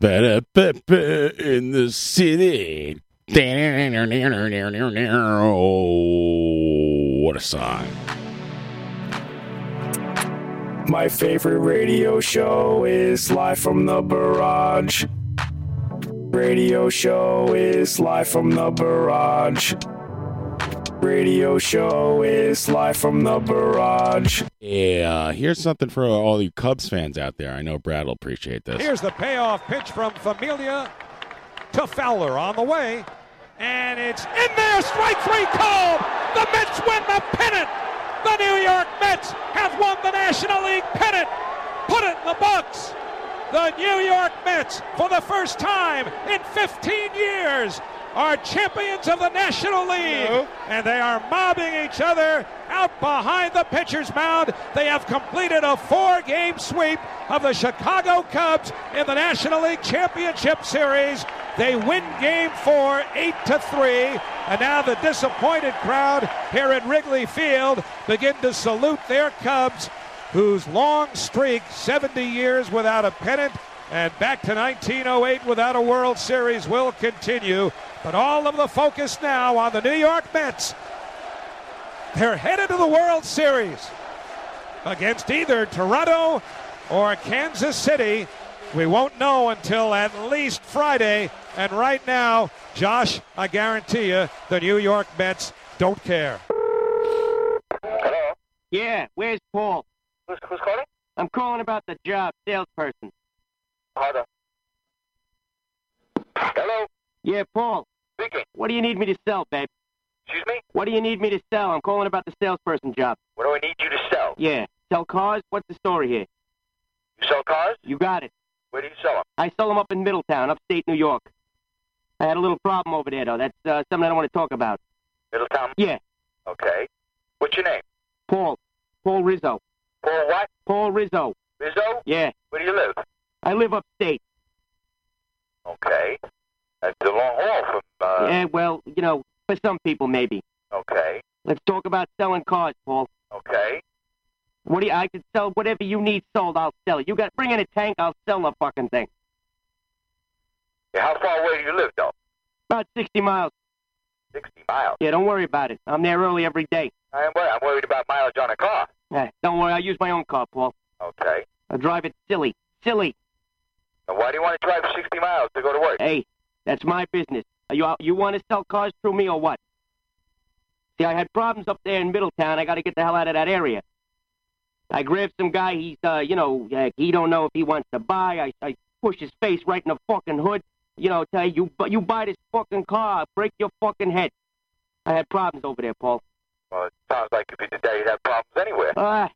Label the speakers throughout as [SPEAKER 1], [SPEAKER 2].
[SPEAKER 1] Better pepper in the city. Oh, What a song.
[SPEAKER 2] My favorite radio show is Live from the Barrage. Radio show is Live from the Barrage. Radio show is Live from the Barrage.
[SPEAKER 1] Yeah, uh, here's something for all you Cubs fans out there. I know Brad will appreciate this.
[SPEAKER 3] Here's the payoff pitch from Familia to Fowler on the way. And it's in there, strike three called. The Mets win the pennant. The New York Mets have won the National League pennant. Put it in the box. The New York Mets, for the first time in 15 years, are champions of the National League. And they are mobbing each other out behind the pitcher's mound. They have completed a four game sweep of the Chicago Cubs in the National League Championship Series. They win game four, eight to three. And now the disappointed crowd here at Wrigley Field begin to salute their Cubs, whose long streak, 70 years without a pennant, and back to 1908 without a World Series will continue. But all of the focus now on the New York Mets. They're headed to the World Series against either Toronto or Kansas City. We won't know until at least Friday. And right now, Josh, I guarantee you, the New York Mets don't care.
[SPEAKER 4] Yeah, where's Paul?
[SPEAKER 5] Who's, who's calling?
[SPEAKER 4] I'm calling about the job, salesperson.
[SPEAKER 5] Hold on. Hello,
[SPEAKER 4] Yeah, Paul,
[SPEAKER 5] speaking.
[SPEAKER 4] what do you need me to sell, babe?
[SPEAKER 5] Excuse me?
[SPEAKER 4] What do you need me to sell? I'm calling about the salesperson job.
[SPEAKER 5] What do I need you to sell?
[SPEAKER 4] Yeah, sell cars? What's the story here?
[SPEAKER 5] You sell cars?
[SPEAKER 4] You got it.
[SPEAKER 5] Where do you sell them?
[SPEAKER 4] I sold them up in Middletown, upstate New York. I had a little problem over there, though. That's uh, something I don't want to talk about.
[SPEAKER 5] Middletown?
[SPEAKER 4] Yeah,
[SPEAKER 5] Okay. What's your name?
[SPEAKER 4] Paul. Paul Rizzo.
[SPEAKER 5] Paul what?
[SPEAKER 4] Paul Rizzo.
[SPEAKER 5] Rizzo?
[SPEAKER 4] Yeah,
[SPEAKER 5] Where do you live?
[SPEAKER 4] I live upstate.
[SPEAKER 5] Okay. That's a long haul from, uh,
[SPEAKER 4] yeah, well, you know, for some people, maybe.
[SPEAKER 5] okay.
[SPEAKER 4] Let's talk about selling cars, Paul.
[SPEAKER 5] Okay.
[SPEAKER 4] What do you, I could sell whatever you need sold, I'll sell it. You got, bring in a tank, I'll sell the fucking thing.
[SPEAKER 5] Yeah, how far away do you live, though?
[SPEAKER 4] About 60 miles.
[SPEAKER 5] 60 miles.
[SPEAKER 4] Yeah, don't worry about it. I'm there early every day.
[SPEAKER 5] I am worried. I'm worried about mileage on a car.
[SPEAKER 4] Eh, don't worry, I'll use my own car, Paul.
[SPEAKER 5] Okay.
[SPEAKER 4] I'll drive it silly. Silly.
[SPEAKER 5] Now, why do you want to drive 60 miles to go to work?
[SPEAKER 4] Hey, that's my business. Are you, you want to sell cars through me or what? See, I had problems up there in Middletown. I got to get the hell out of that area. I grabbed some guy. He's, uh, you know, uh, he don't know if he wants to buy. I, I push his face right in the fucking hood. You know, tell you, bu- you buy this fucking car, I'll break your fucking head. I had problems over there, Paul.
[SPEAKER 5] Well, it sounds like if you did that, you'd have problems
[SPEAKER 6] Uh,
[SPEAKER 5] anywhere.
[SPEAKER 4] Ah,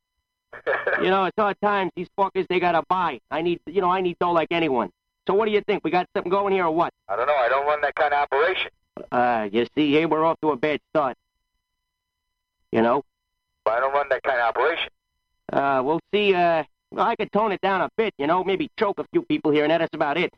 [SPEAKER 4] you know, it's hard times. These fuckers, they gotta buy. I need, you know, I need dough like anyone. So what do you think? We got something going here or what?
[SPEAKER 5] I don't know. I don't run that kind of operation.
[SPEAKER 4] Uh, you see, hey, we're off to a bad start. You know,
[SPEAKER 5] I don't run that kind of operation.
[SPEAKER 4] uh, we'll see. Uh, well, I could tone it down a bit. You know, maybe choke a few people here, and that's about it.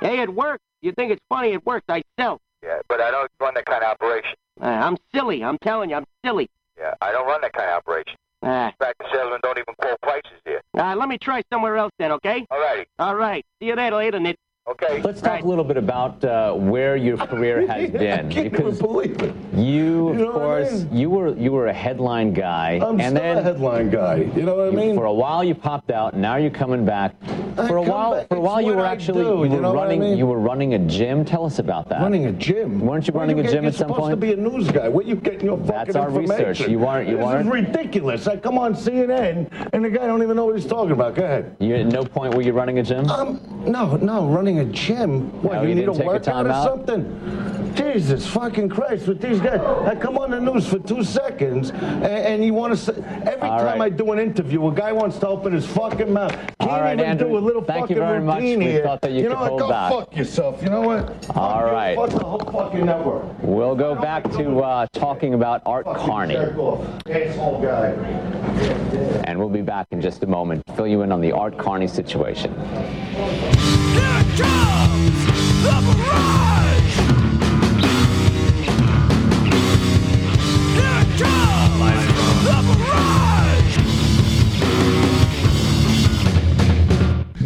[SPEAKER 4] hey, it works. You think it's funny? It works. I sell.
[SPEAKER 5] Yeah, but I don't run that kind of operation.
[SPEAKER 4] Uh, I'm silly. I'm telling you, I'm silly.
[SPEAKER 5] Yeah, I don't run that kind of operation.
[SPEAKER 4] Uh,
[SPEAKER 5] In fact, the salesmen don't even quote prices here.
[SPEAKER 4] uh, let me try somewhere else then, okay?
[SPEAKER 5] All righty.
[SPEAKER 4] All right. See you later, later, Nit.
[SPEAKER 5] Okay.
[SPEAKER 6] Let's talk
[SPEAKER 4] Right.
[SPEAKER 6] a little bit about uh, where your career has been. because you, of
[SPEAKER 7] You know what I
[SPEAKER 6] course,
[SPEAKER 7] mean?
[SPEAKER 6] you were you were a headline guy,
[SPEAKER 7] I'm
[SPEAKER 6] and
[SPEAKER 7] still
[SPEAKER 6] then
[SPEAKER 7] a headline guy. You know what I
[SPEAKER 6] you-
[SPEAKER 7] mean?
[SPEAKER 6] for a while you popped out. Now you're coming back.
[SPEAKER 7] I
[SPEAKER 6] for a
[SPEAKER 7] come
[SPEAKER 6] while,
[SPEAKER 7] back.
[SPEAKER 6] for a while
[SPEAKER 7] It's
[SPEAKER 6] you
[SPEAKER 7] what
[SPEAKER 6] were
[SPEAKER 7] I
[SPEAKER 6] actually
[SPEAKER 7] do,
[SPEAKER 6] you
[SPEAKER 7] you
[SPEAKER 6] were
[SPEAKER 7] know what I
[SPEAKER 6] running
[SPEAKER 7] mean?
[SPEAKER 6] you were running a gym. Tell us about that.
[SPEAKER 7] running a gym.
[SPEAKER 6] Weren't you
[SPEAKER 7] Where
[SPEAKER 6] running a
[SPEAKER 7] get-
[SPEAKER 6] gym
[SPEAKER 7] you're
[SPEAKER 6] at some
[SPEAKER 7] supposed
[SPEAKER 6] point?
[SPEAKER 7] to be a news guy. Where you getting your fucking
[SPEAKER 6] That's our
[SPEAKER 7] information?
[SPEAKER 6] research. You aren't- you
[SPEAKER 7] this
[SPEAKER 6] aren't-
[SPEAKER 7] is ridiculous. I come on CNN and the guy don't even know what he's talking about. Go ahead.
[SPEAKER 6] You at no point were you running a gym.
[SPEAKER 7] Um, no, no, running a gym. What,
[SPEAKER 6] No,
[SPEAKER 7] you,
[SPEAKER 6] you
[SPEAKER 7] need
[SPEAKER 6] didn't
[SPEAKER 7] a
[SPEAKER 6] take a
[SPEAKER 7] workout or
[SPEAKER 6] timeout?
[SPEAKER 7] something? Jesus fucking Christ, with these guys. I come on the news for two seconds, and, and you want to say, every
[SPEAKER 6] All
[SPEAKER 7] time
[SPEAKER 6] right.
[SPEAKER 7] I do an interview, a guy wants to open his fucking mouth. Can't
[SPEAKER 6] All right,
[SPEAKER 7] even
[SPEAKER 6] Andrew,
[SPEAKER 7] do a little
[SPEAKER 6] thank
[SPEAKER 7] fucking
[SPEAKER 6] you very much.
[SPEAKER 7] routine
[SPEAKER 6] We
[SPEAKER 7] here.
[SPEAKER 6] thought that you
[SPEAKER 7] know
[SPEAKER 6] could
[SPEAKER 7] what?
[SPEAKER 6] hold
[SPEAKER 7] Go
[SPEAKER 6] back.
[SPEAKER 7] fuck yourself. You know what? Fuck
[SPEAKER 6] All
[SPEAKER 7] you,
[SPEAKER 6] right.
[SPEAKER 7] Fuck the whole fucking network.
[SPEAKER 6] We'll go back to uh, talking about Art
[SPEAKER 7] Fucking
[SPEAKER 6] Carney,
[SPEAKER 7] jerk off, Asshole guy.
[SPEAKER 6] and we'll be back in just a moment. Fill you in on the Art Carney situation.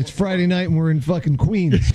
[SPEAKER 8] It's Friday night and we're in fucking Queens.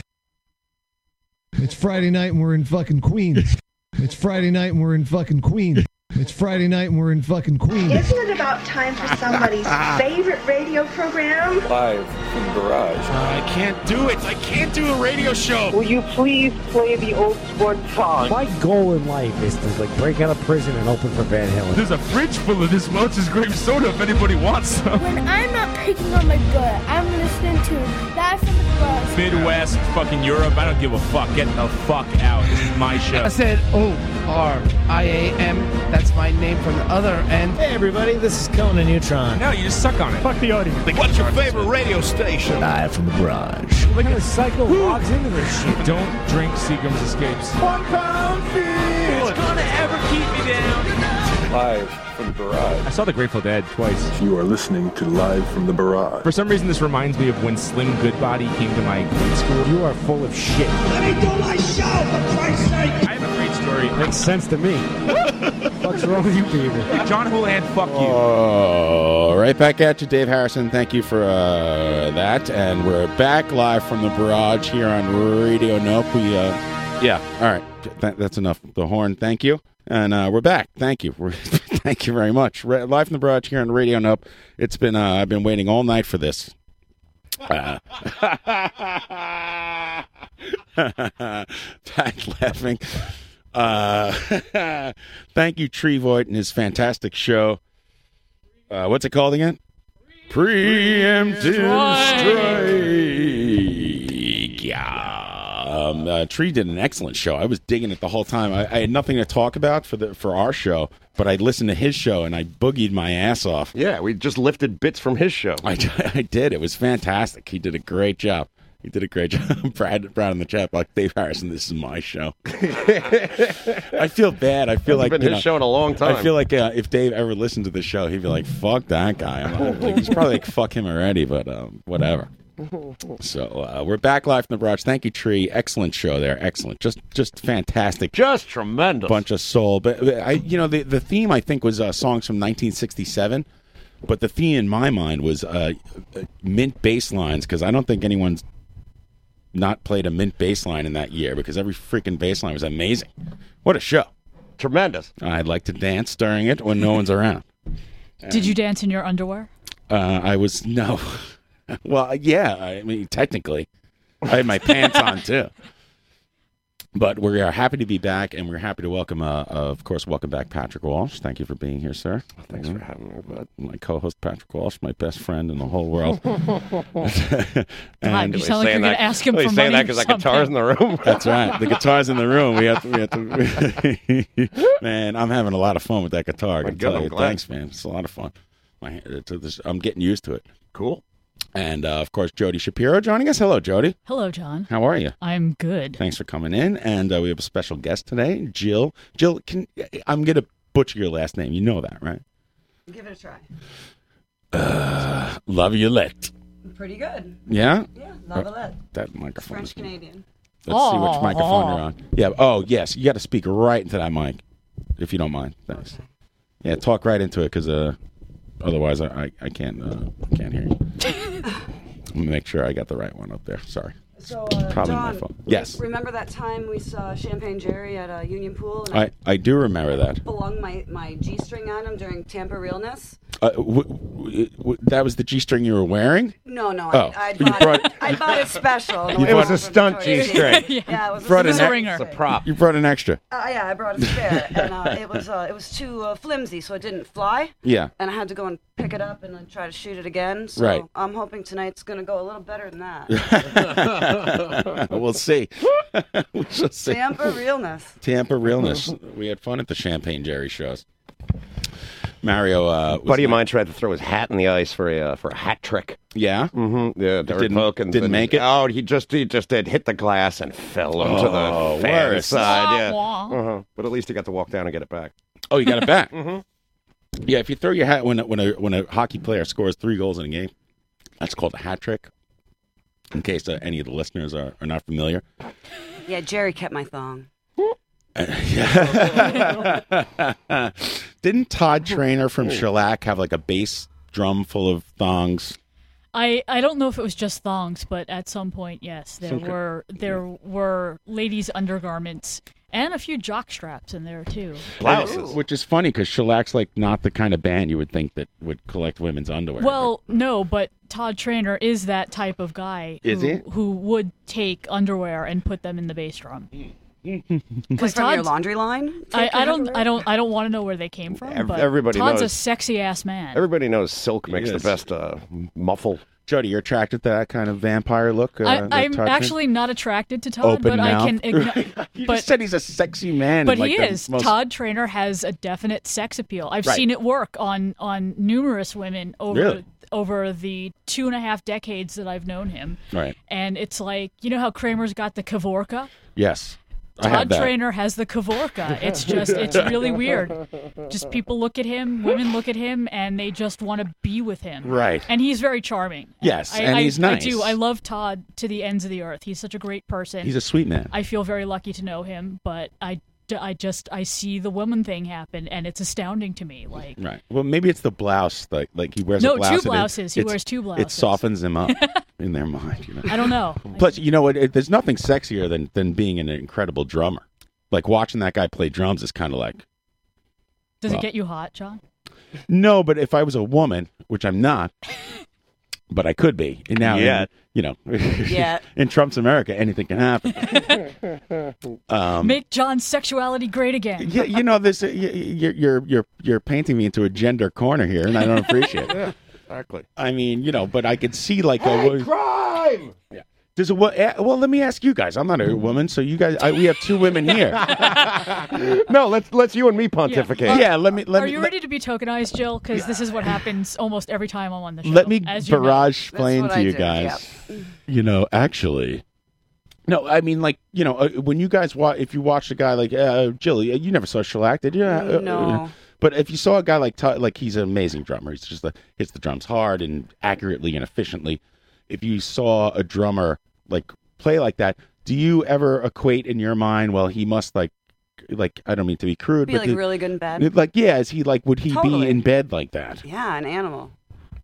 [SPEAKER 8] It's Friday night and we're in fucking Queens. It's Friday night and we're in fucking Queens. It's Friday night and we're in fucking Queens.
[SPEAKER 9] Isn't it about time for somebody's favorite radio program?
[SPEAKER 10] Live from the garage.
[SPEAKER 1] I can't do it. I can't do a radio show.
[SPEAKER 11] Will you please play the old sport song?
[SPEAKER 3] My goal in life is to like break out of prison and open for Van Halen.
[SPEAKER 12] There's a fridge full of this Welch's grape soda if anybody wants some.
[SPEAKER 13] When I'm not picking on my butt, I'm listening to Live from the Garage.
[SPEAKER 12] Midwest, fucking Europe. I don't give a fuck. Get the fuck out. This is my show.
[SPEAKER 14] I said O R I A M. That's my name from the other end.
[SPEAKER 3] Hey everybody, this is Conan Neutron.
[SPEAKER 12] No, you just suck on it.
[SPEAKER 14] Fuck the audience.
[SPEAKER 12] Like,
[SPEAKER 15] What's your favorite radio station?
[SPEAKER 3] Live from the garage. Look at the cycle logs into this shit.
[SPEAKER 12] Don't drink Seagram's Escapes.
[SPEAKER 10] One pound feet. It's
[SPEAKER 12] gonna ever keep me down.
[SPEAKER 10] Live from the barrage.
[SPEAKER 12] I saw The Grateful Dead twice.
[SPEAKER 10] You are listening to Live from the Barrage.
[SPEAKER 12] For some reason, this reminds me of when Slim Goodbody came to my grade school.
[SPEAKER 3] You are full of shit.
[SPEAKER 16] Let me do my show, for Christ's sake.
[SPEAKER 12] I have a great story.
[SPEAKER 3] Makes sense to me. What's wrong with you, Beaver?
[SPEAKER 12] John Houlihan, fuck you.
[SPEAKER 1] Oh, right back at you, Dave Harrison. Thank you for uh, that. And we're back live from the barrage here on Radio Nope. We, uh, yeah, all right. Th- that's enough. The horn. Thank you. And uh, we're back. Thank you. We're, thank you very much. Re- live from the barrage here on Radio Nope. It's been. Uh, I've been waiting all night for this. Uh, Pat laughing. Uh, thank you, Trevoit, and his fantastic show. Uh, what's it called again? Preemptive strike. Yeah. Um, uh, Tree did an excellent show. I was digging it the whole time. I, I had nothing to talk about for the for our show, but I listened to his show and I boogied my ass off.
[SPEAKER 15] Yeah, we just lifted bits from his show.
[SPEAKER 1] I, I did. It was fantastic. He did a great job. He did a great job. Brad, Brad in the chat box. Dave Harrison, this is my show. I feel bad. I feel
[SPEAKER 15] It's
[SPEAKER 1] like
[SPEAKER 15] been
[SPEAKER 1] you
[SPEAKER 15] his
[SPEAKER 1] know,
[SPEAKER 15] show in a long time.
[SPEAKER 1] I feel like uh, if Dave ever listened to the show, he'd be like, "Fuck that guy." I'm like, he's probably like, "Fuck him already," but um, whatever. So uh, we're back live from the barrage. Thank you, Tree. Excellent show there. Excellent. Just just fantastic.
[SPEAKER 15] Just tremendous.
[SPEAKER 1] bunch of soul. But but I, you know, the the theme I think was uh, songs from 1967. But the theme in my mind was uh, mint bass lines because I don't think anyone's not played a mint bass line in that year because every freaking bass line was amazing. What a show!
[SPEAKER 15] Tremendous.
[SPEAKER 1] I'd like to dance during it when no one's around.
[SPEAKER 17] Did you dance in your underwear?
[SPEAKER 1] Uh, I was no. well, uh, yeah. I mean, technically, I had my pants on too. But we are happy to be back, and we're happy to welcome, uh, of course, welcome back Patrick Walsh. Thank you for being here, sir.
[SPEAKER 15] Thanks for having me, bud.
[SPEAKER 1] My co-host Patrick Walsh, my best friend in the whole world.
[SPEAKER 17] God, you sound like you're going to ask him
[SPEAKER 15] Really
[SPEAKER 17] for money.
[SPEAKER 15] saying that
[SPEAKER 17] or
[SPEAKER 15] because that guitar's
[SPEAKER 17] something.
[SPEAKER 15] in the room.
[SPEAKER 1] That's right. The guitar's in the room. We have to. We have to man, I'm having a lot of fun with that guitar. I
[SPEAKER 15] My
[SPEAKER 1] can
[SPEAKER 15] God,
[SPEAKER 1] tell
[SPEAKER 15] I'm
[SPEAKER 1] you.
[SPEAKER 15] glad.
[SPEAKER 1] Thanks, man. It's a lot of fun. My, hand- it's, it's, I'm getting used to it.
[SPEAKER 15] cool.
[SPEAKER 1] And uh, of course, Jody Shapiro joining us. Hello, Jody.
[SPEAKER 17] Hello, John.
[SPEAKER 1] How are you?
[SPEAKER 17] I'm good.
[SPEAKER 1] Thanks for coming in. And uh, we have a special guest today, Jill. Jill, can I'm gonna butcher your last name. You know that, right?
[SPEAKER 18] Give it a try.
[SPEAKER 15] Uh,
[SPEAKER 1] Love you lit.
[SPEAKER 18] Pretty good.
[SPEAKER 1] Yeah. Uh,
[SPEAKER 18] Yeah, Lavalette.
[SPEAKER 1] That microphone.
[SPEAKER 18] French
[SPEAKER 1] is-
[SPEAKER 18] Canadian.
[SPEAKER 1] Let's see which
[SPEAKER 17] Aw.
[SPEAKER 1] microphone you're on. Yeah. Oh, yes. You got to speak right into that mic, if you don't mind. Thanks. Yeah, talk right into it, because uh, otherwise I, I, I can't uh, I can't hear you. Let me make sure I got the right one up there. Sorry.
[SPEAKER 18] So, uh,
[SPEAKER 1] Probably my
[SPEAKER 18] John,
[SPEAKER 1] fault. Yes.
[SPEAKER 18] Remember that time we saw Champagne Jerry at a Union Pool and I,
[SPEAKER 1] I, I do remember that.
[SPEAKER 18] belung my, my G string on him during Tampa Realness?
[SPEAKER 1] Uh, w- w- w- that was the G string you were wearing?
[SPEAKER 18] No, no.
[SPEAKER 1] Oh,
[SPEAKER 18] I, I
[SPEAKER 1] you
[SPEAKER 18] bought
[SPEAKER 1] brought-
[SPEAKER 18] it. I bought it special.
[SPEAKER 1] You
[SPEAKER 15] It was a stunt G string.
[SPEAKER 18] yeah, it was
[SPEAKER 1] Brought
[SPEAKER 18] a,
[SPEAKER 1] an
[SPEAKER 18] special-
[SPEAKER 1] ex-
[SPEAKER 17] ringer.
[SPEAKER 15] It's a prop.
[SPEAKER 1] You brought an extra.
[SPEAKER 18] Uh, yeah, I brought a spare, and uh, it was uh, it was too uh, flimsy, so it didn't fly.
[SPEAKER 1] Yeah.
[SPEAKER 18] And I had to go and pick it up and then try to shoot it again. So
[SPEAKER 1] Right.
[SPEAKER 18] I'm hoping tonight's gonna go a little better than that.
[SPEAKER 1] we'll see. we shall see.
[SPEAKER 18] Tampa realness.
[SPEAKER 1] Tampa realness. We had fun at the Champagne Jerry shows. Mario, uh, was-
[SPEAKER 15] Buddy of mine tried to throw his hat in the ice for a uh, for a hat trick.
[SPEAKER 1] Yeah.
[SPEAKER 15] Mm-hmm. Yeah, Derek
[SPEAKER 1] didn't-
[SPEAKER 15] Wilkins
[SPEAKER 1] didn't
[SPEAKER 15] and-
[SPEAKER 1] make it?
[SPEAKER 15] Oh, he just he just did hit the glass and fell onto
[SPEAKER 1] Oh,
[SPEAKER 15] the fan
[SPEAKER 1] worse.
[SPEAKER 15] side. Yeah.
[SPEAKER 17] Wah, wah.
[SPEAKER 15] Uh-huh. But at least he got to walk down and get it back.
[SPEAKER 1] Oh, you got it back. Yeah, if you throw your hat when a- when a when a hockey player scores three goals in a game, that's called a hat trick. In case uh, any of the listeners are, are not familiar,
[SPEAKER 18] Yeah, Jerry kept my thong.
[SPEAKER 1] didn't Todd Trainer from Shellac have like a bass drum full of thongs?
[SPEAKER 17] I, I don't know if it was just thongs, but at some point, yes, there
[SPEAKER 19] Some ki-
[SPEAKER 17] were there were ladies' undergarments and a few jock straps in there too.
[SPEAKER 1] Which is funny because Shellac's like not the kind of band you would think that would collect women's underwear.
[SPEAKER 17] Well, no, but Todd Trainer is that type of guy
[SPEAKER 1] Is
[SPEAKER 17] who,
[SPEAKER 1] he?
[SPEAKER 17] who would take underwear and put them in the bass drum.
[SPEAKER 18] Like from your
[SPEAKER 17] Todd's-
[SPEAKER 18] laundry line?
[SPEAKER 17] I,
[SPEAKER 18] Take
[SPEAKER 17] I
[SPEAKER 18] your
[SPEAKER 17] don't
[SPEAKER 18] underwear?
[SPEAKER 17] I don't I don't want to know where they came from.
[SPEAKER 15] Ev-
[SPEAKER 17] but
[SPEAKER 15] everybody
[SPEAKER 17] Todd's a
[SPEAKER 15] knows.
[SPEAKER 17] sexy ass man.
[SPEAKER 15] Everybody knows silk makes the best uh, muffle.
[SPEAKER 1] Jody, you're attracted to that kind of vampire look. Uh, that
[SPEAKER 17] I, I'm
[SPEAKER 1] Todd Trainer-
[SPEAKER 17] actually not attracted to Todd,
[SPEAKER 1] Open
[SPEAKER 17] but
[SPEAKER 1] mouth.
[SPEAKER 17] I can. Igno-
[SPEAKER 1] You
[SPEAKER 17] but
[SPEAKER 1] just said he's a sexy man.
[SPEAKER 17] But
[SPEAKER 1] like
[SPEAKER 17] he
[SPEAKER 1] the
[SPEAKER 17] is.
[SPEAKER 1] most-
[SPEAKER 17] Todd Trainer has a definite sex appeal. I've
[SPEAKER 1] Right.
[SPEAKER 17] seen it work on on numerous women over
[SPEAKER 1] Really?
[SPEAKER 17] over the two and a half decades that I've known him.
[SPEAKER 1] Right.
[SPEAKER 17] And it's like you know how Kramer's got the Kavorka.
[SPEAKER 1] Yes. I have
[SPEAKER 17] Todd
[SPEAKER 1] that.
[SPEAKER 17] Trainer has the Kavorka. It's just it's really weird. Just people look at him, women look at him, and they just want to be with him.
[SPEAKER 1] Right.
[SPEAKER 17] And he's very charming.
[SPEAKER 1] Yes,
[SPEAKER 17] I,
[SPEAKER 1] and
[SPEAKER 17] I-
[SPEAKER 1] he's
[SPEAKER 17] I do.
[SPEAKER 1] nice.
[SPEAKER 17] I love Todd to the ends of the earth. He's such a great person.
[SPEAKER 1] He's a sweet man.
[SPEAKER 17] I feel very lucky to know him, but I, I just I see the woman thing happen, and it's astounding to me. Like
[SPEAKER 1] Right. Well, maybe it's the blouse. Like, like he wears
[SPEAKER 17] No,
[SPEAKER 1] a
[SPEAKER 17] two
[SPEAKER 1] blouse. and it-
[SPEAKER 17] blouses. He
[SPEAKER 1] it's-
[SPEAKER 17] wears two
[SPEAKER 1] It
[SPEAKER 17] blouses.
[SPEAKER 1] softens him up in their mind. You know?
[SPEAKER 17] I don't know.
[SPEAKER 1] Plus, you know what? It, there's nothing sexier than than being an incredible drummer. Like watching that guy play drums is kind of like
[SPEAKER 17] Does
[SPEAKER 1] Well.
[SPEAKER 17] it get you hot, John?
[SPEAKER 1] no. But if I was a woman, which I'm not, but I could be. And now,
[SPEAKER 15] Yet.
[SPEAKER 1] you know,
[SPEAKER 17] Yet.
[SPEAKER 1] in Trump's America, anything can happen. Um,
[SPEAKER 17] Make John's sexuality great again.
[SPEAKER 1] yeah, you know this. You, you're you're you're you're painting me into a gender corner here, and I don't appreciate it.
[SPEAKER 15] exactly.
[SPEAKER 1] I mean, you know, but I could see like a woman. crime. Yeah. Does a wo- eh, well? Let me ask you guys. I'm not
[SPEAKER 15] Mm-hmm.
[SPEAKER 1] a woman, so you guys. I, we have two women here.
[SPEAKER 15] no, let's let's you and me pontificate.
[SPEAKER 1] Yeah, let me let
[SPEAKER 17] Are
[SPEAKER 1] me
[SPEAKER 17] you
[SPEAKER 1] let,
[SPEAKER 17] ready to be tokenized, Jill? Because this is what happens almost every time I'm on the show.
[SPEAKER 1] let me
[SPEAKER 17] as you know.
[SPEAKER 1] barrage explain to you guys. You know, actually, no. I mean, like you know, uh, when you guys watch, if you watch a guy like uh, Jill, you never saw Shellac, did you? Uh, uh,
[SPEAKER 18] No.
[SPEAKER 1] But if you saw a guy like Todd, like he's an amazing drummer. He's just the, hits the drums hard and accurately and efficiently. If you saw a drummer like play like that, do you ever equate in your mind? Well, he must like, like I don't mean to be crude,
[SPEAKER 18] Be
[SPEAKER 1] but
[SPEAKER 18] like
[SPEAKER 1] the-
[SPEAKER 18] really good and bad.
[SPEAKER 1] Like, yeah, is he like? Would he
[SPEAKER 18] Totally.
[SPEAKER 1] be in bed like that,
[SPEAKER 18] Yeah, an animal.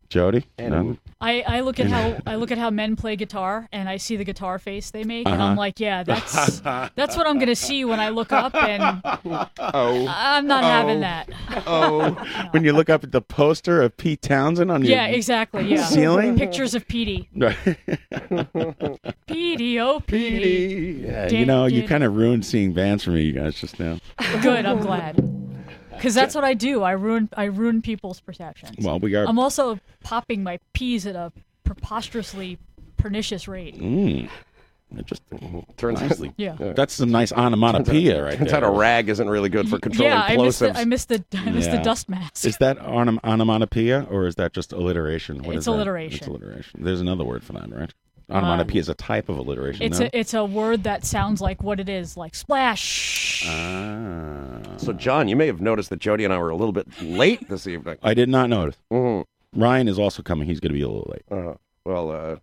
[SPEAKER 1] Jody? No?
[SPEAKER 17] I, I look at how I look at how men play guitar and I see the guitar face they make and
[SPEAKER 1] Uh-huh.
[SPEAKER 17] I'm like, yeah, that's that's what I'm gonna see when I look up and
[SPEAKER 1] Oh.
[SPEAKER 17] I'm not having that.
[SPEAKER 1] Oh. when you look up at the poster of Pete Townsend on your
[SPEAKER 17] Yeah, exactly. Yeah.
[SPEAKER 1] ceiling.
[SPEAKER 17] Pictures of Petey. Petey, oh Petey.
[SPEAKER 1] yeah, you know, you kind of ruined seeing bands for me, you guys, just now.
[SPEAKER 17] of good. I'm glad because that's what I do. I ruin I ruin people's perceptions.
[SPEAKER 1] Well, we are.
[SPEAKER 17] I'm also popping my peas at a preposterously pernicious rate.
[SPEAKER 1] Mm. It just
[SPEAKER 15] Mm-hmm. Turns
[SPEAKER 1] nicely.
[SPEAKER 17] Yeah.
[SPEAKER 1] That's some nice onomatopoeia right
[SPEAKER 15] Turns
[SPEAKER 1] there.
[SPEAKER 15] out a rag isn't really good for controlling
[SPEAKER 17] Yeah, I missed the
[SPEAKER 15] plosives.
[SPEAKER 17] I missed the I missed
[SPEAKER 1] Yeah.
[SPEAKER 17] the dust mask.
[SPEAKER 1] Is that onom- onomatopoeia or is that just alliteration? What is
[SPEAKER 17] It's
[SPEAKER 1] that?
[SPEAKER 17] alliteration. Um,
[SPEAKER 1] It's alliteration. There's another word for that, right? Onomatopoeia is a type of alliteration.
[SPEAKER 17] It's
[SPEAKER 1] no?
[SPEAKER 17] a it's a word that sounds like what it is, like splash.
[SPEAKER 1] Ah.
[SPEAKER 15] So, John, you may have noticed that Jody and I were a little bit late this evening.
[SPEAKER 1] I did not notice. Ryan is also coming. He's going to be a little late.
[SPEAKER 15] Uh, well, uh,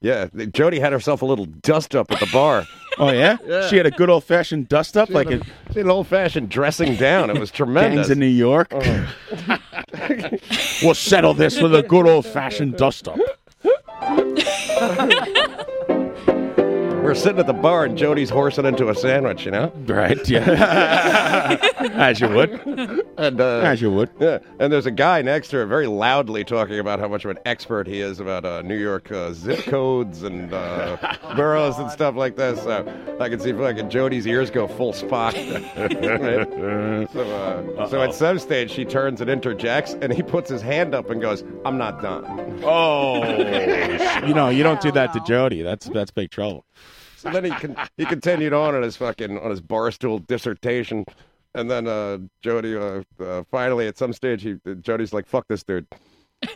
[SPEAKER 15] yeah, th- Jody had herself a little dust up at the bar.
[SPEAKER 1] oh yeah? She had a good old fashioned dust up, like
[SPEAKER 15] a, she had an old fashioned dressing down. It was tremendous. Uh-huh.
[SPEAKER 1] Gangs in New York. we'll settle this with a good old fashioned dust up.
[SPEAKER 15] We're sitting at the bar and Jody's horsing into a sandwich, you know?
[SPEAKER 1] Right, yeah. As you would.
[SPEAKER 15] And, uh,
[SPEAKER 1] As you would.
[SPEAKER 15] Yeah. And there's a guy next to her very loudly talking about how much of an expert he is about uh, New York uh, zip codes and uh, boroughs and stuff like this. So I can see fucking Jody's ears go full Spock. Right? so, uh, so
[SPEAKER 1] Uh-oh.
[SPEAKER 15] at some stage, she turns and interjects, and he puts his hand up and goes, I'm not done.
[SPEAKER 1] Oh. You know, you don't do that to Jody. That's that's big trouble.
[SPEAKER 15] So then he con- he continued on on his fucking on his barstool dissertation, and then uh, Jody uh, uh, finally at some stage he Jody's like fuck this dude,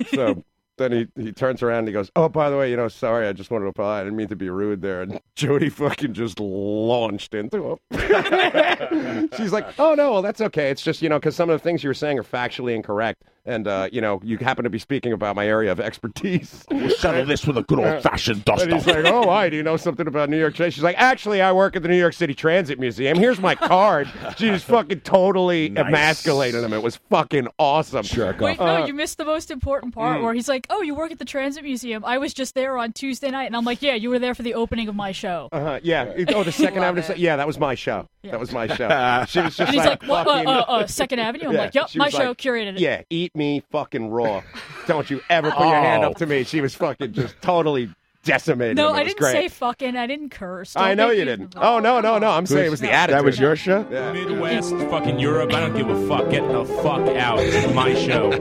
[SPEAKER 15] so then he he turns around and he goes oh by the way you know sorry I just wanted to apply I didn't mean to be rude there and Jody fucking just launched into him. She's like oh no well that's okay it's just you know because some of the things you were saying are factually incorrect and uh, you know, you happen to be speaking about my area of expertise.
[SPEAKER 1] We'll settle this with a good old-fashioned
[SPEAKER 15] And he's
[SPEAKER 1] dust-off.
[SPEAKER 15] like, "Oh, why? Do you know something about New York City?" She's like, "Actually, I work at the New York City Transit Museum. Here's my card." She just fucking totally emasculated him. It was fucking awesome. Uh, Sure,
[SPEAKER 17] Wait, no, you missed the most important part
[SPEAKER 15] mm.
[SPEAKER 17] where he's like, "Oh, you work at the Transit Museum. I was just there on Tuesday night." And I'm like, "Yeah, you were there for the opening of my show."
[SPEAKER 15] Uh-huh, yeah. Oh, the second Avenue. se- Yeah, that was my show. That was my show. She was just
[SPEAKER 17] and he's
[SPEAKER 15] like,
[SPEAKER 17] like, "What? Uh,
[SPEAKER 15] fucking-
[SPEAKER 17] uh, uh, Second Avenue?" I'm
[SPEAKER 15] Yeah,
[SPEAKER 17] like, "Yep,
[SPEAKER 15] she
[SPEAKER 17] my
[SPEAKER 15] was
[SPEAKER 17] show
[SPEAKER 15] like,
[SPEAKER 17] curated it."
[SPEAKER 15] Yeah, eat me fucking raw. Don't you ever put your hand up to me. She was fucking just totally decimated.
[SPEAKER 17] No,
[SPEAKER 15] him. It
[SPEAKER 17] I
[SPEAKER 15] was
[SPEAKER 17] didn't
[SPEAKER 15] great.
[SPEAKER 17] say fucking. I didn't curse.
[SPEAKER 15] I
[SPEAKER 17] Don't
[SPEAKER 15] know
[SPEAKER 17] make
[SPEAKER 15] you
[SPEAKER 17] me-
[SPEAKER 15] didn't. Oh no, no, no! I'm saying it was the attitude.
[SPEAKER 1] That was your show?
[SPEAKER 12] Midwest, fucking Europe. I don't give a fuck. Get the fuck out. It's my show.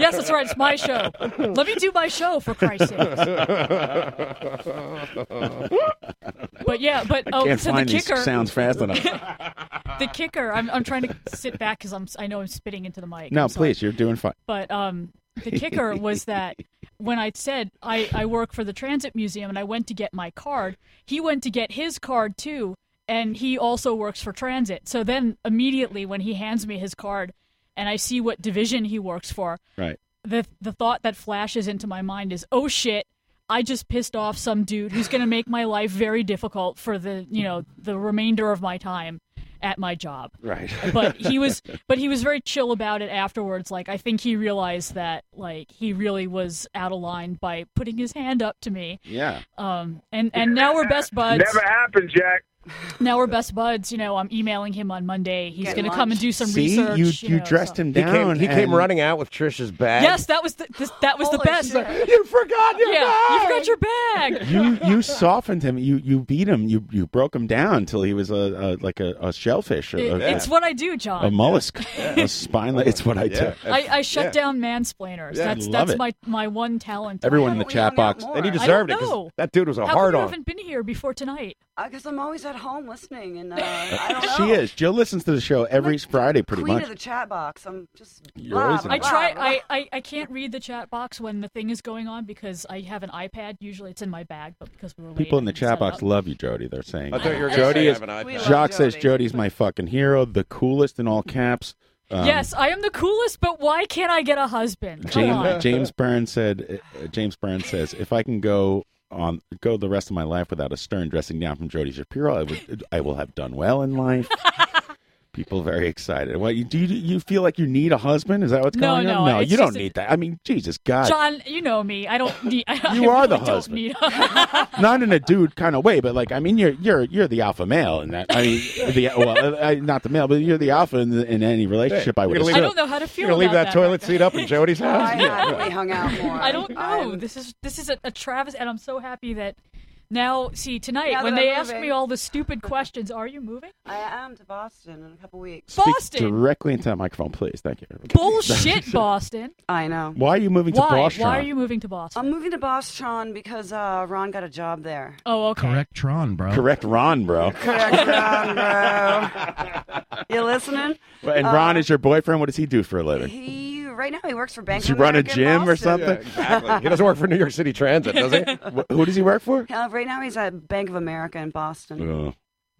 [SPEAKER 17] Yes, that's right. It's my show. Let me do my show for Christ's sake. But yeah, but
[SPEAKER 1] I
[SPEAKER 17] oh,
[SPEAKER 1] can't
[SPEAKER 17] so
[SPEAKER 1] find
[SPEAKER 17] the
[SPEAKER 1] these
[SPEAKER 17] kicker
[SPEAKER 1] sounds fast enough.
[SPEAKER 17] the kicker. I'm, I'm trying to sit back because I'm I know I'm spitting into the mic.
[SPEAKER 1] no,
[SPEAKER 17] I'm sorry.
[SPEAKER 1] please, you're doing fine.
[SPEAKER 17] But um, the kicker was that when I said I, I work for the Transit Museum and I went to get my card, he went to get his card too, and he also works for Transit. So then immediately when he hands me his card and I see what division he works for,
[SPEAKER 1] Right.
[SPEAKER 17] the the thought that flashes into my mind is, oh shit. I just pissed off some dude who's going to make my life very difficult for the, you know, the remainder of my time at my job
[SPEAKER 15] Right.
[SPEAKER 17] but he was but he was very chill about it afterwards like i think he realized that like he really was out of line by putting his hand up to me
[SPEAKER 1] Yeah.
[SPEAKER 17] um and and now we're best buds
[SPEAKER 16] Never happened, Jack.
[SPEAKER 17] now we're best buds you know i'm emailing him on monday he's
[SPEAKER 1] Get
[SPEAKER 17] gonna
[SPEAKER 1] lunch.
[SPEAKER 17] come and do some
[SPEAKER 1] See,
[SPEAKER 17] research
[SPEAKER 1] you-
[SPEAKER 17] you,
[SPEAKER 1] you
[SPEAKER 17] know,
[SPEAKER 1] dressed
[SPEAKER 17] so-
[SPEAKER 1] him
[SPEAKER 15] He
[SPEAKER 1] down.
[SPEAKER 15] came. He came
[SPEAKER 1] and-
[SPEAKER 15] running out with Trisha's bag.
[SPEAKER 17] yes that was the, this, that was the best
[SPEAKER 15] you forgot your
[SPEAKER 17] yeah, you
[SPEAKER 15] bag!
[SPEAKER 17] forgot your bag
[SPEAKER 1] You you softened him. You you beat him. You you broke him down till he was a, a like a, a shellfish. A,
[SPEAKER 17] It-
[SPEAKER 1] a-
[SPEAKER 17] it's what i do john
[SPEAKER 1] a mollusk, a spineless. It's what I do.
[SPEAKER 17] I, I shut down mansplainers.
[SPEAKER 1] Yeah.
[SPEAKER 17] That's
[SPEAKER 1] Love
[SPEAKER 17] that's
[SPEAKER 1] it.
[SPEAKER 17] my my one talent.
[SPEAKER 1] Everyone in the chat box.
[SPEAKER 18] more? And he
[SPEAKER 17] deserved it, 'cause
[SPEAKER 15] that dude was
[SPEAKER 17] How come you haven't been here before tonight?
[SPEAKER 18] I guess I'm always at home listening, and uh, I don't know.
[SPEAKER 1] She is. Jill listens to the show every Friday, pretty
[SPEAKER 18] Queen
[SPEAKER 1] much.
[SPEAKER 18] of the chat box. I'm just.
[SPEAKER 1] You're always in
[SPEAKER 17] I
[SPEAKER 1] it.
[SPEAKER 17] try. I, I, I can't read the chat box when the thing is going on because I have an iPad. Usually it's in my bag, but because we were late,
[SPEAKER 1] People in
[SPEAKER 17] I
[SPEAKER 1] the
[SPEAKER 17] didn't
[SPEAKER 1] chat
[SPEAKER 17] set
[SPEAKER 1] box
[SPEAKER 17] up.
[SPEAKER 1] love you, Jody. They're saying
[SPEAKER 15] I thought you were gonna
[SPEAKER 1] Jody
[SPEAKER 15] say I
[SPEAKER 1] is.
[SPEAKER 15] have an iPad. We love
[SPEAKER 1] Jock says
[SPEAKER 17] Jody.
[SPEAKER 1] Jody's my fucking hero, the coolest in all caps. Um,
[SPEAKER 17] yes, I am the coolest, but why can't I get a husband? Come on.
[SPEAKER 1] James James Byrne said. Uh, James Byrne says, if I can go on go the rest of my life without a stern dressing down from Jody Shapiro, I would. I will have done well in life. People very excited. What you do? You, you feel like you need a husband? Is that what's
[SPEAKER 17] No,
[SPEAKER 1] going on?
[SPEAKER 17] no,
[SPEAKER 1] No,
[SPEAKER 17] it's
[SPEAKER 1] you don't
[SPEAKER 17] just a-
[SPEAKER 1] need that. I mean, Jesus God.
[SPEAKER 17] John, you know me. I don't need. I,
[SPEAKER 1] You
[SPEAKER 17] I
[SPEAKER 1] are the
[SPEAKER 17] really don't
[SPEAKER 1] husband.
[SPEAKER 17] need-
[SPEAKER 1] not in a dude kind of way, but like I mean, you're you're you're the alpha male in that. I mean, the well, I, not the male, but you're the alpha in, in any relationship. I would.
[SPEAKER 15] You're gonna leave
[SPEAKER 1] assume.
[SPEAKER 15] that-
[SPEAKER 17] know how to feel
[SPEAKER 15] You're gonna leave
[SPEAKER 17] about
[SPEAKER 15] that
[SPEAKER 17] that
[SPEAKER 15] toilet seat up in Jody's house.
[SPEAKER 18] I haven't hung out more.
[SPEAKER 17] I don't know. This is this is a, a Travis, and I'm so happy that now. See tonight
[SPEAKER 18] Now
[SPEAKER 17] when
[SPEAKER 18] that
[SPEAKER 17] they
[SPEAKER 18] I'm
[SPEAKER 17] ask
[SPEAKER 18] moving.
[SPEAKER 17] me all the stupid questions, are you moving?
[SPEAKER 18] I am to Boston in a couple weeks.
[SPEAKER 1] Speak
[SPEAKER 17] Boston.
[SPEAKER 1] directly into that microphone, please. Thank you.
[SPEAKER 17] Bullshit, Boston.
[SPEAKER 18] I know.
[SPEAKER 1] Why are you moving to
[SPEAKER 17] Why?
[SPEAKER 1] Boston?
[SPEAKER 17] Why are you moving to Boston?
[SPEAKER 18] I'm moving to Boston because uh, Ron got a job there.
[SPEAKER 17] Oh, okay.
[SPEAKER 1] Correct Tron, bro. Correct Ron, bro.
[SPEAKER 18] Correct, Ron, bro. You listening? Uh,
[SPEAKER 1] and Ron is your boyfriend. What does he do for a living?
[SPEAKER 18] He right now he works for Bank.
[SPEAKER 1] Does
[SPEAKER 18] of
[SPEAKER 1] he run a
[SPEAKER 18] America in
[SPEAKER 1] gym or
[SPEAKER 18] Boston.
[SPEAKER 1] something?
[SPEAKER 15] He doesn't work for New York City Transit, does he?
[SPEAKER 1] Wh- Who does he work for?
[SPEAKER 18] Uh, right now he's at Bank of America in Boston.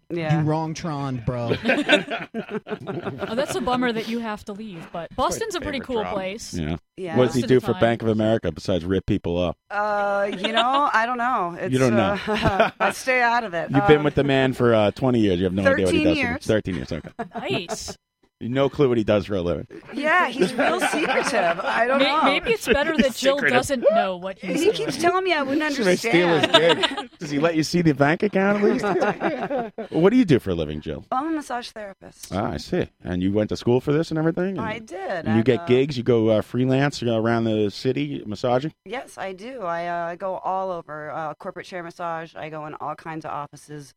[SPEAKER 18] Yeah.
[SPEAKER 19] You wrong Tron, bro.
[SPEAKER 17] oh, that's a bummer that you have to leave, but Boston's a pretty
[SPEAKER 19] favorite
[SPEAKER 17] cool
[SPEAKER 19] job.
[SPEAKER 17] place.
[SPEAKER 1] Yeah. What does he
[SPEAKER 17] Most of the
[SPEAKER 1] do for
[SPEAKER 17] time.
[SPEAKER 1] Bank of America besides rip people up?
[SPEAKER 18] Uh, you know, I don't know. It's,
[SPEAKER 1] don't know.
[SPEAKER 18] Uh, I stay out of it.
[SPEAKER 1] You've
[SPEAKER 18] Uh,
[SPEAKER 1] been with the man for uh, 20 years. You have no idea what
[SPEAKER 18] 13
[SPEAKER 1] he does. for-
[SPEAKER 18] years.
[SPEAKER 1] 13 years. Okay.
[SPEAKER 17] Nice.
[SPEAKER 1] No clue what he does for a living.
[SPEAKER 18] Yeah, he's real secretive. I don't
[SPEAKER 17] May-
[SPEAKER 18] know.
[SPEAKER 17] Maybe it's better that Jill
[SPEAKER 1] Secretive.
[SPEAKER 17] doesn't know what he's
[SPEAKER 18] He keeps telling me I wouldn't
[SPEAKER 1] Should I steal his
[SPEAKER 18] understand.
[SPEAKER 1] gig? Does he let you see the bank account at least? what do you do for a living, Jill?
[SPEAKER 18] I'm a massage therapist.
[SPEAKER 1] Ah, I see. And you went to school for this and everything? And
[SPEAKER 18] I did.
[SPEAKER 1] Hmm. You
[SPEAKER 18] and,
[SPEAKER 1] get
[SPEAKER 18] uh,
[SPEAKER 1] gigs. You go uh, freelance you go around the city massaging.
[SPEAKER 18] Yes, I do. I uh, go all over uh, corporate chair massage. I go in all kinds of offices.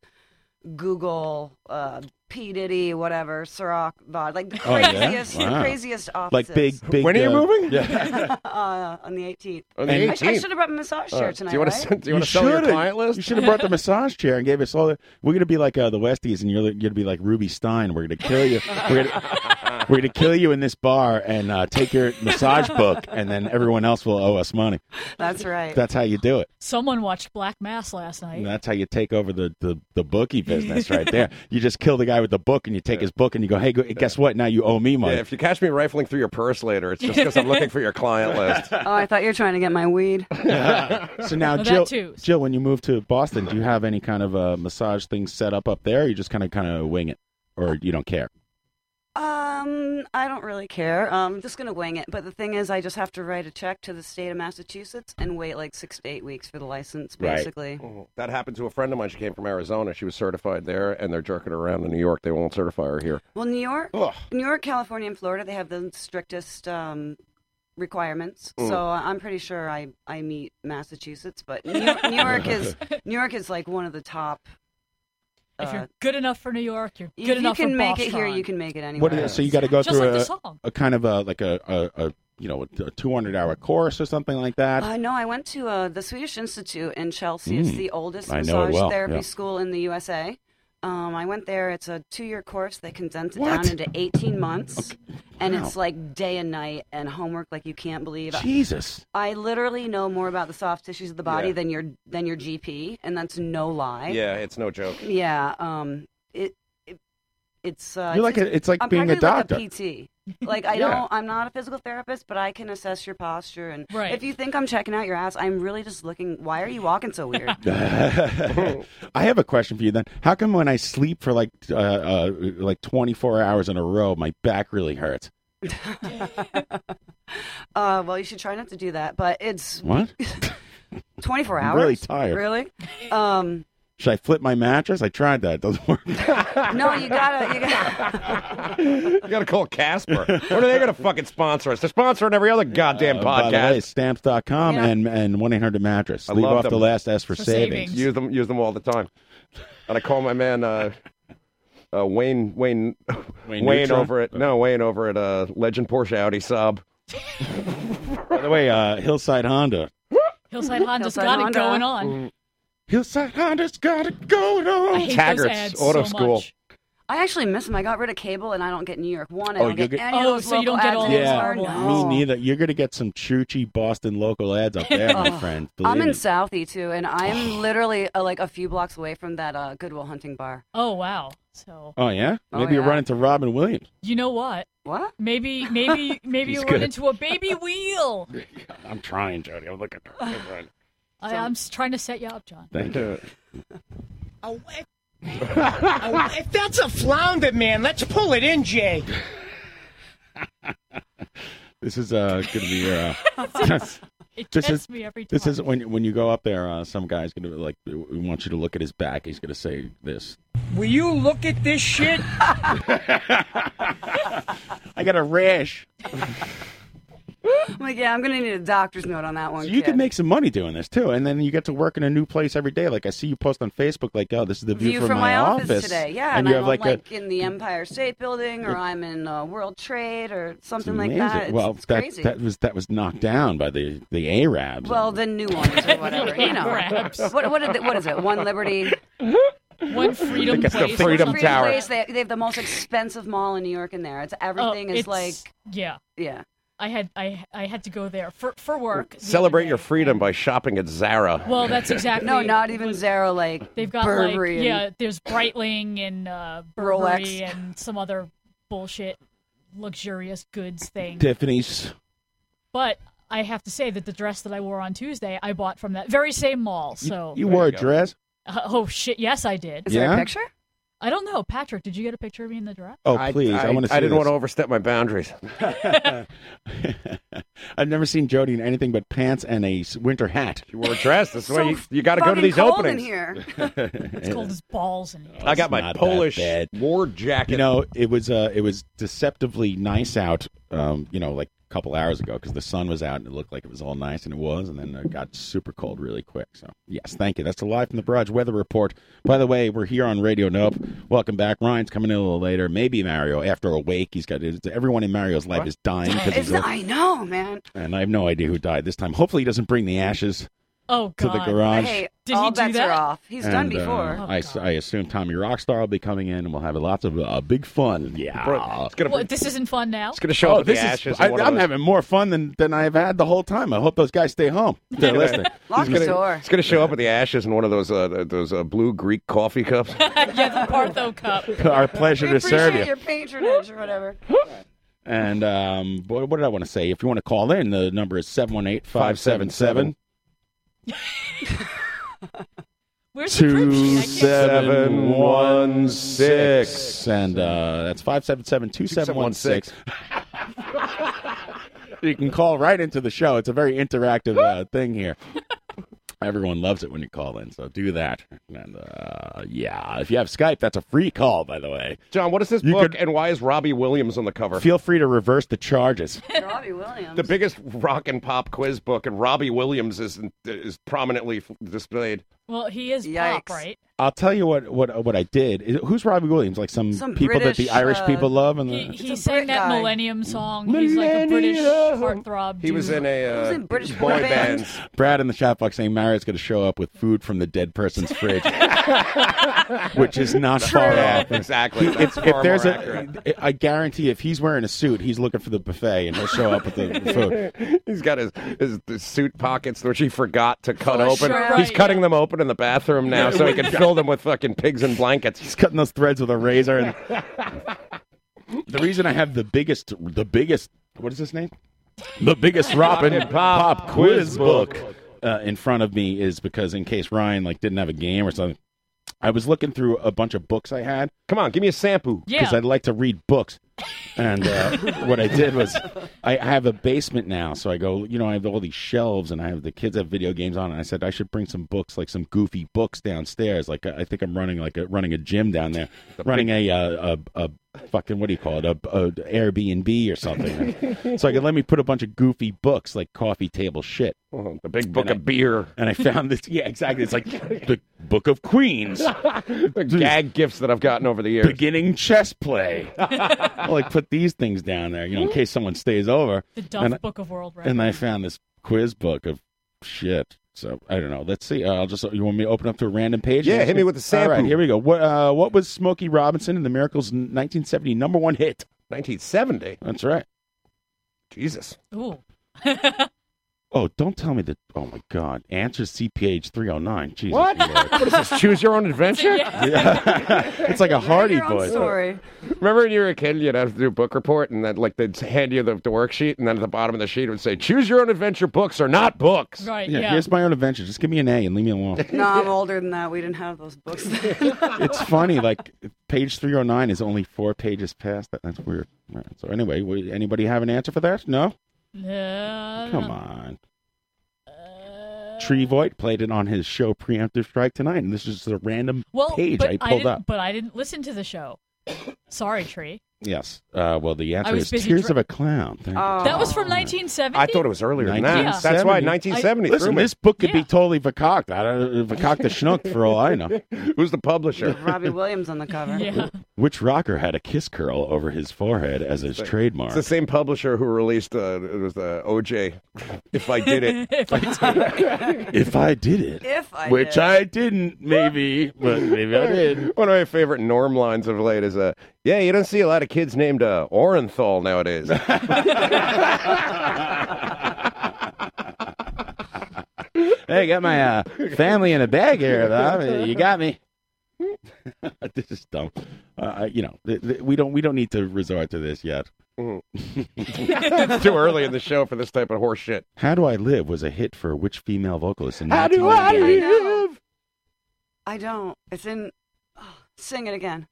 [SPEAKER 18] Google, uh, P Diddy, whatever, Ciroc, Vod, like the
[SPEAKER 1] Oh, yeah?
[SPEAKER 18] craziest, the
[SPEAKER 1] Wow.
[SPEAKER 18] craziest offices.
[SPEAKER 1] Like big, big.
[SPEAKER 15] When are you
[SPEAKER 1] uh,
[SPEAKER 15] moving?
[SPEAKER 1] Yeah.
[SPEAKER 18] uh, on the 18th.
[SPEAKER 15] On the
[SPEAKER 18] I- I,
[SPEAKER 15] 18th.
[SPEAKER 18] should have brought my massage
[SPEAKER 15] Uh,
[SPEAKER 18] chair
[SPEAKER 15] do you
[SPEAKER 18] tonight.
[SPEAKER 15] wanna
[SPEAKER 18] right?
[SPEAKER 15] send- do you wanna sell your
[SPEAKER 1] shoulda-
[SPEAKER 15] client list?
[SPEAKER 1] You should have brought the massage chair and gave us all. The, we're gonna be like uh, the Westies, and you're you're gonna be like Ruby Stein. We're gonna kill you. We're gonna, We're going to kill you in this bar and uh, take your massage book, and then everyone else will owe us money.
[SPEAKER 18] That's right.
[SPEAKER 1] That's how you do it.
[SPEAKER 17] Someone watched Black Mass last night.
[SPEAKER 1] And that's how you take over the, the, the bookie business right there. You just kill the guy with the book and you take his book and you go, hey, go, guess what? Now you owe me money.
[SPEAKER 15] Yeah, if you catch me rifling through your purse later, it's just because I'm looking for your client list.
[SPEAKER 18] Oh, I thought you were trying to get my weed.
[SPEAKER 1] So now,
[SPEAKER 18] No, that
[SPEAKER 1] Jill,
[SPEAKER 18] too.
[SPEAKER 1] Jill, when you move to Boston, do you have any kind of uh, massage things set up up there? Or you just kind of kind of wing it, or you don't care.
[SPEAKER 18] Um, I don't really care. Um, I'm just gonna wing it. But the thing is, I just have to write a check to the state of Massachusetts and wait like six to eight weeks for the license, basically.
[SPEAKER 1] Oh.
[SPEAKER 15] Mhm. That happened to a friend of mine. She came from Arizona. She was certified there, and they're jerking her around in New York. They won't certify her here.
[SPEAKER 18] Well, New York, New York, California, and Florida, they have the strictest um, requirements.
[SPEAKER 15] Mm.
[SPEAKER 18] So uh, I'm pretty sure I I meet Massachusetts, but New York, New York is New York is like one of the top.
[SPEAKER 17] if
[SPEAKER 18] uh,
[SPEAKER 17] you're good enough for New York, you're
[SPEAKER 18] if
[SPEAKER 17] good
[SPEAKER 18] you
[SPEAKER 17] enough
[SPEAKER 18] can
[SPEAKER 17] for
[SPEAKER 18] make
[SPEAKER 17] Boston.
[SPEAKER 18] it here, you can make it anywhere.
[SPEAKER 1] What is- so you got to go
[SPEAKER 17] Just
[SPEAKER 1] through
[SPEAKER 17] like the
[SPEAKER 1] a,
[SPEAKER 17] song.
[SPEAKER 1] a kind of a like a, a, a you know a two hundred hour course or something like that.
[SPEAKER 18] Uh, no, I went to uh, the Swedish Institute in Chelsea. It's
[SPEAKER 1] Mm.
[SPEAKER 18] the oldest
[SPEAKER 1] I know it
[SPEAKER 18] massage
[SPEAKER 1] well,
[SPEAKER 18] therapy
[SPEAKER 1] yeah.
[SPEAKER 18] school in the USA. Um, I went there. It's a two-year course. They condensed it down
[SPEAKER 1] What?
[SPEAKER 18] into 18 months, and
[SPEAKER 1] Wow.
[SPEAKER 18] it's like day and night and homework like you can't believe.
[SPEAKER 1] Jesus.
[SPEAKER 18] I literally know more about the soft tissues of the body
[SPEAKER 15] Yeah.
[SPEAKER 18] than your than your GP, and that's no lie.
[SPEAKER 15] Yeah, it's no joke.
[SPEAKER 18] Yeah, um, it, it it's uh,
[SPEAKER 1] You're like
[SPEAKER 18] it's-
[SPEAKER 1] a- it's like
[SPEAKER 18] I'm
[SPEAKER 1] being a
[SPEAKER 18] practically
[SPEAKER 1] doctor.
[SPEAKER 18] Like a PT. Like I
[SPEAKER 1] Yeah.
[SPEAKER 18] don't, I'm not a physical therapist, but I can assess your posture. And if you think I'm checking out your ass, I'm really just looking. Why are you walking so weird?
[SPEAKER 1] I have a question for you then. How come when I sleep for like uh, uh, like twenty four hours in a row, my back really hurts?
[SPEAKER 18] uh, well, you should try not to do that. But it's
[SPEAKER 1] What?
[SPEAKER 18] 24
[SPEAKER 1] I'm
[SPEAKER 18] hours.
[SPEAKER 1] really tired.
[SPEAKER 18] Really? Um,
[SPEAKER 1] Should I flip my mattress? I tried that. It doesn't work.
[SPEAKER 18] no, you gotta, you gotta.
[SPEAKER 15] You gotta call Casper. When are they gonna fucking sponsor us? They're sponsoring every other goddamn
[SPEAKER 1] Uh, By the way,
[SPEAKER 15] podcast.
[SPEAKER 1] stamps.com
[SPEAKER 15] Yeah.
[SPEAKER 1] and and 1 800 mattress.
[SPEAKER 15] I
[SPEAKER 1] Leave
[SPEAKER 15] love
[SPEAKER 1] off the
[SPEAKER 15] them.
[SPEAKER 1] last S for, savings.
[SPEAKER 15] Use them, use them all the time. And I call my man uh, uh, Wayne Wayne
[SPEAKER 1] Wayne
[SPEAKER 15] Wayne,
[SPEAKER 1] Neutron?
[SPEAKER 15] over at no Wayne over at uh, Legend Porsche Audi Sub.
[SPEAKER 1] By the way, uh, Hillside Honda.
[SPEAKER 17] Hillside Honda's
[SPEAKER 16] Hillside
[SPEAKER 17] got
[SPEAKER 16] Honda.
[SPEAKER 17] it going
[SPEAKER 1] Mm.
[SPEAKER 17] on.
[SPEAKER 1] Hillside Honda's got it going on.
[SPEAKER 18] I hate those
[SPEAKER 15] Taggart's
[SPEAKER 18] ads
[SPEAKER 15] Auto
[SPEAKER 18] so
[SPEAKER 15] School.
[SPEAKER 18] much. I actually miss them. I got rid of cable, and I don't get New York One. I
[SPEAKER 1] Oh,
[SPEAKER 18] don't
[SPEAKER 1] you
[SPEAKER 18] get,
[SPEAKER 1] get-
[SPEAKER 18] any of
[SPEAKER 17] Oh,
[SPEAKER 18] those
[SPEAKER 17] so you don't
[SPEAKER 18] local
[SPEAKER 17] get all
[SPEAKER 18] ads
[SPEAKER 17] those
[SPEAKER 18] anymore.
[SPEAKER 1] Yeah,
[SPEAKER 18] No.
[SPEAKER 1] me neither. You're gonna get some choochy Boston local ads up there, my
[SPEAKER 18] Oh,
[SPEAKER 1] friend. Believe Oh.
[SPEAKER 18] I'm in
[SPEAKER 1] me.
[SPEAKER 18] Southie too, and I'm literally uh, like a few blocks away from that uh, Goodwill Hunting Bar.
[SPEAKER 17] Oh wow! So
[SPEAKER 1] Oh yeah,
[SPEAKER 17] Oh,
[SPEAKER 1] maybe you're
[SPEAKER 17] yeah.
[SPEAKER 1] running to Robin Williams.
[SPEAKER 17] you know what?
[SPEAKER 18] What?
[SPEAKER 17] Maybe maybe maybe
[SPEAKER 1] She's
[SPEAKER 17] you
[SPEAKER 1] good.
[SPEAKER 17] run into a baby wheel.
[SPEAKER 1] I'm trying, Jody. I'm looking. I'm trying.
[SPEAKER 17] I, I'm s- trying to set you up, John.
[SPEAKER 1] Thank you.
[SPEAKER 16] Oh, if, oh, if that's a flounder, man, let's pull it in, Jay.
[SPEAKER 1] This is uh, gonna be your. Uh,
[SPEAKER 17] It
[SPEAKER 1] this
[SPEAKER 17] tests
[SPEAKER 1] is
[SPEAKER 17] me every time.
[SPEAKER 1] this is when when you go up there. Uh, some guy's gonna like we want you to look at his back. He's gonna say this.
[SPEAKER 16] Will you look at this shit?
[SPEAKER 1] I got a rash.
[SPEAKER 18] I'm like, yeah, I'm gonna need a doctor's note on that one.
[SPEAKER 1] So you
[SPEAKER 18] kid.
[SPEAKER 1] could make some money doing this too, and then you get to work in a new place every day. Like I see you post on Facebook, like, "Oh, this is the view,
[SPEAKER 18] view from my, office,
[SPEAKER 1] office
[SPEAKER 18] today. Yeah,
[SPEAKER 1] and,
[SPEAKER 18] and,
[SPEAKER 1] you
[SPEAKER 18] I'm
[SPEAKER 1] have like, a
[SPEAKER 18] in the Empire State Building, or I'm in uh, World Trade, or something like
[SPEAKER 1] Amazing.
[SPEAKER 18] that. It's,
[SPEAKER 1] well,
[SPEAKER 18] it's
[SPEAKER 1] that
[SPEAKER 18] crazy.
[SPEAKER 1] that was that was knocked down by the the Arabs.
[SPEAKER 18] well, the new ones or whatever. you know,
[SPEAKER 16] Perhaps.
[SPEAKER 18] what what, are the, what is it? One Liberty.
[SPEAKER 17] One freedom
[SPEAKER 1] I think it's the
[SPEAKER 17] place.
[SPEAKER 1] Freedom Tower.
[SPEAKER 18] Place. They, they have the most expensive mall in New York in there. It's everything is
[SPEAKER 17] Oh, it's-
[SPEAKER 18] like
[SPEAKER 17] yeah.
[SPEAKER 18] yeah.
[SPEAKER 17] I had I I had to go there for for work. the
[SPEAKER 15] Celebrate your freedom by shopping at Zara.
[SPEAKER 17] Well, that's exactly.
[SPEAKER 18] No, not even Zara. Like
[SPEAKER 17] They've got
[SPEAKER 18] Burberry
[SPEAKER 17] like
[SPEAKER 18] and-
[SPEAKER 17] yeah, there's Breitling and uh, Burberry
[SPEAKER 18] Rolex.
[SPEAKER 17] and some other bullshit luxurious goods thing.
[SPEAKER 1] Tiffany's.
[SPEAKER 17] But I have to say that the dress that I wore on Tuesday, I bought from that very same mall.
[SPEAKER 18] oh,
[SPEAKER 17] So
[SPEAKER 1] You wore a dress.
[SPEAKER 17] Uh, oh shit! Yes, I did.
[SPEAKER 1] Is there a Yeah? picture?
[SPEAKER 17] I don't know, Patrick. Did you get a picture of me in the dress?
[SPEAKER 1] Oh please, I, want to.
[SPEAKER 15] I didn't want to overstep my boundaries.
[SPEAKER 1] I've never seen Jody in anything but pants and a s- winter hat.
[SPEAKER 15] You wore a dress. That's why you, you got to go to these openings.
[SPEAKER 17] It's cold as balls in here.
[SPEAKER 15] I got my
[SPEAKER 1] not that
[SPEAKER 15] Polish
[SPEAKER 1] bad.
[SPEAKER 15] war jacket.
[SPEAKER 1] You know, it was uh, it was deceptively nice out. Um, you know, like a couple hours ago because the sun was out and it looked like it was all nice and it was, and then it got super cold really quick. So yes, thank you. That's the live from the barrage weather report. By the way, we're here on Radio Nope. Welcome back. Ryan's coming in a little later. Maybe Mario after a wake. He's got it's- everyone in Mario's life is dying because
[SPEAKER 18] It's
[SPEAKER 1] he's
[SPEAKER 18] not,
[SPEAKER 1] ill.
[SPEAKER 18] I know, man.
[SPEAKER 1] and I have no idea who died this time. Hopefully, he doesn't bring the ashes.
[SPEAKER 17] Oh
[SPEAKER 1] to the garage.
[SPEAKER 18] Hey,
[SPEAKER 17] Did
[SPEAKER 18] all
[SPEAKER 17] he do
[SPEAKER 18] bets
[SPEAKER 17] that?
[SPEAKER 18] are off. He's done
[SPEAKER 1] And, uh,
[SPEAKER 18] before.
[SPEAKER 17] Oh,
[SPEAKER 1] I, s- I assume Tommy Rockstar will be coming in, and we'll have lots of uh, big fun. Yeah, it's
[SPEAKER 17] What, this isn't fun now. It's
[SPEAKER 1] Oh, this is- I, I'm having more fun than, than I've had the whole time. I hope those guys stay home. They're listening.
[SPEAKER 17] Lock the
[SPEAKER 15] gonna,
[SPEAKER 17] door.
[SPEAKER 15] It's gonna show up in the ashes in one of those uh, those uh, blue Greek coffee cups.
[SPEAKER 17] yeah, the Partho cup.
[SPEAKER 1] Our pleasure
[SPEAKER 18] we
[SPEAKER 1] to serve
[SPEAKER 18] appreciate
[SPEAKER 1] you.
[SPEAKER 18] your patronage or whatever.
[SPEAKER 1] And um, what, what did I want to say? If you want to call in, the number is 718 577
[SPEAKER 17] Where's the print sheet? I can't-
[SPEAKER 1] 2716. And uh, that's 577 2716. You can call right into the show. It's a very interactive uh, thing here. Everyone loves it when you call in, so do that. And uh, yeah, if you have Skype, that's a free call, by the way.
[SPEAKER 15] John, what is this
[SPEAKER 1] You
[SPEAKER 15] book,
[SPEAKER 1] could-
[SPEAKER 15] and why is Robbie Williams on the cover?
[SPEAKER 1] Feel free to reverse the charges.
[SPEAKER 18] Robbie Williams.
[SPEAKER 15] the biggest rock and pop quiz book, and Robbie Williams is is prominently f- displayed.
[SPEAKER 17] Well, he is pop, right?
[SPEAKER 1] I'll tell you what what what I did. Is- Who's Robbie Williams? Like some,
[SPEAKER 17] Some
[SPEAKER 1] people that the
[SPEAKER 17] British,
[SPEAKER 1] Irish
[SPEAKER 17] uh,
[SPEAKER 1] people love, and the,
[SPEAKER 17] He, he sang that
[SPEAKER 18] guy.
[SPEAKER 17] Millennium song. Oh, He's like a British heartthrob.
[SPEAKER 15] He was
[SPEAKER 17] dude.
[SPEAKER 15] in a uh,
[SPEAKER 17] British
[SPEAKER 15] boy
[SPEAKER 17] boy
[SPEAKER 15] band.
[SPEAKER 1] Brad in the chat box saying Mariott's going to show up with food from the dead person's fridge, which is not far
[SPEAKER 15] Yeah,
[SPEAKER 1] off.
[SPEAKER 15] exactly.
[SPEAKER 1] He-
[SPEAKER 15] That's
[SPEAKER 1] if,
[SPEAKER 15] far
[SPEAKER 1] if there's
[SPEAKER 15] more
[SPEAKER 1] a, I guarantee if he's wearing a suit, he's looking for the buffet, and he'll show up with the, the food.
[SPEAKER 15] He's got his, his, his suit pockets, which he forgot to cut
[SPEAKER 1] Oh,
[SPEAKER 15] open.
[SPEAKER 1] sure,
[SPEAKER 15] He's
[SPEAKER 1] right,
[SPEAKER 15] cutting them open in the bathroom now,
[SPEAKER 1] Yeah.
[SPEAKER 15] so he can fill them with fucking pigs and blankets.
[SPEAKER 1] He's cutting those threads with a razor. And the reason I have the biggest, the biggest, what is his name? The biggest Robin
[SPEAKER 15] Rock and
[SPEAKER 1] Pop,
[SPEAKER 15] Pop
[SPEAKER 1] quiz
[SPEAKER 15] quiz
[SPEAKER 1] book,
[SPEAKER 15] book.
[SPEAKER 1] uh, in front of me is because in case Ryan like didn't have a game or something, I was looking through a bunch of books I had.
[SPEAKER 15] Come on, give me a sample.
[SPEAKER 1] because
[SPEAKER 15] Yeah.
[SPEAKER 1] I'd like to read books. And uh, what I did was, I, I have a basement now, so I go, you know, I have all these shelves, and I have the kids have video games on, and I said I should bring some books, like some goofy books downstairs. Like I I think I'm running like a, running a gym down there, running a, uh, a a fucking what do you call it, a, a Airbnb or something. so I could let me put a bunch of goofy books, like coffee table shit.
[SPEAKER 15] Uh-huh. the big book of beer.
[SPEAKER 1] And I found this. Yeah, exactly. It's like the Book of Queens.
[SPEAKER 15] the gag gifts that I've gotten over the years.
[SPEAKER 1] Beginning chess play. I'll, like put these things down there, you know, in case someone stays over.
[SPEAKER 17] The Duff
[SPEAKER 1] And I-
[SPEAKER 17] Book of World Records.
[SPEAKER 1] And I found this quiz book of shit. So I don't know. Let's see. Uh, I'll just. You want me to open up to a random page?
[SPEAKER 15] Yeah, hit me with the
[SPEAKER 1] All right,
[SPEAKER 15] sample.
[SPEAKER 1] here we go. What uh, What was Smokey Robinson and the Miracles' 1970 number one hit?
[SPEAKER 15] 1970.
[SPEAKER 1] That's right.
[SPEAKER 15] Jesus.
[SPEAKER 17] Ooh.
[SPEAKER 1] Oh, don't tell me that. Oh my God. Answer CPH 309. Jesus.
[SPEAKER 15] What?
[SPEAKER 1] Lord.
[SPEAKER 15] what is this? Choose your own adventure?
[SPEAKER 1] Yeah. it's like a Hardy Boy.
[SPEAKER 15] Remember when you were a kid, you'd have to do a book report, and then like they'd hand you the, the worksheet, and then at the bottom of the sheet it would say, "Choose your own adventure books or not books."
[SPEAKER 18] Right,
[SPEAKER 1] Yeah, here's my own adventure. Just give me an A and leave me alone.
[SPEAKER 18] No, I'm older than that. We didn't have those books then.
[SPEAKER 1] it's funny. Like page three hundred nine is only four pages past that. That's weird. All right, so anyway, we, anybody have an answer for that? No.
[SPEAKER 17] Uh,
[SPEAKER 1] Come on. Trevoit played it on his show Preemptive Strike tonight, and this is just a random
[SPEAKER 17] Well,
[SPEAKER 1] page
[SPEAKER 17] but
[SPEAKER 1] I pulled
[SPEAKER 17] didn't-
[SPEAKER 1] up.
[SPEAKER 17] But I didn't listen to the show. Sorry, Tree.
[SPEAKER 1] Yes. Uh, well, the answer
[SPEAKER 17] was
[SPEAKER 1] is
[SPEAKER 17] busy Oh.
[SPEAKER 1] Tears
[SPEAKER 17] dr-
[SPEAKER 1] of a Clown. Thank
[SPEAKER 18] Oh.
[SPEAKER 1] you.
[SPEAKER 17] That was from 1970.
[SPEAKER 15] I thought it was earlier than that. That's why 1970 threw
[SPEAKER 1] Listen,
[SPEAKER 15] me.
[SPEAKER 1] this book could be totally vacocked. I don't vacocked the schnook for all I know.
[SPEAKER 15] Who's the publisher?
[SPEAKER 18] Robbie Williams on the cover.
[SPEAKER 17] Yeah.
[SPEAKER 1] Which rocker had a kiss curl over his forehead as his trademark?
[SPEAKER 15] It's the same publisher who released uh, it was uh, OJ. If I did it,
[SPEAKER 17] if I
[SPEAKER 15] did
[SPEAKER 1] If I did it.
[SPEAKER 18] If I
[SPEAKER 1] Which
[SPEAKER 15] did.
[SPEAKER 1] I didn't, maybe, but maybe I did.
[SPEAKER 15] One of my favorite Norm lines of late is, uh, "Yeah, you don't see a lot of kids named uh, Orenthal nowadays."
[SPEAKER 1] Hey, got my uh, family in a bag here, Bob. You got me. this is dumb. Uh, you know, th- th- we don't we don't need to resort to this yet.
[SPEAKER 15] it's Mm-hmm. too early in the show for this type of horse shit.
[SPEAKER 1] How do I live was a hit for which female vocalist in
[SPEAKER 15] How do
[SPEAKER 1] 1998?
[SPEAKER 15] live?
[SPEAKER 18] I don't. It's in. oh, sing it again.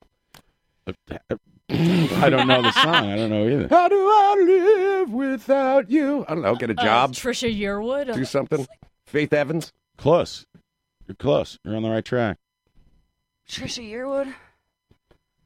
[SPEAKER 1] I don't know the song. I don't know either.
[SPEAKER 15] How do I live without you? I don't know. Get a
[SPEAKER 17] Uh,
[SPEAKER 15] job.
[SPEAKER 17] Trisha Yearwood.
[SPEAKER 15] do something. Faith Evans.
[SPEAKER 1] Close. You're close. You're on the right track.
[SPEAKER 18] Trisha Yearwood.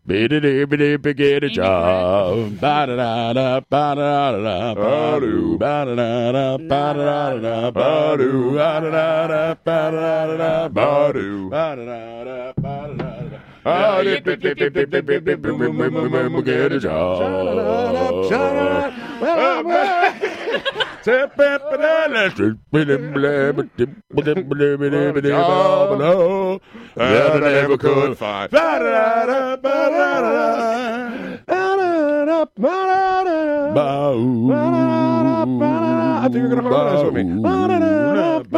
[SPEAKER 1] Get a
[SPEAKER 18] Amy
[SPEAKER 1] job. Ba-da-da-da, ba-da-da-da, ba-doo, ba-da-da-da, ba-da-da-da, ba-doo, ba-da-da-da, ba-da-da-da, ba-doo, ba-da-da-da, ba-da-da-da.
[SPEAKER 15] Ah, dip, dip, dip, dip, dip, dip, dip, dip, boom, boom, boom, boom, boom,
[SPEAKER 1] Get a job.
[SPEAKER 15] Shut it up. Shut it up.
[SPEAKER 1] Phenomenal that I never could find.
[SPEAKER 15] I think you're gonna harmonize with me.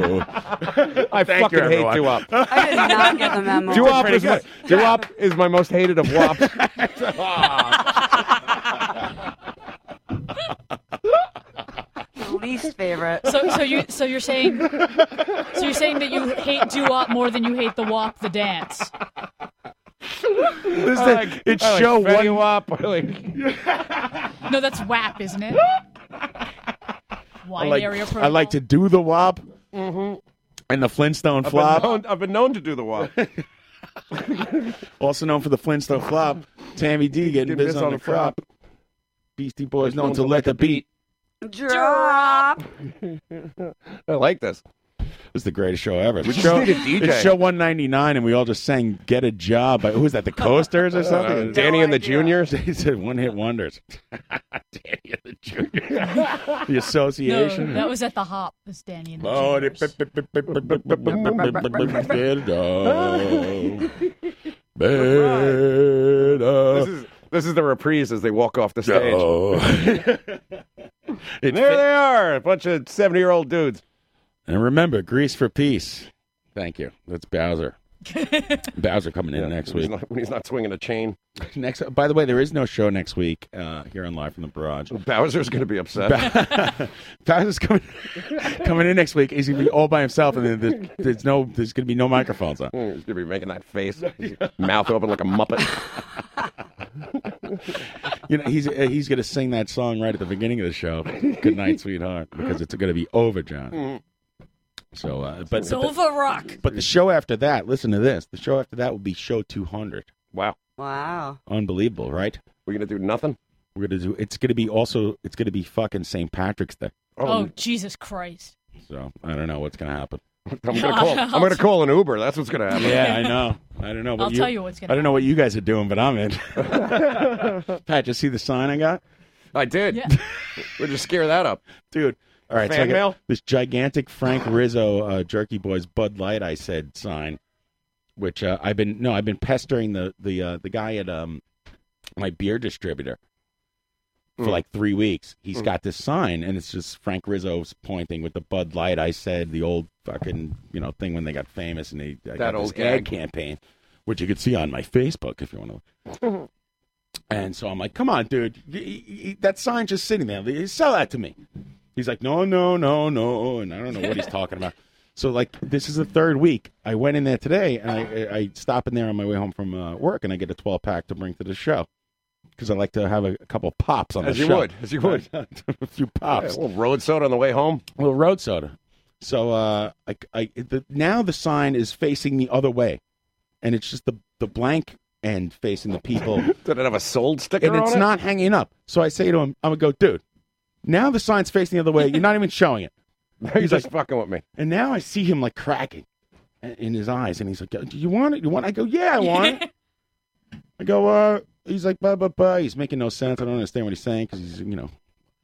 [SPEAKER 15] I
[SPEAKER 1] Thank
[SPEAKER 15] fucking
[SPEAKER 1] you,
[SPEAKER 15] hate
[SPEAKER 1] everyone.
[SPEAKER 15] Duop.
[SPEAKER 18] I did not get the memo.
[SPEAKER 15] Duop is my, Duop is my most hated of wops.
[SPEAKER 18] least favorite.
[SPEAKER 17] So, so you, so you're saying, so you're saying that you hate doo-wop more than you hate the wop, the dance.
[SPEAKER 15] This
[SPEAKER 17] I
[SPEAKER 15] is-
[SPEAKER 17] like-
[SPEAKER 15] it's
[SPEAKER 17] I like
[SPEAKER 15] show
[SPEAKER 17] Fetty
[SPEAKER 15] one wop. I like
[SPEAKER 17] No, that's wap, isn't it?
[SPEAKER 15] I
[SPEAKER 17] Wine
[SPEAKER 15] like-
[SPEAKER 17] area
[SPEAKER 1] I like to do the wop and the Flintstone
[SPEAKER 15] I've, been
[SPEAKER 1] flop.
[SPEAKER 15] known, I've been known to do the wop.
[SPEAKER 1] Also known for the Flintstone flop, Tammy D getting biz on the crop. Beastie Boys known to let the beat.
[SPEAKER 18] Drop.
[SPEAKER 15] I like this.
[SPEAKER 1] It's the greatest show ever.
[SPEAKER 15] We
[SPEAKER 1] It's
[SPEAKER 15] just
[SPEAKER 1] show,
[SPEAKER 15] need a DJ.
[SPEAKER 1] It's show 199, and we all just sang "Get a Job." By, who was that? The Coasters or something?
[SPEAKER 15] Uh, Danny and the
[SPEAKER 1] Juniors. They said one hit wonders. Danny and the Juniors. the Association.
[SPEAKER 17] No, that was at the hop. This Danny and the
[SPEAKER 1] Oh,
[SPEAKER 17] Juniors.
[SPEAKER 1] the pip, pip, pip, pip, pip, pip, pip, pip, pip, pip, Get a job.
[SPEAKER 15] This is this is the reprise as they walk off the stage. and there they are, a bunch of seventy-year-old dudes.
[SPEAKER 1] And remember, Grease for Peace. Thank you. That's Bowser. Bowser coming in next week.
[SPEAKER 15] He's not, he's not swinging a chain.
[SPEAKER 1] Next, by the way, there is no show next week uh, here on Live from the Barrage.
[SPEAKER 15] Bowser's going to be upset.
[SPEAKER 1] Bowser's coming coming in next week. He's going to be all by himself, and then there's, there's no there's going to be no microphones on.
[SPEAKER 15] He's gonna be making that face, mouth open like a muppet.
[SPEAKER 1] You know, he's uh, he's going to sing that song right at the beginning of the show. Good night, sweetheart, because it's going to be over, John. So, uh, but
[SPEAKER 17] it's
[SPEAKER 1] but the-
[SPEAKER 17] over rock.
[SPEAKER 1] But the show after that, listen to this. The show after that will be show 200.
[SPEAKER 15] Wow.
[SPEAKER 18] Wow.
[SPEAKER 1] Unbelievable, right?
[SPEAKER 15] We're going to do nothing?
[SPEAKER 1] We're going to do It's going to be also it's going to be fucking St. Patrick's Day.
[SPEAKER 17] Oh, Jesus Christ!
[SPEAKER 1] So, I don't know what's going to happen.
[SPEAKER 15] I'm gonna call. I'm gonna call an Uber. That's what's gonna happen.
[SPEAKER 1] Yeah, I know. I don't know. what
[SPEAKER 17] I'll tell you what's gonna
[SPEAKER 1] I don't know what you guys are doing, but I'm in. Pat, you see the sign I got?
[SPEAKER 15] I did. We'll just scare that up,
[SPEAKER 1] dude. All right, so I
[SPEAKER 15] Fan
[SPEAKER 1] got
[SPEAKER 15] mail.
[SPEAKER 1] this gigantic Frank Rizzo uh, Jerky Boys Bud Light I said sign, which uh, I've been no, I've been pestering the the uh, the guy at um my beer distributor for
[SPEAKER 15] Mm.
[SPEAKER 1] like three weeks. He's
[SPEAKER 15] Mm.
[SPEAKER 1] got this sign, and it's just Frank Rizzo's pointing with the Bud Light I said the old fucking you know thing when they got famous and they I got
[SPEAKER 15] That
[SPEAKER 1] this
[SPEAKER 15] old gag.
[SPEAKER 1] ad campaign, which you could see on my Facebook if you want to. And so I'm like, come on, dude. Y- y- y- That sign just sitting there. Y- Sell that to me. He's like, no, no, no, no. And I don't know what he's talking about. So, like, this is the third week. I went in there today and I, I- I stop in there on my way home from uh, work and I get a 12 pack to bring to the show because I like to have a, a couple pops on
[SPEAKER 15] as
[SPEAKER 1] the
[SPEAKER 15] you
[SPEAKER 1] show.
[SPEAKER 15] would, as you would.
[SPEAKER 1] a few pops.
[SPEAKER 15] little road soda on the way home.
[SPEAKER 1] A little road soda. So uh, I, I, the, now the sign is facing the other way, and it's just the the blank end facing the people.
[SPEAKER 15] Did it have a sold sticker
[SPEAKER 1] and
[SPEAKER 15] on
[SPEAKER 1] it's
[SPEAKER 15] it?
[SPEAKER 1] not hanging up. So I say to him, I'm gonna go, dude. Now the sign's facing the other way. You're not even showing it.
[SPEAKER 15] He's just fucking with me.
[SPEAKER 1] And now I see him like cracking i- in his eyes, and he's like, "Do you want it? You want?" It? I go, "Yeah, I want it." I go, "Uh," he's like, "Blah blah blah." He's making no sense. I don't understand what he's saying because he's, you know,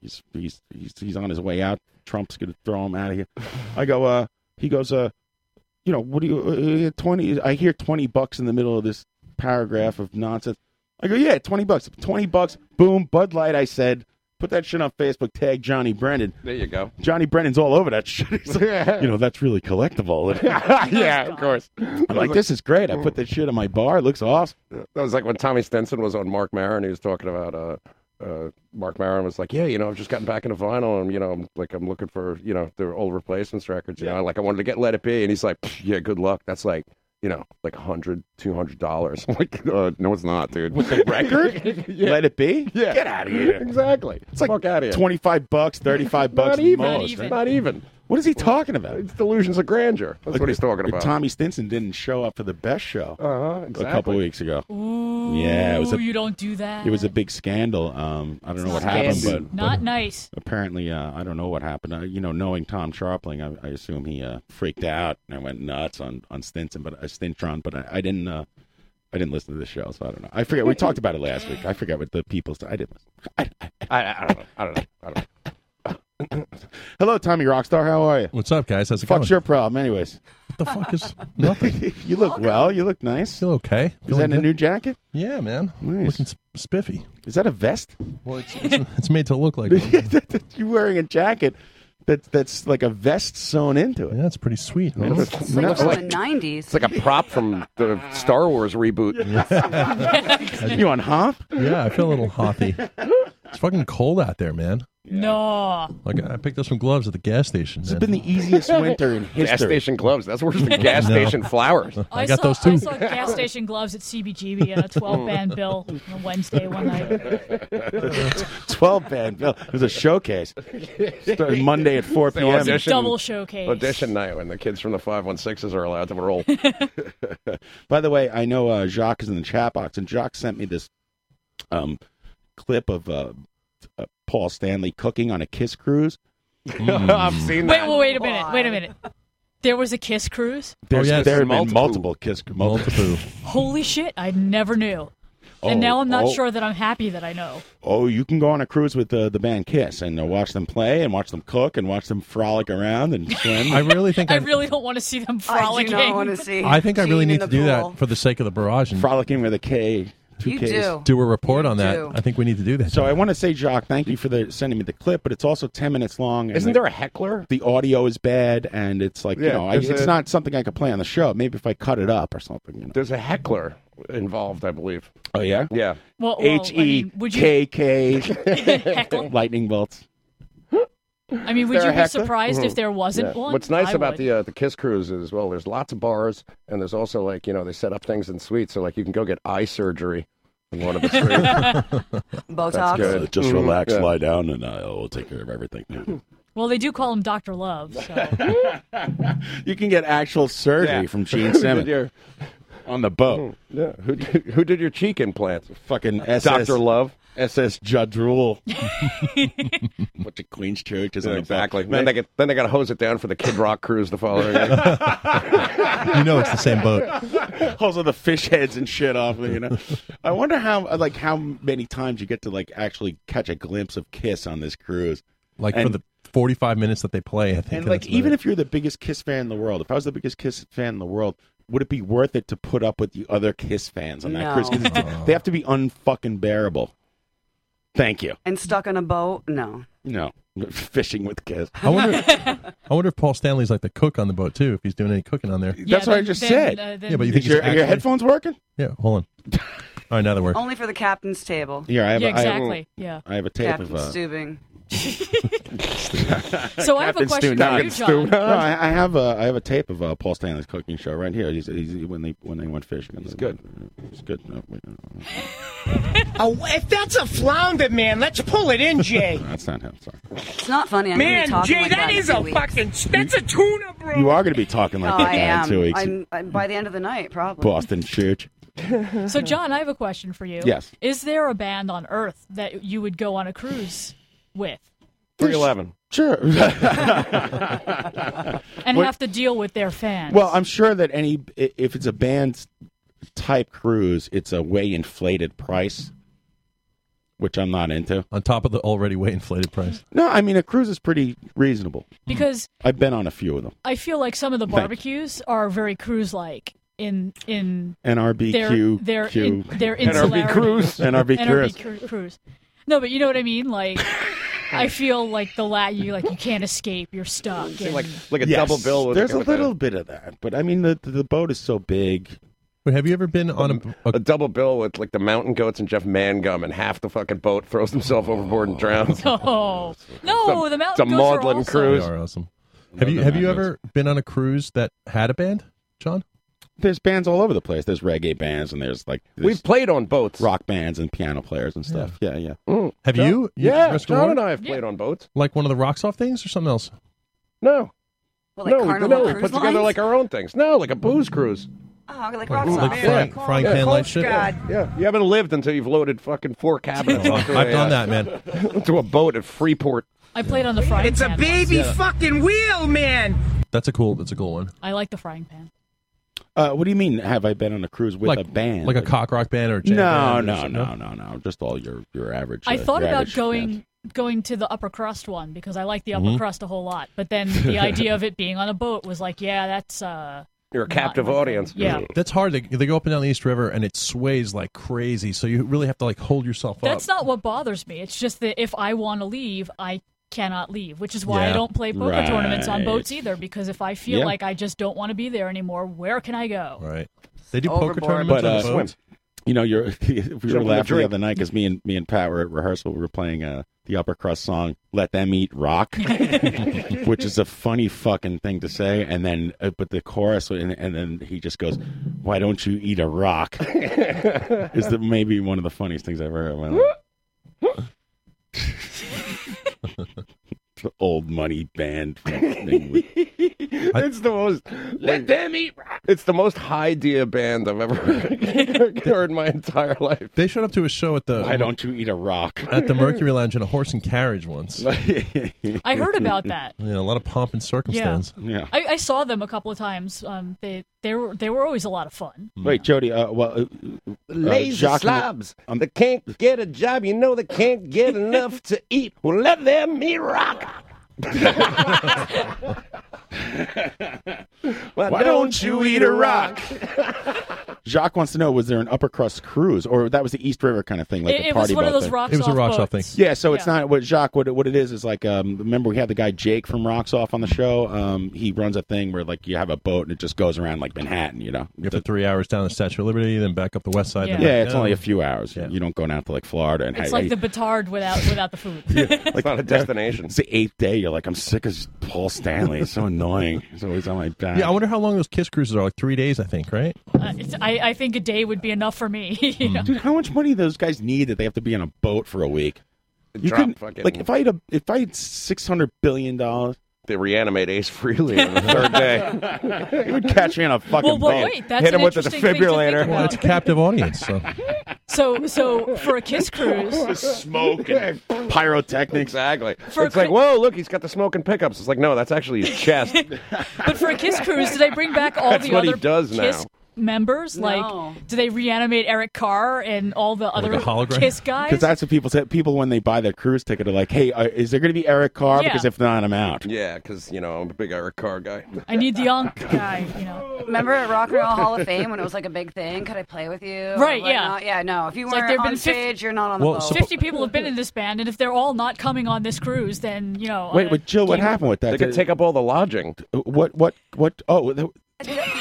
[SPEAKER 1] he's he's he's he's on his way out. Trump's gonna throw him out of here. I go, "Uh," he goes, "Uh." you know, what do you, uh, 20, I hear 20 bucks in the middle of this paragraph of nonsense. I go, yeah, 20 bucks. 20 bucks. Boom. Bud Light, I said. Put that shit on Facebook. Tag Johnny Brennan.
[SPEAKER 15] There you go.
[SPEAKER 1] Johnny Brennan's all over that shit. He's like,
[SPEAKER 15] Yeah.
[SPEAKER 1] You know, that's really collectible.
[SPEAKER 15] yeah, of course.
[SPEAKER 1] I'm like, this is great. I put this shit on my bar. It looks awesome.
[SPEAKER 15] That was like when Tommy Stenson was on Mark Maron. He was talking about uh, uh, Mark Maron was like, "Yeah, you know, I've just gotten back into vinyl, and you know, I'm like, I'm looking for you know their old replacements records. You know, like I wanted to get Let It Be, and he's like, "Pff, "Yeah, good luck. That's like." You know, like a hundred, two hundred dollars. I'm like, uh, no, it's not, dude. With
[SPEAKER 1] the record? Let it be?
[SPEAKER 15] Yeah.
[SPEAKER 1] Get out of here.
[SPEAKER 15] Exactly. It's like, Fuck out of here.
[SPEAKER 1] 25 bucks, 35 bucks.
[SPEAKER 15] Not even.
[SPEAKER 1] most,
[SPEAKER 15] Not even.
[SPEAKER 1] right?
[SPEAKER 15] Not even.
[SPEAKER 1] What is he talking about? It's
[SPEAKER 15] delusions of grandeur. That's what he's talking about.
[SPEAKER 1] Tommy Stinson didn't show up for the best show
[SPEAKER 15] Uh-huh,
[SPEAKER 1] a couple
[SPEAKER 15] exactly.
[SPEAKER 1] weeks ago.
[SPEAKER 17] Ooh,
[SPEAKER 1] Yeah, it was a-
[SPEAKER 17] you don't do that.
[SPEAKER 1] It was a big scandal. Um, I don't know what
[SPEAKER 17] not
[SPEAKER 1] happened,
[SPEAKER 17] nice.
[SPEAKER 1] but
[SPEAKER 17] Not nice.
[SPEAKER 1] Apparently, uh, I don't know what happened. Uh, you know, knowing Tom Sharpling, I, I assume he uh, freaked out and I went nuts on on Stinson, but uh, Stintron. But I, I didn't. Uh, I didn't listen to this show, so I don't know. I forget. We talked about it last week. I forget what the people's. I didn't.
[SPEAKER 15] I, I, I don't know. I don't know. I don't
[SPEAKER 1] Hello, Tommy Rockstar. How are you?
[SPEAKER 20] What's up, guys? How's it
[SPEAKER 1] Fuck's
[SPEAKER 20] going?
[SPEAKER 1] your problem, anyways?
[SPEAKER 20] What the fuck is
[SPEAKER 1] nothing? you look well. You look nice. Still
[SPEAKER 20] okay.
[SPEAKER 1] Is
[SPEAKER 20] Feeling
[SPEAKER 1] that a
[SPEAKER 20] good?
[SPEAKER 1] new jacket?
[SPEAKER 20] Yeah, man.
[SPEAKER 1] Nice.
[SPEAKER 20] Looking sp- spiffy.
[SPEAKER 1] Is that a vest?
[SPEAKER 20] Well, it's, it's, it's made to look like.
[SPEAKER 1] You're wearing a jacket that that's like a vest sewn into it.
[SPEAKER 20] Yeah, that's pretty sweet.
[SPEAKER 1] Huh?
[SPEAKER 18] It's like
[SPEAKER 15] That's
[SPEAKER 18] from
[SPEAKER 15] like-
[SPEAKER 18] the 90s.
[SPEAKER 15] It's like a prop from the Star Wars reboot.
[SPEAKER 1] you on hop?
[SPEAKER 20] Yeah, I feel a little hoppy. It's fucking cold out there, man.
[SPEAKER 17] No.
[SPEAKER 20] Like I picked up some gloves at the gas station. It's
[SPEAKER 1] been the easiest winter in history.
[SPEAKER 15] Gas station gloves. That's worse than gas
[SPEAKER 20] No.
[SPEAKER 15] station flowers.
[SPEAKER 17] I, saw, I saw gas station gloves at CBGB and a 12 band bill on Wednesday one night.
[SPEAKER 1] 12 band bill. It was a showcase. Started Monday at 4
[SPEAKER 15] It's an
[SPEAKER 1] p.m.
[SPEAKER 17] Double showcase.
[SPEAKER 15] Audition night when the kids from the 516s are allowed to roll.
[SPEAKER 1] By the way, I know uh, Jacques is in the chat box, and Jacques sent me this um, clip of uh, uh, Paul Stanley cooking on a Kiss cruise.
[SPEAKER 20] Mm.
[SPEAKER 15] I've seen
[SPEAKER 17] Wait, wait, wait a minute. Wait a minute. There was a Kiss cruise?
[SPEAKER 1] There's,
[SPEAKER 20] Oh, yeah,
[SPEAKER 1] there have been
[SPEAKER 20] multiple.
[SPEAKER 1] multiple Kiss multiple.
[SPEAKER 17] Holy shit, I never knew.
[SPEAKER 1] Oh,
[SPEAKER 17] and now I'm not
[SPEAKER 1] oh.
[SPEAKER 17] sure that I'm happy that I know.
[SPEAKER 1] oh, you can go on a cruise with uh, the band Kiss and uh, watch them play and watch them cook and watch them frolic around and swim.
[SPEAKER 20] I really think
[SPEAKER 17] I
[SPEAKER 20] I,
[SPEAKER 17] really don't want to see them
[SPEAKER 18] I do not
[SPEAKER 17] frolicking.
[SPEAKER 18] wanna see.
[SPEAKER 20] I think I really
[SPEAKER 18] Gene in
[SPEAKER 20] need to
[SPEAKER 18] the
[SPEAKER 20] do
[SPEAKER 18] pool.
[SPEAKER 20] that for the sake of the barrage and
[SPEAKER 1] frolicking with a K. Two
[SPEAKER 18] You
[SPEAKER 1] Ks.
[SPEAKER 18] do.
[SPEAKER 20] do a report on that.
[SPEAKER 18] do.
[SPEAKER 20] I think we need to do that.
[SPEAKER 1] So I want to say, Jacques, thank you for the, sending me the clip, but it's also ten minutes long. and
[SPEAKER 15] Isn't
[SPEAKER 1] the-
[SPEAKER 15] there a heckler?
[SPEAKER 1] The audio is bad, and it's like you
[SPEAKER 15] Yeah,
[SPEAKER 1] know, I,
[SPEAKER 15] there's
[SPEAKER 1] it's
[SPEAKER 15] a-
[SPEAKER 1] not something I could play on the show. Maybe if I cut it up or something. You know?
[SPEAKER 15] There's a heckler involved, I believe.
[SPEAKER 1] Oh yeah,
[SPEAKER 15] yeah.
[SPEAKER 17] Well, well,
[SPEAKER 1] H
[SPEAKER 17] I
[SPEAKER 1] E
[SPEAKER 17] mean, would you-
[SPEAKER 1] K K
[SPEAKER 17] Heckle?
[SPEAKER 1] lightning bolts.
[SPEAKER 17] I mean, would
[SPEAKER 15] Is
[SPEAKER 17] you
[SPEAKER 15] there
[SPEAKER 17] be
[SPEAKER 15] a heckler?
[SPEAKER 17] surprised if
[SPEAKER 15] Mhm.
[SPEAKER 17] there wasn't
[SPEAKER 15] Yeah.
[SPEAKER 17] one?
[SPEAKER 15] What's nice
[SPEAKER 17] I
[SPEAKER 15] about
[SPEAKER 17] would.
[SPEAKER 15] the uh, the Kiss Cruise is as well, there's lots of bars, and there's also like you know they set up things in suites, so like you can go get eye surgery in one of the suites.
[SPEAKER 18] Botox.
[SPEAKER 15] That's good.
[SPEAKER 1] Uh, just
[SPEAKER 15] Mhm.
[SPEAKER 1] relax,
[SPEAKER 15] Yeah.
[SPEAKER 1] lie down, and I will take care of everything.
[SPEAKER 17] Well, they do call him Dr. Love, so.
[SPEAKER 1] you can get actual surgery
[SPEAKER 15] Yeah.
[SPEAKER 1] from Gene
[SPEAKER 15] Who did
[SPEAKER 1] Simmons
[SPEAKER 15] your-
[SPEAKER 1] on the boat.
[SPEAKER 15] Mm, yeah. Who did, who did your cheek implants?
[SPEAKER 1] Fucking SS,
[SPEAKER 15] Doctor Love.
[SPEAKER 1] SS Judge Rule. Bunch of Queens churches on the
[SPEAKER 15] Exactly.
[SPEAKER 1] boat.
[SPEAKER 15] Then they get then they got to hose it down for the Kid Rock cruise the following day.
[SPEAKER 20] you know it's the same boat.
[SPEAKER 1] also the fish heads and shit off you know i wonder how like how many times you get to like actually catch a glimpse of kiss on this cruise
[SPEAKER 20] Like
[SPEAKER 1] And-
[SPEAKER 20] for the 45 minutes that they play, I think.
[SPEAKER 1] and like even if you're the biggest kiss fan in the world if i was the biggest kiss fan in the world would it be worth it to put up with the other kiss fans on that
[SPEAKER 18] No.
[SPEAKER 1] cruise 'Cause it's- they have to be unfucking bearable thank you
[SPEAKER 18] And stuck on a boat? No.
[SPEAKER 1] no fishing with kiss
[SPEAKER 20] I wonder, I wonder if Paul Stanley's like the cook on the boat too, if he's doing any cooking on there.
[SPEAKER 1] that's what i just said
[SPEAKER 20] yeah, but you think
[SPEAKER 1] Is your, are
[SPEAKER 20] he's
[SPEAKER 1] your
[SPEAKER 20] actually-
[SPEAKER 1] headphones working
[SPEAKER 20] Yeah, hold on. All right, now they work.
[SPEAKER 18] Only for the captain's table.
[SPEAKER 1] Yeah, I have
[SPEAKER 17] Yeah,
[SPEAKER 1] a- I have-
[SPEAKER 17] exactly. Yeah.
[SPEAKER 1] i have a tape
[SPEAKER 18] Captain
[SPEAKER 1] of uh,
[SPEAKER 18] Stubing.
[SPEAKER 17] So I have a question
[SPEAKER 1] Captain Stu
[SPEAKER 17] for you,
[SPEAKER 1] Nuggets.
[SPEAKER 17] John.
[SPEAKER 1] No, I, I have a I have a tape of uh, Paul Stanley's cooking show right here. He's, he's when they when they went fishing. It's
[SPEAKER 15] good.
[SPEAKER 1] It's good. No, wait, no, no,
[SPEAKER 16] Oh, if that's a flounder, man, let's pull it in, Jay.
[SPEAKER 1] that's not him. Sorry.
[SPEAKER 18] It's not funny. I'm gonna be
[SPEAKER 16] man,
[SPEAKER 18] talking
[SPEAKER 16] Jay,
[SPEAKER 18] like
[SPEAKER 16] that
[SPEAKER 18] in
[SPEAKER 16] is
[SPEAKER 18] two
[SPEAKER 16] a
[SPEAKER 18] weeks.
[SPEAKER 16] fucking that's a tuna, bro.
[SPEAKER 1] You are going to be talking like
[SPEAKER 18] Oh,
[SPEAKER 1] that
[SPEAKER 18] I
[SPEAKER 1] guy in two
[SPEAKER 18] am.
[SPEAKER 1] weeks.
[SPEAKER 18] I'm, I'm by the end of the night, probably.
[SPEAKER 1] Boston church.
[SPEAKER 17] So, John, I have a question for you.
[SPEAKER 1] Yes.
[SPEAKER 17] Is there a band on Earth that you would go on a cruise with
[SPEAKER 15] Three eleven.
[SPEAKER 1] Sure.
[SPEAKER 17] and
[SPEAKER 1] What-
[SPEAKER 17] have to deal with their fans?
[SPEAKER 1] well, I'm sure that any i- if it's a band type cruise, it's a way inflated price, which I'm not into.
[SPEAKER 20] On top of the already way inflated price.
[SPEAKER 1] No, I mean a cruise is pretty reasonable.
[SPEAKER 17] because
[SPEAKER 1] I've been on a few of them.
[SPEAKER 17] I feel like some of the
[SPEAKER 1] Thank you.
[SPEAKER 17] barbecues are very cruise-like in in
[SPEAKER 1] NRBQ.
[SPEAKER 17] their their
[SPEAKER 1] Q.
[SPEAKER 17] in, their
[SPEAKER 1] NRB
[SPEAKER 17] insularity.
[SPEAKER 1] cruise. NRB cruise.
[SPEAKER 17] NRB cru- cruise. No, but you know what I mean. Like, I feel like the lat you like you can't escape. You're stuck. and-
[SPEAKER 15] like like a
[SPEAKER 1] Yes,
[SPEAKER 15] double bill. With
[SPEAKER 1] There's a
[SPEAKER 15] with
[SPEAKER 1] little bit of that, but I mean the the boat is so big.
[SPEAKER 20] Wait, have you ever been on a, a
[SPEAKER 15] a double bill with like the mountain goats and Jeff Mangum, and half the fucking boat throws himself overboard and drowns.
[SPEAKER 17] oh no, the
[SPEAKER 15] it's a
[SPEAKER 17] mountain goats are
[SPEAKER 15] maudlin
[SPEAKER 17] awesome.
[SPEAKER 15] cruise.
[SPEAKER 20] They are awesome. Have you
[SPEAKER 1] they're
[SPEAKER 20] have
[SPEAKER 1] not
[SPEAKER 20] you
[SPEAKER 1] good.
[SPEAKER 20] ever been on a cruise that had a band, John?
[SPEAKER 1] There's bands all over the place. There's reggae bands and there's like there's
[SPEAKER 15] We've played on boats.
[SPEAKER 1] rock bands and piano players and stuff. Yeah, yeah.
[SPEAKER 20] Have you? you?
[SPEAKER 15] Yeah,
[SPEAKER 20] Mr.
[SPEAKER 15] John
[SPEAKER 20] Warren?
[SPEAKER 15] and I have played on boats.
[SPEAKER 20] Like one of the rocks off things or something else?
[SPEAKER 15] No,
[SPEAKER 18] Well,
[SPEAKER 15] no,
[SPEAKER 18] like
[SPEAKER 15] we,
[SPEAKER 18] Carnival
[SPEAKER 15] no, we
[SPEAKER 18] Cruise
[SPEAKER 15] put together
[SPEAKER 18] Lines?
[SPEAKER 15] like our own things. No, like a
[SPEAKER 20] Mm.
[SPEAKER 15] booze cruise.
[SPEAKER 18] Oh, like
[SPEAKER 20] Like,
[SPEAKER 18] rock salt.
[SPEAKER 20] like frying,
[SPEAKER 18] Yeah.
[SPEAKER 20] frying
[SPEAKER 16] oh
[SPEAKER 20] can light shit?
[SPEAKER 15] Yeah, you haven't lived until you've loaded fucking four cabinets. onto
[SPEAKER 20] I've
[SPEAKER 15] a,
[SPEAKER 20] done
[SPEAKER 15] uh,
[SPEAKER 20] that, man.
[SPEAKER 15] to a boat at Freeport.
[SPEAKER 17] I played on the frying
[SPEAKER 16] It's a
[SPEAKER 17] pan.
[SPEAKER 16] baby
[SPEAKER 17] once.
[SPEAKER 16] fucking wheel, man.
[SPEAKER 20] That's a cool that's a cool one.
[SPEAKER 17] I like the frying pan.
[SPEAKER 1] Uh, what do you mean? Have I been on a cruise with
[SPEAKER 20] Like-
[SPEAKER 1] a band?
[SPEAKER 20] like a cock rock band or a jam
[SPEAKER 1] no,
[SPEAKER 20] band or
[SPEAKER 1] no,
[SPEAKER 20] something,
[SPEAKER 1] no, no, no, Just all your your average.
[SPEAKER 17] I
[SPEAKER 1] uh,
[SPEAKER 17] thought
[SPEAKER 1] your
[SPEAKER 17] about
[SPEAKER 1] average
[SPEAKER 17] going
[SPEAKER 1] band.
[SPEAKER 17] going to the upper crust one because I like the upper
[SPEAKER 1] Mhm.
[SPEAKER 17] crust a whole lot. But then the idea of it being on a boat was like, yeah, that's uh,
[SPEAKER 15] You're a captive audience.
[SPEAKER 17] Yeah.
[SPEAKER 20] That's hard. They, they go up and down the East River and it sways like crazy. So you really have to like hold yourself
[SPEAKER 17] that's
[SPEAKER 20] up.
[SPEAKER 17] not what bothers me. It's just that if I want to leave, I cannot leave, which is why I
[SPEAKER 20] Yeah.
[SPEAKER 17] don't play poker tournaments on
[SPEAKER 20] Right.
[SPEAKER 17] boats either. Because if I feel
[SPEAKER 20] Yeah.
[SPEAKER 17] like I just don't want to be there anymore, where can I go?
[SPEAKER 20] right. They do poker
[SPEAKER 17] Overboard.
[SPEAKER 20] tournaments
[SPEAKER 1] But,
[SPEAKER 20] on
[SPEAKER 1] uh,
[SPEAKER 20] the boats.
[SPEAKER 1] You know, you're we were
[SPEAKER 20] in the
[SPEAKER 1] laughing the
[SPEAKER 20] drink.
[SPEAKER 1] other night because me and me and Pat were at rehearsal. We were playing uh, the upper crust song "Let Them Eat Rock," which is a funny fucking thing to say. And then, uh, but the chorus, and, and then he just goes, "Why don't you eat a rock?" is the, maybe one of the funniest things I've ever heard. in my life. The old money band thing with
[SPEAKER 15] it's the most. Let them eat. It's the most high dia band I've ever heard in my entire life.
[SPEAKER 20] They showed up to a show at the.
[SPEAKER 15] Why
[SPEAKER 1] don't you eat a rock?
[SPEAKER 20] At the Mercury Lounge in a horse and carriage once.
[SPEAKER 17] I heard about that.
[SPEAKER 20] Yeah, a lot of pomp and circumstance.
[SPEAKER 1] Yeah.
[SPEAKER 17] I, I saw them a couple of times. Um, they they were they were always a lot of fun.
[SPEAKER 1] Wait, Jody. Uh, well, uh, um, uh,
[SPEAKER 15] Lazy
[SPEAKER 1] Jacques-
[SPEAKER 15] slobs that can't get a job. You know they can't get enough to eat. Well, let them eat rock. Why,
[SPEAKER 1] don't you eat a rock? Jacques wants to know: Was there an upper crust cruise, or that was the East River kind of thing, like
[SPEAKER 17] It-
[SPEAKER 1] the
[SPEAKER 17] it was
[SPEAKER 1] party
[SPEAKER 17] one of
[SPEAKER 1] boat
[SPEAKER 17] those
[SPEAKER 1] thing?
[SPEAKER 17] rocks It was a off rocks off boats. thing.
[SPEAKER 1] Yeah, so it's not what Jacques. What it- what it is is like. Um, remember we had the guy Jake from Rocks Off on the show. Um, he runs a thing where like you have a boat and it just goes around like Manhattan. You know,
[SPEAKER 20] You have to three hours down the Statue of Liberty, then back up the west side.
[SPEAKER 1] yeah,
[SPEAKER 20] then back
[SPEAKER 1] it's
[SPEAKER 20] down.
[SPEAKER 17] Oh.
[SPEAKER 1] only a few hours. You don't go down to like Florida and
[SPEAKER 17] It's
[SPEAKER 1] hey,
[SPEAKER 17] like the batard without without the food.
[SPEAKER 1] like
[SPEAKER 15] not a destination.
[SPEAKER 1] It's the eighth day. You're like, I'm sick of Paul Stanley. It's so annoying. It's always on my back.
[SPEAKER 20] Yeah, I wonder how long those kiss cruises are. Like three days, I think, right?
[SPEAKER 17] Uh, it's, I, I think a day would be enough for me. you know?
[SPEAKER 1] Dude, how much money do those guys need that they have to be on a boat for a week? You
[SPEAKER 15] Drop
[SPEAKER 1] can
[SPEAKER 15] fucking-
[SPEAKER 1] like if I had a if I had six hundred billion dollars,
[SPEAKER 15] They reanimate Ace Freely on the third day.
[SPEAKER 1] it would catch me on a fucking
[SPEAKER 17] Well, well,
[SPEAKER 1] boat.
[SPEAKER 17] wait, that's Hit an him with the interesting thing to defibrillator. think
[SPEAKER 20] Well, it's a captive audience. So.
[SPEAKER 17] So so for a kiss cruise,
[SPEAKER 1] smoke and pyrotechnics.
[SPEAKER 15] Exactly.
[SPEAKER 17] For
[SPEAKER 15] it's
[SPEAKER 17] a
[SPEAKER 15] like,
[SPEAKER 17] cri-
[SPEAKER 15] whoa, look, he's got the smoking pickups. It's like, no, that's actually his chest.
[SPEAKER 17] but for a kiss cruise, do they bring back all
[SPEAKER 15] That's
[SPEAKER 17] the
[SPEAKER 15] what he
[SPEAKER 17] other
[SPEAKER 15] does
[SPEAKER 17] kiss members?
[SPEAKER 18] No.
[SPEAKER 17] Like, do they reanimate Eric Carr and all the other kiss guys?
[SPEAKER 1] Because that's what people say. People when they buy their cruise ticket are like, "Hey, uh, is there going to be Eric Carr?
[SPEAKER 17] Yeah.
[SPEAKER 1] Because if not, I'm out."
[SPEAKER 15] yeah, because, you know, I'm a big Eric Carr guy.
[SPEAKER 17] I need the onk guy. You know,
[SPEAKER 18] Remember at Rock and Roll Hall of Fame when it was like a big thing? Could I play with you? or
[SPEAKER 17] Right, yeah.
[SPEAKER 18] whatnot? Yeah, no. If you
[SPEAKER 17] It's like
[SPEAKER 18] weren't
[SPEAKER 17] there've
[SPEAKER 18] on
[SPEAKER 17] been 50
[SPEAKER 18] stage, you're not on the
[SPEAKER 1] Well,
[SPEAKER 18] boat.
[SPEAKER 1] suppo-
[SPEAKER 17] fifty people have been in this band, and if they're all not coming on this cruise, then you know.
[SPEAKER 1] Wait,
[SPEAKER 17] uh,
[SPEAKER 1] but Jill, what happened with that? Uh,
[SPEAKER 15] They could take up all the lodging.
[SPEAKER 1] What? What? What? Oh, th-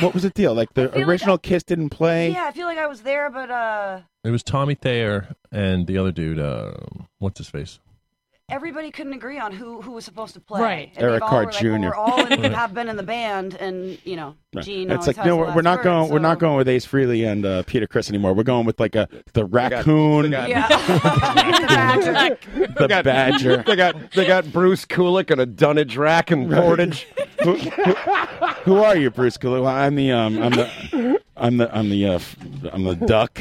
[SPEAKER 1] what was the deal? Like the
[SPEAKER 18] feel like
[SPEAKER 1] original Kiss didn't play.
[SPEAKER 18] yeah, I feel like I was there, but uh,
[SPEAKER 20] It was Tommy Thayer and the other dude. Uh, what's his face?
[SPEAKER 18] everybody couldn't agree on who, who was supposed to play.
[SPEAKER 17] Right.
[SPEAKER 18] And they've
[SPEAKER 20] Eric
[SPEAKER 18] all
[SPEAKER 20] Carr
[SPEAKER 18] were like, well,
[SPEAKER 1] Jr..
[SPEAKER 18] we're all in,
[SPEAKER 1] Right.
[SPEAKER 18] have been in the band, and, you know, Gene.
[SPEAKER 1] it's
[SPEAKER 18] always
[SPEAKER 1] like
[SPEAKER 18] has
[SPEAKER 1] no,
[SPEAKER 18] the
[SPEAKER 1] we're,
[SPEAKER 18] last
[SPEAKER 1] we're not
[SPEAKER 18] word,
[SPEAKER 1] going. We're
[SPEAKER 18] so-
[SPEAKER 1] not going with Ace Freely and uh, Peter Chris anymore. We're going with like a the raccoon,
[SPEAKER 18] Yeah.
[SPEAKER 1] the badger.
[SPEAKER 15] they got they got Bruce Kulick and a dunnage rack and portage.
[SPEAKER 1] who, who- who are you, Bruce Kalu? I'm the um, I'm the I'm the I'm the uh, f- I'm the duck,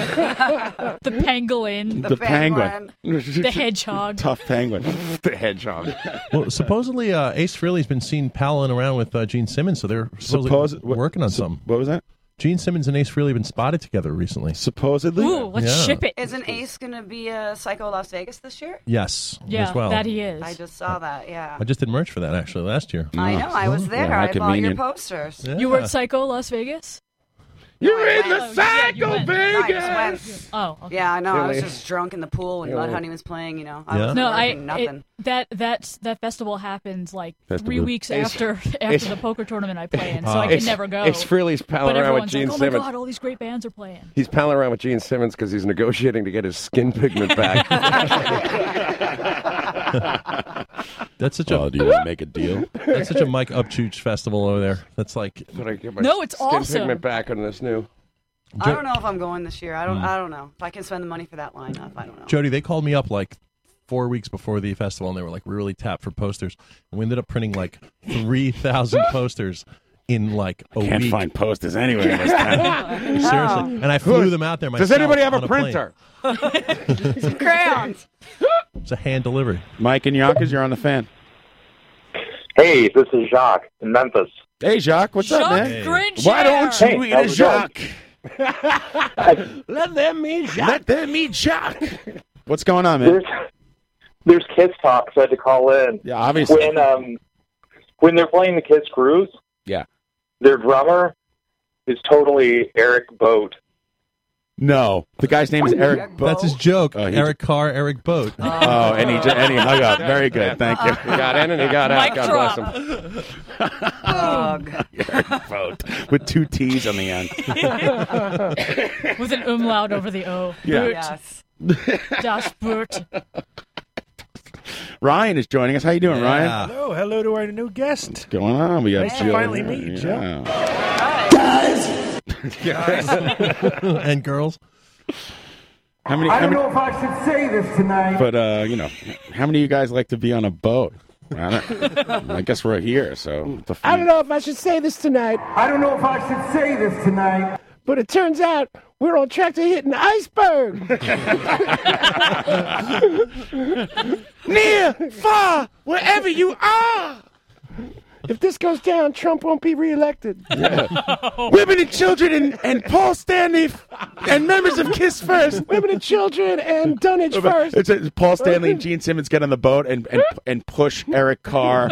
[SPEAKER 17] the pangolin,
[SPEAKER 1] The The penguin. penguin.
[SPEAKER 17] the hedgehog.
[SPEAKER 1] tough penguin,
[SPEAKER 15] the hedgehog.
[SPEAKER 20] Well, supposedly uh, Ace Frehley's been seen palling around with uh, Gene Simmons, so they're supposedly
[SPEAKER 1] Suppose-
[SPEAKER 20] working on something.
[SPEAKER 1] What was that?
[SPEAKER 20] Gene Simmons and Ace Frehley have been spotted together recently.
[SPEAKER 1] Supposedly.
[SPEAKER 17] Ooh, let's ship it.
[SPEAKER 18] Isn't Ace going to be a Psycho Las Vegas this year?
[SPEAKER 20] Yes,
[SPEAKER 18] Yeah,
[SPEAKER 20] as well.
[SPEAKER 17] e-
[SPEAKER 18] that he I just saw that, yeah.
[SPEAKER 20] I just did merch for that actually last year.
[SPEAKER 18] I know, I was there.
[SPEAKER 20] how
[SPEAKER 18] I bought your
[SPEAKER 20] convenient.
[SPEAKER 18] posters.
[SPEAKER 17] You were at Psycho Las Vegas.
[SPEAKER 15] You're in the
[SPEAKER 18] No,
[SPEAKER 15] Psycho
[SPEAKER 18] I just went.
[SPEAKER 17] Oh,
[SPEAKER 18] yeah, I know. I was
[SPEAKER 17] Really?
[SPEAKER 18] just drunk in the pool when
[SPEAKER 17] Really?
[SPEAKER 18] Mud Honey was playing. You know, I
[SPEAKER 20] Yeah.
[SPEAKER 18] was
[SPEAKER 17] No, I
[SPEAKER 18] nothing.
[SPEAKER 17] it- that that that festival happens like
[SPEAKER 15] Festival.
[SPEAKER 17] three weeks
[SPEAKER 15] Ace-
[SPEAKER 17] after after
[SPEAKER 15] Ace-
[SPEAKER 17] the poker tournament I play in, so I can
[SPEAKER 15] Ace-
[SPEAKER 17] never go.
[SPEAKER 15] Ace Frehley's palling
[SPEAKER 17] But
[SPEAKER 15] around with
[SPEAKER 17] everyone's
[SPEAKER 15] Gene
[SPEAKER 17] like, Oh
[SPEAKER 15] Simmons."
[SPEAKER 17] my god, all these great bands are playing.
[SPEAKER 15] He's palling around with Gene Simmons because he's negotiating to get his skin pigment back.
[SPEAKER 20] That's such
[SPEAKER 1] Oh,
[SPEAKER 20] a.
[SPEAKER 1] do you want to make a deal?
[SPEAKER 20] That's such a Mike Upchurch festival over there. That's like.
[SPEAKER 15] But I get my
[SPEAKER 18] No, it's
[SPEAKER 15] skin
[SPEAKER 18] awesome.
[SPEAKER 15] pigment back on this new.
[SPEAKER 18] I don't know if I'm going this year. I don't.
[SPEAKER 20] Mm.
[SPEAKER 18] I don't know if I can spend the money for that lineup. I don't know.
[SPEAKER 20] Jody, they called me up like four weeks before the festival, and they were like, "We're really tapped for posters." And we ended up printing like three thousand posters in like a
[SPEAKER 1] Can't
[SPEAKER 20] week.
[SPEAKER 1] find posters anywhere in this town.
[SPEAKER 20] Seriously, and I flew them out there myself.
[SPEAKER 1] Does anybody have
[SPEAKER 20] on
[SPEAKER 1] a
[SPEAKER 20] plane.
[SPEAKER 1] printer?
[SPEAKER 18] Some crayons.
[SPEAKER 20] It's a hand delivery.
[SPEAKER 1] Mike and Yonkers, you're on the fan.
[SPEAKER 21] Hey, this is Jacques in Memphis.
[SPEAKER 1] Hey, Jacques, what's up,
[SPEAKER 21] Jacques
[SPEAKER 1] man?
[SPEAKER 21] Grinch
[SPEAKER 1] Why don't you
[SPEAKER 21] here. Hey,
[SPEAKER 1] eat a
[SPEAKER 21] how's it going?
[SPEAKER 1] Jacques?
[SPEAKER 2] Let them eat Jacques.
[SPEAKER 1] Let them eat Jacques. What's going on, man?
[SPEAKER 2] There's kids talk, so I had to call in.
[SPEAKER 1] Yeah, obviously.
[SPEAKER 2] When um, when they're playing the kids' grooves,
[SPEAKER 1] Yeah.
[SPEAKER 2] their drummer is totally Eric Boat.
[SPEAKER 1] No, the guy's name is Eric.
[SPEAKER 19] That's his joke.
[SPEAKER 20] Uh,
[SPEAKER 1] Oh, he-
[SPEAKER 19] Eric Carr, Eric Boat.
[SPEAKER 1] Oh, and he ju- and he hung up. Very good. Thank you.
[SPEAKER 15] He got in and he got out.
[SPEAKER 1] Mic
[SPEAKER 15] God
[SPEAKER 1] drop.
[SPEAKER 15] bless him.
[SPEAKER 1] Eric Vogt with two T's on the end.
[SPEAKER 17] With an umlaut over the O.
[SPEAKER 1] Yeah.
[SPEAKER 17] Bert.
[SPEAKER 1] Yes.
[SPEAKER 17] Das Bert.
[SPEAKER 1] Ryan is joining us. How you doing, Ryan?
[SPEAKER 2] Hello, hello to our new guest.
[SPEAKER 1] What's going on? We got
[SPEAKER 2] Nice to
[SPEAKER 1] Jill.
[SPEAKER 2] finally meet you.
[SPEAKER 1] Guys.
[SPEAKER 19] and girls.
[SPEAKER 1] How many?
[SPEAKER 5] I
[SPEAKER 1] How
[SPEAKER 5] don't
[SPEAKER 1] many
[SPEAKER 5] know if I should say this tonight.
[SPEAKER 1] but uh, you know, how many of you guys like to be on a boat? I, don't- I guess we're here, so what the f-
[SPEAKER 5] I don't know if I should say this tonight. I don't know if I should say this tonight. But it turns out we're on track to hit an iceberg. Near, far, wherever you are. If this goes down, Trump won't be reelected. Women and children and, and Paul Stanley and members of KISS first. Women and children and Dunnage first.
[SPEAKER 1] It's, it's Paul Stanley and Gene Simmons get on the boat and and, and push Eric Carr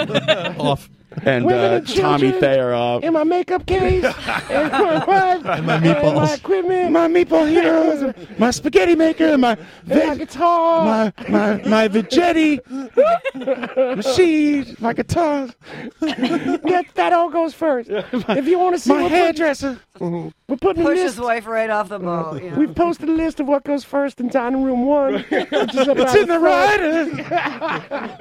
[SPEAKER 1] off and,
[SPEAKER 5] Women
[SPEAKER 1] uh,
[SPEAKER 5] and
[SPEAKER 1] Tommy
[SPEAKER 5] children
[SPEAKER 1] Thayer off.
[SPEAKER 5] In my makeup case, and my wife,
[SPEAKER 1] And my
[SPEAKER 5] and my
[SPEAKER 1] meatballs.
[SPEAKER 5] equipment, my meatball heroes,
[SPEAKER 1] My spaghetti maker, my
[SPEAKER 5] my guitar,
[SPEAKER 1] my my my
[SPEAKER 5] Jetty, machine, my guitar. that, that all goes first. If you want to see
[SPEAKER 18] My
[SPEAKER 5] what
[SPEAKER 18] hairdresser.
[SPEAKER 5] we're putting a
[SPEAKER 18] Push
[SPEAKER 5] list.
[SPEAKER 18] his wife right off the boat. you know.
[SPEAKER 5] Oh, We've posted a list of what goes first in dining room one. Which is up
[SPEAKER 18] It's
[SPEAKER 5] by
[SPEAKER 18] in the
[SPEAKER 5] front.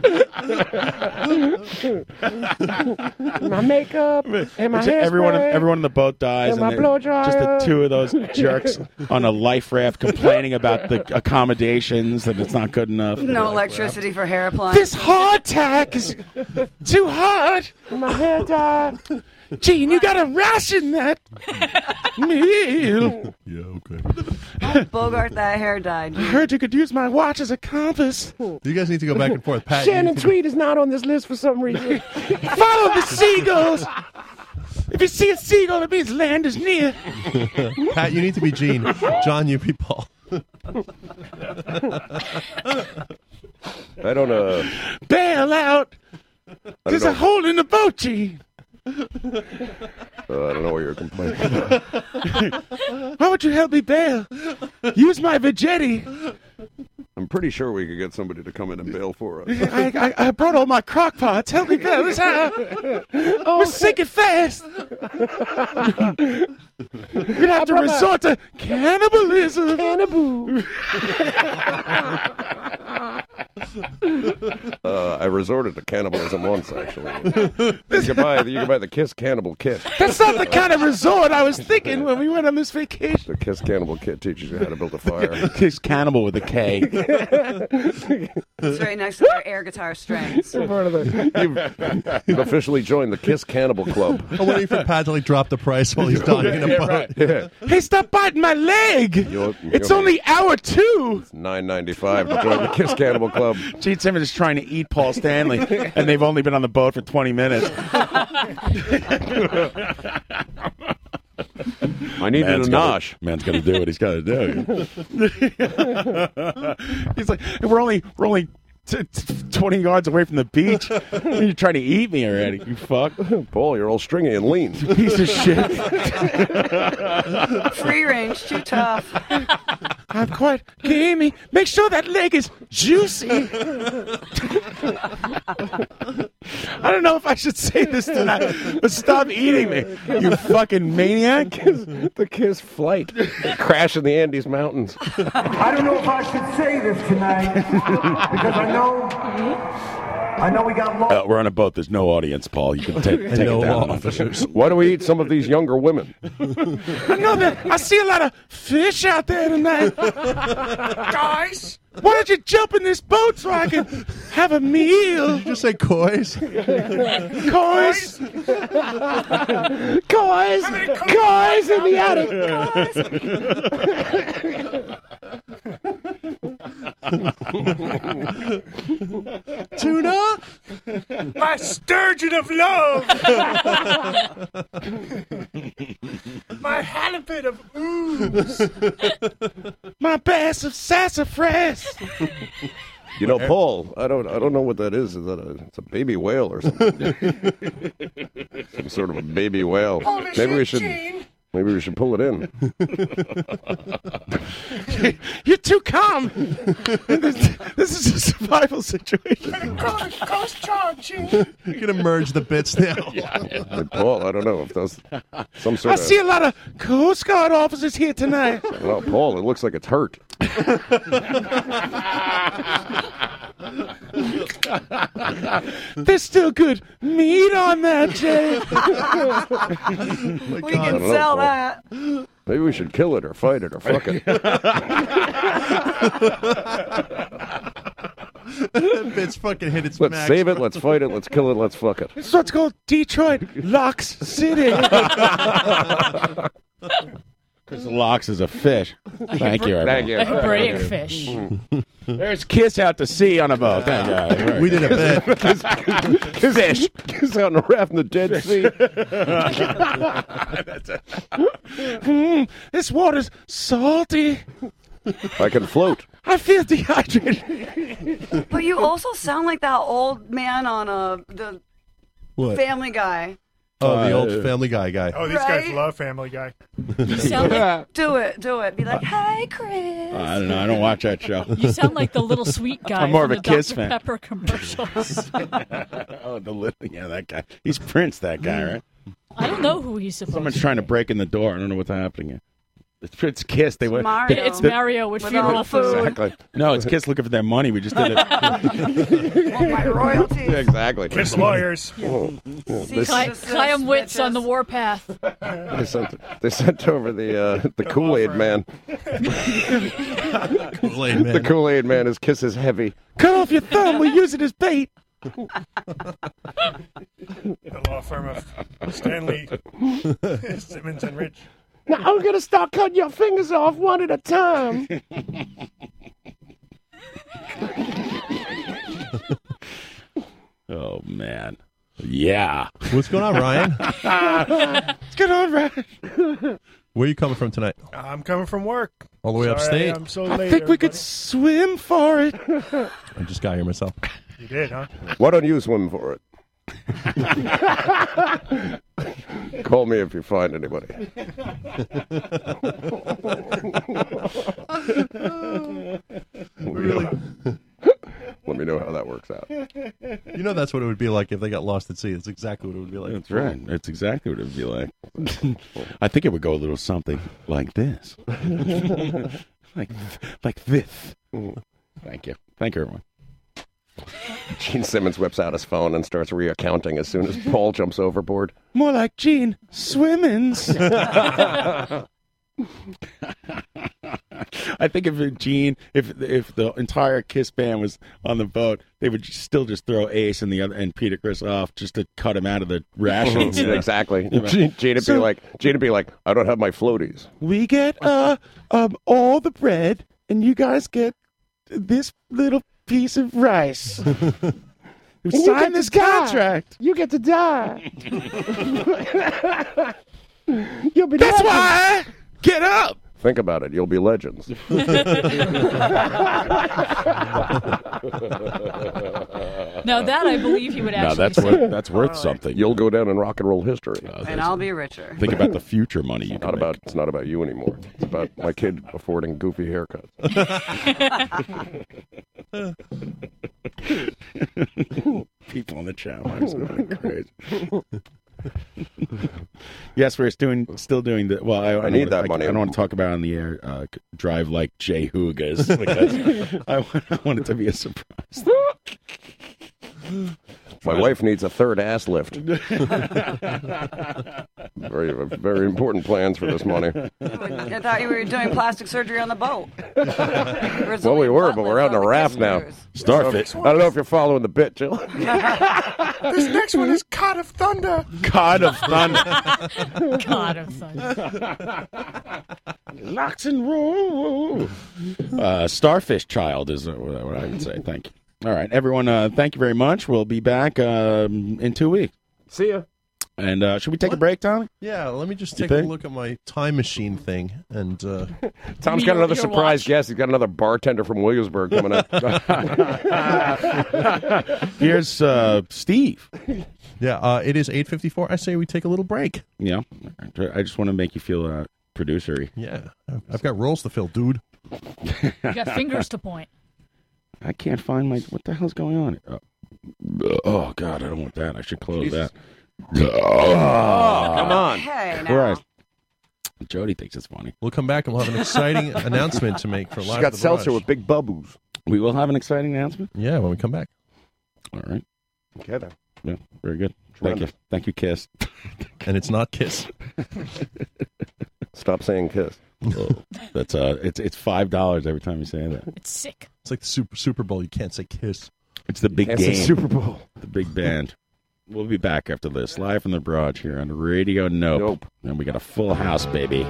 [SPEAKER 5] my makeup and my
[SPEAKER 1] It's everyone,
[SPEAKER 5] hairspray.
[SPEAKER 1] everyone on the boat dies,
[SPEAKER 5] and my
[SPEAKER 1] they-
[SPEAKER 5] blow
[SPEAKER 1] just the
[SPEAKER 5] dryer.
[SPEAKER 1] two of those jerks on a life raft complaining about the accommodations that it's not good enough.
[SPEAKER 18] No electricity for hair appliance.
[SPEAKER 5] This hardtack is too hard. My hair dye. Gene, you gotta ration that meal.
[SPEAKER 18] Bogart that hair dyed.
[SPEAKER 5] I heard you could use my watch as a compass.
[SPEAKER 19] You guys need to go back and forth. Pat, you
[SPEAKER 5] Shannon
[SPEAKER 19] need to-
[SPEAKER 5] Tweed is not on this list for some reason. Follow the seagulls. If you see a seagull, it means land is near.
[SPEAKER 19] Pat, you need to be Gene. John, you be Paul.
[SPEAKER 15] I don't uh
[SPEAKER 5] Bail out.
[SPEAKER 15] I don't,
[SPEAKER 5] There's a
[SPEAKER 15] know,
[SPEAKER 5] hole in the boat, Gene.
[SPEAKER 15] uh, I don't know what you're complaining about.
[SPEAKER 5] Why would you help me bail? Use my vegetti.
[SPEAKER 15] I'm pretty sure we could get somebody to come in and bail for us.
[SPEAKER 5] I, I, I brought all my crock pots. Help me bail this out. We're sinking fast. We're going to have to resort to cannibalism. Cannibal.
[SPEAKER 15] Uh, I resorted to cannibalism once, actually. You can buy you can buy the Kiss Cannibal Kit.
[SPEAKER 5] That's not the kind of resort I was thinking when we went on this vacation.
[SPEAKER 15] The Kiss Cannibal Kit teaches you how to build a fire.
[SPEAKER 1] Kiss Cannibal with a K.
[SPEAKER 18] It's right next to their air guitar strings.
[SPEAKER 15] You've, you've officially joined the Kiss Cannibal Club.
[SPEAKER 5] Oh,
[SPEAKER 19] I'm waiting for Pat to like drop the price while he's dying in a boat.
[SPEAKER 5] Hey, stop biting my leg. it's only hour two.
[SPEAKER 15] nine ninety five to join the Kiss Cannibal Club.
[SPEAKER 1] Gene Simmons is trying to eat Paul Stanley, and they've only been on the boat for 20 minutes.
[SPEAKER 15] I needed
[SPEAKER 1] Man's
[SPEAKER 15] a
[SPEAKER 1] gotta-
[SPEAKER 15] nosh.
[SPEAKER 1] Man's got to do what he's got to do. he's like, "Hey, we're only we're only t- t- 20 yards away from the beach. You're trying to eat me already, you fuck.
[SPEAKER 15] Paul, you're all stringy and lean.
[SPEAKER 1] Piece of shit.
[SPEAKER 18] Free range, too tough.
[SPEAKER 5] I'm quite. Can you hear me? Make sure that leg is juicy.
[SPEAKER 1] I don't know if I should say this tonight, but stop eating me, you fucking maniac.
[SPEAKER 5] the Kiss flight.
[SPEAKER 15] Crash in the Andes Mountains.
[SPEAKER 5] I don't know if I should say this tonight because I know I know we got
[SPEAKER 1] Uh, we're on a boat. There's no audience, Paul. You can take,
[SPEAKER 5] And
[SPEAKER 1] take
[SPEAKER 5] no
[SPEAKER 1] it down.
[SPEAKER 15] officers. Why do we eat some of these younger women?
[SPEAKER 5] I know that I see a lot of fish out there tonight. Guys, why don't you jump in this boat so I can have a meal? Did you
[SPEAKER 19] just say coys?
[SPEAKER 5] Coys. Coys. Coys in the attic. Tuna?
[SPEAKER 16] My sturgeon of love!
[SPEAKER 5] My halibut of ooze. My bass of sassafras.
[SPEAKER 15] You know, Paul, I don't, I don't know what that is. Is that a, it's a baby whale or something? Some sort of a baby whale.
[SPEAKER 16] Holy
[SPEAKER 15] maybe we
[SPEAKER 16] shit,
[SPEAKER 15] should,
[SPEAKER 16] Gene.
[SPEAKER 15] maybe we should pull it in.
[SPEAKER 5] You're too calm. this, this is a survival situation.
[SPEAKER 16] Coast, coast charging.
[SPEAKER 19] You're gonna merge the bits now.
[SPEAKER 15] Hey, Paul, I don't know if that's some sort
[SPEAKER 5] I
[SPEAKER 15] of.
[SPEAKER 5] see a lot of Coast Guard officers here tonight.
[SPEAKER 15] I don't know, Paul, it looks like it's hurt.
[SPEAKER 5] There's still good meat on that, Jay.
[SPEAKER 19] Oh
[SPEAKER 16] we
[SPEAKER 15] can sell that. Maybe we should kill it or fight it or fuck it.
[SPEAKER 19] It's fucking hit its
[SPEAKER 15] Let's
[SPEAKER 19] max.
[SPEAKER 15] save it. Let's fight it. Let's kill it. Let's fuck it.
[SPEAKER 5] So it's called Detroit Locks City.
[SPEAKER 1] Because lox is a fish. Thank you,
[SPEAKER 5] Hebra-
[SPEAKER 1] everyone.
[SPEAKER 5] Thank you. A Hebraic
[SPEAKER 1] Thank you.
[SPEAKER 5] fish.
[SPEAKER 1] Mm. There's kiss out to sea on a boat. Thank you.
[SPEAKER 15] We did a bit.
[SPEAKER 1] Kiss,
[SPEAKER 15] fish. Kiss out on a raft in the Dead Sea.
[SPEAKER 5] Mm, this water's salty.
[SPEAKER 15] I can float.
[SPEAKER 5] I feel dehydrated.
[SPEAKER 18] But you also sound like that old man on a the
[SPEAKER 19] What?
[SPEAKER 18] Family Guy.
[SPEAKER 19] Oh, the
[SPEAKER 20] Uh,
[SPEAKER 19] old Family Guy guy.
[SPEAKER 22] Oh, these guys
[SPEAKER 18] Right?
[SPEAKER 22] love Family Guy.
[SPEAKER 18] You sound like do it, do it. Be like, hey, Chris.
[SPEAKER 1] I don't know. I don't watch that show.
[SPEAKER 17] You sound like the little sweet guy.
[SPEAKER 1] I'm more
[SPEAKER 17] from
[SPEAKER 1] of a
[SPEAKER 17] the
[SPEAKER 1] Kiss
[SPEAKER 17] Dr.
[SPEAKER 1] fan.
[SPEAKER 17] Pepper commercials.
[SPEAKER 1] oh, the little, yeah, that guy. He's Prince, that guy,
[SPEAKER 17] Mm.
[SPEAKER 1] right?
[SPEAKER 17] I don't know who he's supposed
[SPEAKER 1] Someone's
[SPEAKER 17] to.
[SPEAKER 1] trying to break in the door. I don't know what's happening. here. It's, it's Kiss. They went.
[SPEAKER 17] Mario. It's Mario with With funeral all the food. food.
[SPEAKER 1] Exactly. No, it's Kiss looking for their money. We just did it.
[SPEAKER 15] Yeah, exactly.
[SPEAKER 22] Kiss lawyers.
[SPEAKER 15] Oh, oh,
[SPEAKER 17] Cli-
[SPEAKER 15] this-
[SPEAKER 17] Chaim Witz on the warpath.
[SPEAKER 15] They sent, they sent over the uh, the Kool Aid man.
[SPEAKER 19] Kool
[SPEAKER 15] Aid man. The Kool Aid man. His kiss is heavy.
[SPEAKER 5] Cut off your thumb. We use it as bait.
[SPEAKER 22] The law firm of Stanley Simmons and Rich.
[SPEAKER 5] Now I'm gonna start cutting your fingers off one at a time.
[SPEAKER 1] Oh man. Yeah.
[SPEAKER 19] What's going on, Ryan?
[SPEAKER 22] Let's
[SPEAKER 5] get on, Ryan.
[SPEAKER 19] Where are you coming from tonight?
[SPEAKER 22] I'm coming from work.
[SPEAKER 19] All the way
[SPEAKER 22] Sorry,
[SPEAKER 19] upstate.
[SPEAKER 22] I'm so
[SPEAKER 5] I
[SPEAKER 22] late.
[SPEAKER 5] think we
[SPEAKER 22] everybody.
[SPEAKER 5] could swim for it.
[SPEAKER 19] I just got here myself.
[SPEAKER 22] You did, huh?
[SPEAKER 15] Why don't you swim for it? Call me if you find anybody.
[SPEAKER 19] Really?
[SPEAKER 15] Let me know how that works out.
[SPEAKER 19] You know that's what it would be like if they got lost at sea. That's exactly what it would be like.
[SPEAKER 1] That's right. That's exactly what it'd be like. I think it would go a little something like this. like like this. Thank you. Thank you, everyone.
[SPEAKER 15] Gene Simmons whips out his phone and starts reaccounting as soon as Paul jumps overboard.
[SPEAKER 5] More like Gene Swimmins.
[SPEAKER 1] I think if Gene, if if the entire Kiss band was on the boat, they would still just throw Ace and the other and Peter Chris off just to cut him out of the rations. you know?
[SPEAKER 15] exactly.
[SPEAKER 1] You know?
[SPEAKER 15] Gene, Gene would be like, Gene would be like, I don't have my floaties.
[SPEAKER 5] we get uh um all the bread, and you guys get this little piece of rice.
[SPEAKER 16] And you get
[SPEAKER 5] Sign
[SPEAKER 16] to
[SPEAKER 5] this
[SPEAKER 16] die.
[SPEAKER 5] contract.
[SPEAKER 16] You get to die. You'll be
[SPEAKER 5] That's
[SPEAKER 16] lucky.
[SPEAKER 5] why. Get up.
[SPEAKER 15] Think about it. You'll be legends.
[SPEAKER 17] Now that I believe he would actually say.
[SPEAKER 1] that's worth something. Uh,
[SPEAKER 15] You'll go down in rock and roll history.
[SPEAKER 18] And I'll be richer.
[SPEAKER 1] Think about the future money you
[SPEAKER 15] It's not about it's not about you anymore. It's about my kid affording goofy haircuts.
[SPEAKER 1] People on the chat lines are going crazy. yes, we're doing, still doing the. Well, I, I, don't
[SPEAKER 15] need
[SPEAKER 1] wanna-
[SPEAKER 15] that
[SPEAKER 1] I-
[SPEAKER 15] money.
[SPEAKER 1] I don't want to talk about it on the air. Uh, c- drive like Jay Hugas because I, want, I want it to be a surprise.
[SPEAKER 15] My wife needs a third ass lift. very, very important plans for this money.
[SPEAKER 18] I thought you were doing plastic surgery on the boat.
[SPEAKER 15] well, we were, but we're out in a raft now.
[SPEAKER 1] Starfish.
[SPEAKER 15] I don't know if you're following the bit, Jill.
[SPEAKER 5] this next one is Cod of Thunder.
[SPEAKER 1] God of thunder.
[SPEAKER 5] God of Thunder. Locks and roll.
[SPEAKER 1] Uh, starfish child is what I what I would say. Thank you. All right, everyone. Uh, thank you very much. We'll be back um, in two weeks.
[SPEAKER 20] See ya.
[SPEAKER 1] And uh, should we take a break, Tommy?
[SPEAKER 20] Yeah, let me just
[SPEAKER 1] You
[SPEAKER 20] take a
[SPEAKER 1] think?
[SPEAKER 20] look at my time machine thing. And uh,
[SPEAKER 15] Tom's got another surprise guest. He's got another bartender from Williamsburg coming up.
[SPEAKER 1] Here's uh, Steve.
[SPEAKER 20] Yeah, uh, it is eight fifty four. I say we take a little break.
[SPEAKER 1] Yeah, I just want to make you feel uh, producery.
[SPEAKER 20] Yeah, I've got roles to fill, dude.
[SPEAKER 17] You got fingers to point.
[SPEAKER 1] I can't find my. What the hell's going on? Oh, Uh, oh God, I don't want that. I should close
[SPEAKER 15] Jesus.
[SPEAKER 1] that. Ah.
[SPEAKER 15] Oh, come on.
[SPEAKER 18] Hey,
[SPEAKER 1] Christ. Jody thinks it's funny.
[SPEAKER 20] We'll come back and we'll have an exciting announcement to make for
[SPEAKER 1] She's
[SPEAKER 20] live.
[SPEAKER 1] got
[SPEAKER 20] at the
[SPEAKER 1] seltzer
[SPEAKER 20] Barrage.
[SPEAKER 1] with big bubbles. We will have an exciting announcement.
[SPEAKER 20] Yeah, when we come back.
[SPEAKER 1] All right.
[SPEAKER 15] Okay, then.
[SPEAKER 1] Yeah, very good. Thank you.
[SPEAKER 15] Tremendous.
[SPEAKER 1] Thank you, Kiss.
[SPEAKER 20] and it's not Kiss.
[SPEAKER 15] Stop saying kiss.
[SPEAKER 1] That's uh, it's it's five dollars every time you say that.
[SPEAKER 17] It's sick.
[SPEAKER 20] It's like the Super Super Bowl. You can't say Kiss.
[SPEAKER 1] It's the big
[SPEAKER 20] It's the
[SPEAKER 1] game.
[SPEAKER 20] Super Bowl.
[SPEAKER 1] The big band. We'll be back after this, live from the barrage here on Radio Nope. And we got a full house, baby.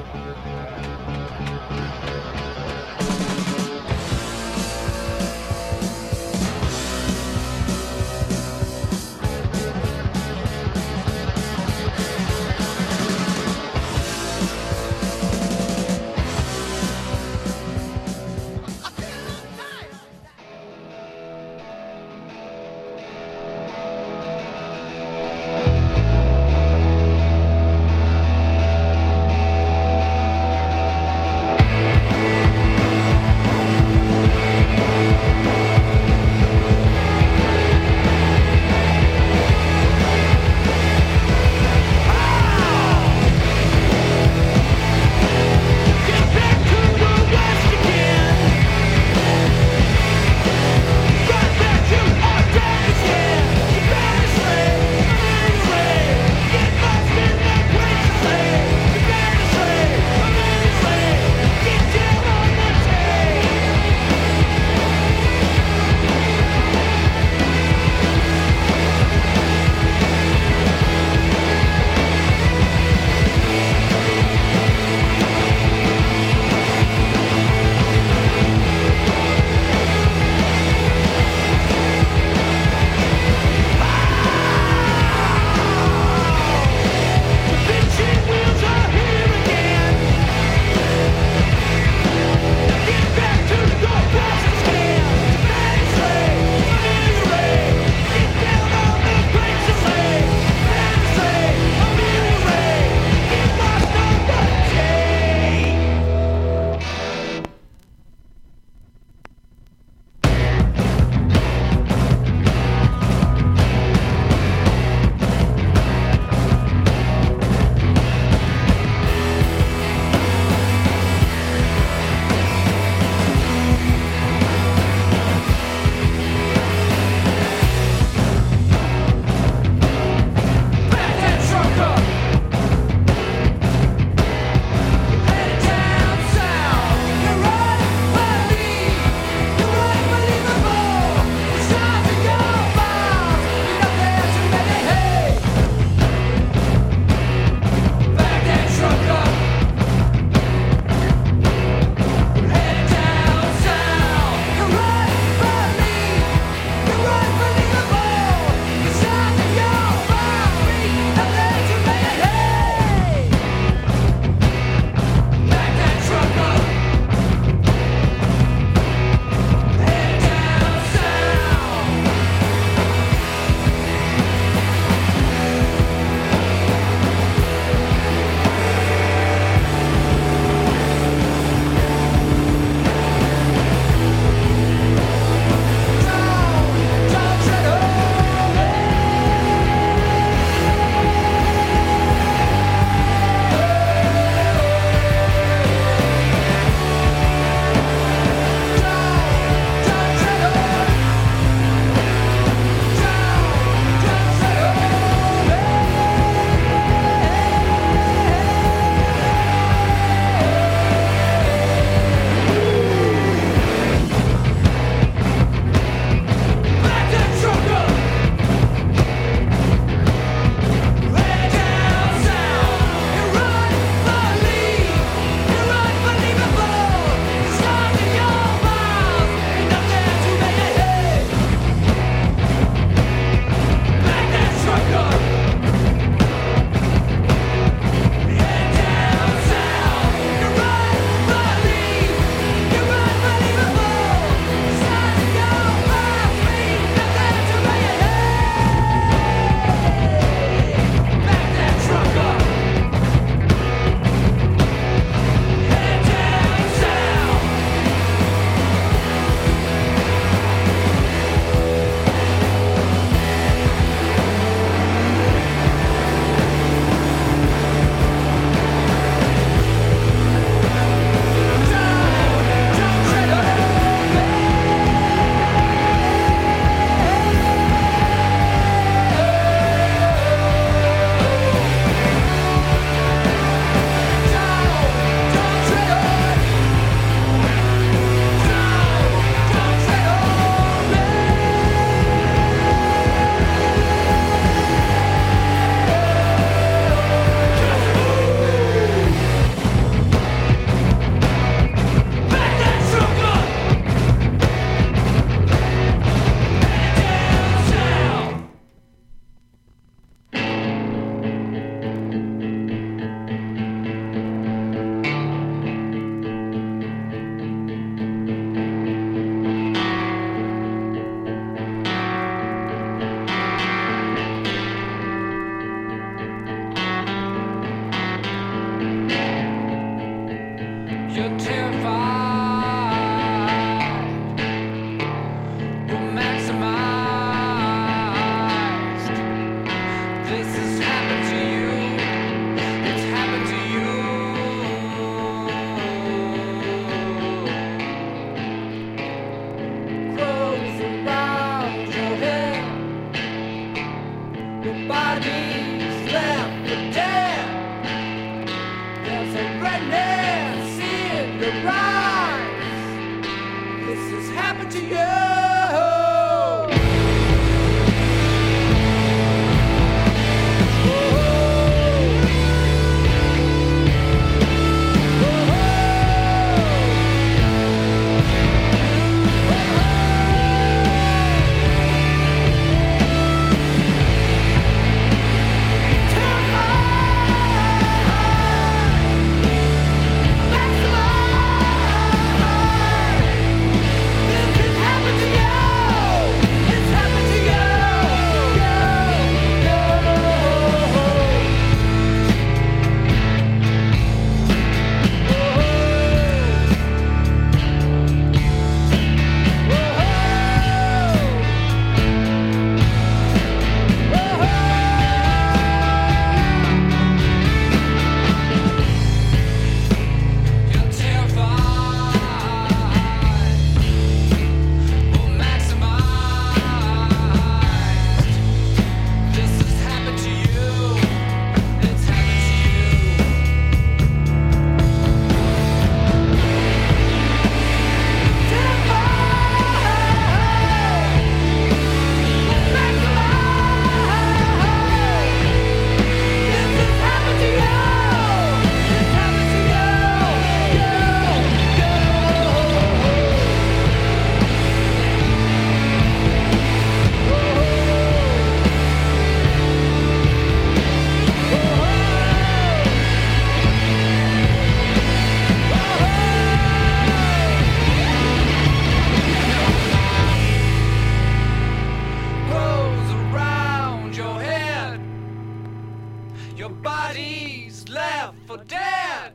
[SPEAKER 4] Your body's left for dead.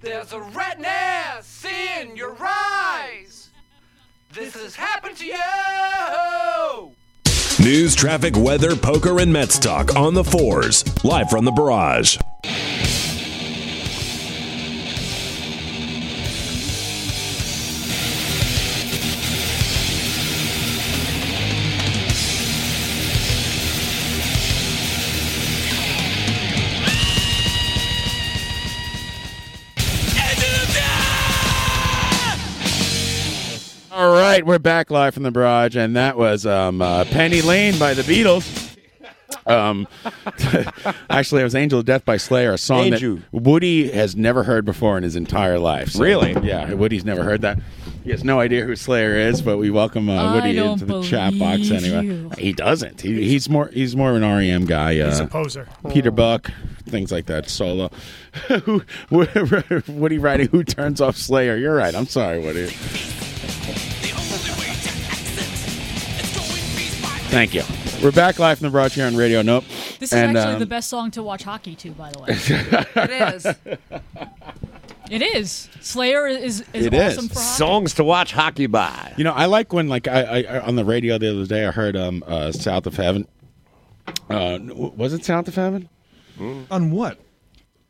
[SPEAKER 4] There's a redness in your eyes. This has happened to you.
[SPEAKER 7] News, traffic, weather, poker, and Mets talk on the fours, live from the barrage.
[SPEAKER 1] All right, we're back live from the barrage, and that was um, uh, Penny Lane by the Beatles. Um, actually, it was Angel of Death by Slayer, a song
[SPEAKER 23] Angel.
[SPEAKER 1] that Woody has never heard before in his entire life. So,
[SPEAKER 23] Really?
[SPEAKER 1] Yeah, Woody's never heard that. He has no idea who Slayer is, but we welcome uh,
[SPEAKER 17] I
[SPEAKER 1] Woody
[SPEAKER 17] don't
[SPEAKER 1] into the chat box
[SPEAKER 17] believe
[SPEAKER 1] anyway.
[SPEAKER 17] you.
[SPEAKER 1] He doesn't. He, he's more. He's more an REM guy. Uh,
[SPEAKER 22] He's a poser.
[SPEAKER 1] Peter Buck, things like that. Solo. Who- Woody writing who turns off Slayer. You're right. I'm sorry, Woody. Thank you. We're back live from the broad here on Radio Nope. um,
[SPEAKER 17] This is actually the best song to watch hockey to, by the way.
[SPEAKER 1] It
[SPEAKER 17] is. It is. Slayer is is
[SPEAKER 1] It is.
[SPEAKER 17] awesome for hockey.
[SPEAKER 23] Songs to watch hockey by.
[SPEAKER 1] You know, I like when like I, I- I on the radio the other day I heard um uh, South of Heaven. Uh, n- was it South of Heaven?
[SPEAKER 17] Hmm.
[SPEAKER 19] On what?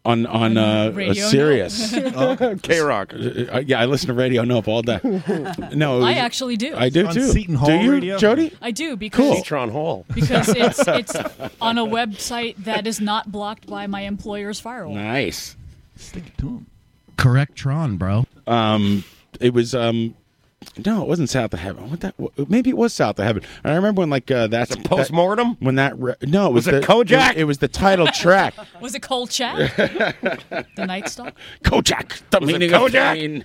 [SPEAKER 1] On on uh, uh,
[SPEAKER 19] Radio
[SPEAKER 1] Sirius.
[SPEAKER 19] Nope. Oh, okay.
[SPEAKER 1] K Rock. Yeah, I listen to Radio Nope all day. No, it
[SPEAKER 17] I
[SPEAKER 1] was-
[SPEAKER 17] actually do.
[SPEAKER 1] I do
[SPEAKER 19] On
[SPEAKER 1] too.
[SPEAKER 19] Seton Hall
[SPEAKER 1] do you,
[SPEAKER 19] Radio?
[SPEAKER 1] Jody?
[SPEAKER 17] I do because
[SPEAKER 1] Hall.
[SPEAKER 17] because it's it's on a website that is not blocked by my employer's firewall.
[SPEAKER 1] nice.
[SPEAKER 17] Stick
[SPEAKER 1] it to him.
[SPEAKER 24] Correct Tron, bro.
[SPEAKER 1] Um, it was um, no, it wasn't South of Heaven. What that? Maybe it was South of Heaven. And I remember when like uh, that's a post mortem when that re- no, it was,
[SPEAKER 23] Was it
[SPEAKER 1] the,
[SPEAKER 23] Kojak?
[SPEAKER 1] It, was the title track.
[SPEAKER 17] Was it Cold Chat? the Night Stalk?
[SPEAKER 1] Kojak, the
[SPEAKER 17] Was it
[SPEAKER 1] meaning of
[SPEAKER 17] Kojak?
[SPEAKER 1] pain.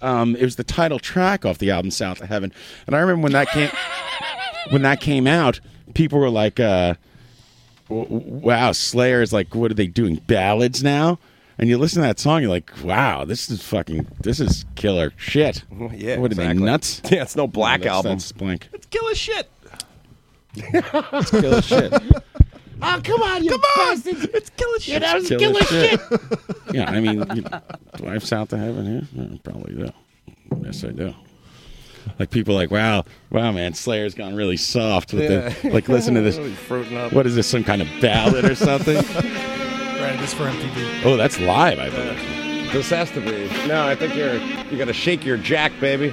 [SPEAKER 1] Um, it was the title track off the album South of Heaven, and I remember when that came when that came out, people were like, uh, w- w- "Wow, Slayer is like, what are they doing ballads now?" And you listen to that song, you're like, "Wow, this is fucking, this is killer shit."
[SPEAKER 23] Yeah,
[SPEAKER 1] what are they nuts?
[SPEAKER 23] Yeah, it's no Black
[SPEAKER 1] That's-
[SPEAKER 23] Album.
[SPEAKER 1] That's blank.
[SPEAKER 19] Kill a shit.
[SPEAKER 23] It's
[SPEAKER 1] killer shit.
[SPEAKER 5] Oh, come on, you Come on! It's killer shit. That was
[SPEAKER 1] Killer
[SPEAKER 5] killer,
[SPEAKER 1] shit.
[SPEAKER 5] shit.
[SPEAKER 1] yeah, I mean, you know, do I have South to Heaven here? No, I probably do. Yes, I do. Like people, are like wow, wow, man, Slayer's gone really soft with the
[SPEAKER 15] Yeah.
[SPEAKER 1] like. Listen to this.
[SPEAKER 15] Really fruiting up.
[SPEAKER 1] What is this? Some kind of ballad or something?
[SPEAKER 22] Right, this for MTV.
[SPEAKER 1] oh, that's live, I believe.
[SPEAKER 15] Uh, This has to be. No, I think you're. You got to shake your jack, baby.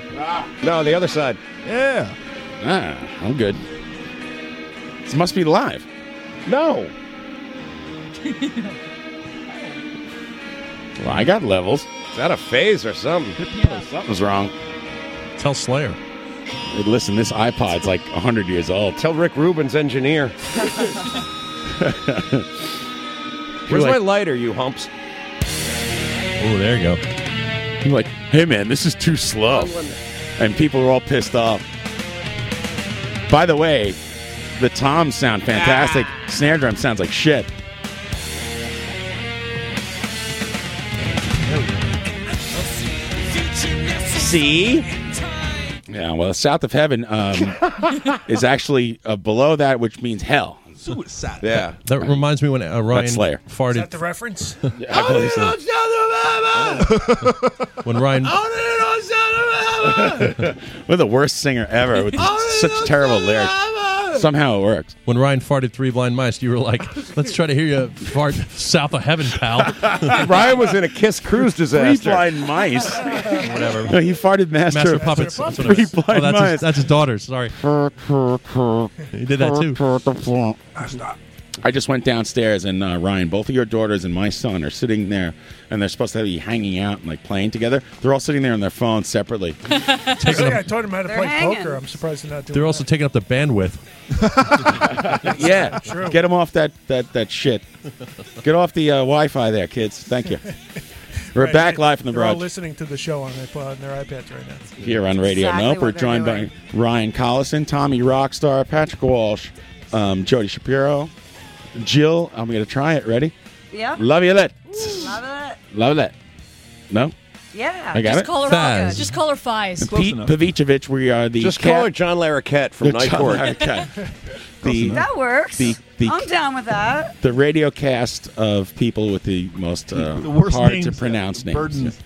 [SPEAKER 15] No, the other side.
[SPEAKER 19] Yeah.
[SPEAKER 1] Ah, I'm good. This must be live. No. Well, I got levels.
[SPEAKER 15] Is that a phase or something?
[SPEAKER 1] Something's wrong.
[SPEAKER 19] Tell Slayer.
[SPEAKER 1] Listen, this iPod's like 100 years old.
[SPEAKER 15] Tell Rick Rubin's engineer. Where's my lighter, you humps?
[SPEAKER 19] Oh, there you go.
[SPEAKER 1] You're like, hey man, this is too slow. And people are all pissed off. By the way, the toms sound fantastic. Snare drum sounds like shit. See? Yeah, well, South of Heaven um, is actually uh, below that, which means hell.
[SPEAKER 19] Suicide.
[SPEAKER 1] Yeah.
[SPEAKER 19] That reminds me when uh, Ryan
[SPEAKER 1] Slayer.
[SPEAKER 19] farted.
[SPEAKER 22] Is that the reference?
[SPEAKER 1] I believe so.
[SPEAKER 19] when Ryan
[SPEAKER 1] We're the worst singer ever with
[SPEAKER 22] Oh,
[SPEAKER 1] such terrible lyrics. Somehow it works.
[SPEAKER 19] When Ryan farted three blind mice, you were like, "Let's try to hear you fart south of heaven, pal."
[SPEAKER 15] Ryan was in a Kiss Cruise disaster.
[SPEAKER 1] blind mice.
[SPEAKER 19] Whatever.
[SPEAKER 1] No, he farted Master,
[SPEAKER 19] Master
[SPEAKER 1] of
[SPEAKER 19] of Puppets. That's what it
[SPEAKER 1] Three
[SPEAKER 19] was. Oh,
[SPEAKER 1] blind
[SPEAKER 19] that's,
[SPEAKER 1] mice.
[SPEAKER 19] his, that's his daughter. Sorry.
[SPEAKER 1] he
[SPEAKER 19] did that
[SPEAKER 1] too. I just went downstairs and uh, Ryan, both of your daughters and my son are sitting there, and they're supposed to be hanging out and like playing together. They're all sitting there on their phones separately.
[SPEAKER 22] I think I taught him how to
[SPEAKER 18] They're
[SPEAKER 22] play
[SPEAKER 18] hanging.
[SPEAKER 22] poker. I'm surprised they're not doing
[SPEAKER 19] They're also taking up the bandwidth.
[SPEAKER 1] yeah,
[SPEAKER 22] True.
[SPEAKER 1] get them off that that that shit. Get off the uh, Wi-Fi there, kids. Thank you. We're
[SPEAKER 22] Right,
[SPEAKER 1] back
[SPEAKER 22] they-
[SPEAKER 1] live from the
[SPEAKER 22] They're all
[SPEAKER 1] broad
[SPEAKER 22] listening to the show on their, on their iPads right now.
[SPEAKER 1] here on Radio
[SPEAKER 22] Exactly
[SPEAKER 1] Nope.
[SPEAKER 22] what
[SPEAKER 1] We're
[SPEAKER 22] they're
[SPEAKER 1] joined by Ryan Collison, Tommy Rockstar, Patrick Walsh, um, Jody Shapiro, Jill. I'm gonna try it. Ready?
[SPEAKER 18] Yeah.
[SPEAKER 1] Laviolette.
[SPEAKER 18] Love it.
[SPEAKER 1] Laviolette. No.
[SPEAKER 18] Yeah.
[SPEAKER 1] I got
[SPEAKER 17] just
[SPEAKER 1] it?
[SPEAKER 17] Call her
[SPEAKER 1] Faz.
[SPEAKER 17] Just call her Fies.
[SPEAKER 1] Pete Pavicevic, we are the
[SPEAKER 15] Just
[SPEAKER 1] cat-
[SPEAKER 15] call her John Larroquette from
[SPEAKER 1] The
[SPEAKER 15] Night
[SPEAKER 1] John
[SPEAKER 15] Court.
[SPEAKER 1] Larroquette. the
[SPEAKER 18] That works. Um,
[SPEAKER 1] the the
[SPEAKER 18] I'm down with that.
[SPEAKER 1] the radio cast of people with the most uh,
[SPEAKER 6] The worst
[SPEAKER 1] hard
[SPEAKER 6] names,
[SPEAKER 1] to pronounce names.
[SPEAKER 6] burdens.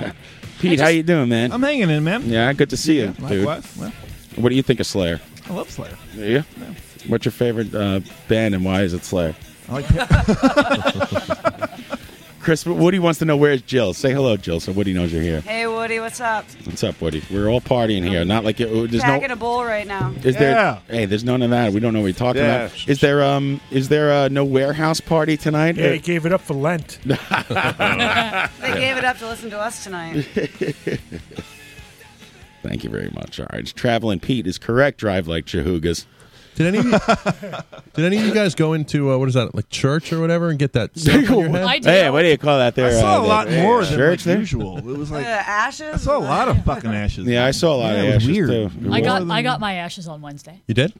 [SPEAKER 1] Yeah. Pete, how you doing, man?
[SPEAKER 6] I'm hanging in, man.
[SPEAKER 1] yeah, good to see you, dude.
[SPEAKER 6] Likewise. Well,
[SPEAKER 1] What do you think of Slayer?
[SPEAKER 6] I love Slayer.
[SPEAKER 1] Yeah. What's your favorite uh, band and why is it Slayer?
[SPEAKER 6] I like Pit-
[SPEAKER 1] Chris Woody wants to know where's Jill. Say hello, Jill, so Woody knows you're here.
[SPEAKER 18] Hey Woody, what's up?
[SPEAKER 1] What's up, Woody? We're all partying here. Not like it, there's no.
[SPEAKER 18] Packing a bowl right now.
[SPEAKER 1] Is there? Hey, there's none of that. We don't know what you're talking
[SPEAKER 6] Yeah.
[SPEAKER 1] about. Is there? Um, is there uh, no warehouse party tonight?
[SPEAKER 22] Yeah, he gave it up for Lent.
[SPEAKER 18] They gave it up to listen to us tonight.
[SPEAKER 1] Thank you very much. All right, traveling Pete is correct. Drive like Chahoogas.
[SPEAKER 20] Did any of you, did any of you guys go into uh, what is that like church or whatever and get that? stuff on your head?
[SPEAKER 17] I did.
[SPEAKER 1] Hey, what do you call that? There,
[SPEAKER 20] I saw
[SPEAKER 1] uh,
[SPEAKER 20] a lot
[SPEAKER 1] there-
[SPEAKER 20] more
[SPEAKER 1] yeah.
[SPEAKER 20] than,
[SPEAKER 1] Church
[SPEAKER 20] like,
[SPEAKER 1] there?
[SPEAKER 6] usual. It was like
[SPEAKER 18] ashes. I
[SPEAKER 6] saw a lot of fucking ashes.
[SPEAKER 1] Yeah, I saw a lot
[SPEAKER 6] Yeah,
[SPEAKER 1] of
[SPEAKER 6] it was
[SPEAKER 1] ashes
[SPEAKER 6] weird.
[SPEAKER 1] too.
[SPEAKER 17] I got I got my ashes on Wednesday.
[SPEAKER 20] You did?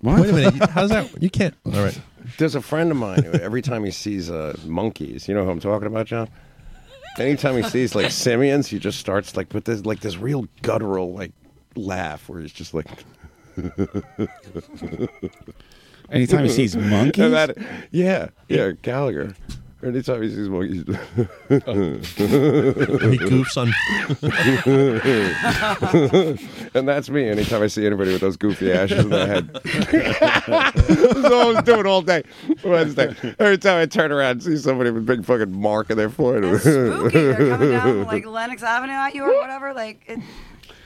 [SPEAKER 1] What?
[SPEAKER 20] Wait a minute. you- How's that? You can't. All right.
[SPEAKER 15] There's a friend of mine who, every time he sees uh, monkeys, you know who I'm talking about, John? Anytime he sees like simians, he just starts like with this like this real guttural like laugh where he's just like.
[SPEAKER 1] Anytime he sees monkeys?
[SPEAKER 15] And that- yeah, yeah, Gallagher. Anytime he sees monkeys, he
[SPEAKER 20] goofs
[SPEAKER 15] on. and that's me. Anytime I see anybody with those goofy ashes in their head, That's all I was doing all day Wednesday. Every time I turn around and see somebody with a big fucking mark in their forehead.
[SPEAKER 18] They're coming down like Lennox Avenue at you or whatever. Like it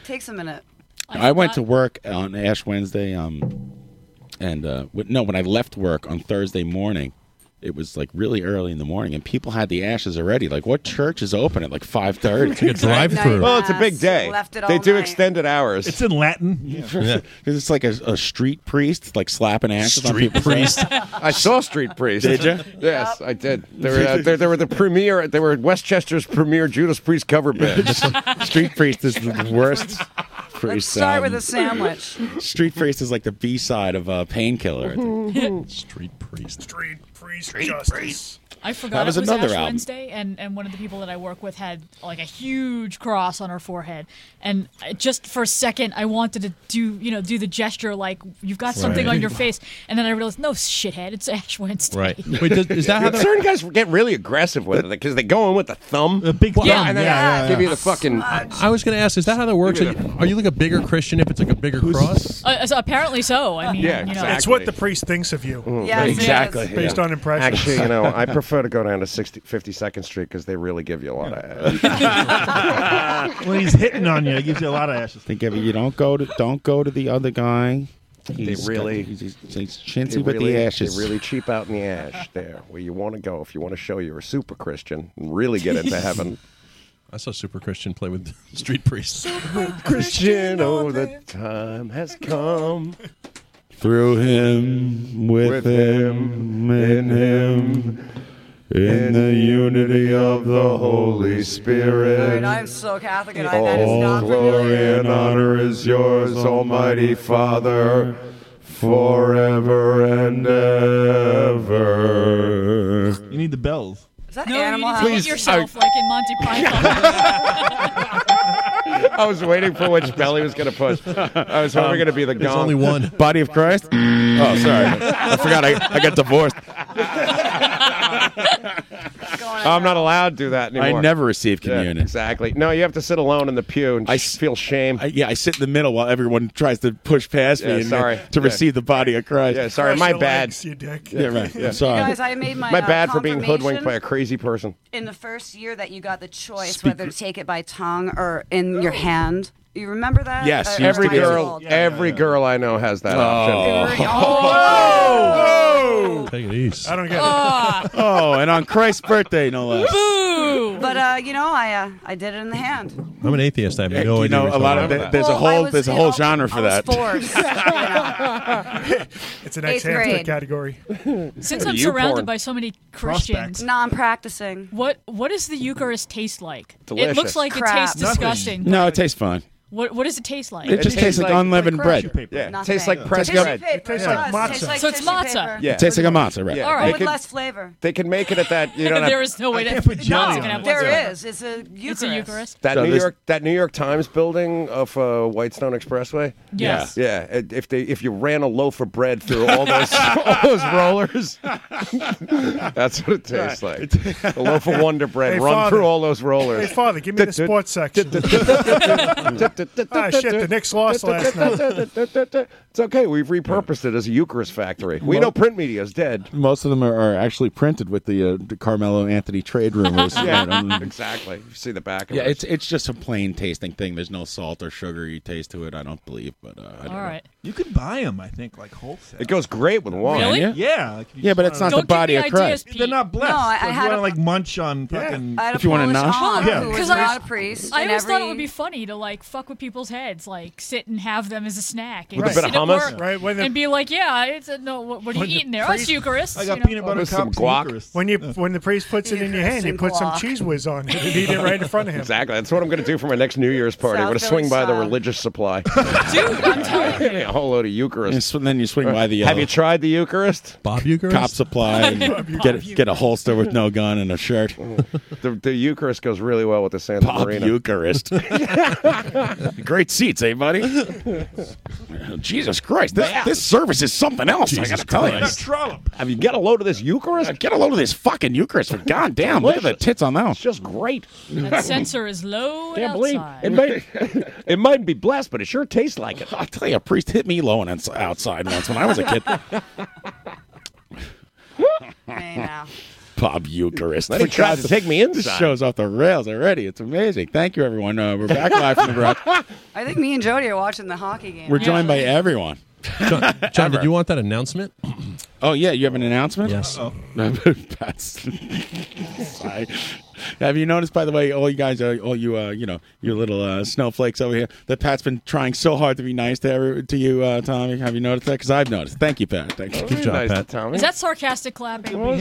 [SPEAKER 18] takes a minute.
[SPEAKER 1] I went to work on Ash Wednesday. Um, and uh, w- no, when I left work on Thursday morning, it was like really early in the morning, and people had the ashes already. Like, what church is open at like five thirty?
[SPEAKER 20] It's like a drive-through.
[SPEAKER 15] Well, it's a big day.
[SPEAKER 18] Left it
[SPEAKER 15] they
[SPEAKER 18] all
[SPEAKER 15] do
[SPEAKER 18] night.
[SPEAKER 15] extended hours.
[SPEAKER 6] It's in Latin.
[SPEAKER 1] Yeah. It's like a, a street priest, like slapping ashes on
[SPEAKER 15] Street
[SPEAKER 1] people's
[SPEAKER 15] priest.
[SPEAKER 1] heads.
[SPEAKER 15] I saw Street Priest.
[SPEAKER 1] Did ya?
[SPEAKER 15] Yes, I did. They were, uh, they, they were the premier. They were Westchester's premier Judas Priest cover band.
[SPEAKER 1] Street Priest is the worst. Priest,
[SPEAKER 18] Start with
[SPEAKER 1] um,
[SPEAKER 18] a sandwich.
[SPEAKER 1] Street Priest is like the B side of uh, Painkiller. I think.
[SPEAKER 20] Street priest.
[SPEAKER 22] Street priest justice.
[SPEAKER 17] I forgot
[SPEAKER 1] That was
[SPEAKER 17] it was
[SPEAKER 1] another
[SPEAKER 17] Ash
[SPEAKER 1] album.
[SPEAKER 17] Wednesday, and, and one of the people that I work with had like a huge cross on her forehead, and I- just for a second I wanted to do you know do the gesture like you've got something
[SPEAKER 15] Right.
[SPEAKER 17] on your face, and then I realized no shithead, it's Ash Wednesday.
[SPEAKER 20] Wait, does, is that how the-
[SPEAKER 15] certain guys get really aggressive with it because they go in with the thumb, the big
[SPEAKER 20] thumb.
[SPEAKER 15] and then
[SPEAKER 20] Yeah, yeah,
[SPEAKER 15] give you
[SPEAKER 20] yeah.
[SPEAKER 15] the fucking.
[SPEAKER 20] I was going to ask, is that how that works? Are you, are you like a bigger Christian if it's like a bigger cross?
[SPEAKER 17] Uh, so apparently so.
[SPEAKER 22] Ah,
[SPEAKER 17] I mean, you know,
[SPEAKER 22] It's what the priest thinks of you.
[SPEAKER 17] Yes,
[SPEAKER 15] exactly.
[SPEAKER 22] Based on impressions.
[SPEAKER 15] Actually, you know, I prefer to go down to 60, 52nd Street because they really give you a lot of.
[SPEAKER 6] when he's hitting on you, it gives you a lot of ashes.
[SPEAKER 1] Think of it. You don't go to don't go to the other guy. He's got-
[SPEAKER 15] really-
[SPEAKER 1] he's, he's, he's chintzy
[SPEAKER 15] they
[SPEAKER 1] with
[SPEAKER 15] really-
[SPEAKER 1] the ashes.
[SPEAKER 15] They really cheap out in the ash there, where you want to go if you want to show you're a super Christian and really get into heaven.
[SPEAKER 20] I saw Super Christian play with Street Priest.
[SPEAKER 15] Christian, oh, the time has come.
[SPEAKER 1] Through him, with, him, in him, in the unity of the Holy
[SPEAKER 18] Dude,
[SPEAKER 1] Spirit.
[SPEAKER 18] I'm so Catholic and I that is
[SPEAKER 1] All
[SPEAKER 18] not
[SPEAKER 1] glory and honor is yours, Almighty Father, forever and ever.
[SPEAKER 6] You need the bells.
[SPEAKER 18] Is that
[SPEAKER 17] no,
[SPEAKER 18] Animal
[SPEAKER 17] you need to
[SPEAKER 18] House?
[SPEAKER 17] hit yourself like in Monty Python.
[SPEAKER 15] I was waiting for which bell he was going to push. I was hoping going to be the gong.
[SPEAKER 20] only one.
[SPEAKER 1] Body of Christ? Oh, sorry. I forgot I, I got divorced.
[SPEAKER 15] I'm not allowed to do that anymore.
[SPEAKER 1] I never receive communion.
[SPEAKER 15] exactly. No, you have to sit alone in the pew and I feel shame.
[SPEAKER 1] I- yeah, I sit in the middle while everyone tries to push past
[SPEAKER 15] Yeah,
[SPEAKER 1] me and, uh,
[SPEAKER 15] sorry.
[SPEAKER 1] to
[SPEAKER 15] Yeah.
[SPEAKER 1] receive the body of Christ.
[SPEAKER 15] Yeah, sorry, my bad.
[SPEAKER 1] Yeah, right.
[SPEAKER 15] Yeah.
[SPEAKER 1] I'm sorry.
[SPEAKER 18] Guys, I made my,
[SPEAKER 15] my
[SPEAKER 18] uh,
[SPEAKER 15] bad for being
[SPEAKER 18] confirmation.
[SPEAKER 15] hoodwinked by a crazy person.
[SPEAKER 18] in the first year that you got the choice whether to take it by tongue or in your hand. You remember that? Uh, Or- or
[SPEAKER 15] every
[SPEAKER 18] am I
[SPEAKER 15] girl,
[SPEAKER 18] old?
[SPEAKER 15] every girl I know has that option. Oh!
[SPEAKER 20] Take it easy.
[SPEAKER 22] I don't get
[SPEAKER 18] Ah.
[SPEAKER 1] oh, and on Christ's birthday, no less.
[SPEAKER 18] But uh, you know, I uh, I did it in the hand.
[SPEAKER 20] I'm an atheist. I have
[SPEAKER 1] Yeah,
[SPEAKER 20] no
[SPEAKER 1] you
[SPEAKER 20] idea.
[SPEAKER 1] know,
[SPEAKER 20] what
[SPEAKER 1] a
[SPEAKER 20] you're
[SPEAKER 1] lot of
[SPEAKER 20] talking
[SPEAKER 1] th-
[SPEAKER 20] about.
[SPEAKER 1] there's a
[SPEAKER 18] Well, I
[SPEAKER 1] whole
[SPEAKER 18] was-
[SPEAKER 1] there's a
[SPEAKER 18] you
[SPEAKER 1] whole
[SPEAKER 18] know,
[SPEAKER 1] genre for that.
[SPEAKER 18] Forced. you know.
[SPEAKER 22] It's an
[SPEAKER 18] Eighth
[SPEAKER 22] ex hamster
[SPEAKER 18] grade.
[SPEAKER 22] category.
[SPEAKER 17] Since
[SPEAKER 22] Are
[SPEAKER 17] I'm
[SPEAKER 22] you
[SPEAKER 17] surrounded
[SPEAKER 22] porn?
[SPEAKER 17] by so many Christians,
[SPEAKER 18] non-practicing.
[SPEAKER 17] What what does the Eucharist taste like? It
[SPEAKER 1] Delicious.
[SPEAKER 17] looks like
[SPEAKER 18] Crap.
[SPEAKER 17] it tastes disgusting.
[SPEAKER 1] No, it tastes fine.
[SPEAKER 17] What What does it taste like?
[SPEAKER 1] It, just tastes like, unleavened bread.
[SPEAKER 17] Not
[SPEAKER 15] tastes
[SPEAKER 17] bad.
[SPEAKER 15] like pressed
[SPEAKER 17] Tastes
[SPEAKER 15] bread.
[SPEAKER 17] like paper. It tastes like
[SPEAKER 15] Yeah.
[SPEAKER 17] matzo. Tastes like So it's tissue matzo. paper.
[SPEAKER 15] Yeah.
[SPEAKER 1] It tastes like a matzo, right.
[SPEAKER 15] Yeah.
[SPEAKER 18] All
[SPEAKER 15] They
[SPEAKER 18] right. With
[SPEAKER 15] can-
[SPEAKER 18] less flavor.
[SPEAKER 15] They can make it at that. You don't have,
[SPEAKER 17] There is no way
[SPEAKER 18] I
[SPEAKER 17] that
[SPEAKER 18] can't put
[SPEAKER 17] no,
[SPEAKER 15] jelly
[SPEAKER 17] it's
[SPEAKER 15] on
[SPEAKER 17] gonna have
[SPEAKER 15] it.
[SPEAKER 17] one
[SPEAKER 18] There
[SPEAKER 17] side.
[SPEAKER 18] is. It's a Eucharist.
[SPEAKER 17] It's a Eucharist.
[SPEAKER 15] That
[SPEAKER 1] So
[SPEAKER 15] New
[SPEAKER 1] this-
[SPEAKER 15] York, that New York Times building off uh, Whitestone Expressway.
[SPEAKER 1] Yes.
[SPEAKER 15] Yeah. Yeah, If they if you ran a loaf of bread through all those all those rollers, that's what it tastes like. a loaf of Wonder bread
[SPEAKER 22] Hey,
[SPEAKER 15] run
[SPEAKER 22] Father.
[SPEAKER 15] through all those
[SPEAKER 22] Hey,
[SPEAKER 15] rollers.
[SPEAKER 22] Father, give me the sports section. ah, shit, the Knicks lost last night.
[SPEAKER 15] it's okay. We've repurposed it as a Eucharist factory. We know print media is dead.
[SPEAKER 1] Most of them are, are actually printed with the, uh, the Carmelo Anthony trade rumors.
[SPEAKER 15] Yeah, exactly. You see the back of
[SPEAKER 1] Yeah,
[SPEAKER 15] it.
[SPEAKER 1] it's it's just a plain tasting thing. There's no salt or sugary taste to it. I don't believe, but uh, I don't
[SPEAKER 5] All
[SPEAKER 1] know.
[SPEAKER 5] right. You could buy them, I think, like wholesale.
[SPEAKER 15] It goes great with wine.
[SPEAKER 1] Really?
[SPEAKER 5] Yeah.
[SPEAKER 1] Yeah.
[SPEAKER 5] like if you
[SPEAKER 1] Yeah,
[SPEAKER 5] just
[SPEAKER 1] but it's
[SPEAKER 5] wanna-
[SPEAKER 1] not the Don't give me body of ideas, Christ. Pete.
[SPEAKER 5] They're not blessed.
[SPEAKER 18] No, I- I
[SPEAKER 5] if
[SPEAKER 18] had
[SPEAKER 5] you want
[SPEAKER 18] a-
[SPEAKER 5] to like munch on fucking.
[SPEAKER 18] I had a If you wanna Polish nosh? aunt
[SPEAKER 5] yeah.
[SPEAKER 18] who was
[SPEAKER 17] Because
[SPEAKER 18] not
[SPEAKER 17] I,
[SPEAKER 18] a priest
[SPEAKER 17] I
[SPEAKER 18] and
[SPEAKER 17] always thought it
[SPEAKER 18] every-
[SPEAKER 17] would be funny to like fuck with people's heads, like sit and have them as a snack, and
[SPEAKER 15] With a
[SPEAKER 17] sit
[SPEAKER 15] bit of
[SPEAKER 17] at
[SPEAKER 15] hummus?
[SPEAKER 17] work
[SPEAKER 15] Right, when the-
[SPEAKER 17] and be like, "Yeah, it's a, no. What, what are
[SPEAKER 22] when
[SPEAKER 17] you
[SPEAKER 22] the
[SPEAKER 17] eating there?
[SPEAKER 22] priest-
[SPEAKER 17] Us Eucharists.
[SPEAKER 22] I got
[SPEAKER 17] you know?
[SPEAKER 22] peanut butter
[SPEAKER 15] With some guac.
[SPEAKER 22] When you when the priest puts it in your hand, you put some cheese whiz on it and eat it right in front of him.
[SPEAKER 15] Exactly. That's what I'm going to do for my next New Year's party. I'm
[SPEAKER 22] South
[SPEAKER 15] going to swing
[SPEAKER 22] Philly
[SPEAKER 15] by the
[SPEAKER 22] style.
[SPEAKER 15] religious supply.
[SPEAKER 17] telling
[SPEAKER 15] a whole load of Eucharist.
[SPEAKER 1] And so then you swing by the. Uh,
[SPEAKER 15] Have you tried the Eucharist?
[SPEAKER 1] Bob Eucharist? Cop supply.
[SPEAKER 15] Bob
[SPEAKER 1] And get get a holster with no gun and a shirt.
[SPEAKER 15] The, the Eucharist goes really well with the Santa
[SPEAKER 1] Bob
[SPEAKER 15] Marina.
[SPEAKER 1] Eucharist. Great seats, eh, buddy? Jesus Christ, this,
[SPEAKER 15] Man.
[SPEAKER 1] this service is something else. I
[SPEAKER 15] Jesus
[SPEAKER 1] gotta tell
[SPEAKER 15] Christ.
[SPEAKER 1] you.
[SPEAKER 15] I mean, get a load of this Eucharist.
[SPEAKER 1] Get a load of this fucking Eucharist. For goddamn, look at the tits on that. one.
[SPEAKER 15] It's just great.
[SPEAKER 17] That sensor is low and
[SPEAKER 15] Can't believe
[SPEAKER 17] outside.
[SPEAKER 15] it might it might be blessed, but it sure tastes like it.
[SPEAKER 1] I'll tell you, a priest hit me low and outs- outside once when I was a kid. Bob Eucharist.
[SPEAKER 15] Then he tries to take me inside.
[SPEAKER 1] This show's off the rails already. It's amazing. Thank you, everyone. Uh, we're back live from the garage.
[SPEAKER 18] I think me and Jody are watching the hockey game.
[SPEAKER 1] We're joined by
[SPEAKER 18] actually.
[SPEAKER 1] everyone.
[SPEAKER 20] John, John did you want that announcement?
[SPEAKER 1] Oh yeah, you have an announcement.
[SPEAKER 20] Yes.
[SPEAKER 1] Pat's- Sorry. Have you noticed, by the way, all you guys, uh, all you, uh, you know, your little uh, snowflakes over here, that Pat's been trying so hard to be nice to every, to you, uh, Tommy. Have you noticed that? Because I've noticed. Thank you, Pat. Thank you.
[SPEAKER 15] Good job, nice to Pat. Tommy.
[SPEAKER 17] Is that sarcastic clapping?
[SPEAKER 20] No,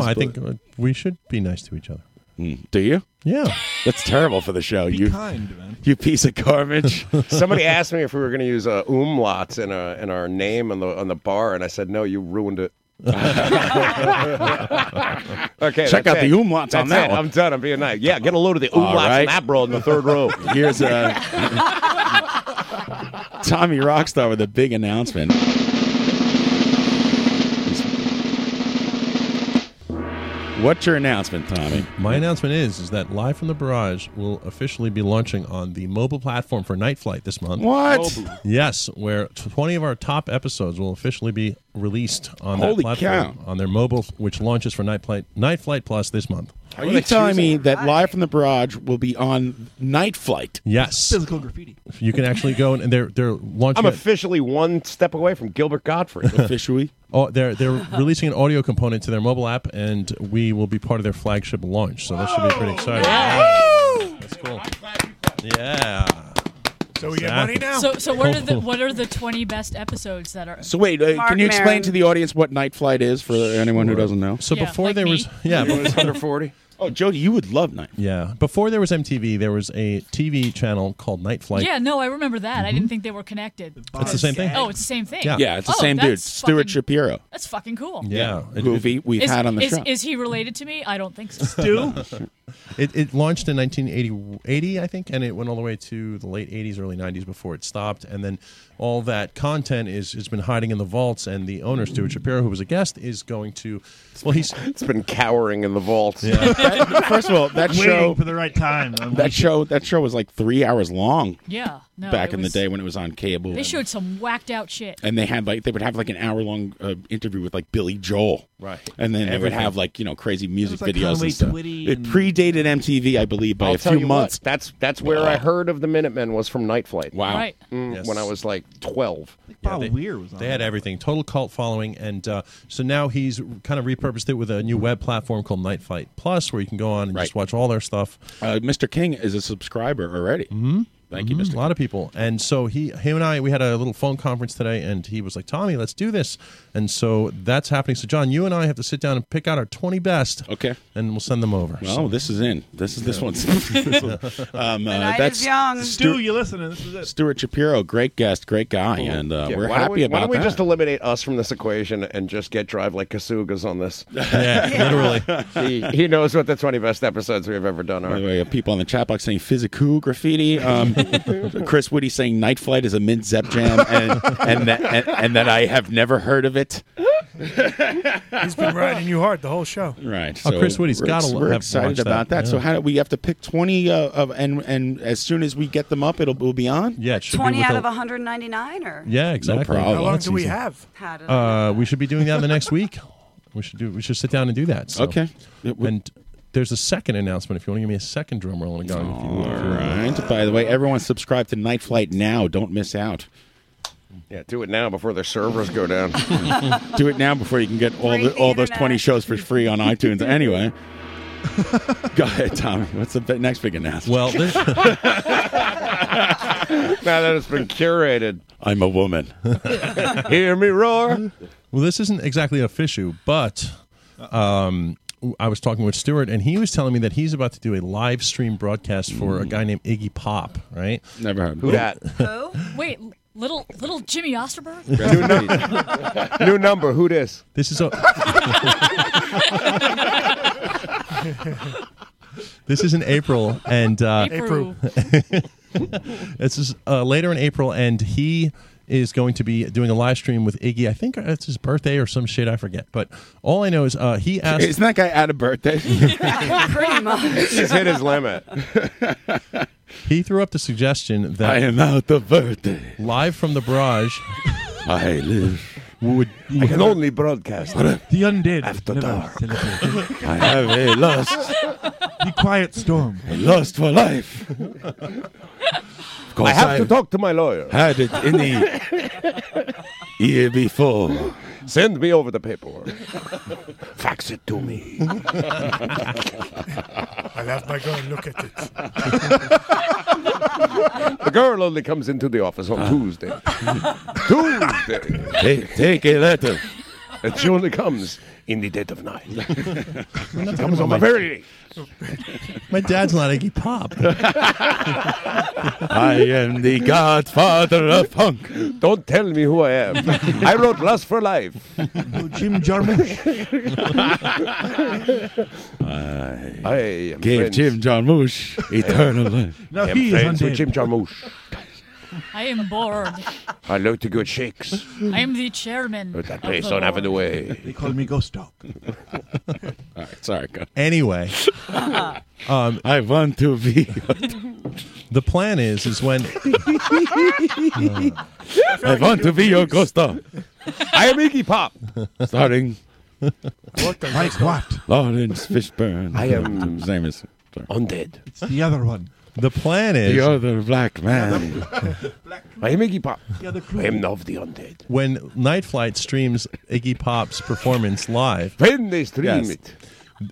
[SPEAKER 20] I think uh, we should be nice to each other.
[SPEAKER 1] Hmm. Do you?
[SPEAKER 20] Yeah.
[SPEAKER 1] That's terrible for the show. you
[SPEAKER 20] kind,
[SPEAKER 1] You piece of garbage.
[SPEAKER 15] Somebody asked me if we were going to use uh, umlauts in, uh, in our name on the on the bar, and I said no. You ruined it. okay,
[SPEAKER 1] Check
[SPEAKER 15] that's
[SPEAKER 1] out
[SPEAKER 15] it.
[SPEAKER 1] the umlauts on
[SPEAKER 15] That's
[SPEAKER 1] that
[SPEAKER 15] it.
[SPEAKER 1] one.
[SPEAKER 15] I'm done. I'm being nice. Yeah, get a load of the
[SPEAKER 1] All
[SPEAKER 15] umlauts on
[SPEAKER 1] right.
[SPEAKER 15] that bro in the third row.
[SPEAKER 1] Here's uh, Tommy Rockstar with a big announcement. What's your announcement, Tommy?
[SPEAKER 20] My announcement is is that Live from the Barrage will officially be launching on the mobile platform for Night Flight this month.
[SPEAKER 1] What?
[SPEAKER 20] Yes, where 20 of our top episodes will officially be released on
[SPEAKER 1] Holy
[SPEAKER 20] that platform on their mobile which launches for Night Flight Night Flight Plus this month.
[SPEAKER 1] Are you telling me that Live from the Barrage will be on Night Flight?
[SPEAKER 20] Yes. Physical
[SPEAKER 5] graffiti.
[SPEAKER 20] You can actually go and they're they're launching
[SPEAKER 15] I'm
[SPEAKER 20] it-
[SPEAKER 15] officially one step away from Gilbert Godfrey.
[SPEAKER 1] officially.
[SPEAKER 20] Oh, they're they're releasing an audio component to their mobile app, and we will be part of their flagship launch. So that should be pretty exciting. That's cool. Yeah.
[SPEAKER 22] So
[SPEAKER 20] we get money now.
[SPEAKER 17] So, so what are the what are the twenty best episodes that are?
[SPEAKER 1] So wait, uh, can you explain to the audience what Night Flight is for anyone who doesn't know?
[SPEAKER 20] So before there was yeah,
[SPEAKER 1] Yeah, it's under
[SPEAKER 15] 40.
[SPEAKER 1] Oh, Jody, you would love Night.
[SPEAKER 20] Yeah. Before there was MTV, there was a TV channel called Night Flight.
[SPEAKER 17] yeah, no, I remember that. I
[SPEAKER 1] Mm-hmm.
[SPEAKER 17] didn't think they were connected.
[SPEAKER 20] It's the same thing.
[SPEAKER 17] Oh, it's the same thing.
[SPEAKER 20] Yeah.
[SPEAKER 1] Yeah, it's the
[SPEAKER 17] Oh,
[SPEAKER 1] same dude,
[SPEAKER 17] that's
[SPEAKER 1] Stuart
[SPEAKER 17] fucking-
[SPEAKER 1] Shapiro.
[SPEAKER 17] That's fucking cool.
[SPEAKER 20] Yeah.
[SPEAKER 1] who we- we've
[SPEAKER 17] Is-
[SPEAKER 1] had on the
[SPEAKER 17] is,
[SPEAKER 1] show.
[SPEAKER 17] Is he related to me? I don't think so.
[SPEAKER 20] it, it launched in 1980, 80, I think, and it went all the way to the late 80s, early 90s before it stopped. And then all that content is has been hiding in the vaults. And the owner, Stuart Shapiro, who was a guest, is going to. Well, he's
[SPEAKER 15] it's been cowering in the vaults.
[SPEAKER 1] First of all, that
[SPEAKER 5] Waiting
[SPEAKER 1] show
[SPEAKER 5] for the right time.
[SPEAKER 1] that show that show was like three hours long.
[SPEAKER 17] Yeah, no,
[SPEAKER 1] back
[SPEAKER 17] it
[SPEAKER 1] in
[SPEAKER 17] was-
[SPEAKER 1] the day when it was on cable.
[SPEAKER 17] They showed some whacked out shit.
[SPEAKER 1] and they had like they would have like an hour long uh, interview with like Billy Joel,
[SPEAKER 17] Right.
[SPEAKER 1] And then they would
[SPEAKER 15] Everything.
[SPEAKER 1] have like you know crazy music
[SPEAKER 15] like
[SPEAKER 1] videos
[SPEAKER 15] Conway
[SPEAKER 1] and stuff.
[SPEAKER 15] Twitty
[SPEAKER 1] It predated MTV, I believe, by
[SPEAKER 15] I'll
[SPEAKER 1] a
[SPEAKER 15] tell
[SPEAKER 1] few
[SPEAKER 15] you
[SPEAKER 1] months.
[SPEAKER 15] What, that's that's where I heard of the Minutemen was from Night Flight.
[SPEAKER 1] Wow.
[SPEAKER 20] Right.
[SPEAKER 15] Mm,
[SPEAKER 20] Yes.
[SPEAKER 15] When I was like 12.
[SPEAKER 20] Yeah, they, they had everything, total cult following, and uh, so now he's kind of repurposed it with a new web platform called Night Flight Plus, where you can go on and just watch all their stuff.
[SPEAKER 1] Uh, Mr. King is a subscriber already. Mm-hmm. Thank you,
[SPEAKER 20] Mhm,
[SPEAKER 1] Mr.
[SPEAKER 20] A lot of people. And so he, him and I, we had a little phone conference today, and he was like, Tommy, let's do this. And so that's happening. So, John, you and I have to sit down and pick out our 20 best.
[SPEAKER 1] Okay.
[SPEAKER 20] And we'll send them over.
[SPEAKER 1] Well, this is in. This is this
[SPEAKER 20] Yeah.
[SPEAKER 1] one's. this one. um,
[SPEAKER 20] The
[SPEAKER 1] uh,
[SPEAKER 20] night
[SPEAKER 1] that's
[SPEAKER 20] is young.
[SPEAKER 1] Stu-
[SPEAKER 22] Stu, you listening? This is it.
[SPEAKER 1] Stuart Shapiro, great guest, great guy,
[SPEAKER 20] Oh,
[SPEAKER 1] and uh,
[SPEAKER 15] Yeah,
[SPEAKER 1] we're
[SPEAKER 15] why don't
[SPEAKER 1] happy
[SPEAKER 15] we,
[SPEAKER 1] about
[SPEAKER 15] Why don't we
[SPEAKER 1] that.
[SPEAKER 15] just eliminate us from this equation and just get drive like Kasugas on this?
[SPEAKER 1] Yeah,
[SPEAKER 15] he, he knows what the 20 best episodes we've ever done
[SPEAKER 1] By
[SPEAKER 15] are.
[SPEAKER 1] the way, uh, people in the chat box saying physical graffiti. Um, Chris Woody saying Night Flight is a mid Zep jam, and and that and, and that I have never heard of it.
[SPEAKER 5] He's been riding you hard the whole show.
[SPEAKER 1] Right.
[SPEAKER 20] Oh, Chris Woody's
[SPEAKER 1] we're
[SPEAKER 20] gotta
[SPEAKER 1] ex-
[SPEAKER 20] lo-
[SPEAKER 1] We're
[SPEAKER 20] have
[SPEAKER 1] excited
[SPEAKER 20] watched
[SPEAKER 1] about that.
[SPEAKER 20] that,
[SPEAKER 1] So
[SPEAKER 20] yeah.
[SPEAKER 1] how do we have to pick twenty uh, of and and as soon as we get them up, it'll, it'll be on.
[SPEAKER 20] Yeah, it should
[SPEAKER 18] Twenty out of 199, or
[SPEAKER 20] Yeah, exactly.
[SPEAKER 1] problem.
[SPEAKER 20] How long That's do we easy.
[SPEAKER 18] have? How did
[SPEAKER 20] Uh, we should be doing that in the next week. We should do. We should sit down and do that. So.
[SPEAKER 1] Okay.
[SPEAKER 20] And there's a second announcement. If you want to give me a second drum roll and a gong, if you would.
[SPEAKER 1] All
[SPEAKER 20] if you would.
[SPEAKER 1] right. By the way, everyone subscribe to Night Flight now. Don't miss out.
[SPEAKER 15] Yeah, do it now before their servers go down.
[SPEAKER 1] Do it now before you can get all the, all those twenty shows for free on iTunes. Anyway, go ahead, Tommy. What's the big- next big announcement?
[SPEAKER 20] Well,
[SPEAKER 15] now that it's been curated,
[SPEAKER 1] I'm a woman.
[SPEAKER 15] Hear me roar.
[SPEAKER 20] Well, this isn't exactly a fishu, but um, I was talking with Stuart, and he was telling me that he's about to do a live stream broadcast for a guy named Iggy Pop. Right?
[SPEAKER 1] Mm. Never heard.
[SPEAKER 20] Who that?
[SPEAKER 17] Wait, little little Jimmy Osterberg?
[SPEAKER 15] new, num- new number. Who this?
[SPEAKER 20] This is a.
[SPEAKER 17] Oh.
[SPEAKER 20] this is in April, and uh,
[SPEAKER 17] April.
[SPEAKER 20] this is uh, later in April, and he is going to be doing a live stream with Iggy. I think it's his birthday or some shit. I forget, but all I know is uh, he asked.
[SPEAKER 1] Isn't that guy at a birthday?
[SPEAKER 18] Pretty much.
[SPEAKER 15] He's hit his limit.
[SPEAKER 20] He threw up the suggestion that
[SPEAKER 1] I am out the birthday.
[SPEAKER 20] Live from the barrage.
[SPEAKER 1] I live.
[SPEAKER 20] Would
[SPEAKER 15] I can only broadcast the
[SPEAKER 22] undead
[SPEAKER 15] after
[SPEAKER 22] never
[SPEAKER 15] dark.
[SPEAKER 1] I have a lost,
[SPEAKER 22] The quiet storm.
[SPEAKER 1] lost for life.
[SPEAKER 15] I have to talk to my lawyer.
[SPEAKER 1] Had it in the year before.
[SPEAKER 15] Send me over the paperwork.
[SPEAKER 25] Fax it to me.
[SPEAKER 5] I left my girl look at it.
[SPEAKER 15] the girl only comes into the office
[SPEAKER 1] Ah.
[SPEAKER 15] on Tuesday. Tuesday.
[SPEAKER 1] Take, take a letter.
[SPEAKER 15] And she only comes in the dead of night. She comes
[SPEAKER 20] about
[SPEAKER 15] on my
[SPEAKER 20] my-
[SPEAKER 15] very
[SPEAKER 20] My dad's not Iggy Pop.
[SPEAKER 1] I am the godfather of punk.
[SPEAKER 15] Don't tell me who I am. I wrote Lust for Life.
[SPEAKER 22] Jim Jarmusch.
[SPEAKER 1] I,
[SPEAKER 15] I am
[SPEAKER 1] gave
[SPEAKER 15] friends.
[SPEAKER 1] Jim Jarmusch eternal life.
[SPEAKER 22] Now
[SPEAKER 15] I am
[SPEAKER 22] he is
[SPEAKER 15] friends with
[SPEAKER 22] undead.
[SPEAKER 15] Jim Jarmusch.
[SPEAKER 17] I am bored.
[SPEAKER 15] I like to go shakes,
[SPEAKER 17] I am the chairman.
[SPEAKER 15] but that
[SPEAKER 17] of
[SPEAKER 15] place
[SPEAKER 17] the
[SPEAKER 15] don't have
[SPEAKER 17] board.
[SPEAKER 15] it away.
[SPEAKER 22] They call me Ghost Dog.
[SPEAKER 1] All right, sorry. Go.
[SPEAKER 20] anyway, um,
[SPEAKER 1] I want to be.
[SPEAKER 20] the plan is is when
[SPEAKER 1] I want to be your ghost dog.
[SPEAKER 15] I am Iggy Pop.
[SPEAKER 1] Starting
[SPEAKER 22] Like what?
[SPEAKER 1] Lawrence Fishburne.
[SPEAKER 15] I am-
[SPEAKER 1] His name is.
[SPEAKER 15] Undead.
[SPEAKER 22] It's the other one.
[SPEAKER 20] the plan is
[SPEAKER 1] The other black man.
[SPEAKER 15] I am Iggy Pop.
[SPEAKER 22] The other crew.
[SPEAKER 15] I am of the undead.
[SPEAKER 20] when Night Flight streams Iggy Pop's performance live.
[SPEAKER 15] When they stream
[SPEAKER 20] Yes.
[SPEAKER 15] it.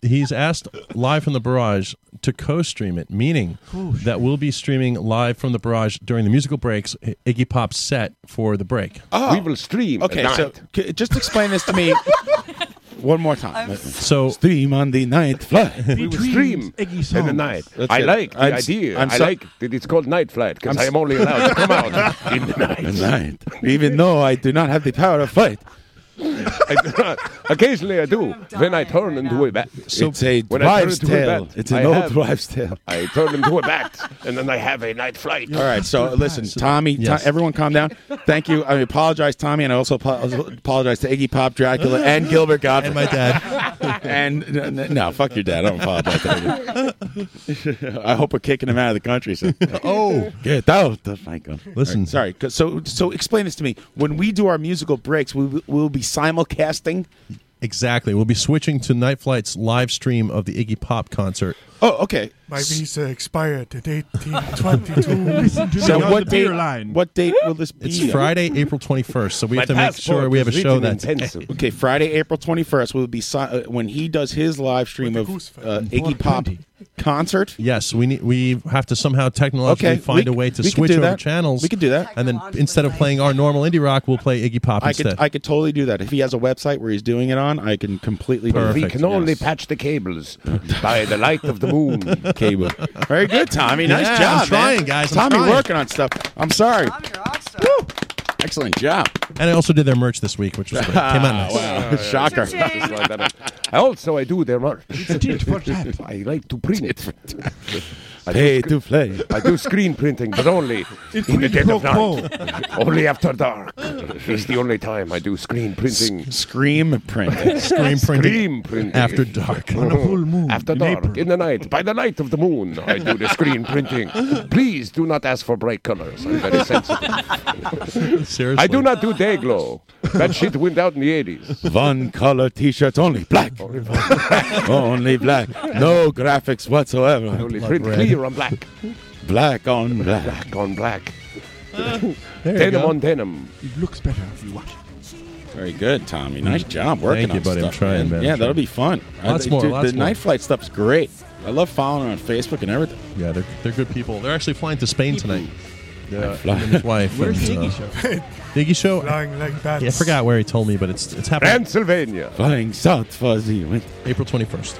[SPEAKER 20] He's asked live from the barrage to co-stream it, meaning that we'll be streaming live from the barrage during the musical breaks. Iggy Pop's set for the break.
[SPEAKER 15] We will stream.
[SPEAKER 1] Ah. Okay,
[SPEAKER 15] at
[SPEAKER 1] so
[SPEAKER 15] night.
[SPEAKER 1] c- just explain this to me one more time.
[SPEAKER 20] So
[SPEAKER 1] Stream on the night fly.
[SPEAKER 15] we will stream
[SPEAKER 22] Iggy songs.
[SPEAKER 15] in the night.
[SPEAKER 1] That's
[SPEAKER 15] I
[SPEAKER 1] it.
[SPEAKER 15] like the
[SPEAKER 1] I'm s-
[SPEAKER 15] idea. i
[SPEAKER 1] I'm so-
[SPEAKER 15] like that it's called night flight because
[SPEAKER 1] I'm
[SPEAKER 15] I
[SPEAKER 1] s-
[SPEAKER 15] am only allowed to come out in the
[SPEAKER 1] The
[SPEAKER 15] night.
[SPEAKER 1] night. Even though I do not have the power of flight,
[SPEAKER 15] I do not- Occasionally I do. When I turn into a bat.
[SPEAKER 1] it's a
[SPEAKER 15] when I turn
[SPEAKER 1] wives'
[SPEAKER 15] into a
[SPEAKER 1] tale.
[SPEAKER 15] bat,
[SPEAKER 1] It's an
[SPEAKER 15] I
[SPEAKER 1] old
[SPEAKER 15] have-
[SPEAKER 1] wives' tale.
[SPEAKER 15] I turn into a bat, and then I have a night flight.
[SPEAKER 1] All right, so listen, Tommy, Tom-
[SPEAKER 20] Yes.
[SPEAKER 1] everyone calm down. Thank you. I apologize, Tommy, and I also apo- apologize to Iggy Pop, Dracula, and Gilbert Godfrey.
[SPEAKER 20] And my dad.
[SPEAKER 1] And uh, n- n- no, fuck your dad. I don't apologize. To Iggy. I hope we're kicking him out of the country. So.
[SPEAKER 20] Oh,
[SPEAKER 1] Get out of my country.
[SPEAKER 20] Listen.
[SPEAKER 1] All right, sorry. 'cause- So, so explain this to me. When we do our musical breaks, we will we'll be simulcasting.
[SPEAKER 20] exactly. We'll be switching to Night Flight's live stream of the Iggy Pop concert.
[SPEAKER 1] Oh, okay.
[SPEAKER 5] My visa expired at 1822.
[SPEAKER 22] to
[SPEAKER 1] So
[SPEAKER 22] me on
[SPEAKER 1] what
[SPEAKER 22] the
[SPEAKER 1] date?
[SPEAKER 22] beer line.
[SPEAKER 1] What date will this be?
[SPEAKER 20] It's Friday, April 21st, so we
[SPEAKER 15] My
[SPEAKER 20] have to make
[SPEAKER 15] passport
[SPEAKER 20] sure we have a
[SPEAKER 15] is
[SPEAKER 20] show
[SPEAKER 15] written in
[SPEAKER 20] that's
[SPEAKER 15] pencil.
[SPEAKER 1] Okay, Friday, April twenty first will be si- uh, when he does his live stream of uh, Iggy Pop concert?
[SPEAKER 19] Yes, we need, we have to somehow technologically
[SPEAKER 1] Okay,
[SPEAKER 19] find
[SPEAKER 1] we-
[SPEAKER 19] a way to
[SPEAKER 1] we could
[SPEAKER 19] switch
[SPEAKER 1] do
[SPEAKER 19] over
[SPEAKER 1] that.
[SPEAKER 19] channels.
[SPEAKER 1] We could do that.
[SPEAKER 19] and then instead of playing our normal indie rock, we'll play Iggy Pop
[SPEAKER 1] I
[SPEAKER 19] instead.
[SPEAKER 1] could I could totally do that. If he has a website where he's doing it on, I can completely do
[SPEAKER 19] Perfect.
[SPEAKER 1] it.
[SPEAKER 19] We can only
[SPEAKER 1] patch the cables by the light of the moon. Cable. Very good, Tommy. Nice
[SPEAKER 19] Yeah,
[SPEAKER 1] job.
[SPEAKER 19] I'm trying,
[SPEAKER 1] man.
[SPEAKER 19] guys. I'm
[SPEAKER 1] Tommy
[SPEAKER 19] trying.
[SPEAKER 1] working on stuff. I'm sorry. Woo. Excellent job.
[SPEAKER 19] and I also did their merch this week, which was great. Came out nice.
[SPEAKER 1] Wow. Shocker.
[SPEAKER 15] Just like that. I also I do their merch. I like to print it. I do
[SPEAKER 1] Pay
[SPEAKER 15] sc-
[SPEAKER 1] to play.
[SPEAKER 15] I do screen printing, but only in the dead of night. only after dark. It's the only time I do screen printing.
[SPEAKER 1] scream printing.
[SPEAKER 19] Screen printing
[SPEAKER 15] Scream printing.
[SPEAKER 19] after dark.
[SPEAKER 15] On a full moon. After dark. In the night. By the light of the moon, I do the screen printing. Please do not ask for bright colors. I'm very sensitive.
[SPEAKER 19] Seriously.
[SPEAKER 15] I do not do day glow. That shit went out in the 80s.
[SPEAKER 1] One color T-shirts only black. only black. No graphics whatsoever.
[SPEAKER 15] Only print clear on black.
[SPEAKER 1] Black on black.
[SPEAKER 15] Black on black.
[SPEAKER 1] you
[SPEAKER 15] denim
[SPEAKER 1] go.
[SPEAKER 15] on denim.
[SPEAKER 8] It looks better if you watch it.
[SPEAKER 1] Very good, Tommy. Nice job working
[SPEAKER 19] Mm. Thank you,
[SPEAKER 1] on
[SPEAKER 19] buddy. I'm
[SPEAKER 1] stuff.
[SPEAKER 19] trying, man.
[SPEAKER 1] Yeah,
[SPEAKER 19] I'm
[SPEAKER 1] that'll
[SPEAKER 19] trying.
[SPEAKER 1] be fun.
[SPEAKER 19] Lots
[SPEAKER 1] I-
[SPEAKER 19] more,
[SPEAKER 1] dude,
[SPEAKER 19] lots
[SPEAKER 1] the
[SPEAKER 19] more.
[SPEAKER 1] night flight stuff's great. I love following her on Facebook and everything.
[SPEAKER 19] Yeah, they're they're good people. They're actually flying to Spain tonight. Yeah,
[SPEAKER 1] Fly-
[SPEAKER 19] him and his wife.
[SPEAKER 1] Where's
[SPEAKER 19] and,
[SPEAKER 1] the Iggy
[SPEAKER 19] show? Iggy show.
[SPEAKER 22] Flying like bats.
[SPEAKER 19] Yeah, I forgot where he told me, but it's it's happening.
[SPEAKER 15] Pennsylvania.
[SPEAKER 1] Flying south for the
[SPEAKER 19] April 21st.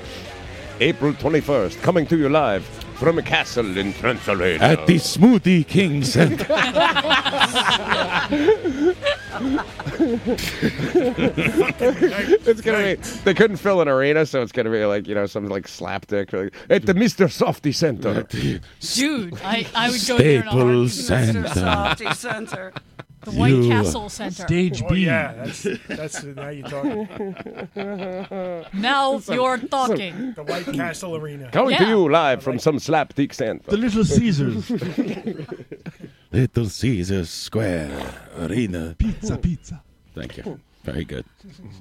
[SPEAKER 15] April 21st, coming to you live from a castle in Pennsylvania.
[SPEAKER 1] At the Smoothie King Center.
[SPEAKER 15] it's gonna be. They couldn't fill an arena, so it's gonna be like you know some like slapdick like, at the Mister Softy Center.
[SPEAKER 17] Dude, I, I would go there in a
[SPEAKER 15] Staples
[SPEAKER 17] heartbeat.
[SPEAKER 15] Center.
[SPEAKER 17] Softy Center. The White
[SPEAKER 15] You-
[SPEAKER 17] Castle Center.
[SPEAKER 22] Oh, yeah, that's that's now you're talking.
[SPEAKER 17] Now
[SPEAKER 22] Some-
[SPEAKER 17] you're
[SPEAKER 22] some-
[SPEAKER 17] talking.
[SPEAKER 22] the White Castle Arena.
[SPEAKER 15] Coming to you live from some slapdick center.
[SPEAKER 8] The Little Caesars.
[SPEAKER 1] Little Caesars Square Arena.
[SPEAKER 8] pizza, pizza.
[SPEAKER 1] Thank you. Very good.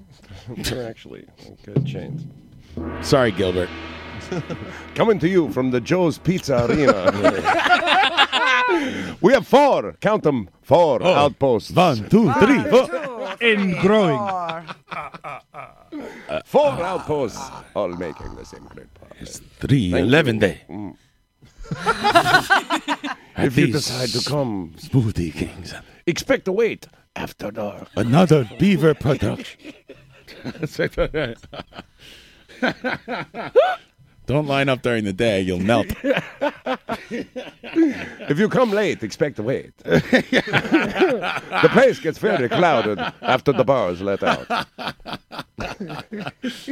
[SPEAKER 15] Actually, good chance.
[SPEAKER 1] Sorry, Gilbert.
[SPEAKER 15] Coming to you from the Joe's Pizza Arena. we have four, count them, four outposts. One,
[SPEAKER 1] Oh, two, three, four.
[SPEAKER 15] In growing. Uh, four outposts, all making the same great progress.
[SPEAKER 1] Three eleven day.
[SPEAKER 15] Mm.
[SPEAKER 1] At
[SPEAKER 15] if you
[SPEAKER 1] the
[SPEAKER 15] decide to come,
[SPEAKER 1] Smoothie King Center.
[SPEAKER 15] expect to wait after dark.
[SPEAKER 1] Another Beaver production. Don't line up during the day. You'll melt.
[SPEAKER 15] if you come late, expect to wait. the place gets very clouded after the bar is let out. this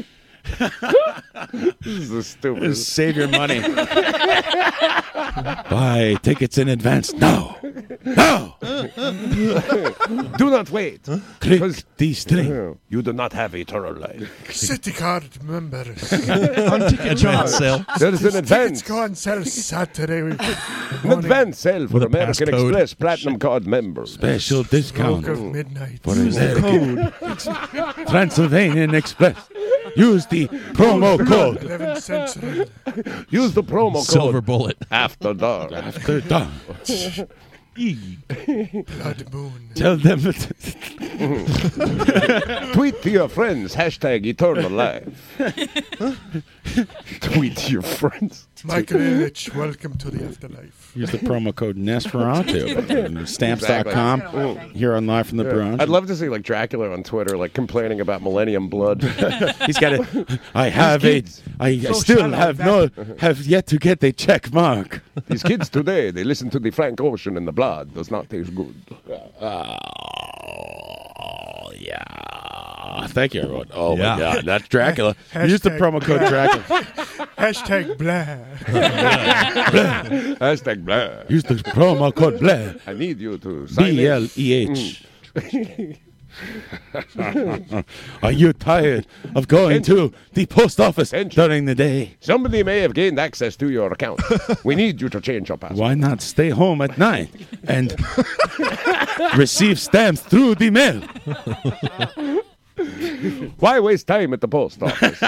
[SPEAKER 15] is the stupid.
[SPEAKER 1] Save your money. Buy tickets in advance now. No!
[SPEAKER 15] do not wait. Click
[SPEAKER 1] these three.
[SPEAKER 15] You do not have eternal life.
[SPEAKER 22] City card members.
[SPEAKER 15] On ticket Advance sale. There is an advance.
[SPEAKER 22] Tickets go on sale Saturday.
[SPEAKER 15] An advance sale for
[SPEAKER 1] With a
[SPEAKER 15] American
[SPEAKER 1] passcode.
[SPEAKER 15] Express Platinum Card members.
[SPEAKER 1] Special discount.
[SPEAKER 22] Stroke of midnight.
[SPEAKER 1] For
[SPEAKER 22] Use the
[SPEAKER 1] American Transylvanian Express. Use the promo code.
[SPEAKER 22] 11 cents.
[SPEAKER 15] Use the promo code.
[SPEAKER 19] Silver bullet.
[SPEAKER 15] After dark.
[SPEAKER 1] After dark.
[SPEAKER 22] Blood moon.
[SPEAKER 1] Tell them.
[SPEAKER 15] Tweet to your friends hashtag eternal life. Tweet to your friends.
[SPEAKER 22] Michael Illich, welcome to the afterlife.
[SPEAKER 1] Use the promo code Nesferatu. Stamps.com.
[SPEAKER 15] Exactly. Oh.
[SPEAKER 1] Here on Live from the
[SPEAKER 15] Yeah.
[SPEAKER 1] Bronx.
[SPEAKER 15] I'd love to see like Dracula on Twitter, like complaining about Millennium Blood.
[SPEAKER 1] He's got a. I have a. I, I
[SPEAKER 15] So
[SPEAKER 1] still
[SPEAKER 15] shallow
[SPEAKER 1] have
[SPEAKER 15] that-
[SPEAKER 1] no. Have yet to get a check mark.
[SPEAKER 15] These kids today, they listen to the Frank Ocean and the blood does not taste good.
[SPEAKER 1] Oh yeah. Thank you, everyone. Oh
[SPEAKER 19] Yeah.
[SPEAKER 1] my God, that's Dracula. Use the
[SPEAKER 22] Hashtag
[SPEAKER 1] promo code
[SPEAKER 22] blah.
[SPEAKER 1] Dracula.
[SPEAKER 22] Hashtag blah.
[SPEAKER 15] Hashtag blah.
[SPEAKER 1] Use the promo code Blair.
[SPEAKER 15] I need you to sign
[SPEAKER 1] B
[SPEAKER 15] in.
[SPEAKER 1] L E H. Are you tired of going to the post office during the day?
[SPEAKER 15] Somebody may have gained access to your account. we need you to change your password.
[SPEAKER 1] Why not stay home at night and receive stamps through the mail?
[SPEAKER 15] Why waste time at the post office?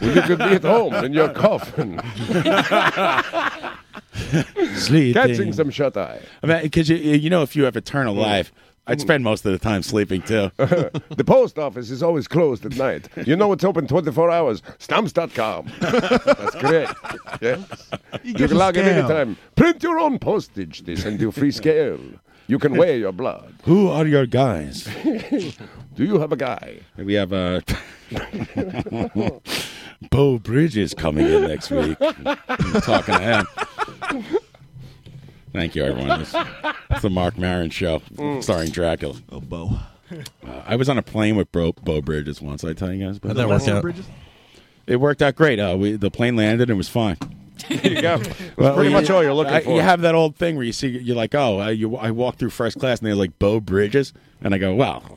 [SPEAKER 15] when you could be at home in your coffin,
[SPEAKER 1] Sleeping. Mm.
[SPEAKER 15] catching some Mm. shut eye.
[SPEAKER 1] Because you, you know, if you have eternal life, I'd spend most of the time sleeping too.
[SPEAKER 15] the post office is always closed at night. You know it's open 24 hours. Stamps.com. That's great. Yeah. You,
[SPEAKER 26] get
[SPEAKER 15] can
[SPEAKER 26] a
[SPEAKER 15] log in
[SPEAKER 26] scale.
[SPEAKER 15] anytime. Print your own postage. They send you free scale. You can weigh your blood.
[SPEAKER 1] Who are your guys?
[SPEAKER 15] Do you have a guy?
[SPEAKER 1] We have uh, Bo Bridges coming in next week. I'm talking to him. Thank you, everyone. It's, it's the Mark Maron show,
[SPEAKER 5] Mm.
[SPEAKER 1] starring Dracula. Oh, Bo. Uh, I was on a plane with Bo, Bo Bridges once. I tell you guys,
[SPEAKER 5] How'd
[SPEAKER 1] about
[SPEAKER 5] that work out? Bridges?
[SPEAKER 1] It worked out great. Uh, we, the plane landed and it was fine.
[SPEAKER 15] There you go.
[SPEAKER 1] Well, uh,
[SPEAKER 15] That's pretty
[SPEAKER 1] you-
[SPEAKER 15] much all you're looking
[SPEAKER 1] I-
[SPEAKER 15] for.
[SPEAKER 1] You have that old thing where you see, you're like, oh, I, you, I walk through first class and they're like Bo Bridges, and I go, well,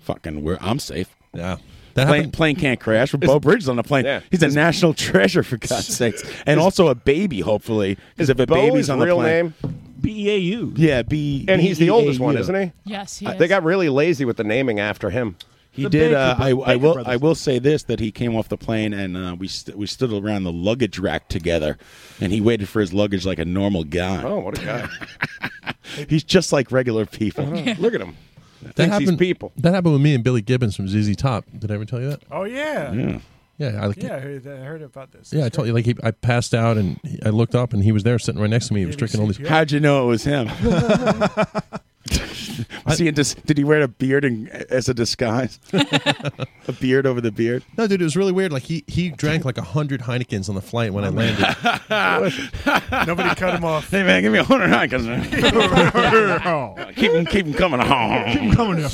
[SPEAKER 1] fucking, we're, I'm safe.
[SPEAKER 20] Yeah.
[SPEAKER 1] That
[SPEAKER 20] That
[SPEAKER 1] plane,
[SPEAKER 20] happened-
[SPEAKER 1] plane can't crash with Bo Bridges on the plane.
[SPEAKER 20] Yeah.
[SPEAKER 1] He's a national treasure for God's sakes, and also a baby, hopefully, because if a
[SPEAKER 15] Bo
[SPEAKER 1] baby's
[SPEAKER 15] his
[SPEAKER 1] on the
[SPEAKER 15] real
[SPEAKER 1] plane,
[SPEAKER 15] B E A U.
[SPEAKER 1] yeah, B. E
[SPEAKER 15] And he's the oldest one,
[SPEAKER 1] B-E-A-U.
[SPEAKER 15] isn't he?
[SPEAKER 17] Yes, he
[SPEAKER 15] Uh,
[SPEAKER 17] is.
[SPEAKER 15] They got really lazy with the naming after him.
[SPEAKER 1] He did. Uh, I, I will. I will say this: that he came off the plane, and uh, we st- we stood around the luggage rack together, and he waited for his luggage like a normal guy.
[SPEAKER 15] Oh, what a guy!
[SPEAKER 1] He's just like regular people.
[SPEAKER 15] Uh-huh. Look at him.
[SPEAKER 20] That
[SPEAKER 15] Thinks he's
[SPEAKER 20] happened, people. That happened with me and Billy Gibbons from ZZ Top. Did I ever tell you that?
[SPEAKER 22] Oh yeah.
[SPEAKER 20] Yeah, I like
[SPEAKER 22] yeah, I heard, I heard about this.
[SPEAKER 20] Yeah, I told you. Like, he, I passed out and he, I looked up and he was there sitting right next to me. He was drinking all these.
[SPEAKER 1] How'd you know it was him? Was he in dis- did he wear a beard in,
[SPEAKER 15] uh,
[SPEAKER 1] as a disguise? a beard over the beard.
[SPEAKER 20] No, dude, it was really weird. Like he he drank like a hundred Heinekens on the flight when I landed.
[SPEAKER 22] Nobody cut him off.
[SPEAKER 1] Hey man, give me a hundred Heinekens. keep him, keep him coming home. Keep him
[SPEAKER 5] coming up.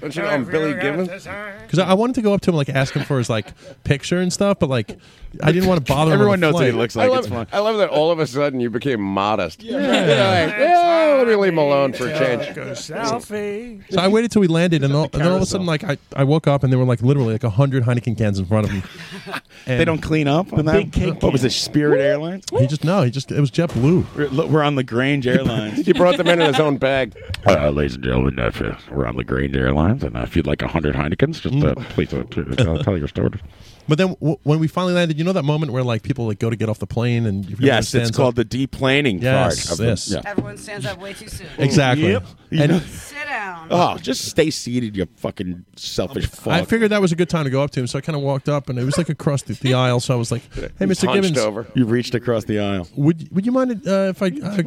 [SPEAKER 15] Don't you know I'm Billy Gibbons?
[SPEAKER 20] Because I I wanted to go up to him like ask him for his like picture and stuff, but like I didn't want to bother him.
[SPEAKER 15] Everyone
[SPEAKER 20] on the
[SPEAKER 15] knows what he
[SPEAKER 20] flight.
[SPEAKER 15] looks like. I love, I love that all of a sudden you became modest. Yeah,
[SPEAKER 20] Yeah.
[SPEAKER 15] like, yeah let me leave him alone for a change.
[SPEAKER 22] Go selfie.
[SPEAKER 20] So I waited till we landed, and, all, and then all of a sudden, like I, I woke up, and there were like literally like hundred Heineken cans in front of me.
[SPEAKER 1] They don't clean up on that? What was it, Spirit Airlines?
[SPEAKER 20] He just no, he just it was JetBlue.
[SPEAKER 1] We're, we're on Lagrange Airlines.
[SPEAKER 15] he brought them in in his own bag.
[SPEAKER 1] Uh, ladies and gentlemen, if, uh, we're on Lagrange Airlines, and uh, if you'd like a hundred Heinekens, just uh, please uh, t- uh, tell your story.
[SPEAKER 20] But then w- when we finally landed, you know that moment where like people like go to get off the plane, and you
[SPEAKER 1] Yes, it's called the deplaning
[SPEAKER 20] Yes,
[SPEAKER 1] part of the-
[SPEAKER 20] yes.
[SPEAKER 1] yeah.
[SPEAKER 18] Everyone stands up way too soon.
[SPEAKER 20] Exactly. Yep. And-
[SPEAKER 18] sit down.
[SPEAKER 1] Oh, just stay seated, you fucking selfish fuck.
[SPEAKER 20] I figured that was a good time to go up to him, so I kind of walked up, and it was like across the, the aisle. So I was like, "Hey, Mr. Gibbons,
[SPEAKER 1] You reached across the aisle.
[SPEAKER 20] would would you mind uh, if I uh,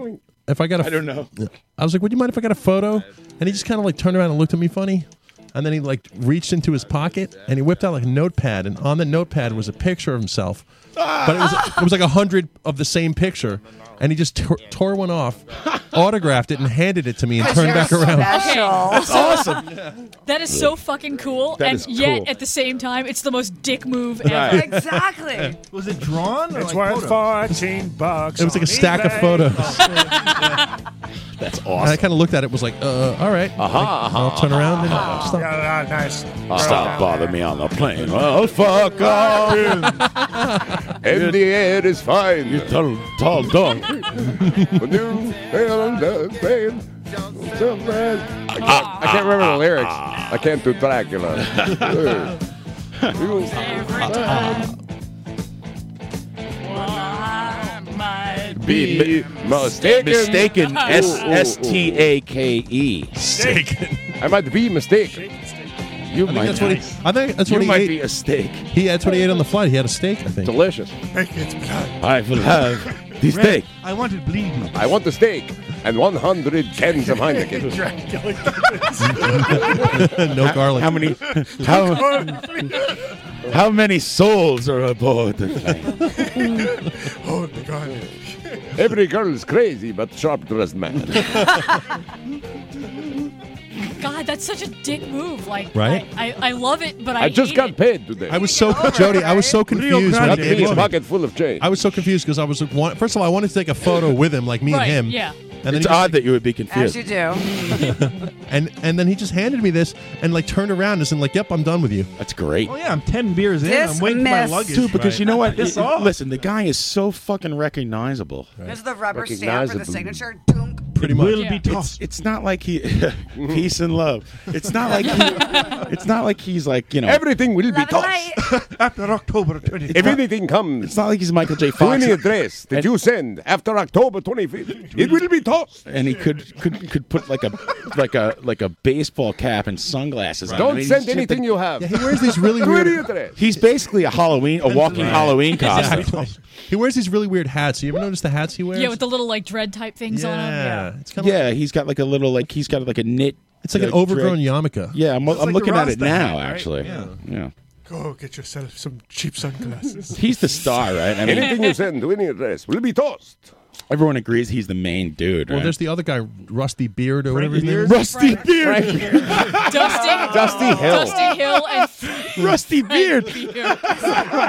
[SPEAKER 20] if I got a
[SPEAKER 1] I don't know.
[SPEAKER 20] I was like, would you mind if I got a photo? And he just kind of like turned around and looked at me funny, and then he like reached into his pocket and he whipped out like a notepad, and on the notepad was a picture of himself, but it was it was like a hundred of the same picture, and he just tore, tore one off, autographed it, and handed it to me, and turned back around.
[SPEAKER 17] That's
[SPEAKER 1] awesome.
[SPEAKER 17] That is so fucking cool,
[SPEAKER 20] That
[SPEAKER 17] and
[SPEAKER 20] is
[SPEAKER 17] yet
[SPEAKER 20] cool.
[SPEAKER 17] at the same time, it's the most dick move ever.
[SPEAKER 20] Right. Exactly.
[SPEAKER 22] Was it drawn?
[SPEAKER 20] or
[SPEAKER 22] it's
[SPEAKER 20] like
[SPEAKER 22] worth
[SPEAKER 20] photos?
[SPEAKER 22] fourteen bucks.
[SPEAKER 20] It was like
[SPEAKER 22] on
[SPEAKER 20] a stack of
[SPEAKER 22] eBay.
[SPEAKER 20] photos.
[SPEAKER 1] That's
[SPEAKER 20] And I kind of looked at it, was like, uh, all right.
[SPEAKER 1] Uh-huh,
[SPEAKER 20] Like, I'll turn around and stop.
[SPEAKER 22] Yeah, ah, nice.
[SPEAKER 1] Stop bothering me on the plane. Well, fuck off.
[SPEAKER 15] In the air is fine. You
[SPEAKER 1] tall, tall dog.
[SPEAKER 15] I can't remember the lyrics. I can't do Dracula.
[SPEAKER 1] Be
[SPEAKER 15] mistaken.
[SPEAKER 1] Mistaken.
[SPEAKER 15] Ooh,
[SPEAKER 1] S
[SPEAKER 15] ooh,
[SPEAKER 1] S
[SPEAKER 15] ooh.
[SPEAKER 1] T A K E.
[SPEAKER 20] Mistaken.
[SPEAKER 15] I might be mistaken.
[SPEAKER 1] You
[SPEAKER 20] I think that's what he. I think that's what
[SPEAKER 1] You
[SPEAKER 20] he
[SPEAKER 1] might
[SPEAKER 20] ate.
[SPEAKER 1] be a steak.
[SPEAKER 20] He had what he ate on the flight. He had a steak, I think.
[SPEAKER 15] Delicious.
[SPEAKER 1] I will have the
[SPEAKER 20] Red.
[SPEAKER 1] steak.
[SPEAKER 15] I want it bleeding. I want the steak and 100 cans of Heineken.
[SPEAKER 20] no garlic.
[SPEAKER 1] How many? How, how many souls are aboard the plane?
[SPEAKER 15] oh my god. Every girl is crazy, but sharp dressed man.
[SPEAKER 17] God, that's such a dick move. Like,
[SPEAKER 15] Right?
[SPEAKER 17] I, I, I love it, but Oh, I,
[SPEAKER 15] I just
[SPEAKER 17] hate
[SPEAKER 15] got
[SPEAKER 17] it.
[SPEAKER 15] paid today.
[SPEAKER 20] I was so Jody. I was so confused. when
[SPEAKER 15] Got
[SPEAKER 20] he
[SPEAKER 15] me
[SPEAKER 20] gave
[SPEAKER 15] a
[SPEAKER 20] it.
[SPEAKER 15] pocket full of change.
[SPEAKER 20] I was so confused because I was one, first of all I wanted to take a photo with him, like me
[SPEAKER 17] Right,
[SPEAKER 20] and him.
[SPEAKER 17] yeah.
[SPEAKER 20] And
[SPEAKER 1] It's
[SPEAKER 20] he just,
[SPEAKER 1] odd that you would be
[SPEAKER 18] As
[SPEAKER 1] confused.
[SPEAKER 18] you do.
[SPEAKER 20] and and then he just handed me this and like turned around and said like, "Yep, I'm done with you."
[SPEAKER 1] That's great.
[SPEAKER 5] Oh yeah, I'm ten beers in. I'm waiting for my luggage.
[SPEAKER 1] Dude, because you know what?
[SPEAKER 5] Piss
[SPEAKER 1] It-
[SPEAKER 20] Oh.
[SPEAKER 5] off.
[SPEAKER 1] Listen, the guy is so fucking recognizable.
[SPEAKER 18] There's the rubber stamp for the
[SPEAKER 1] Recognizable.
[SPEAKER 18] signature. Dunk.
[SPEAKER 20] pretty
[SPEAKER 1] It
[SPEAKER 20] much.
[SPEAKER 1] will be Yeah. tossed. It's not like he. peace and love. It's not like he, it's not like he's like you know
[SPEAKER 15] Everything will be
[SPEAKER 1] Love
[SPEAKER 15] tossed.
[SPEAKER 1] after October twenty.
[SPEAKER 15] Everything comes.
[SPEAKER 1] It's not like he's Michael J.
[SPEAKER 15] To
[SPEAKER 1] Fox.
[SPEAKER 15] any address that you send after October 25th, it will be tossed.
[SPEAKER 1] and he could could could put like a like a like a baseball cap and sunglasses. on. I
[SPEAKER 15] Don't
[SPEAKER 1] mean,
[SPEAKER 15] send
[SPEAKER 1] he's just
[SPEAKER 15] anything
[SPEAKER 1] a-
[SPEAKER 15] you have.
[SPEAKER 20] Yeah, he wears these really
[SPEAKER 15] To
[SPEAKER 20] weird-
[SPEAKER 15] any address.
[SPEAKER 1] He's basically a Halloween, a walking Halloween costume.
[SPEAKER 20] he wears these really weird hats. You ever notice the hats he wears?
[SPEAKER 17] Yeah, with the little like dread type things on them. Yeah.
[SPEAKER 20] It's
[SPEAKER 1] yeah, he's got like a little like he's got like a knit.
[SPEAKER 20] It's like an overgrown yarmulke.
[SPEAKER 1] Yeah, I'm, I'm
[SPEAKER 22] like
[SPEAKER 1] looking
[SPEAKER 22] the
[SPEAKER 1] at it
[SPEAKER 22] Rasta hat,
[SPEAKER 1] now.
[SPEAKER 22] right?
[SPEAKER 1] Actually,
[SPEAKER 22] Yeah.
[SPEAKER 1] yeah.
[SPEAKER 22] Go get yourself some cheap sunglasses.
[SPEAKER 1] He's the star, right?
[SPEAKER 22] Anything you
[SPEAKER 15] send to any address will be tossed.
[SPEAKER 1] Everyone agrees he's the main dude,
[SPEAKER 20] Well,
[SPEAKER 1] right?
[SPEAKER 20] there's the other guy, Rusty Beard or whatever his name is.
[SPEAKER 1] Rusty Beard.
[SPEAKER 17] Dusty,
[SPEAKER 1] Dusty Hill.
[SPEAKER 17] Dusty Hill and
[SPEAKER 1] Rusty Beard.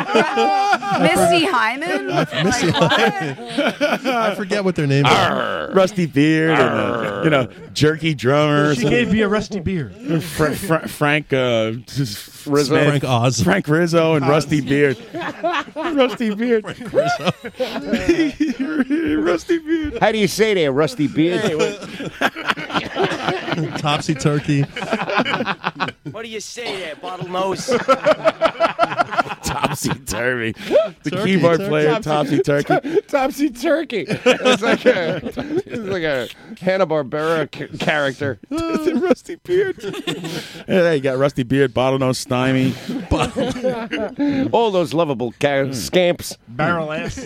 [SPEAKER 18] Missy
[SPEAKER 17] Oh,
[SPEAKER 18] Hyman?
[SPEAKER 20] Missy I forget what their name is.
[SPEAKER 1] Rusty Beard, and uh, you know, jerky drummer.
[SPEAKER 6] She gave me a rusty beard.
[SPEAKER 1] Fra- Fra- Frank uh, Rizzo,
[SPEAKER 20] Frank Oz.
[SPEAKER 1] Frank Rizzo, and
[SPEAKER 6] Oz.
[SPEAKER 1] Rusty Beard.
[SPEAKER 6] Rusty
[SPEAKER 1] beard.
[SPEAKER 15] rusty beard.
[SPEAKER 23] How do you say that, rusty beard?
[SPEAKER 20] Topsy Turkey.
[SPEAKER 23] what do you say there, bottle nose?
[SPEAKER 1] Topsy Turvy. The
[SPEAKER 23] Turkey,
[SPEAKER 1] keyboard
[SPEAKER 23] turkey.
[SPEAKER 1] player, Topsy Turkey.
[SPEAKER 15] Topsy Turkey. It's like a, it's like a Hanna Barbera c- character.
[SPEAKER 1] rusty beard. Yeah, you got Rusty Beard, Bottlenose Stymie. Hmm.
[SPEAKER 15] All those lovable ca- scamps.
[SPEAKER 6] Barrel ass.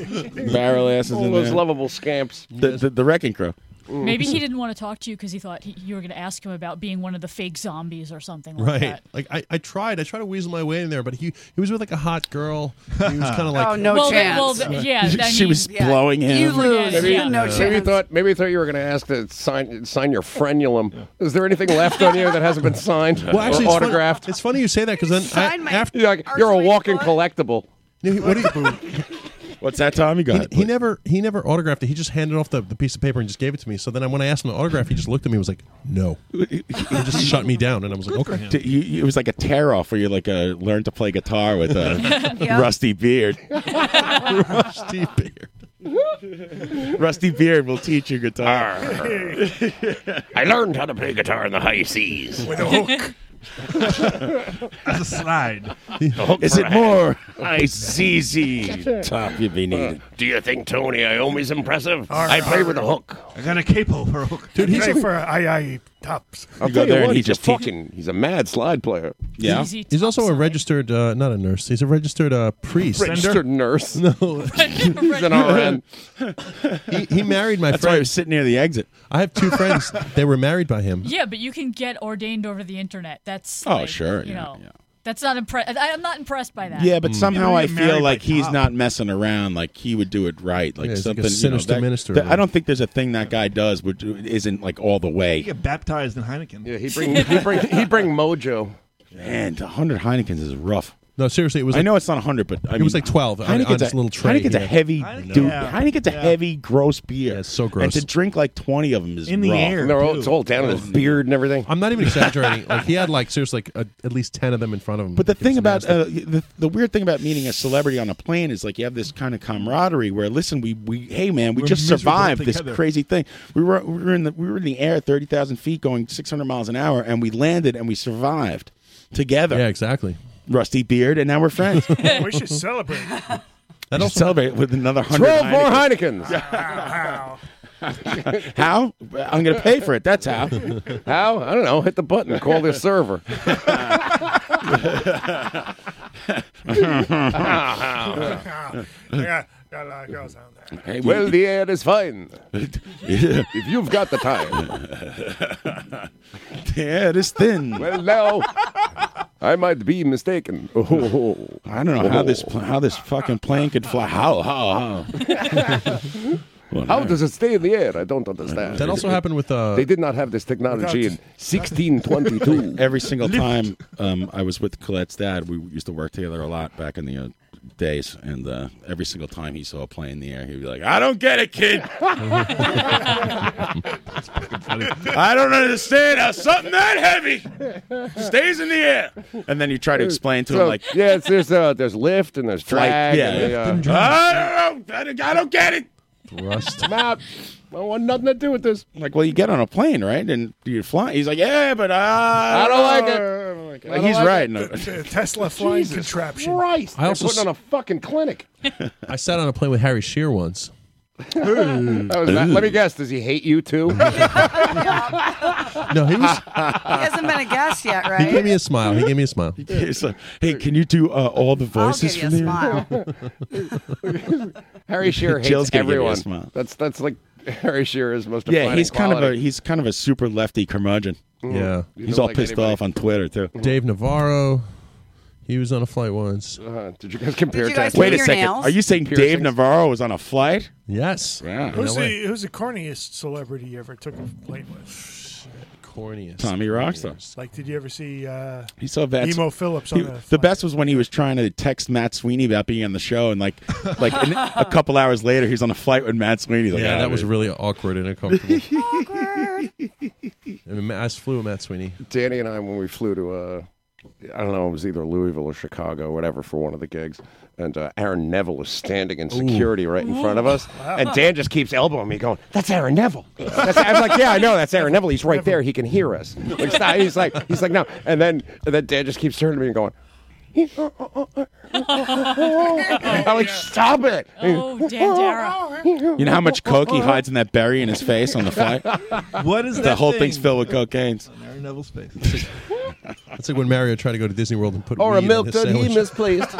[SPEAKER 1] Barrel asses
[SPEAKER 15] All
[SPEAKER 1] in
[SPEAKER 15] those
[SPEAKER 1] there.
[SPEAKER 15] lovable scamps.
[SPEAKER 1] The, the, the Wrecking Crew.
[SPEAKER 17] Maybe
[SPEAKER 1] Mm.
[SPEAKER 17] he didn't want to talk to you because he thought he, you were going to ask him about being one of the fake zombies or something like
[SPEAKER 20] Right.
[SPEAKER 17] that.
[SPEAKER 20] Like I, I tried. I tried to weasel my way in there, but he he was with like a hot girl. He was kind of like
[SPEAKER 17] Oh, no Well, then- chance. well, then- yeah, then She he- was yeah. blowing him. You
[SPEAKER 5] uh,
[SPEAKER 17] lose.
[SPEAKER 15] Maybe,
[SPEAKER 17] Yeah. No
[SPEAKER 15] maybe
[SPEAKER 17] chance.
[SPEAKER 15] thought maybe thought you were going to ask to sign sign your frenulum. Is there anything left on you that hasn't been signed
[SPEAKER 20] Well, actually,
[SPEAKER 15] or
[SPEAKER 20] it's
[SPEAKER 15] autographed?
[SPEAKER 20] Funny, it's funny you say that because then I,
[SPEAKER 15] Sign my
[SPEAKER 20] after
[SPEAKER 15] you're, like, you're a walking collectible.
[SPEAKER 20] what do you,
[SPEAKER 1] What's that, Tom? You got
[SPEAKER 20] he, he never he never autographed it. He just handed off the, the piece of paper and just gave it to me. So then I, when I asked him to autograph, he just looked at me and was like, "No," he just shut me down, and I was like, "Okay."
[SPEAKER 1] D- you- you- it was like a tear off where you like uh, learned to play guitar with a
[SPEAKER 20] Yeah.
[SPEAKER 1] rusty beard.
[SPEAKER 20] Rusty
[SPEAKER 1] beard. rusty beard will teach you guitar.
[SPEAKER 23] I learned how to play guitar in the high seas.
[SPEAKER 1] With a hook.
[SPEAKER 6] As a slide.
[SPEAKER 1] Is it
[SPEAKER 23] for a
[SPEAKER 1] more
[SPEAKER 23] I
[SPEAKER 1] ZZ top you'd be needing?
[SPEAKER 23] Do you think Tony Iommi's impressive? I play with a hook.
[SPEAKER 6] I got a capo for a hook.
[SPEAKER 1] Dude,
[SPEAKER 22] he's
[SPEAKER 6] he's
[SPEAKER 22] for I I tops.
[SPEAKER 15] I'll
[SPEAKER 20] You go
[SPEAKER 15] tell you
[SPEAKER 20] there and
[SPEAKER 15] what,
[SPEAKER 20] he
[SPEAKER 15] he's a
[SPEAKER 20] just teach-
[SPEAKER 15] fucking he's a mad slide player.
[SPEAKER 20] Yeah,
[SPEAKER 17] Easy
[SPEAKER 20] he's also a registered, uh, not a nurse. He's a registered uh, priest.
[SPEAKER 15] Registered nurse.
[SPEAKER 20] No,
[SPEAKER 15] he's an RN.
[SPEAKER 20] he, he married my
[SPEAKER 1] That's why
[SPEAKER 20] friend.
[SPEAKER 1] he was sitting near the exit.
[SPEAKER 20] I have two friends. they were married by him.
[SPEAKER 17] Yeah, but you can get ordained over the internet. That's
[SPEAKER 1] Oh,
[SPEAKER 17] like,
[SPEAKER 1] sure,
[SPEAKER 17] You
[SPEAKER 1] yeah, Mm.
[SPEAKER 17] know, that's not impressed. I'm not impressed by that.
[SPEAKER 1] Yeah,
[SPEAKER 20] Mm.
[SPEAKER 1] but somehow I feel
[SPEAKER 17] married
[SPEAKER 1] like
[SPEAKER 17] by
[SPEAKER 1] he's
[SPEAKER 17] Tom.
[SPEAKER 1] not messing around. Like he would do it right. Like
[SPEAKER 20] Yeah, he's like a
[SPEAKER 1] something
[SPEAKER 20] sinister
[SPEAKER 1] you know, that-
[SPEAKER 20] minister.
[SPEAKER 1] that- I don't think there's a thing that guy does which isn't like all the
[SPEAKER 6] You
[SPEAKER 1] way.
[SPEAKER 6] get baptized in Heineken. Yeah,
[SPEAKER 15] he bring- he bring- he bring mojo.
[SPEAKER 1] Man, 100 Heinekens is rough.
[SPEAKER 20] No, seriously, it was.
[SPEAKER 1] I know it's not 100, but I
[SPEAKER 20] it was
[SPEAKER 1] mean,
[SPEAKER 20] like 12 on- on
[SPEAKER 1] Heineken's
[SPEAKER 20] this
[SPEAKER 1] a,
[SPEAKER 20] little tray
[SPEAKER 1] Heineken's a
[SPEAKER 20] here.
[SPEAKER 1] heavy
[SPEAKER 20] Heineken-
[SPEAKER 1] dude.
[SPEAKER 20] Yeah.
[SPEAKER 1] Heineken's a
[SPEAKER 20] Yeah.
[SPEAKER 1] heavy, gross beer.
[SPEAKER 20] it's so
[SPEAKER 1] And
[SPEAKER 20] gross.
[SPEAKER 1] to drink like 20 of them is rough.
[SPEAKER 15] And they're all, it's all down to his beard and everything.
[SPEAKER 20] I'm not even exaggerating. like he had like seriously like a, at least ten of them in front of him.
[SPEAKER 1] But the thing about uh, the, the weird thing about meeting a celebrity on a plane is like you have this kind of camaraderie where listen we, we hey man we
[SPEAKER 6] We're
[SPEAKER 1] just
[SPEAKER 6] miserable
[SPEAKER 1] survived this
[SPEAKER 6] together.
[SPEAKER 1] crazy thing we were we were in the we were in the air thirty thousand feet going six hundred miles an hour and we landed and we survived together
[SPEAKER 20] yeah exactly
[SPEAKER 1] rusty beard and now we're friends
[SPEAKER 22] we should celebrate.
[SPEAKER 1] that'll celebrate with another hundred
[SPEAKER 15] 12 more Heinekens.
[SPEAKER 1] how I'm gonna pay for it that's how
[SPEAKER 15] How? I don't know. Hit the button. Call the server.
[SPEAKER 22] yeah, got a lot of girls out there.
[SPEAKER 1] Hey,
[SPEAKER 15] well,
[SPEAKER 1] we-
[SPEAKER 15] the air is fine.
[SPEAKER 1] Yeah.
[SPEAKER 15] If you've got the time.
[SPEAKER 1] yeah it is thin
[SPEAKER 15] well, now I might be mistaken. Oh,
[SPEAKER 1] I don't know how this pl- how this fucking plane could fly how how how
[SPEAKER 15] how does it stay in the air? I don't understand.
[SPEAKER 20] that also happened with uh,
[SPEAKER 15] They did not have this technology in
[SPEAKER 20] Without-
[SPEAKER 15] 1622.
[SPEAKER 1] Every single time um, I was with Colette's dad, we used to work together a lot back in the uh, days, and uh, every single time he saw a plane in the air, he'd be like, "I don't get it, kid. I don't understand how something that heavy stays in the air." And then you try to explain to
[SPEAKER 15] So,
[SPEAKER 1] him like,
[SPEAKER 15] yeah, it's, there's uh, there's lift and there's
[SPEAKER 1] Flight,
[SPEAKER 15] drag.
[SPEAKER 1] yeah.
[SPEAKER 15] and, uh,
[SPEAKER 1] I don't know. I don't, I don't get it.
[SPEAKER 19] Thrust.
[SPEAKER 15] I'm out. I want nothing to do with this.
[SPEAKER 1] I'm like, well, you get on a plane, right? And you fly. He's like, yeah, but I,
[SPEAKER 15] I don't like it.
[SPEAKER 1] it. Like, he's right. No.
[SPEAKER 22] Tesla flying contraption.
[SPEAKER 15] Christ,
[SPEAKER 19] I
[SPEAKER 15] they're
[SPEAKER 19] also
[SPEAKER 15] putting
[SPEAKER 19] s-
[SPEAKER 15] on a fucking clinic.
[SPEAKER 19] I sat on a plane with Harry Shearer once.
[SPEAKER 15] That was not- let me guess. Does he hate you too?
[SPEAKER 19] No, he was.
[SPEAKER 18] He hasn't been a guest yet,
[SPEAKER 19] He gave
[SPEAKER 18] right?
[SPEAKER 19] me a smile. He gave me a smile.
[SPEAKER 1] hey, can you do uh, all the
[SPEAKER 18] I'll give you a smile.
[SPEAKER 15] Harry Shearer hates
[SPEAKER 1] Jill's gonna give you a
[SPEAKER 15] everyone.
[SPEAKER 1] smile.
[SPEAKER 15] That's that's like Harry Shearer's most.
[SPEAKER 1] Yeah,
[SPEAKER 15] defining
[SPEAKER 1] he's kind of a
[SPEAKER 15] quality.
[SPEAKER 1] he's kind of a super lefty curmudgeon.
[SPEAKER 19] Mm. Yeah. You
[SPEAKER 1] he's
[SPEAKER 19] don't
[SPEAKER 1] all
[SPEAKER 19] like
[SPEAKER 1] pissed
[SPEAKER 19] anybody.
[SPEAKER 1] off on Twitter too.
[SPEAKER 19] Dave Navarro. He was on a flight once.
[SPEAKER 15] Uh, did you guys compare?
[SPEAKER 22] you guys
[SPEAKER 15] tattoo?
[SPEAKER 22] do
[SPEAKER 1] Wait a
[SPEAKER 22] your
[SPEAKER 1] second.
[SPEAKER 22] nails?
[SPEAKER 1] Are you saying Dave
[SPEAKER 22] Piercings.
[SPEAKER 1] Navarro was on a flight?
[SPEAKER 19] Yes.
[SPEAKER 1] Yeah.
[SPEAKER 22] Who's the who's the corniest celebrity you ever took a plane with?
[SPEAKER 19] Corniest.
[SPEAKER 1] Tommy Rockstar.
[SPEAKER 22] Like, did you ever see uh,
[SPEAKER 1] He saw that
[SPEAKER 22] Emo Phillips
[SPEAKER 1] he-
[SPEAKER 22] on a
[SPEAKER 1] the best was when he was trying to text Matt Sweeney about being on the show, and like, like and a couple hours later, he's on a flight with Matt Sweeney. Like,
[SPEAKER 19] yeah,
[SPEAKER 1] "Ah,
[SPEAKER 19] that was
[SPEAKER 1] dude."
[SPEAKER 19] really awkward and uncomfortable. I, mean, I flew with Matt Sweeney.
[SPEAKER 15] Danny and I when we flew to uh I don't know, it was either Louisville or Chicago, whatever, for one of the gigs. And uh, Aaron Neville is standing in security right in front of us.
[SPEAKER 23] Wow.
[SPEAKER 15] And Dan just keeps elbowing me, going, That's Aaron Neville. That's, I was like, Yeah, I know, that's Aaron Neville. He's right there. He can hear us. Like, stop. He's like, he's like, No. And then, and then Dan just keeps turning to me and going, I'm like, Stop it.
[SPEAKER 23] Oh, Dandara.
[SPEAKER 1] You know how much coke he hides in that berry in his face on the flight.
[SPEAKER 6] What is
[SPEAKER 1] the
[SPEAKER 6] that
[SPEAKER 1] whole
[SPEAKER 6] thing?
[SPEAKER 1] thing's filled with cocaine?
[SPEAKER 6] Aaron Neville's face.
[SPEAKER 19] That's like when Mario tried to go to Disney World and put
[SPEAKER 6] Or a
[SPEAKER 19] weed in
[SPEAKER 6] milk
[SPEAKER 19] his
[SPEAKER 6] that he
[SPEAKER 19] sandwich.
[SPEAKER 15] misplaced.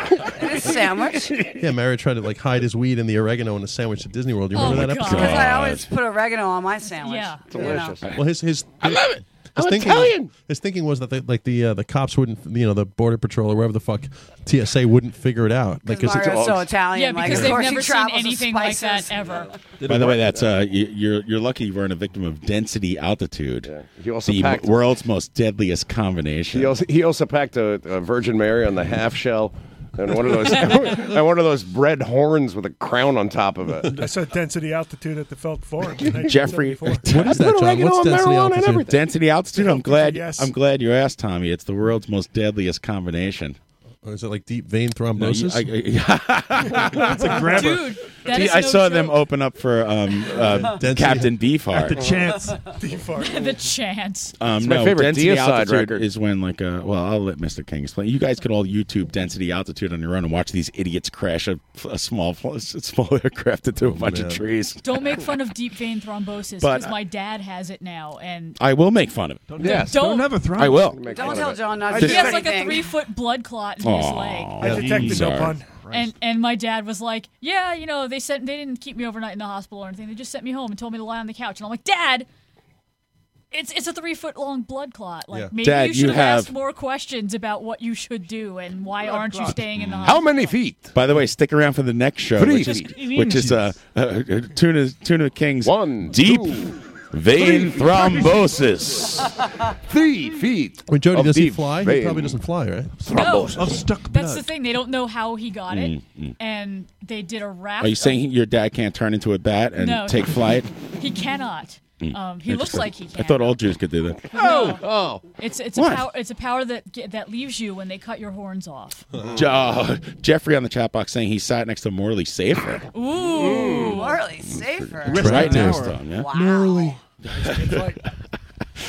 [SPEAKER 18] sandwich.
[SPEAKER 19] Yeah, Mario tried to like hide his weed and the oregano in a sandwich at Disney World. You
[SPEAKER 18] Oh
[SPEAKER 19] remember
[SPEAKER 18] my
[SPEAKER 19] that
[SPEAKER 18] God.
[SPEAKER 19] episode?
[SPEAKER 18] Because I always put oregano on my sandwich. Yeah.
[SPEAKER 19] Well, his his. I love it. His
[SPEAKER 18] I'm
[SPEAKER 19] thinking,
[SPEAKER 18] Italian.
[SPEAKER 19] His thinking was that the, like the uh, the cops wouldn't, you know, the border patrol or wherever the fuck TSA wouldn't figure it out. Like,
[SPEAKER 18] Mario's so Italian.
[SPEAKER 17] Yeah,
[SPEAKER 18] like,
[SPEAKER 17] because
[SPEAKER 18] of
[SPEAKER 17] they've
[SPEAKER 18] course
[SPEAKER 17] never
[SPEAKER 18] he
[SPEAKER 17] seen
[SPEAKER 18] travels with
[SPEAKER 17] anything like that
[SPEAKER 18] spices.
[SPEAKER 17] ever.
[SPEAKER 1] By the way, that's uh, you, you're you're lucky you weren't a victim of density altitude.
[SPEAKER 15] He also
[SPEAKER 1] the
[SPEAKER 15] packed-
[SPEAKER 1] world's most deadliest combination.
[SPEAKER 15] He also, he also packed a, a Virgin Mary on the half shell, and one of those and one of those red horns with a crown on top of it.
[SPEAKER 22] I saw density altitude at the Felt Forum. in 1974.
[SPEAKER 1] Jeffrey,
[SPEAKER 22] What is that, John? Oregano What's and density marijuana and altitude? everything.
[SPEAKER 1] Density altitude. I'm glad.
[SPEAKER 22] Yes.
[SPEAKER 1] I'm glad you asked, Tommy. It's the world's most deadliest combination.
[SPEAKER 19] Or is it like deep vein
[SPEAKER 1] No, you-
[SPEAKER 19] thrombosis?
[SPEAKER 1] I- I-
[SPEAKER 19] That's a grabber. Dude, that
[SPEAKER 1] See,
[SPEAKER 19] is
[SPEAKER 1] I
[SPEAKER 19] no
[SPEAKER 1] saw them open up for um, uh,
[SPEAKER 19] Density-
[SPEAKER 1] Captain Beefheart.
[SPEAKER 19] At the chance.
[SPEAKER 17] the chance.
[SPEAKER 1] Um,
[SPEAKER 15] It's my
[SPEAKER 1] no,
[SPEAKER 15] favorite
[SPEAKER 1] density
[SPEAKER 15] Deicide
[SPEAKER 1] altitude
[SPEAKER 15] record.
[SPEAKER 1] is when like uh, well, I'll let Mr. King explain. You guys could all YouTube density altitude on your own and watch these idiots crash a, a small fl- a small aircraft into a bunch
[SPEAKER 19] man.
[SPEAKER 1] of trees.
[SPEAKER 17] Don't make fun of deep vein thrombosis
[SPEAKER 1] But-
[SPEAKER 17] because my dad has it now, and
[SPEAKER 1] I will make fun of it.
[SPEAKER 17] Yes. don't- Don't
[SPEAKER 1] ever throw. I will.
[SPEAKER 18] Don't tell John not
[SPEAKER 17] he
[SPEAKER 18] to do
[SPEAKER 17] has like a
[SPEAKER 18] anything.
[SPEAKER 17] three foot blood clot in his leg.
[SPEAKER 1] Aw,
[SPEAKER 22] I detected no
[SPEAKER 1] sorry.
[SPEAKER 22] pun.
[SPEAKER 17] And and my dad was like, yeah, you know, they sent they didn't keep me overnight in the hospital or anything. They just sent me home and told me to lie on the couch. And I'm like, Dad, it's it's a three foot long blood clot. Like
[SPEAKER 1] Yeah.
[SPEAKER 17] maybe
[SPEAKER 1] Dad,
[SPEAKER 17] you
[SPEAKER 1] you
[SPEAKER 17] should have,
[SPEAKER 1] have-
[SPEAKER 17] asked more questions about what you should do and why aren't you staying in the
[SPEAKER 1] Mm.
[SPEAKER 17] hospital.
[SPEAKER 15] How many feet?
[SPEAKER 1] By the way, stick around for the next show,
[SPEAKER 15] Three
[SPEAKER 1] which is
[SPEAKER 17] feet.
[SPEAKER 1] which is uh, uh, tuna tuna king's one deep vein thrombosis.
[SPEAKER 15] Three feet.
[SPEAKER 19] When Jody
[SPEAKER 1] Of
[SPEAKER 19] does he
[SPEAKER 1] deep
[SPEAKER 19] fly? He
[SPEAKER 1] vein.
[SPEAKER 19] probably doesn't fly, right?
[SPEAKER 17] Thrombosis.
[SPEAKER 19] Of stuck
[SPEAKER 17] That's the
[SPEAKER 19] blood.
[SPEAKER 17] thing. They don't know how he got it,
[SPEAKER 1] Mm, mm.
[SPEAKER 17] and they did a raft.
[SPEAKER 1] Are you
[SPEAKER 17] of-
[SPEAKER 1] saying your dad can't turn into a bat and
[SPEAKER 17] No.
[SPEAKER 1] take flight?
[SPEAKER 17] he cannot?
[SPEAKER 1] Mm.
[SPEAKER 17] Um, he looks
[SPEAKER 1] Interesting.
[SPEAKER 17] like he can.
[SPEAKER 1] I thought all Jews could do that.
[SPEAKER 15] Oh,
[SPEAKER 17] No.
[SPEAKER 19] Oh,
[SPEAKER 17] It's it's a
[SPEAKER 1] What?
[SPEAKER 17] power it's a power that ge- that leaves you when they cut your horns off.
[SPEAKER 1] Je- uh, Jeffrey on the chat box saying he sat next to Morley Safer.
[SPEAKER 17] Ooh,
[SPEAKER 18] Morley Safer.
[SPEAKER 1] Right next to him, yeah.
[SPEAKER 18] Morley.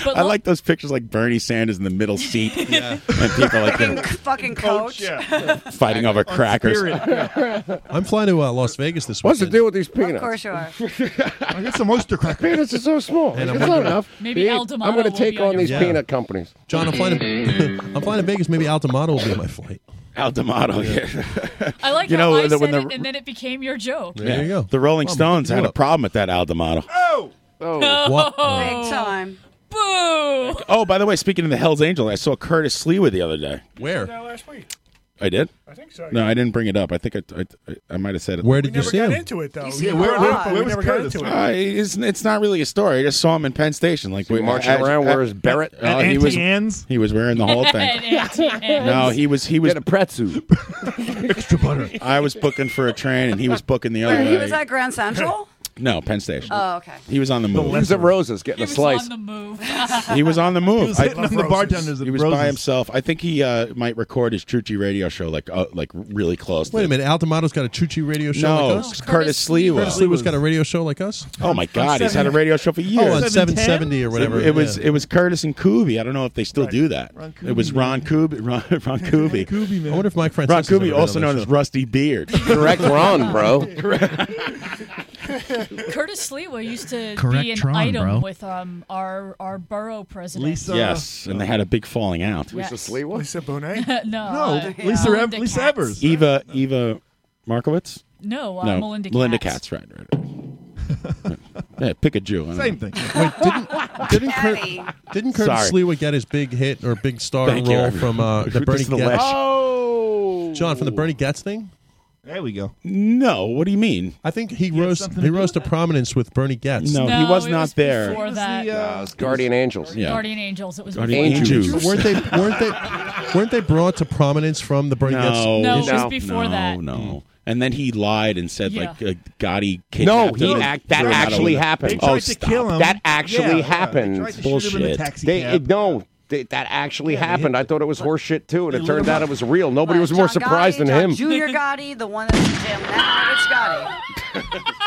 [SPEAKER 1] I like those pictures like Bernie Sanders in the middle seat
[SPEAKER 18] Yeah.
[SPEAKER 1] and people like
[SPEAKER 18] fucking,
[SPEAKER 1] that
[SPEAKER 18] fucking coach.
[SPEAKER 1] fighting over
[SPEAKER 19] On
[SPEAKER 1] crackers.
[SPEAKER 19] I'm flying to uh, Las Vegas this weekend.
[SPEAKER 15] What's the deal with these peanuts?
[SPEAKER 18] Of course you are.
[SPEAKER 19] I got some oyster crackers.
[SPEAKER 15] Peanuts are so small.
[SPEAKER 19] And I'm
[SPEAKER 15] it's not
[SPEAKER 19] wondering-
[SPEAKER 15] enough.
[SPEAKER 17] Maybe
[SPEAKER 15] Big.
[SPEAKER 17] El Dorado
[SPEAKER 15] I'm going to
[SPEAKER 17] will
[SPEAKER 15] take
[SPEAKER 17] be on
[SPEAKER 15] on
[SPEAKER 17] your
[SPEAKER 15] these
[SPEAKER 19] Yeah.
[SPEAKER 15] peanut companies.
[SPEAKER 19] John, I'm flying. To, I'm flying to Vegas. Maybe Altamont will be my flight.
[SPEAKER 1] Altamont, yeah.
[SPEAKER 17] I like
[SPEAKER 1] You
[SPEAKER 17] how
[SPEAKER 1] know,
[SPEAKER 17] I
[SPEAKER 1] the-
[SPEAKER 17] said
[SPEAKER 1] when the-
[SPEAKER 17] it and then it became your joke.
[SPEAKER 1] Yeah. The Rolling Stones had a problem with that Aldamato.
[SPEAKER 17] No.
[SPEAKER 1] What?
[SPEAKER 18] Big time.
[SPEAKER 17] Boo.
[SPEAKER 1] Oh, by the way, speaking of the Hell's Angel, I saw Curtis Slee with the other day.
[SPEAKER 19] Where?
[SPEAKER 22] Now last week.
[SPEAKER 1] I did.
[SPEAKER 22] I think so,
[SPEAKER 1] No, I didn't bring it up. I think I I, I might have said it.
[SPEAKER 19] Where
[SPEAKER 22] We never got into it though.
[SPEAKER 18] You see
[SPEAKER 22] Yeah,
[SPEAKER 18] him
[SPEAKER 22] we
[SPEAKER 18] a lot. Where
[SPEAKER 22] but we
[SPEAKER 18] was
[SPEAKER 22] never got
[SPEAKER 18] Curtis?
[SPEAKER 22] into it.
[SPEAKER 1] Uh, it's, it's not really a story. I just saw him in Penn Station, like we-
[SPEAKER 15] marching
[SPEAKER 1] at-
[SPEAKER 15] around.
[SPEAKER 1] at-
[SPEAKER 15] Where's Barrett?
[SPEAKER 1] Oh, he was he was wearing the whole thing. Oh, No, he was he was
[SPEAKER 15] a pretzu.
[SPEAKER 1] Extra butter. I was booking for a train, and he was booking the other
[SPEAKER 18] Where he
[SPEAKER 1] way.
[SPEAKER 18] was at Grand Central?
[SPEAKER 1] No, Penn Station.
[SPEAKER 18] Oh, okay.
[SPEAKER 1] He was on the
[SPEAKER 15] The
[SPEAKER 1] move.
[SPEAKER 15] He's at Rose's getting a slice.
[SPEAKER 1] he was on the move.
[SPEAKER 15] He was hitting up the bartenders at
[SPEAKER 1] He was by
[SPEAKER 15] Rose's.
[SPEAKER 1] himself. I think he uh, might record his Chuchi radio show like uh, like really close.
[SPEAKER 19] Wait a minute, Altamado's got a Chuchi radio show
[SPEAKER 1] No,
[SPEAKER 19] like us?
[SPEAKER 1] it's Curtis Slewa.
[SPEAKER 19] Curtis Slewa's got a radio show like us?
[SPEAKER 1] Oh my God, he's had a radio show for years.
[SPEAKER 19] Oh, on 770 or whatever.
[SPEAKER 1] It, it was
[SPEAKER 19] yeah.
[SPEAKER 1] it was Curtis and Kubi. I don't know if they still do that.
[SPEAKER 19] Ron Kuby,
[SPEAKER 1] it was Ron Kubi. Ron, Ron Kubi.
[SPEAKER 19] I wonder if Mike Francis.
[SPEAKER 1] Ron
[SPEAKER 19] has ever
[SPEAKER 1] Kubi,
[SPEAKER 19] been on
[SPEAKER 1] also
[SPEAKER 19] that
[SPEAKER 1] known
[SPEAKER 19] show.
[SPEAKER 1] as Rusty Beard.
[SPEAKER 19] Correct Ron, bro.
[SPEAKER 17] Curtis Slewa used to
[SPEAKER 1] Correct
[SPEAKER 17] be an
[SPEAKER 1] Tron,
[SPEAKER 17] item
[SPEAKER 1] bro.
[SPEAKER 17] with um, our our borough president.
[SPEAKER 1] Yes, and they had a big falling out.
[SPEAKER 17] Lisa Yes. Slewa?
[SPEAKER 22] Lisa Bonet?
[SPEAKER 17] no, uh,
[SPEAKER 22] Lisa
[SPEAKER 17] yeah,
[SPEAKER 22] Ev-
[SPEAKER 17] Linda
[SPEAKER 22] Lisa
[SPEAKER 17] Katz.
[SPEAKER 22] Evers.
[SPEAKER 1] Eva Eva Markowitz.
[SPEAKER 17] No, uh, Melinda
[SPEAKER 1] Melinda
[SPEAKER 17] Katz.
[SPEAKER 1] Katz. Right, right. right. yeah, pick a Jew. I don't
[SPEAKER 19] Same
[SPEAKER 1] know.
[SPEAKER 19] thing. Wait, didn't didn't, Cur- didn't Curtis
[SPEAKER 1] Sorry.
[SPEAKER 19] Slewa get his big hit or big star
[SPEAKER 1] Thank you.
[SPEAKER 19] role from uh, the
[SPEAKER 1] This
[SPEAKER 19] Bernie
[SPEAKER 1] is the
[SPEAKER 19] Getz?
[SPEAKER 1] last-
[SPEAKER 19] Oh, John from the Bernie Getz thing. There we go.
[SPEAKER 1] No, what do you mean?
[SPEAKER 19] I think he, rose he rose to prominence with Bernie Getz.
[SPEAKER 1] No, he No, was it not was there.
[SPEAKER 17] before that.
[SPEAKER 15] Uh, it's Guardian Angels.
[SPEAKER 17] Guardian Angels. It was
[SPEAKER 1] Guardian Angels.
[SPEAKER 19] But weren't they weren't they weren't they brought to prominence from the Bernie Getz?
[SPEAKER 1] No,
[SPEAKER 17] No, it was No. before
[SPEAKER 1] no,
[SPEAKER 17] that.
[SPEAKER 1] No, and then he lied and said like uh, Gotti.
[SPEAKER 23] No,
[SPEAKER 1] kidnapped
[SPEAKER 23] he
[SPEAKER 1] him and
[SPEAKER 23] act, that
[SPEAKER 1] threw him out a
[SPEAKER 23] actually
[SPEAKER 1] window.
[SPEAKER 23] happened.
[SPEAKER 1] oh, stop.
[SPEAKER 23] That actually happened.
[SPEAKER 1] Bullshit.
[SPEAKER 23] They- it- no, they- that actually happened. I thought it was horseshit too, and
[SPEAKER 1] They
[SPEAKER 23] it
[SPEAKER 1] lit
[SPEAKER 23] turned
[SPEAKER 1] him
[SPEAKER 23] out it
[SPEAKER 1] up.
[SPEAKER 23] was real. Nobody was more
[SPEAKER 18] John
[SPEAKER 23] surprised
[SPEAKER 18] Gotti,
[SPEAKER 23] than
[SPEAKER 18] John
[SPEAKER 23] him.
[SPEAKER 18] Junior Gotti, the one that's in jail now, Rich Gotti.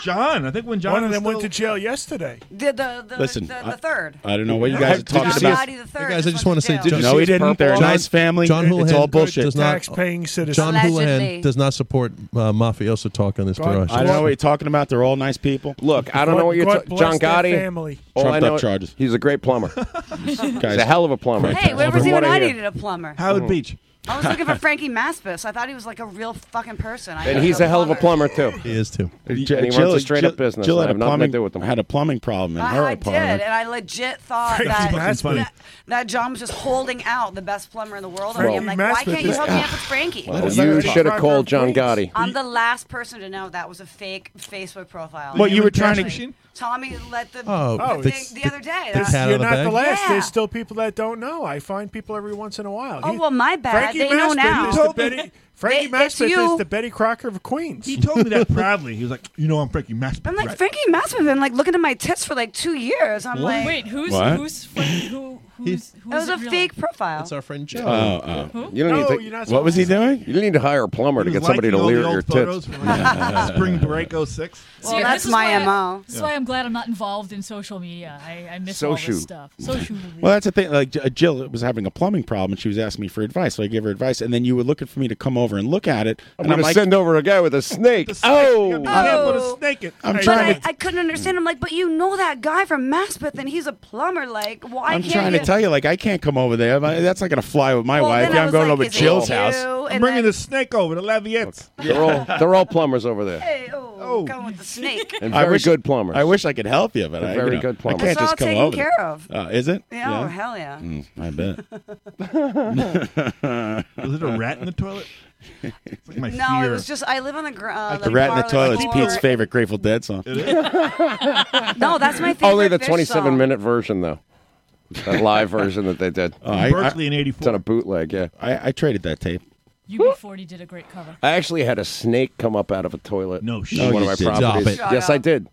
[SPEAKER 22] John. I think when
[SPEAKER 23] John
[SPEAKER 22] one of
[SPEAKER 23] was
[SPEAKER 22] them went to jail yesterday.
[SPEAKER 18] The the the,
[SPEAKER 1] Listen,
[SPEAKER 18] the,
[SPEAKER 1] I-
[SPEAKER 18] the third.
[SPEAKER 1] I don't know what you guys are
[SPEAKER 19] Did
[SPEAKER 1] talking
[SPEAKER 19] you see
[SPEAKER 1] about.
[SPEAKER 19] his-
[SPEAKER 18] the
[SPEAKER 19] Hey
[SPEAKER 18] third.
[SPEAKER 19] guys, I just want to say,
[SPEAKER 1] Did you
[SPEAKER 19] John-
[SPEAKER 1] see No, he his didn't. purple They're a
[SPEAKER 19] John-
[SPEAKER 1] nice family.
[SPEAKER 19] John
[SPEAKER 1] It's
[SPEAKER 19] Houlihan
[SPEAKER 1] all bullshit.
[SPEAKER 19] Does not,
[SPEAKER 1] Tax-paying citizens.
[SPEAKER 19] John
[SPEAKER 1] Allegedly.
[SPEAKER 19] Houlihan does not support uh, mafioso talk on this barrage.
[SPEAKER 1] I don't know what you're talking about. They're all nice people.
[SPEAKER 15] Look, I don't know what you're talking John Gotti. All I
[SPEAKER 1] Trumped
[SPEAKER 15] know,
[SPEAKER 1] up charges.
[SPEAKER 15] He's a great plumber. he's
[SPEAKER 1] Guys.
[SPEAKER 15] a hell of a plumber.
[SPEAKER 18] Hey, where was
[SPEAKER 15] From
[SPEAKER 18] he
[SPEAKER 15] what
[SPEAKER 18] when I
[SPEAKER 15] hear.
[SPEAKER 18] needed a plumber?
[SPEAKER 15] Howard
[SPEAKER 19] Beach.
[SPEAKER 18] I was looking for Frankie Maspis. I thought he was like a real fucking person. I
[SPEAKER 15] And
[SPEAKER 18] didn't
[SPEAKER 15] he's
[SPEAKER 18] know
[SPEAKER 15] a hell of a plumber too.
[SPEAKER 19] He is too.
[SPEAKER 15] And he
[SPEAKER 1] Jill-
[SPEAKER 15] runs
[SPEAKER 1] Uh, Jill-
[SPEAKER 15] a straight
[SPEAKER 1] Jill-
[SPEAKER 15] up business.
[SPEAKER 1] Jill
[SPEAKER 15] I
[SPEAKER 1] had a
[SPEAKER 15] have nothing
[SPEAKER 1] plumbing,
[SPEAKER 15] to do with them.
[SPEAKER 1] had a plumbing problem in her
[SPEAKER 18] I, I did,
[SPEAKER 1] apartment.
[SPEAKER 18] and I legit thought
[SPEAKER 1] Frankie's
[SPEAKER 18] that,
[SPEAKER 1] fucking funny.
[SPEAKER 18] that that John was just holding out the best plumber in the world. I
[SPEAKER 15] Frankie
[SPEAKER 18] mean, I'm like, why
[SPEAKER 15] Maspis
[SPEAKER 18] can't you
[SPEAKER 15] is-
[SPEAKER 18] hook me up with Frankie?
[SPEAKER 15] Well, you should have called John Gotti.
[SPEAKER 18] I'm the last person to know that was a fake Facebook profile.
[SPEAKER 15] Well, you were trying to-
[SPEAKER 18] Tommy- Tommy let the
[SPEAKER 19] Oh,
[SPEAKER 18] the,
[SPEAKER 19] the-
[SPEAKER 18] thing- the other day.
[SPEAKER 19] the
[SPEAKER 18] that-
[SPEAKER 19] cat out
[SPEAKER 22] You're
[SPEAKER 19] of the
[SPEAKER 22] not
[SPEAKER 19] bag?
[SPEAKER 22] the last.
[SPEAKER 18] Yeah.
[SPEAKER 22] There's still people that don't know. I find people every once in a while.
[SPEAKER 18] Oh, well, my bad.
[SPEAKER 22] Frankie
[SPEAKER 18] They know
[SPEAKER 22] Maspis
[SPEAKER 18] now.
[SPEAKER 22] is
[SPEAKER 18] You
[SPEAKER 22] the
[SPEAKER 18] told me-
[SPEAKER 22] Betty, Frankie
[SPEAKER 18] They- it's
[SPEAKER 22] Maspis
[SPEAKER 18] you.
[SPEAKER 22] is the Betty Crocker of Queens.
[SPEAKER 6] He told me that proudly. He was like, "You know, I'm Frankie Maspis."
[SPEAKER 18] I'm like
[SPEAKER 6] right?
[SPEAKER 18] Frankie Maspis been like looking at my tits for like two years. I'm
[SPEAKER 6] What?
[SPEAKER 18] like,
[SPEAKER 6] Wait,
[SPEAKER 17] who's
[SPEAKER 1] What?
[SPEAKER 17] who's who who's who's
[SPEAKER 18] That was
[SPEAKER 17] it
[SPEAKER 18] a
[SPEAKER 17] really?
[SPEAKER 18] fake profile.
[SPEAKER 19] It's our friend Joe.
[SPEAKER 1] Oh, oh.
[SPEAKER 17] Who?
[SPEAKER 15] You don't
[SPEAKER 17] No,
[SPEAKER 15] need
[SPEAKER 17] you're
[SPEAKER 15] to,
[SPEAKER 17] not
[SPEAKER 1] What was he doing?
[SPEAKER 15] You didn't need to hire a plumber to
[SPEAKER 1] He was
[SPEAKER 15] get somebody to
[SPEAKER 1] liking all
[SPEAKER 15] leer
[SPEAKER 1] the
[SPEAKER 15] at your
[SPEAKER 1] old
[SPEAKER 15] tits.
[SPEAKER 1] photos
[SPEAKER 6] from, like, Spring break 06.
[SPEAKER 18] Well, that's
[SPEAKER 17] this is
[SPEAKER 18] my
[SPEAKER 17] why I-
[SPEAKER 18] MO.
[SPEAKER 17] This is why I'm glad I'm not involved in social media. I, I miss all
[SPEAKER 1] Social.
[SPEAKER 17] this stuff. Social media.
[SPEAKER 1] Well, that's the thing. Like J- uh, Jill was having a plumbing problem, and she was asking me for advice. So I gave her advice, and then you were looking for me to come over and look at it.
[SPEAKER 15] I'm
[SPEAKER 1] and
[SPEAKER 15] going to
[SPEAKER 1] like,
[SPEAKER 15] send over a guy with a snake.
[SPEAKER 18] Oh.
[SPEAKER 15] Oh,
[SPEAKER 1] I'm
[SPEAKER 18] but
[SPEAKER 1] trying
[SPEAKER 18] I, I couldn't understand. I'm like, but you know that guy from Maspeth, and he's a plumber. Like, why
[SPEAKER 1] I'm
[SPEAKER 18] can't
[SPEAKER 1] trying
[SPEAKER 18] you?
[SPEAKER 1] to tell you, like I can't come over there. My- That's not going to fly with my
[SPEAKER 18] Well,
[SPEAKER 1] wife.
[SPEAKER 18] then I
[SPEAKER 1] Yeah, I'm
[SPEAKER 18] was
[SPEAKER 1] going
[SPEAKER 18] like,
[SPEAKER 1] over
[SPEAKER 18] is
[SPEAKER 1] to
[SPEAKER 18] it
[SPEAKER 1] Jill's
[SPEAKER 18] you?
[SPEAKER 1] house.
[SPEAKER 18] And
[SPEAKER 6] I'm bringing the snake over the Laviettes.
[SPEAKER 15] They're all they're all plumbers over there.
[SPEAKER 18] Hey, oh, going with the snake.
[SPEAKER 15] And very good plumbers.
[SPEAKER 1] I wish I could help you, but
[SPEAKER 15] They're
[SPEAKER 1] I
[SPEAKER 15] very
[SPEAKER 1] you know,
[SPEAKER 15] good plumbers.
[SPEAKER 1] I
[SPEAKER 15] It's
[SPEAKER 1] can't just
[SPEAKER 15] all
[SPEAKER 1] come
[SPEAKER 15] taken
[SPEAKER 1] over.
[SPEAKER 18] care of.
[SPEAKER 1] Uh, is it?
[SPEAKER 18] Yeah, oh, hell yeah.
[SPEAKER 1] Mm, I bet.
[SPEAKER 6] Was it a rat in the toilet? It's like my
[SPEAKER 18] no,
[SPEAKER 6] fear.
[SPEAKER 18] it was just I live on the uh,
[SPEAKER 15] Uh,
[SPEAKER 18] ground.
[SPEAKER 1] the rat in the toilet is Pete's favorite Grateful Dead song.
[SPEAKER 18] no, that's my favorite.
[SPEAKER 15] Only the
[SPEAKER 18] fish
[SPEAKER 15] 27
[SPEAKER 18] song.
[SPEAKER 15] minute version though. That live version that they did.
[SPEAKER 1] Oh, I- Berkeley
[SPEAKER 6] in '84.
[SPEAKER 15] It's on a bootleg. Yeah.
[SPEAKER 1] I, I traded that tape.
[SPEAKER 17] UB40 did a great cover.
[SPEAKER 15] I actually had a snake come up out of a toilet. No
[SPEAKER 1] shit.
[SPEAKER 15] One
[SPEAKER 1] No,
[SPEAKER 15] of
[SPEAKER 1] you
[SPEAKER 15] my
[SPEAKER 1] did.
[SPEAKER 15] properties.
[SPEAKER 1] Stop it.
[SPEAKER 15] Yes, I did.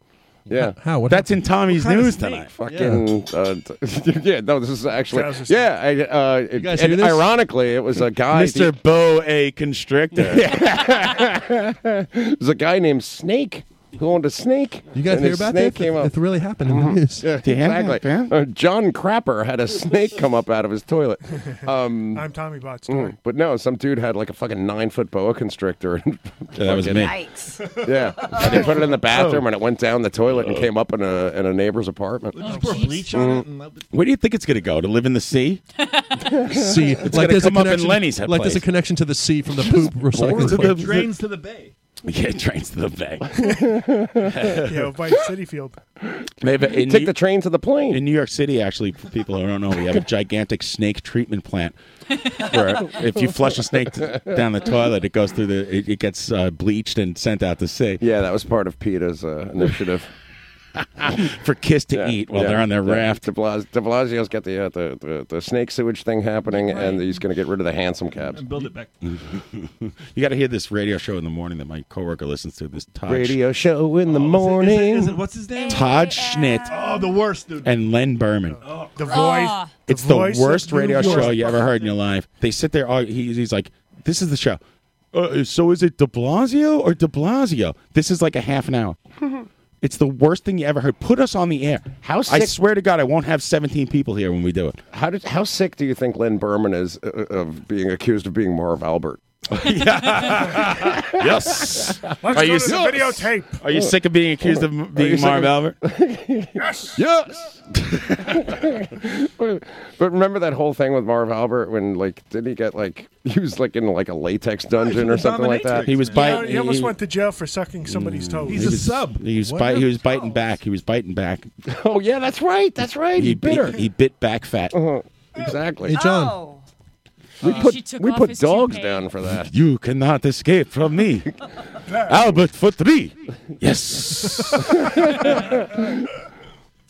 [SPEAKER 15] Yeah.
[SPEAKER 19] How? What
[SPEAKER 1] That's in Tommy's
[SPEAKER 15] kind of
[SPEAKER 1] news
[SPEAKER 15] snake?
[SPEAKER 1] tonight.
[SPEAKER 15] Fucking uh, t- yeah, no, this is actually
[SPEAKER 1] Trouser snake.
[SPEAKER 15] yeah. I, uh, it-
[SPEAKER 1] guys
[SPEAKER 15] and
[SPEAKER 1] hear this?
[SPEAKER 15] ironically, it was a guy.
[SPEAKER 1] Mr. Bo A. Constrictor.
[SPEAKER 15] There's a guy named Snake who owned a snake.
[SPEAKER 19] You guys
[SPEAKER 15] and
[SPEAKER 19] hear
[SPEAKER 15] his
[SPEAKER 19] about
[SPEAKER 15] snake
[SPEAKER 19] that?
[SPEAKER 15] Came up.
[SPEAKER 19] It really happened in the
[SPEAKER 1] Mm-hmm. Uh-huh.
[SPEAKER 19] news.
[SPEAKER 15] Yeah, exactly. Uh, John Crapper had a snake come up out of his toilet. Um,
[SPEAKER 22] I'm Tommy Bot's
[SPEAKER 15] mm, but no, some dude had like a fucking nine foot boa constrictor. And
[SPEAKER 1] that was me.
[SPEAKER 18] Yikes.
[SPEAKER 15] Yeah, Oh. and they put it in the bathroom, and it went down the toilet and came up in a in a neighbor's apartment.
[SPEAKER 6] Just pour bleach on it and
[SPEAKER 1] Mm. Where do you think it's going to go? To live in the sea?
[SPEAKER 19] See,
[SPEAKER 1] It's
[SPEAKER 19] like
[SPEAKER 1] gonna
[SPEAKER 19] there's
[SPEAKER 1] come
[SPEAKER 19] a
[SPEAKER 1] up in
[SPEAKER 19] connection,
[SPEAKER 1] Lenny's
[SPEAKER 19] like there's a
[SPEAKER 1] place.
[SPEAKER 19] connection to the sea from the poop recycling.
[SPEAKER 1] It's a
[SPEAKER 19] plant.
[SPEAKER 1] bit-
[SPEAKER 6] drains to the bay.
[SPEAKER 1] Yeah, it trains to the bay.
[SPEAKER 22] yeah, by City Field.
[SPEAKER 1] They've, in
[SPEAKER 15] Take
[SPEAKER 1] New-
[SPEAKER 15] the train to the plane.
[SPEAKER 1] In New York City, actually, for people who don't know, we have a gigantic snake treatment plant where if you flush a snake t- down the toilet, it goes through the, it, it gets uh, bleached and sent out to sea.
[SPEAKER 15] Yeah, that was part of PETA's uh, initiative.
[SPEAKER 1] for Kiss to eat while they're on their raft.
[SPEAKER 15] De, Blas, de Blasio's got the, uh, the, the the snake sewage thing happening, and he's going to get rid of the handsome cabs.
[SPEAKER 6] build it back.
[SPEAKER 1] you got to hear this radio show in the morning that my coworker listens to. This Todd,
[SPEAKER 15] Radio show in the
[SPEAKER 5] Oh,
[SPEAKER 15] morning.
[SPEAKER 6] Is it, what's his name?
[SPEAKER 1] Todd Schnitt
[SPEAKER 6] Oh, the worst dude. Oh.
[SPEAKER 1] and Len Berman.
[SPEAKER 22] The
[SPEAKER 17] Ah.
[SPEAKER 22] voice.
[SPEAKER 18] Oh.
[SPEAKER 1] It's the, worst radio show you ever heard in your life. They sit there. argu- He, he's like, "This is the show." Uh, so is it De Blasio or De Blasio? This is like a half an hour. It's the worst thing you ever heard. Put us on the air.
[SPEAKER 15] How
[SPEAKER 1] I
[SPEAKER 15] sick-
[SPEAKER 1] swear to God, I won't have seventeen people here when we do it.
[SPEAKER 15] How did how sick do you think Lynn Berman is uh, of being accused of being Marv Albert?
[SPEAKER 1] yes.
[SPEAKER 22] Let's go to the videotape.
[SPEAKER 1] Are you sick of being accused
[SPEAKER 15] Are
[SPEAKER 1] of being
[SPEAKER 15] you sick
[SPEAKER 1] Marv
[SPEAKER 15] of-
[SPEAKER 1] Albert?
[SPEAKER 22] Yes.
[SPEAKER 15] Yes. but remember that whole thing with Marv Albert when like did he get like he was like in like a latex dungeon or something like that?
[SPEAKER 1] He was
[SPEAKER 22] He,
[SPEAKER 1] biting.
[SPEAKER 22] almost went to jail for sucking somebody's toes.
[SPEAKER 1] he was- He was, bite, he was biting back. He was biting back.
[SPEAKER 15] Oh yeah, that's right. That's right. Uh-huh.
[SPEAKER 1] He,
[SPEAKER 15] He's bitter.
[SPEAKER 1] bit, he bit back fat.
[SPEAKER 15] exactly.
[SPEAKER 1] Hey,
[SPEAKER 17] Uh,
[SPEAKER 15] We
[SPEAKER 1] John.
[SPEAKER 17] Oh, she
[SPEAKER 15] put
[SPEAKER 17] took
[SPEAKER 15] we
[SPEAKER 17] off
[SPEAKER 15] put
[SPEAKER 17] his
[SPEAKER 15] dogs
[SPEAKER 17] toupee.
[SPEAKER 15] down for that.
[SPEAKER 1] You cannot escape from me. Albert for three. Yes.
[SPEAKER 17] Oh.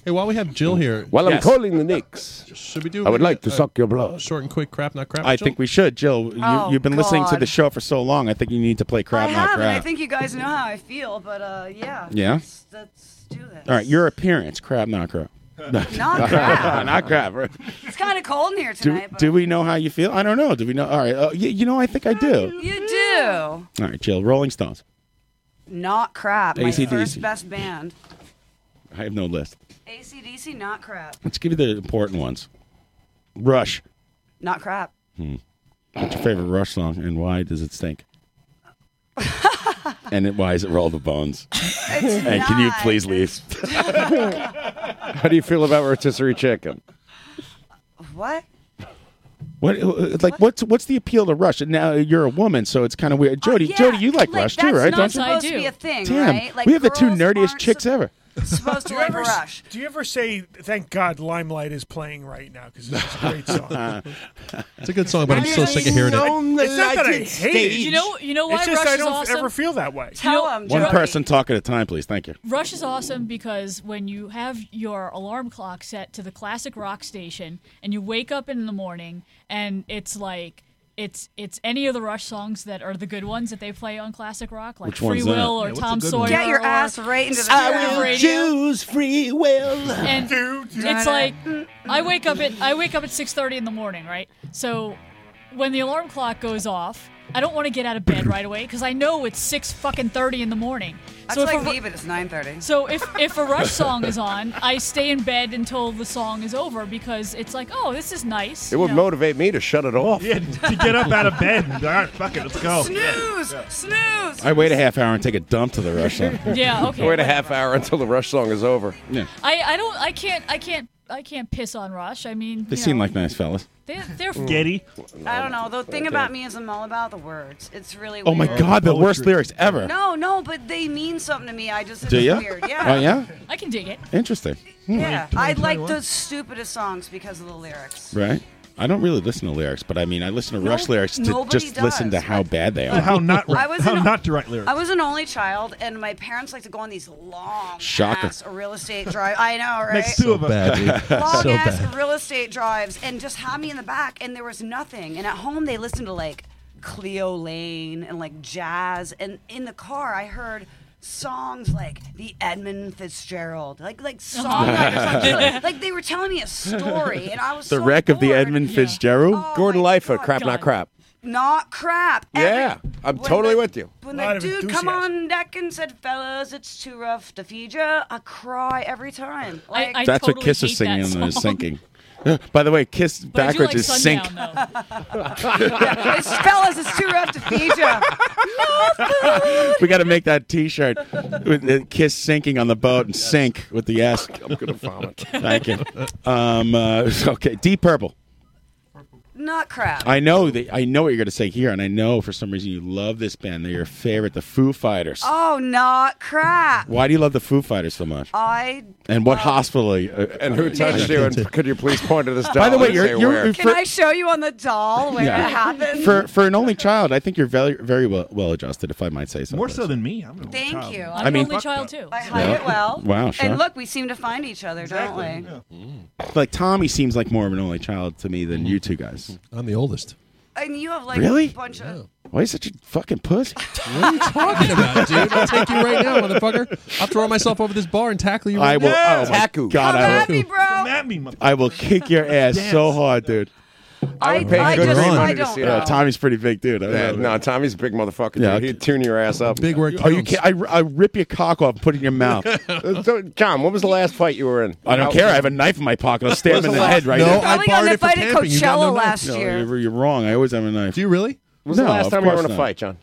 [SPEAKER 19] Hey, while we have Jill
[SPEAKER 1] Mm.
[SPEAKER 19] here,
[SPEAKER 15] While I'm calling the Knicks,
[SPEAKER 19] should we do?
[SPEAKER 15] I would
[SPEAKER 19] maybe
[SPEAKER 15] like to
[SPEAKER 19] a-
[SPEAKER 15] suck your blood.
[SPEAKER 19] Short and quick, crap not crap.
[SPEAKER 1] I
[SPEAKER 19] Jill?
[SPEAKER 1] think we should, Jill. You,
[SPEAKER 18] Oh,
[SPEAKER 1] you've been listening to
[SPEAKER 18] God.
[SPEAKER 1] the show for so long. I think you need to play crab,
[SPEAKER 18] I
[SPEAKER 1] not
[SPEAKER 18] have, and I
[SPEAKER 1] crab.
[SPEAKER 18] think you guys know how I feel, but uh, yeah.
[SPEAKER 1] Yeah?
[SPEAKER 18] Let's, let's do this.
[SPEAKER 1] All right, your appearance, crab, not crab. not
[SPEAKER 18] crab.
[SPEAKER 1] not crab.
[SPEAKER 18] It's kind of cold in here
[SPEAKER 1] Do,
[SPEAKER 18] tonight.
[SPEAKER 1] do we know how you feel? I don't know. Do we know? All right. Uh, you, you know, I think I do.
[SPEAKER 18] but you do.
[SPEAKER 1] All right, Jill. Rolling Stones.
[SPEAKER 18] Not crap. My
[SPEAKER 1] AC/DC.
[SPEAKER 18] first best band.
[SPEAKER 1] I have no list.
[SPEAKER 18] ACDC, not crap.
[SPEAKER 1] Let's give you the important ones. Rush.
[SPEAKER 18] Not crap.
[SPEAKER 1] Hmm. What's your favorite Rush song, and why does it stink? and it, why is it Roll the Bones? and can you please leave?
[SPEAKER 15] How do you feel about rotisserie chicken?
[SPEAKER 18] What?
[SPEAKER 1] What uh, like what's what's the appeal to Rush? And now you're a woman, so it's kind of weird. Jody,
[SPEAKER 18] Oh, yeah,
[SPEAKER 1] Jody, you like, Rush too,
[SPEAKER 18] that's
[SPEAKER 1] right?
[SPEAKER 18] not
[SPEAKER 1] Don't you?
[SPEAKER 18] supposed to be a thing,
[SPEAKER 1] Damn,
[SPEAKER 18] right? Like,
[SPEAKER 1] we have the two
[SPEAKER 18] girls
[SPEAKER 1] nerdiest chicks ever.
[SPEAKER 18] supposed to
[SPEAKER 22] Do you
[SPEAKER 18] like
[SPEAKER 22] ever-
[SPEAKER 18] Rush.
[SPEAKER 22] Do you ever say, "Thank God, Limelight is playing right now" because this is a great song?
[SPEAKER 19] it's a good song, but I'm so sick of hearing it.
[SPEAKER 22] It's not that I hate it.
[SPEAKER 17] You know, you know why
[SPEAKER 22] It's just
[SPEAKER 17] Rush
[SPEAKER 22] I
[SPEAKER 17] is
[SPEAKER 22] don't
[SPEAKER 17] awesome.
[SPEAKER 22] ever feel that way.
[SPEAKER 17] Tell
[SPEAKER 18] him,
[SPEAKER 1] One person talk at a time, please. Thank you.
[SPEAKER 17] Rush is awesome because when you have your alarm clock set to the classic rock station and you wake up in the morning and it's like it's it's any of the Rush songs that are the good ones that they play on classic rock, like
[SPEAKER 1] Which
[SPEAKER 17] Free
[SPEAKER 1] one's that?
[SPEAKER 17] Will or
[SPEAKER 1] Yeah, what's a
[SPEAKER 17] Tom
[SPEAKER 1] good
[SPEAKER 17] Sawyer.
[SPEAKER 1] one?
[SPEAKER 18] Get your
[SPEAKER 17] or
[SPEAKER 18] ass right into the
[SPEAKER 17] Spirit
[SPEAKER 18] ground.
[SPEAKER 17] of Radio.
[SPEAKER 5] Choose free will.
[SPEAKER 17] and it's like I wake up at I wake up at six thirty in the morning, right? So when the alarm clock goes off, I don't want to get out of bed right away because I know it's six fucking thirty in the morning.
[SPEAKER 18] That's
[SPEAKER 17] so if
[SPEAKER 18] like
[SPEAKER 17] a-
[SPEAKER 18] me, but it's 9:30.
[SPEAKER 17] so if if a Rush song is on, I stay in bed until the song is over because it's like, oh, this is nice.
[SPEAKER 15] It would
[SPEAKER 17] you know?
[SPEAKER 15] motivate me to shut it off.
[SPEAKER 6] Yeah, to get up out of bed. All right, fuck it, let's go.
[SPEAKER 18] Snooze, snooze.
[SPEAKER 1] I wait a half hour and take a dump to the Rush song.
[SPEAKER 17] Yeah, okay.
[SPEAKER 15] Wait a half hour until the Rush song is over.
[SPEAKER 1] Yeah.
[SPEAKER 17] I, I don't I can't I can't I can't piss on Rush. I mean,
[SPEAKER 1] They
[SPEAKER 17] you
[SPEAKER 1] seem
[SPEAKER 17] know,
[SPEAKER 1] like nice fellas.
[SPEAKER 17] they, they're
[SPEAKER 6] Getty.
[SPEAKER 18] I don't know. The thing about me is I'm all about the words. It's really
[SPEAKER 1] Oh my
[SPEAKER 18] weird.
[SPEAKER 1] God, the worst lyrics ever.
[SPEAKER 18] No, no, but they mean something to me. I just it's
[SPEAKER 1] Do you?
[SPEAKER 18] weird. Yeah.
[SPEAKER 1] Oh yeah,
[SPEAKER 17] I can dig it.
[SPEAKER 1] interesting. Hmm.
[SPEAKER 18] Yeah. I like the stupidest songs because of the lyrics.
[SPEAKER 1] Right. I don't really listen to lyrics, but I mean, I listen to Rush lyrics to
[SPEAKER 18] nobody
[SPEAKER 1] just listen to
[SPEAKER 18] does.
[SPEAKER 1] how bad they are.
[SPEAKER 6] How not
[SPEAKER 18] I
[SPEAKER 6] right,
[SPEAKER 18] was
[SPEAKER 6] how
[SPEAKER 18] an-
[SPEAKER 6] not to write lyrics.
[SPEAKER 18] I was an only child, and my parents like to go on these long
[SPEAKER 1] Shocker.
[SPEAKER 18] ass real estate drive. I know, right?
[SPEAKER 6] Makes two of us.
[SPEAKER 18] long
[SPEAKER 19] So
[SPEAKER 18] ass
[SPEAKER 19] bad.
[SPEAKER 18] real estate drives and just had me in the back and there was nothing and at home they listened to like cleo lane and like jazz and in the car i heard songs like the edmund fitzgerald like like songwriters like, like they were telling me a story and i was
[SPEAKER 1] The
[SPEAKER 18] so
[SPEAKER 1] wreck of the
[SPEAKER 18] bored.
[SPEAKER 1] Edmund Fitzgerald.
[SPEAKER 15] Gordon Lightfoot, crap, not crap.
[SPEAKER 18] not crap
[SPEAKER 15] Yeah,
[SPEAKER 18] Every-
[SPEAKER 15] I'm
[SPEAKER 18] when
[SPEAKER 15] totally
[SPEAKER 18] the-
[SPEAKER 15] with you.
[SPEAKER 18] when
[SPEAKER 22] A lot
[SPEAKER 18] the
[SPEAKER 22] of
[SPEAKER 18] dude come
[SPEAKER 22] enthusiasm.
[SPEAKER 18] on deck and said, "Fellas, it's too rough to feed you," I cry every time. Like,
[SPEAKER 17] I
[SPEAKER 1] That's what
[SPEAKER 17] totally
[SPEAKER 1] Kiss is
[SPEAKER 17] hate that
[SPEAKER 1] singing when they're
[SPEAKER 17] song.
[SPEAKER 1] sinking. By the way, Kiss
[SPEAKER 17] But I do
[SPEAKER 1] backwards
[SPEAKER 17] like
[SPEAKER 1] is sink.
[SPEAKER 17] Sundown, though.
[SPEAKER 18] It's fellas, it's too rough to feed you.
[SPEAKER 1] we got to make that T-shirt with uh, Kiss sinking on the boat and sink with the S.
[SPEAKER 15] I'm gonna vomit.
[SPEAKER 1] Thank you. Um, uh, okay, Deep Purple.
[SPEAKER 18] Not crap.
[SPEAKER 1] I know that I know what you're going to say here, and I know for some reason you love this band. They're your favorite, the Foo Fighters.
[SPEAKER 18] Oh, not crap.
[SPEAKER 1] Why do you love the Foo Fighters so much?
[SPEAKER 18] I
[SPEAKER 1] And
[SPEAKER 17] Oh.
[SPEAKER 1] what hospital? Are you, and
[SPEAKER 15] who touched you? And could you please point to this?
[SPEAKER 1] By the
[SPEAKER 15] doll
[SPEAKER 1] way,
[SPEAKER 15] and
[SPEAKER 1] you're-
[SPEAKER 15] say
[SPEAKER 1] you're-
[SPEAKER 15] where?
[SPEAKER 18] can I show you on the doll where
[SPEAKER 1] Yeah.
[SPEAKER 18] it happened?
[SPEAKER 1] For for an only child, I think you're very very well, well adjusted, if I might say so.
[SPEAKER 6] More so than me. I'm
[SPEAKER 18] Thank you.
[SPEAKER 1] I'm I an mean- only
[SPEAKER 18] child too. I hide it
[SPEAKER 1] Yeah.
[SPEAKER 18] well.
[SPEAKER 1] Wow, sure.
[SPEAKER 18] And look, we seem to find each other, don't we?
[SPEAKER 1] Like Tommy seems like more of an only child to me than you two guys.
[SPEAKER 20] I'm the oldest.
[SPEAKER 18] And you have like
[SPEAKER 1] Really?
[SPEAKER 18] a bunch of.
[SPEAKER 1] Why are you such a fucking pussy?
[SPEAKER 20] What are you talking about, dude? I'll take you right now, motherfucker. I'll throw myself over this bar and tackle you.
[SPEAKER 1] I
[SPEAKER 20] right
[SPEAKER 1] will.
[SPEAKER 20] Now.
[SPEAKER 1] Oh my God,
[SPEAKER 20] Come
[SPEAKER 1] I will.
[SPEAKER 20] at me,
[SPEAKER 18] bro. Come
[SPEAKER 20] at me,
[SPEAKER 1] I will kick your ass so hard, dude.
[SPEAKER 18] I,
[SPEAKER 15] would pay
[SPEAKER 18] I
[SPEAKER 15] good
[SPEAKER 18] just,
[SPEAKER 15] money
[SPEAKER 18] I
[SPEAKER 15] to
[SPEAKER 18] don't
[SPEAKER 15] see
[SPEAKER 1] Yeah,
[SPEAKER 18] know.
[SPEAKER 1] Tommy's pretty big, dude. I
[SPEAKER 15] Yeah,
[SPEAKER 1] love it.
[SPEAKER 15] no, Tommy's a big motherfucker.
[SPEAKER 1] Yeah,
[SPEAKER 15] dude. He'd tune your ass up. Big
[SPEAKER 20] work.
[SPEAKER 1] Are you? ki- I, I rip your cock off, put it in your mouth.
[SPEAKER 15] So, John, when was the last fight you were in?
[SPEAKER 1] I don't
[SPEAKER 15] How-
[SPEAKER 1] care. I have a knife in my pocket. I'll stab him in the head right now.
[SPEAKER 18] Probably got in a fight at Coachella last year.
[SPEAKER 1] You're, you're wrong. I always have a knife. Do
[SPEAKER 20] you really?
[SPEAKER 1] When
[SPEAKER 15] was the last time you were in a fight, John?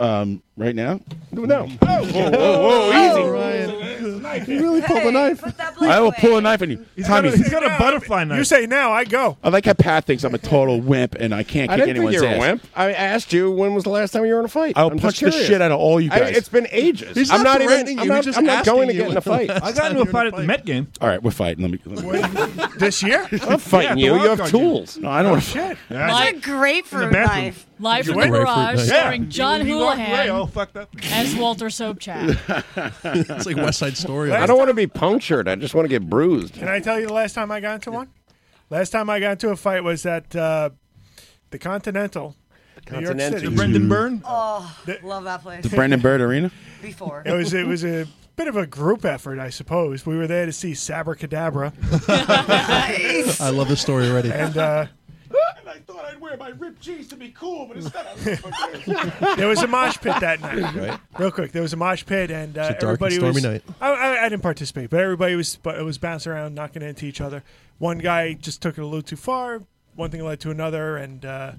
[SPEAKER 1] Um, right now?
[SPEAKER 15] No. Oh, whoa, whoa,
[SPEAKER 20] easy. You really pulled the knife.
[SPEAKER 1] I will pull a knife on you. Tommy,
[SPEAKER 22] got a butterfly knife. You say now, I go.
[SPEAKER 1] I like how Pat thinks I'm a total wimp and I can't
[SPEAKER 15] I
[SPEAKER 1] kick
[SPEAKER 15] didn't think
[SPEAKER 1] anyone's
[SPEAKER 15] you were a
[SPEAKER 1] ass.
[SPEAKER 15] wimp. I asked you when was the last time you were in a fight.
[SPEAKER 1] I'll
[SPEAKER 15] I'm just
[SPEAKER 1] punch the
[SPEAKER 15] curious.
[SPEAKER 1] shit out of all you
[SPEAKER 15] I-
[SPEAKER 1] guys.
[SPEAKER 15] it's been ages.
[SPEAKER 1] He's
[SPEAKER 15] I'm
[SPEAKER 1] not
[SPEAKER 15] not
[SPEAKER 1] threatening
[SPEAKER 15] even.
[SPEAKER 1] you,
[SPEAKER 15] I'm
[SPEAKER 1] he's
[SPEAKER 15] not,
[SPEAKER 1] just
[SPEAKER 15] I'm not
[SPEAKER 1] asking
[SPEAKER 15] going to
[SPEAKER 1] you
[SPEAKER 15] get in a
[SPEAKER 1] when the
[SPEAKER 15] fight.
[SPEAKER 1] last I got into a time you were in a fight at the fight. Met
[SPEAKER 6] game.
[SPEAKER 1] All right, we're fighting. Let me. Let me
[SPEAKER 22] this year?
[SPEAKER 15] I'm fighting you. You have tools. Oh,
[SPEAKER 1] No, I don't.
[SPEAKER 22] shit.
[SPEAKER 18] That's a grapefruit
[SPEAKER 22] bathroom.
[SPEAKER 18] knife.
[SPEAKER 17] Live
[SPEAKER 22] Did
[SPEAKER 17] from
[SPEAKER 22] you
[SPEAKER 17] the
[SPEAKER 22] wait?
[SPEAKER 17] Garage,
[SPEAKER 22] Yeah.
[SPEAKER 17] starring
[SPEAKER 22] You-
[SPEAKER 17] John
[SPEAKER 22] you walked away all
[SPEAKER 17] Houlihan as Walter Sobchak.
[SPEAKER 20] It's like West Side Story.
[SPEAKER 15] I don't want to be punctured. I just want to get bruised.
[SPEAKER 22] Can I tell you the last time I got into one? Last time I got into a fight was at uh, the Continental. New York
[SPEAKER 15] Continental.
[SPEAKER 22] City.
[SPEAKER 15] The Brendan
[SPEAKER 20] Byrne?
[SPEAKER 18] Oh, love that place.
[SPEAKER 1] The Brandon Bird Arena?
[SPEAKER 18] Before.
[SPEAKER 22] It was it was a bit of a group effort, I suppose. We were there to see Sabracadabra.
[SPEAKER 20] I love this story already.
[SPEAKER 22] And uh,
[SPEAKER 5] I'd wear my ripped jeans to be cool, but instead
[SPEAKER 22] there was a mosh pit that night.
[SPEAKER 20] Right.
[SPEAKER 22] Real quick, there was a mosh pit, and uh,
[SPEAKER 20] It's a dark and
[SPEAKER 22] everybody
[SPEAKER 20] stormy
[SPEAKER 22] was.
[SPEAKER 20] night.
[SPEAKER 22] I, I, I didn't participate, but everybody was but was bouncing around, knocking into each other. One guy just took it a little too far. One thing led to another, and uh,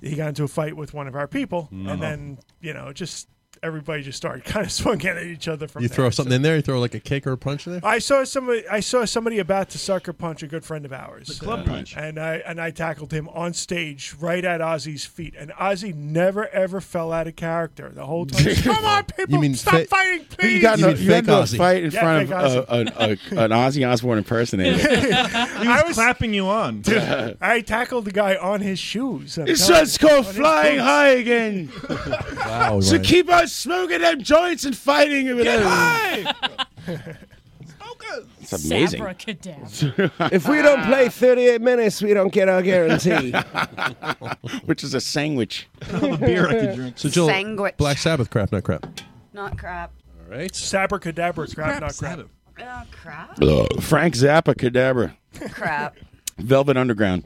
[SPEAKER 22] he got into a fight with one of our people,
[SPEAKER 20] Uh-huh.
[SPEAKER 22] and then you know just everybody just started kind of swinging at each other from
[SPEAKER 20] You
[SPEAKER 22] there.
[SPEAKER 20] throw something in there. You throw like a kick or a punch in there.
[SPEAKER 22] I saw somebody. I saw somebody about to sucker punch a good friend of ours,
[SPEAKER 20] The club punch.
[SPEAKER 22] and I and I tackled him on stage right at Ozzy's feet, and Ozzy never ever fell out of character the whole time. Come on, people,
[SPEAKER 20] mean
[SPEAKER 22] stop
[SPEAKER 20] fa-
[SPEAKER 22] fighting, please.
[SPEAKER 1] You got in a, you got into a fight in
[SPEAKER 22] Yeah,
[SPEAKER 1] front
[SPEAKER 22] fake Ozzy.
[SPEAKER 1] of uh, an, a, an Ozzy Osbourne impersonator.
[SPEAKER 22] he was,
[SPEAKER 6] clapping you on.
[SPEAKER 22] Dude, I tackled the guy on his shoes. I'm
[SPEAKER 1] It's
[SPEAKER 22] telling
[SPEAKER 1] just
[SPEAKER 22] you,
[SPEAKER 1] called
[SPEAKER 22] on his
[SPEAKER 1] flying
[SPEAKER 22] boots.
[SPEAKER 1] high again.
[SPEAKER 20] Wow.
[SPEAKER 1] So
[SPEAKER 20] Ryan.
[SPEAKER 1] keep on smoking them joints and fighting over them.
[SPEAKER 15] It's
[SPEAKER 1] amazing.
[SPEAKER 15] if we don't play 38 minutes, we don't get our guarantee.
[SPEAKER 1] Which is a sandwich.
[SPEAKER 20] beer I could drink. So Jill,
[SPEAKER 18] Sandwich.
[SPEAKER 20] Black Sabbath crap, not crap.
[SPEAKER 18] Not crap.
[SPEAKER 20] All right.
[SPEAKER 22] Sabracadabra, crap, not crap.
[SPEAKER 18] Oh, crap.
[SPEAKER 1] Frank Zappa, Cadabra,
[SPEAKER 18] crap.
[SPEAKER 1] Velvet Underground.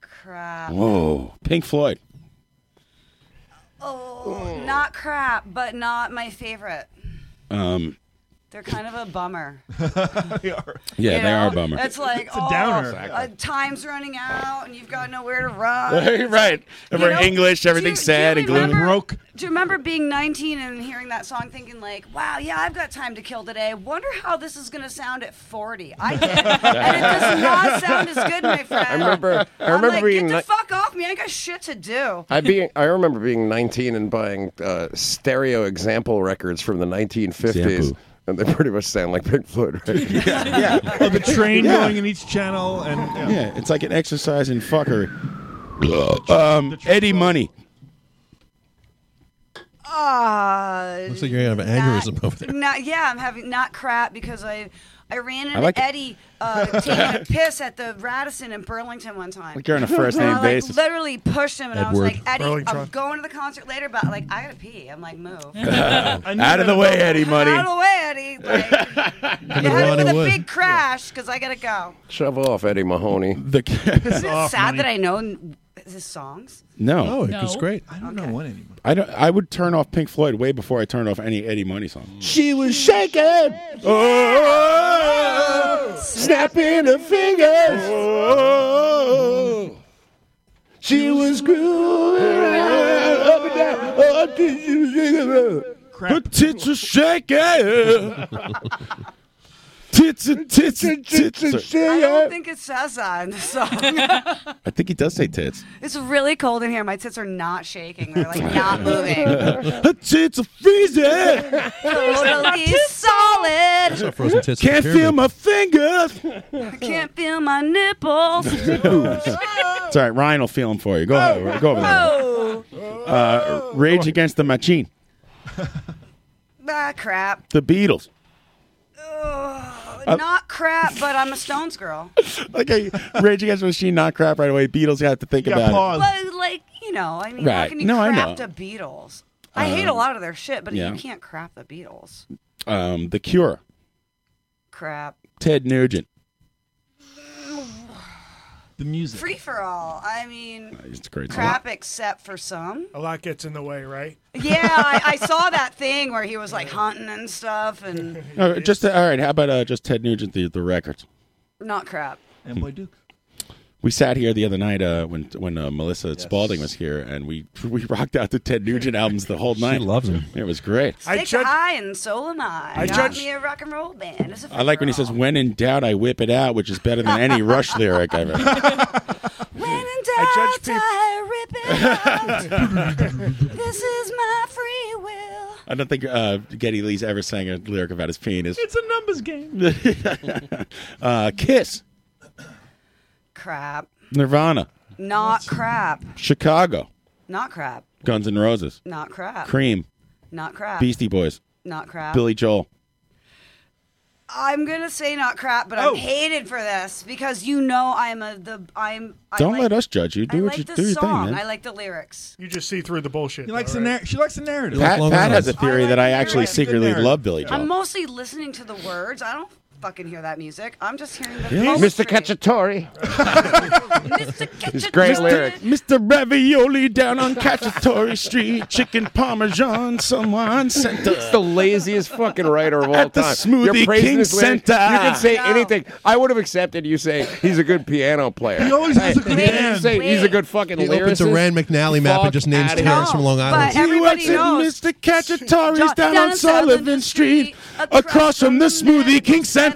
[SPEAKER 18] Crap.
[SPEAKER 1] Whoa, Pink Floyd.
[SPEAKER 18] Oh, not crap, but not my favorite.
[SPEAKER 1] Um,
[SPEAKER 18] They're kind of a bummer.
[SPEAKER 20] they are.
[SPEAKER 1] yeah,
[SPEAKER 18] You
[SPEAKER 1] they
[SPEAKER 18] know?
[SPEAKER 1] are a bummer.
[SPEAKER 18] It's like
[SPEAKER 20] a
[SPEAKER 18] oh,
[SPEAKER 20] downer.
[SPEAKER 18] uh, time's running out, and you've got nowhere to run.
[SPEAKER 1] right.
[SPEAKER 18] You
[SPEAKER 1] We're
[SPEAKER 18] know,
[SPEAKER 1] English. Everything's sad and gloomy.
[SPEAKER 20] Broke.
[SPEAKER 18] Do you remember being 19 and hearing that song, thinking like, "Wow, yeah, I've got time to kill today. Wonder how this is gonna sound at 40." I did, and it does not sound as good, my friend.
[SPEAKER 15] I remember. I
[SPEAKER 18] I'm
[SPEAKER 15] remember
[SPEAKER 18] like,
[SPEAKER 15] being.
[SPEAKER 18] get
[SPEAKER 15] ni-
[SPEAKER 18] the fuck off me! I got shit to do.
[SPEAKER 15] I being I remember being 19 and buying uh, stereo example records from the 1950s, and they pretty much sound like Pink Floyd. Records.
[SPEAKER 6] Oh, the train
[SPEAKER 1] Yeah.
[SPEAKER 6] going in each channel, and yeah.
[SPEAKER 1] Yeah, it's like an exercise in fuckery. um, Eddie Money.
[SPEAKER 18] Ah.
[SPEAKER 20] Looks like you're gonna have an aneurysm over there.
[SPEAKER 18] Not, yeah, I'm having not crap because I I ran into
[SPEAKER 20] I like it.
[SPEAKER 18] Eddie uh, taking a piss at the Radisson in Burlington one time.
[SPEAKER 1] Like you're on a first name
[SPEAKER 18] I, like,
[SPEAKER 1] basis.
[SPEAKER 18] Literally pushed him, and I was
[SPEAKER 1] Edward.
[SPEAKER 18] like, Eddie, I'm
[SPEAKER 1] Burlington.
[SPEAKER 18] going to the concert later, but like I gotta pee. I'm like, move.
[SPEAKER 1] Out of the way, Eddie Money.
[SPEAKER 18] Out of the way, Eddie. Like, you had it
[SPEAKER 15] Ronnie
[SPEAKER 18] with a
[SPEAKER 15] Wood.
[SPEAKER 18] big crash because I gotta go.
[SPEAKER 15] Shove off, Eddie Mahoney.
[SPEAKER 1] The
[SPEAKER 18] Isn't it sad that I know n- his songs?
[SPEAKER 1] No.
[SPEAKER 20] Oh,
[SPEAKER 1] No, it
[SPEAKER 18] was
[SPEAKER 1] was great.
[SPEAKER 18] I don't know what
[SPEAKER 6] anymore.
[SPEAKER 1] I don't. I would turn off Pink Floyd way before I turned off any Eddie Money song.
[SPEAKER 5] She was shaking, oh, snapping her fingers. Oh, she was grooving around, up and down. Oh, did you-
[SPEAKER 1] Her tits are shaking. tits and tits and tits. and
[SPEAKER 18] I don't think it says that in the song.
[SPEAKER 1] I think he does say tits.
[SPEAKER 18] it's really cold in here. My tits are not shaking. They're like not moving.
[SPEAKER 1] Her tits are freezing.
[SPEAKER 18] totally solid.
[SPEAKER 1] frozen tits. Can't
[SPEAKER 18] the
[SPEAKER 1] feel my fingers.
[SPEAKER 18] I can't feel my nipples.
[SPEAKER 1] it's all right. Ryan will feel him for you. Go ahead. Go over there.
[SPEAKER 18] Oh,
[SPEAKER 1] Uh, Rage Against the Machine.
[SPEAKER 18] ah, crap.
[SPEAKER 1] The Beatles. Uh,
[SPEAKER 18] Not crap, Ah, but I'm a Stones girl.
[SPEAKER 1] Okay, Rage Against the Machine, not crap right away. Beatles, you have to think about it.
[SPEAKER 18] But like, you know, I mean, how
[SPEAKER 1] Right.
[SPEAKER 18] can you
[SPEAKER 1] No, I
[SPEAKER 18] crap
[SPEAKER 1] know.
[SPEAKER 18] the Beatles? I hate a
[SPEAKER 1] Um,
[SPEAKER 18] lot of their shit, but
[SPEAKER 1] yeah.
[SPEAKER 18] you can't crap the Beatles.
[SPEAKER 1] Um, the Cure,
[SPEAKER 18] Crap.
[SPEAKER 1] Ted Nugent.
[SPEAKER 6] The music.
[SPEAKER 18] Free for all. I mean,
[SPEAKER 1] It's a great. song.
[SPEAKER 18] crap except for some.
[SPEAKER 22] A lot gets in the way, right?
[SPEAKER 18] Yeah, I, I saw that thing where he was like hunting and stuff, and
[SPEAKER 1] All right, just all right. How about uh, just Ted Nugent the the records?
[SPEAKER 18] not crap.
[SPEAKER 6] And Boy Duke.
[SPEAKER 1] We sat here the other night uh, when when uh, Melissa Spalding was here, and we we rocked out to Ted Nugent albums the whole night. She loves him. It was great.
[SPEAKER 18] Stick high and so am I.
[SPEAKER 22] I
[SPEAKER 18] Got
[SPEAKER 22] judge-
[SPEAKER 18] me a rock and roll band. It's a
[SPEAKER 1] I like when he says, "When in doubt, I whip it out," which is better than any Rush lyric I've ever.
[SPEAKER 18] I judge this is my free will.
[SPEAKER 1] I don't think uh, Getty Lee's ever sang a lyric about his penis.
[SPEAKER 6] It's a numbers game.
[SPEAKER 1] uh, Kiss,
[SPEAKER 18] Crap.
[SPEAKER 1] Nirvana,
[SPEAKER 18] Not crap.
[SPEAKER 1] Chicago,
[SPEAKER 18] Not crap.
[SPEAKER 1] Guns N' Roses,
[SPEAKER 18] Not crap.
[SPEAKER 1] Cream,
[SPEAKER 18] Not crap.
[SPEAKER 1] Beastie Boys,
[SPEAKER 18] Not crap.
[SPEAKER 1] Billy Joel.
[SPEAKER 18] I'm gonna say not crap, but
[SPEAKER 6] Oh.
[SPEAKER 18] I'm hated for this because you know I'm a the I'm. I
[SPEAKER 1] Don't
[SPEAKER 18] like,
[SPEAKER 1] let us judge you. Do
[SPEAKER 18] I
[SPEAKER 1] what
[SPEAKER 18] like
[SPEAKER 1] you
[SPEAKER 18] the
[SPEAKER 1] do your
[SPEAKER 18] song.
[SPEAKER 1] thing, man.
[SPEAKER 18] I like the lyrics.
[SPEAKER 22] You just see through the bullshit.
[SPEAKER 6] He likes the narr- she likes the narrative.
[SPEAKER 1] Pat, Pat has a theory that I actually secretly love Billy Joel.
[SPEAKER 18] I'm mostly listening to the words. I don't fucking hear that music. I'm just hearing the.
[SPEAKER 1] Really?
[SPEAKER 18] poetry.
[SPEAKER 1] Mr. Cacciatore.
[SPEAKER 18] It's
[SPEAKER 1] great lyric. Mr. Ravioli down on Cacciatore Street, chicken parmesan, someone sent
[SPEAKER 23] It's the laziest fucking writer of all
[SPEAKER 1] At the
[SPEAKER 23] time.
[SPEAKER 1] Smoothie
[SPEAKER 23] You're praising
[SPEAKER 1] King
[SPEAKER 23] this lyric.
[SPEAKER 1] Center.
[SPEAKER 23] You can say anything. I would have accepted you saying he's a good piano player.
[SPEAKER 6] He always has a good
[SPEAKER 23] Hey,
[SPEAKER 6] hand.
[SPEAKER 23] Say he's a good fucking
[SPEAKER 19] He
[SPEAKER 23] lyricist.
[SPEAKER 19] opens a Rand McNally map and just names
[SPEAKER 23] outta
[SPEAKER 19] towns
[SPEAKER 23] here.
[SPEAKER 19] from Long Island.
[SPEAKER 1] everybody
[SPEAKER 18] knows.
[SPEAKER 1] Mr. Cacciatore
[SPEAKER 18] John-
[SPEAKER 1] down
[SPEAKER 18] down
[SPEAKER 1] on Sullivan Street, across from the Smoothie King Center.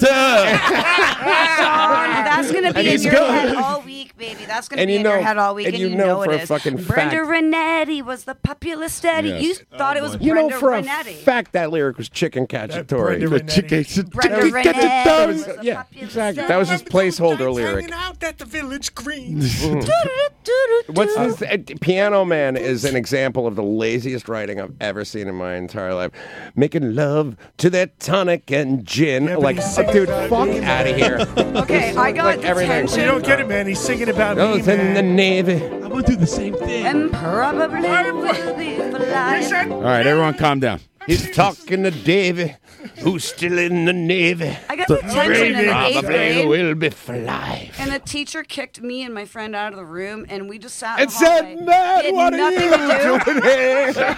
[SPEAKER 18] That's gonna
[SPEAKER 23] And
[SPEAKER 18] be in
[SPEAKER 23] he's
[SPEAKER 18] your
[SPEAKER 23] good.
[SPEAKER 18] head all week, baby. That's gonna
[SPEAKER 23] And
[SPEAKER 18] be
[SPEAKER 23] you
[SPEAKER 18] in your
[SPEAKER 23] know-
[SPEAKER 18] head all week,
[SPEAKER 23] and
[SPEAKER 18] and,
[SPEAKER 23] you
[SPEAKER 18] you
[SPEAKER 23] know
[SPEAKER 18] know,
[SPEAKER 23] for
[SPEAKER 18] it
[SPEAKER 23] a
[SPEAKER 18] is.
[SPEAKER 23] fucking
[SPEAKER 18] Brenda
[SPEAKER 23] fact-
[SPEAKER 18] Renetti was the popular steady.
[SPEAKER 23] Yes.
[SPEAKER 18] You
[SPEAKER 19] Oh,
[SPEAKER 18] thought it was
[SPEAKER 23] You
[SPEAKER 18] Brenda
[SPEAKER 23] know for a
[SPEAKER 18] Renetti.
[SPEAKER 23] fact that lyric was Chicken Cacciatore.
[SPEAKER 1] Brenda Renetti.
[SPEAKER 18] Brenda Renetti was the
[SPEAKER 23] Yeah,
[SPEAKER 18] popular
[SPEAKER 23] exactly. That was his placeholder lyric.
[SPEAKER 22] out at the village green.
[SPEAKER 23] What's this? uh, Piano Man is an example of the laziest writing I've ever seen in my entire life. Making love to that tonic and gin. like, oh, dude, fuck out of here.
[SPEAKER 18] Okay, I got
[SPEAKER 23] Like everything.
[SPEAKER 18] detention.
[SPEAKER 23] You don't
[SPEAKER 22] Get it, man. He's singing about
[SPEAKER 23] I
[SPEAKER 22] me,
[SPEAKER 23] was in the
[SPEAKER 22] man.
[SPEAKER 23] Navy.
[SPEAKER 6] I'm gonna do the same thing.
[SPEAKER 18] And probably will be for life.
[SPEAKER 1] All right, everyone, calm down.
[SPEAKER 23] He's talking to Davy, who's still in the Navy.
[SPEAKER 18] I got detention in the eighth
[SPEAKER 23] Probably
[SPEAKER 18] grade,
[SPEAKER 23] will be for life.
[SPEAKER 18] and the teacher kicked me and my friend out of the room, and we just sat. in
[SPEAKER 23] And
[SPEAKER 18] the
[SPEAKER 23] said,
[SPEAKER 18] hallway.
[SPEAKER 23] man,
[SPEAKER 18] Did
[SPEAKER 23] what are
[SPEAKER 18] nothing
[SPEAKER 23] you
[SPEAKER 18] to do.
[SPEAKER 23] doing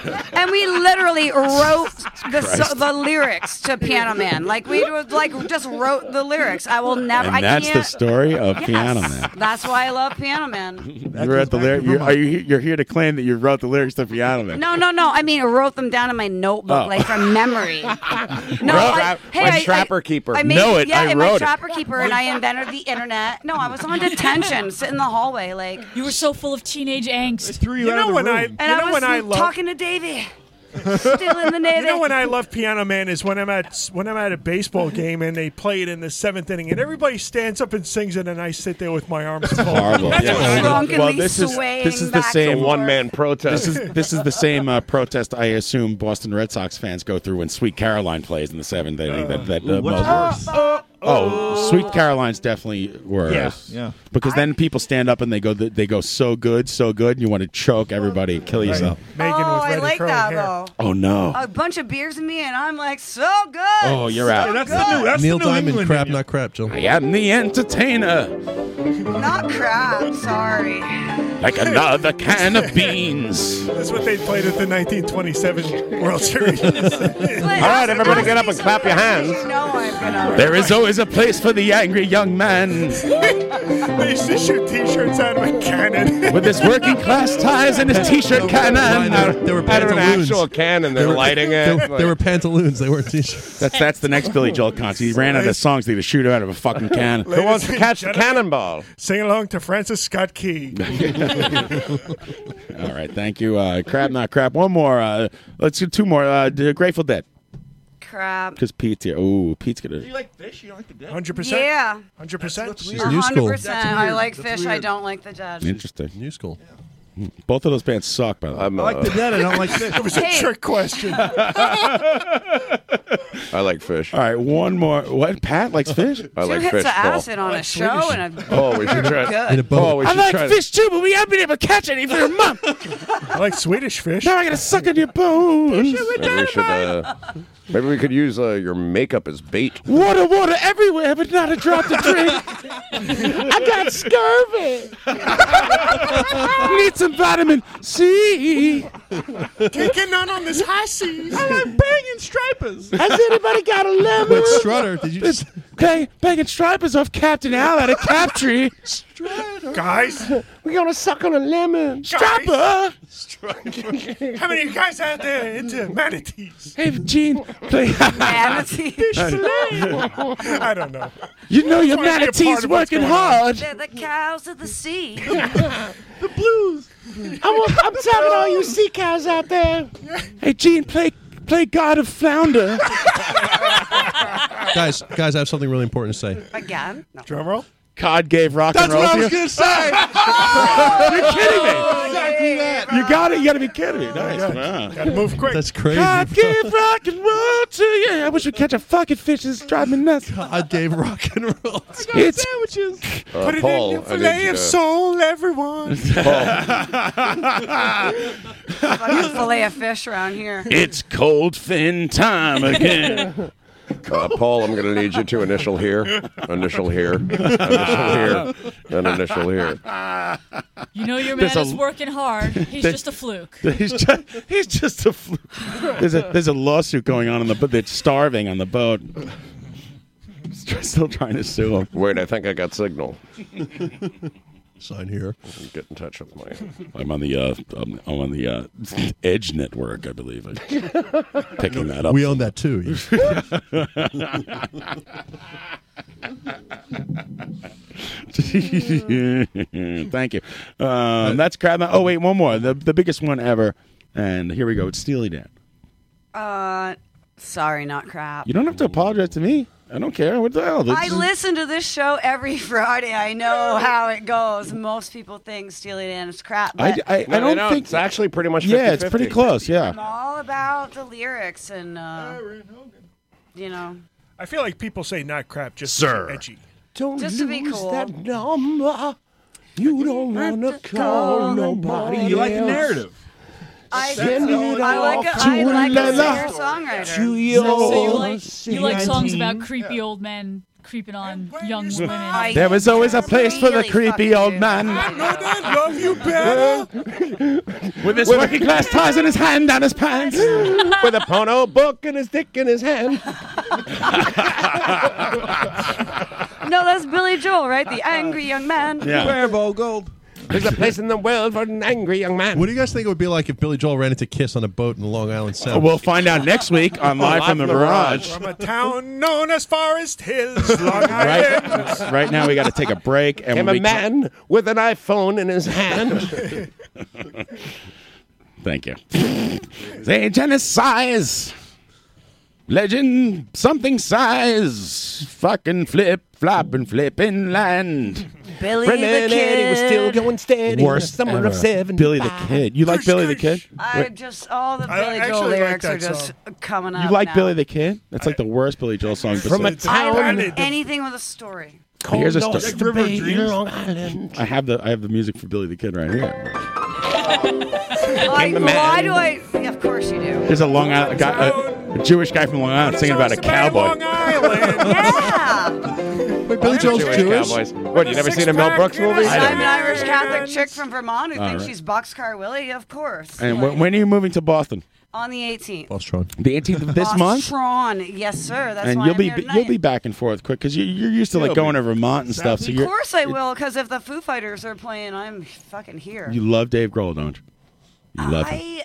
[SPEAKER 23] here?
[SPEAKER 18] and we literally wrote the so,
[SPEAKER 23] Christ.
[SPEAKER 18] the lyrics to Piano Man. Like we was like just wrote the lyrics. I will never. I
[SPEAKER 1] And that's
[SPEAKER 18] can't.
[SPEAKER 1] the story of
[SPEAKER 18] Yes.
[SPEAKER 1] Piano Man.
[SPEAKER 18] That's why I love Piano Man.
[SPEAKER 1] You wrote the lyric. You're, are you? he- You're here to claim that you wrote the lyrics to Piano Man.
[SPEAKER 18] No, no, no. I mean, I wrote them down in my notebook,
[SPEAKER 1] Oh.
[SPEAKER 18] like from memory. no, I, hey, I- I-
[SPEAKER 23] keeper.
[SPEAKER 18] I made,
[SPEAKER 1] know it.
[SPEAKER 18] Yeah,
[SPEAKER 1] I
[SPEAKER 18] in my
[SPEAKER 1] wrote it.
[SPEAKER 18] trapper keeper, and I invented the internet. No, I was on detention, sitting in the hallway, like.
[SPEAKER 17] You were so full of teenage angst.
[SPEAKER 6] Threw
[SPEAKER 22] You know when I, you
[SPEAKER 18] And I
[SPEAKER 22] know
[SPEAKER 18] was
[SPEAKER 22] when I love
[SPEAKER 18] talking to Davey. Still in the Navy.
[SPEAKER 22] You know when I love Piano Man is when I'm at when I'm at a baseball game and they play it in the seventh inning and everybody stands up and sings it and I sit there with my arms folded.
[SPEAKER 1] Horrible.
[SPEAKER 22] That's what I love.
[SPEAKER 1] Well, this is this is the same
[SPEAKER 23] man protest.
[SPEAKER 1] This is this is the same uh, protest I assume Boston Red Sox fans go through when Sweet Caroline plays in the seventh inning. That, that, uh,
[SPEAKER 6] what's
[SPEAKER 1] Mozart-
[SPEAKER 6] worse?
[SPEAKER 1] Oh, Sweet Caroline's definitely worse.
[SPEAKER 6] Yeah, yeah.
[SPEAKER 1] Because then people stand up and they go they go so good, so good, and you want to choke everybody and kill yourself.
[SPEAKER 22] Megan
[SPEAKER 18] oh,
[SPEAKER 22] with
[SPEAKER 18] I
[SPEAKER 22] red
[SPEAKER 18] like
[SPEAKER 22] curly
[SPEAKER 18] that
[SPEAKER 22] hair.
[SPEAKER 18] though.
[SPEAKER 1] Oh no.
[SPEAKER 18] A bunch of beers in me, and I'm like, so good.
[SPEAKER 1] Oh, you're out.
[SPEAKER 18] So
[SPEAKER 1] That's
[SPEAKER 18] good.
[SPEAKER 1] the new- that's
[SPEAKER 19] Neil
[SPEAKER 1] the New
[SPEAKER 19] Diamond,
[SPEAKER 1] England
[SPEAKER 19] crap, not crap, Jill.
[SPEAKER 1] I am the entertainer.
[SPEAKER 18] Not crap. Sorry.
[SPEAKER 1] like another can of beans.
[SPEAKER 22] That's what they played at the 1927 World Series.
[SPEAKER 1] All right, everybody get up and clap your hands. There is always a place for the angry young man.
[SPEAKER 22] they used to shoot T-shirts out of a cannon.
[SPEAKER 1] With his working class ties and his t-shirt cannon.
[SPEAKER 19] There were
[SPEAKER 15] Out of an
[SPEAKER 19] pantaloons.
[SPEAKER 15] actual cannon, they're
[SPEAKER 19] There were-
[SPEAKER 15] lighting
[SPEAKER 19] There,
[SPEAKER 15] it.
[SPEAKER 19] there were pantaloons. They weren't t-shirts.
[SPEAKER 1] That's that's the next Billy Joel concert. He ran out of songs that he could shoot out of a fucking can.
[SPEAKER 22] Who wants to catch the
[SPEAKER 1] cannonball?
[SPEAKER 22] Sing along to Francis Scott Key.
[SPEAKER 1] All right, thank you. Uh, crap, not crap. One more. Uh, let's do two more. Uh, d- Grateful Dead,
[SPEAKER 18] Crap.
[SPEAKER 1] because Pete's here. Ooh, Pete's gonna.
[SPEAKER 22] like fish? You don't like the dead?
[SPEAKER 1] Oh,
[SPEAKER 22] 100%?
[SPEAKER 18] Yeah.
[SPEAKER 22] 100%?
[SPEAKER 1] She's new school.
[SPEAKER 18] 100%. I like fish. I don't like the dead.
[SPEAKER 1] Interesting.
[SPEAKER 19] New school.
[SPEAKER 1] Both of those bands suck, by the way. i
[SPEAKER 15] like the
[SPEAKER 1] dead.
[SPEAKER 15] dead, I don't
[SPEAKER 22] like
[SPEAKER 1] fish.
[SPEAKER 22] It uh, was a
[SPEAKER 18] Hey.
[SPEAKER 22] trick question.
[SPEAKER 15] I like fish.
[SPEAKER 1] All right, one more. What? Pat likes fish.
[SPEAKER 15] I
[SPEAKER 18] Two
[SPEAKER 15] like
[SPEAKER 18] hits
[SPEAKER 15] fish.
[SPEAKER 18] of
[SPEAKER 15] Paul.
[SPEAKER 18] acid on a show and a
[SPEAKER 15] Oh, we should try it.
[SPEAKER 1] In a boat.
[SPEAKER 15] Oh, we
[SPEAKER 1] I
[SPEAKER 15] should
[SPEAKER 1] like
[SPEAKER 15] try it.
[SPEAKER 1] fish too, but we haven't been able to catch any for a month.
[SPEAKER 22] I like Swedish fish.
[SPEAKER 1] Now I gotta suck on your bones.
[SPEAKER 15] Maybe we should. Uh, maybe we could use uh, your makeup as bait.
[SPEAKER 1] Water, water everywhere, but not a drop to drink.
[SPEAKER 5] I got scurvy. Need some vitamin C.
[SPEAKER 22] Taking none on this high seas. I
[SPEAKER 5] like banging stripers.
[SPEAKER 1] Has anybody got a lemon?
[SPEAKER 5] Wait,
[SPEAKER 1] Strutter, did you just bang, banging stripers off Captain Al at a cap tree?
[SPEAKER 22] Guys,
[SPEAKER 5] we're gonna suck on a lemon. Stripper.
[SPEAKER 22] How many of you guys out there into manatees?
[SPEAKER 1] Hey, Gene, play.
[SPEAKER 22] Manatee.
[SPEAKER 1] Fish
[SPEAKER 18] fillet.
[SPEAKER 22] I don't know.
[SPEAKER 1] You know
[SPEAKER 22] Trying to be a
[SPEAKER 1] your
[SPEAKER 22] part
[SPEAKER 1] manatee's
[SPEAKER 22] of what's
[SPEAKER 1] working
[SPEAKER 22] going on.
[SPEAKER 1] hard.
[SPEAKER 18] They're the cows of the sea.
[SPEAKER 5] The blues. I'm, I'm telling all you sea cows out there.
[SPEAKER 1] Hey, Gene, play play God of Flounder.
[SPEAKER 19] guys, guys, I have something really important to say.
[SPEAKER 18] Again? No.
[SPEAKER 22] Drum roll.
[SPEAKER 1] Cod gave rock and roll. to you.
[SPEAKER 5] say.
[SPEAKER 1] Oh, You're kidding me.
[SPEAKER 19] Oh,
[SPEAKER 5] Exactly that.
[SPEAKER 1] You got it. You got to be kidding me. Nice. Wow.
[SPEAKER 22] Gotta move quick.
[SPEAKER 1] That's
[SPEAKER 19] crazy.
[SPEAKER 1] God give rock and roll to you. I wish we catch a fucking fish. It's driving nuts. God
[SPEAKER 19] gave rock and roll.
[SPEAKER 1] It's
[SPEAKER 5] sandwiches.
[SPEAKER 15] Uh,
[SPEAKER 22] Put it
[SPEAKER 15] Paul,
[SPEAKER 22] in your
[SPEAKER 15] I need
[SPEAKER 22] fillet
[SPEAKER 15] you
[SPEAKER 22] of
[SPEAKER 15] to-
[SPEAKER 22] soul, everyone.
[SPEAKER 18] Fucking fillet of fish around here.
[SPEAKER 1] it's cold fin time again.
[SPEAKER 15] Uh, Paul, I'm going to need you to initial here, initial here, initial here, and initial here.
[SPEAKER 17] You know your man
[SPEAKER 1] There's a-
[SPEAKER 17] is working hard. He's
[SPEAKER 1] There-
[SPEAKER 17] just a fluke.
[SPEAKER 1] he's just he's just a fluke. There's a there's a lawsuit going on on the boat. They're starving on the boat. Still trying to sue him.
[SPEAKER 15] Wait, I think I got signal.
[SPEAKER 19] Sign here.
[SPEAKER 15] Get in touch with my.
[SPEAKER 1] I'm on the uh, I'm, I'm on the uh, Edge network, I believe. I'm picking that up.
[SPEAKER 19] We own that too.
[SPEAKER 1] Thank you. Um, that's crap. Oh wait, one more. The the biggest one ever. And here we go. It's Steely Dan.
[SPEAKER 18] Uh, sorry, not crap.
[SPEAKER 1] You don't have to apologize to me. I don't care. What the hell? This
[SPEAKER 18] I
[SPEAKER 1] is-
[SPEAKER 18] listen to this show every Friday. I know how it goes. Most people think Steely Dan is crap.
[SPEAKER 1] I,
[SPEAKER 18] But
[SPEAKER 1] I, I don't think
[SPEAKER 15] it's actually pretty much.
[SPEAKER 1] Yeah, it's
[SPEAKER 15] 50-50.
[SPEAKER 1] pretty close.
[SPEAKER 18] I'm
[SPEAKER 1] Yeah.
[SPEAKER 18] all about the lyrics and, uh, you know,
[SPEAKER 22] I feel like people say not crap just
[SPEAKER 1] Sir.
[SPEAKER 22] Sir. edgy.
[SPEAKER 5] Don't
[SPEAKER 18] Just to
[SPEAKER 5] use
[SPEAKER 18] be cool.
[SPEAKER 5] that number. You don't want to
[SPEAKER 18] call
[SPEAKER 5] call
[SPEAKER 18] nobody
[SPEAKER 22] Oh,
[SPEAKER 5] nobody.
[SPEAKER 12] You like the
[SPEAKER 5] else.
[SPEAKER 12] narrative.
[SPEAKER 18] I,
[SPEAKER 5] Send it
[SPEAKER 18] I like a,
[SPEAKER 5] off
[SPEAKER 18] I
[SPEAKER 5] to
[SPEAKER 18] like a
[SPEAKER 5] another.
[SPEAKER 18] singer-songwriter.
[SPEAKER 5] To
[SPEAKER 17] So,
[SPEAKER 5] your
[SPEAKER 17] so you like you like songs about
[SPEAKER 5] 19.
[SPEAKER 17] creepy old men creeping on young
[SPEAKER 18] I
[SPEAKER 17] women.
[SPEAKER 1] There was always a place for the creepy old man
[SPEAKER 22] I love you better.
[SPEAKER 1] with his working class ties in his hand down his pants.
[SPEAKER 15] With a pono book and his dick in his hand.
[SPEAKER 18] No, that's Billy Joel, right? The angry young man.
[SPEAKER 5] Rainbow gold.
[SPEAKER 15] There's a place in the world for an angry young man.
[SPEAKER 19] What do you guys think it would be like if Billy Joel ran into Kiss on a boat in the Long Island Sound?
[SPEAKER 1] Oh, We'll find out next week on Live from the Barrage.
[SPEAKER 22] From a town known as Forest Hills, Long Island.
[SPEAKER 1] Right now, we got to take a break. And
[SPEAKER 15] Came
[SPEAKER 1] when
[SPEAKER 15] a
[SPEAKER 1] we co-
[SPEAKER 15] man with an iPhone in his hand.
[SPEAKER 1] Thank you. Say size. Legend something size. Fucking flip flop and flip inland.
[SPEAKER 18] Billy the
[SPEAKER 15] Brennan Eddie
[SPEAKER 18] Kid.
[SPEAKER 15] was still going steady.
[SPEAKER 1] Worst
[SPEAKER 15] summer
[SPEAKER 1] ever.
[SPEAKER 15] of seven.
[SPEAKER 1] Billy the Kid. You like Billy the Kid?
[SPEAKER 18] I
[SPEAKER 1] Wait,
[SPEAKER 18] just all the
[SPEAKER 22] I
[SPEAKER 18] Billy
[SPEAKER 22] actually
[SPEAKER 18] Joel
[SPEAKER 22] like
[SPEAKER 18] lyrics
[SPEAKER 22] that
[SPEAKER 18] are just coming up.
[SPEAKER 1] you like
[SPEAKER 18] now.
[SPEAKER 1] Billy the Kid? That's like the worst Billy Joel song.
[SPEAKER 15] From a
[SPEAKER 1] besides-
[SPEAKER 18] I
[SPEAKER 15] town
[SPEAKER 18] like anything with a story.
[SPEAKER 1] Here's a
[SPEAKER 15] called
[SPEAKER 1] story.
[SPEAKER 15] Oyster Bay in Long Island.
[SPEAKER 1] I have the I have the music for Billy the Kid right here.
[SPEAKER 18] Like,
[SPEAKER 15] the
[SPEAKER 18] why
[SPEAKER 15] man.
[SPEAKER 18] do I? Yeah, of course you do.
[SPEAKER 1] There's a Long Island guy, a, a Jewish guy from Long Island singing about a
[SPEAKER 22] About
[SPEAKER 1] cowboy.
[SPEAKER 22] Long Island.
[SPEAKER 18] Yeah.
[SPEAKER 23] think Billy Joel's Jewish? What, you never seen a Mel Brooks movie?
[SPEAKER 18] I'm an Irish Catholic chick from Vermont who
[SPEAKER 1] All
[SPEAKER 18] thinks
[SPEAKER 1] right.
[SPEAKER 18] she's Boxcar Willie, of course.
[SPEAKER 1] And when, when are you moving to Boston?
[SPEAKER 18] On the 18th.
[SPEAKER 1] Boston. The 18th of this month.
[SPEAKER 18] Bostron. Yes, sir. That's
[SPEAKER 1] and
[SPEAKER 18] why
[SPEAKER 1] you'll
[SPEAKER 18] I'm
[SPEAKER 1] be
[SPEAKER 18] here tonight.
[SPEAKER 1] you'll be back and forth quick because you, you're used to like
[SPEAKER 23] You'll
[SPEAKER 1] going to Vermont and stuff. So
[SPEAKER 18] Of
[SPEAKER 1] you're,
[SPEAKER 18] course I will, because if the Foo Fighters are playing, I'm fucking here.
[SPEAKER 1] you love Dave Grohl, don't you? You love him.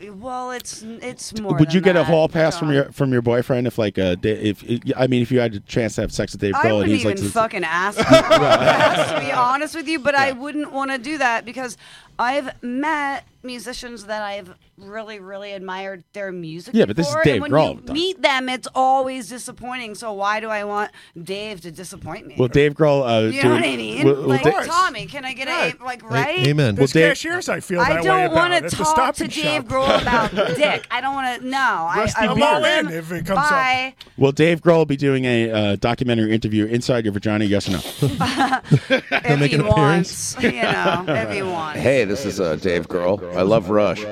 [SPEAKER 18] I, well, it's it's more.
[SPEAKER 1] Would you
[SPEAKER 18] than
[SPEAKER 1] get
[SPEAKER 18] that.
[SPEAKER 1] a hall pass from your from your boyfriend if like uh Da- if I mean if you had a chance to have sex with Dave
[SPEAKER 18] I
[SPEAKER 1] Grohl and
[SPEAKER 18] wouldn't
[SPEAKER 1] he's
[SPEAKER 18] even
[SPEAKER 1] like
[SPEAKER 18] fucking ask. you Yes, to be honest with you, but I wouldn't want to do that because I've met musicians that I've really, really admired their music.
[SPEAKER 1] Yeah, but this is
[SPEAKER 18] before,
[SPEAKER 1] Dave
[SPEAKER 18] and when
[SPEAKER 1] Grohl.
[SPEAKER 18] You meet them, it's always disappointing. So why do I want Dave to disappoint me?
[SPEAKER 1] well Dave Grohl uh,
[SPEAKER 18] you know
[SPEAKER 1] doing-
[SPEAKER 18] what I mean?
[SPEAKER 1] will- will
[SPEAKER 18] like
[SPEAKER 1] Da-
[SPEAKER 18] Tommy, can I get a like right?
[SPEAKER 1] amen.
[SPEAKER 22] There's
[SPEAKER 1] Well, Dave-
[SPEAKER 22] cashiers I feel
[SPEAKER 18] I
[SPEAKER 22] that way
[SPEAKER 18] don't
[SPEAKER 22] about.
[SPEAKER 18] want
[SPEAKER 22] It's
[SPEAKER 18] to
[SPEAKER 22] a
[SPEAKER 18] talk
[SPEAKER 22] Stop
[SPEAKER 18] to
[SPEAKER 22] and
[SPEAKER 18] Dave
[SPEAKER 22] Shop.
[SPEAKER 18] Grohl about dick. I don't want to. No, I,
[SPEAKER 22] Rusty
[SPEAKER 18] I
[SPEAKER 22] Beard.
[SPEAKER 18] love
[SPEAKER 22] I'm
[SPEAKER 18] him.
[SPEAKER 22] in if it comes up.
[SPEAKER 18] Bye.
[SPEAKER 1] will Dave Grohl be doing a uh, documentary interview inside your vagina? Yes or no?
[SPEAKER 18] if
[SPEAKER 1] make
[SPEAKER 18] he
[SPEAKER 1] an appearance?
[SPEAKER 18] wants, you know, if he wants.
[SPEAKER 23] Hey, this is uh, Dave Grohl. I love Rush.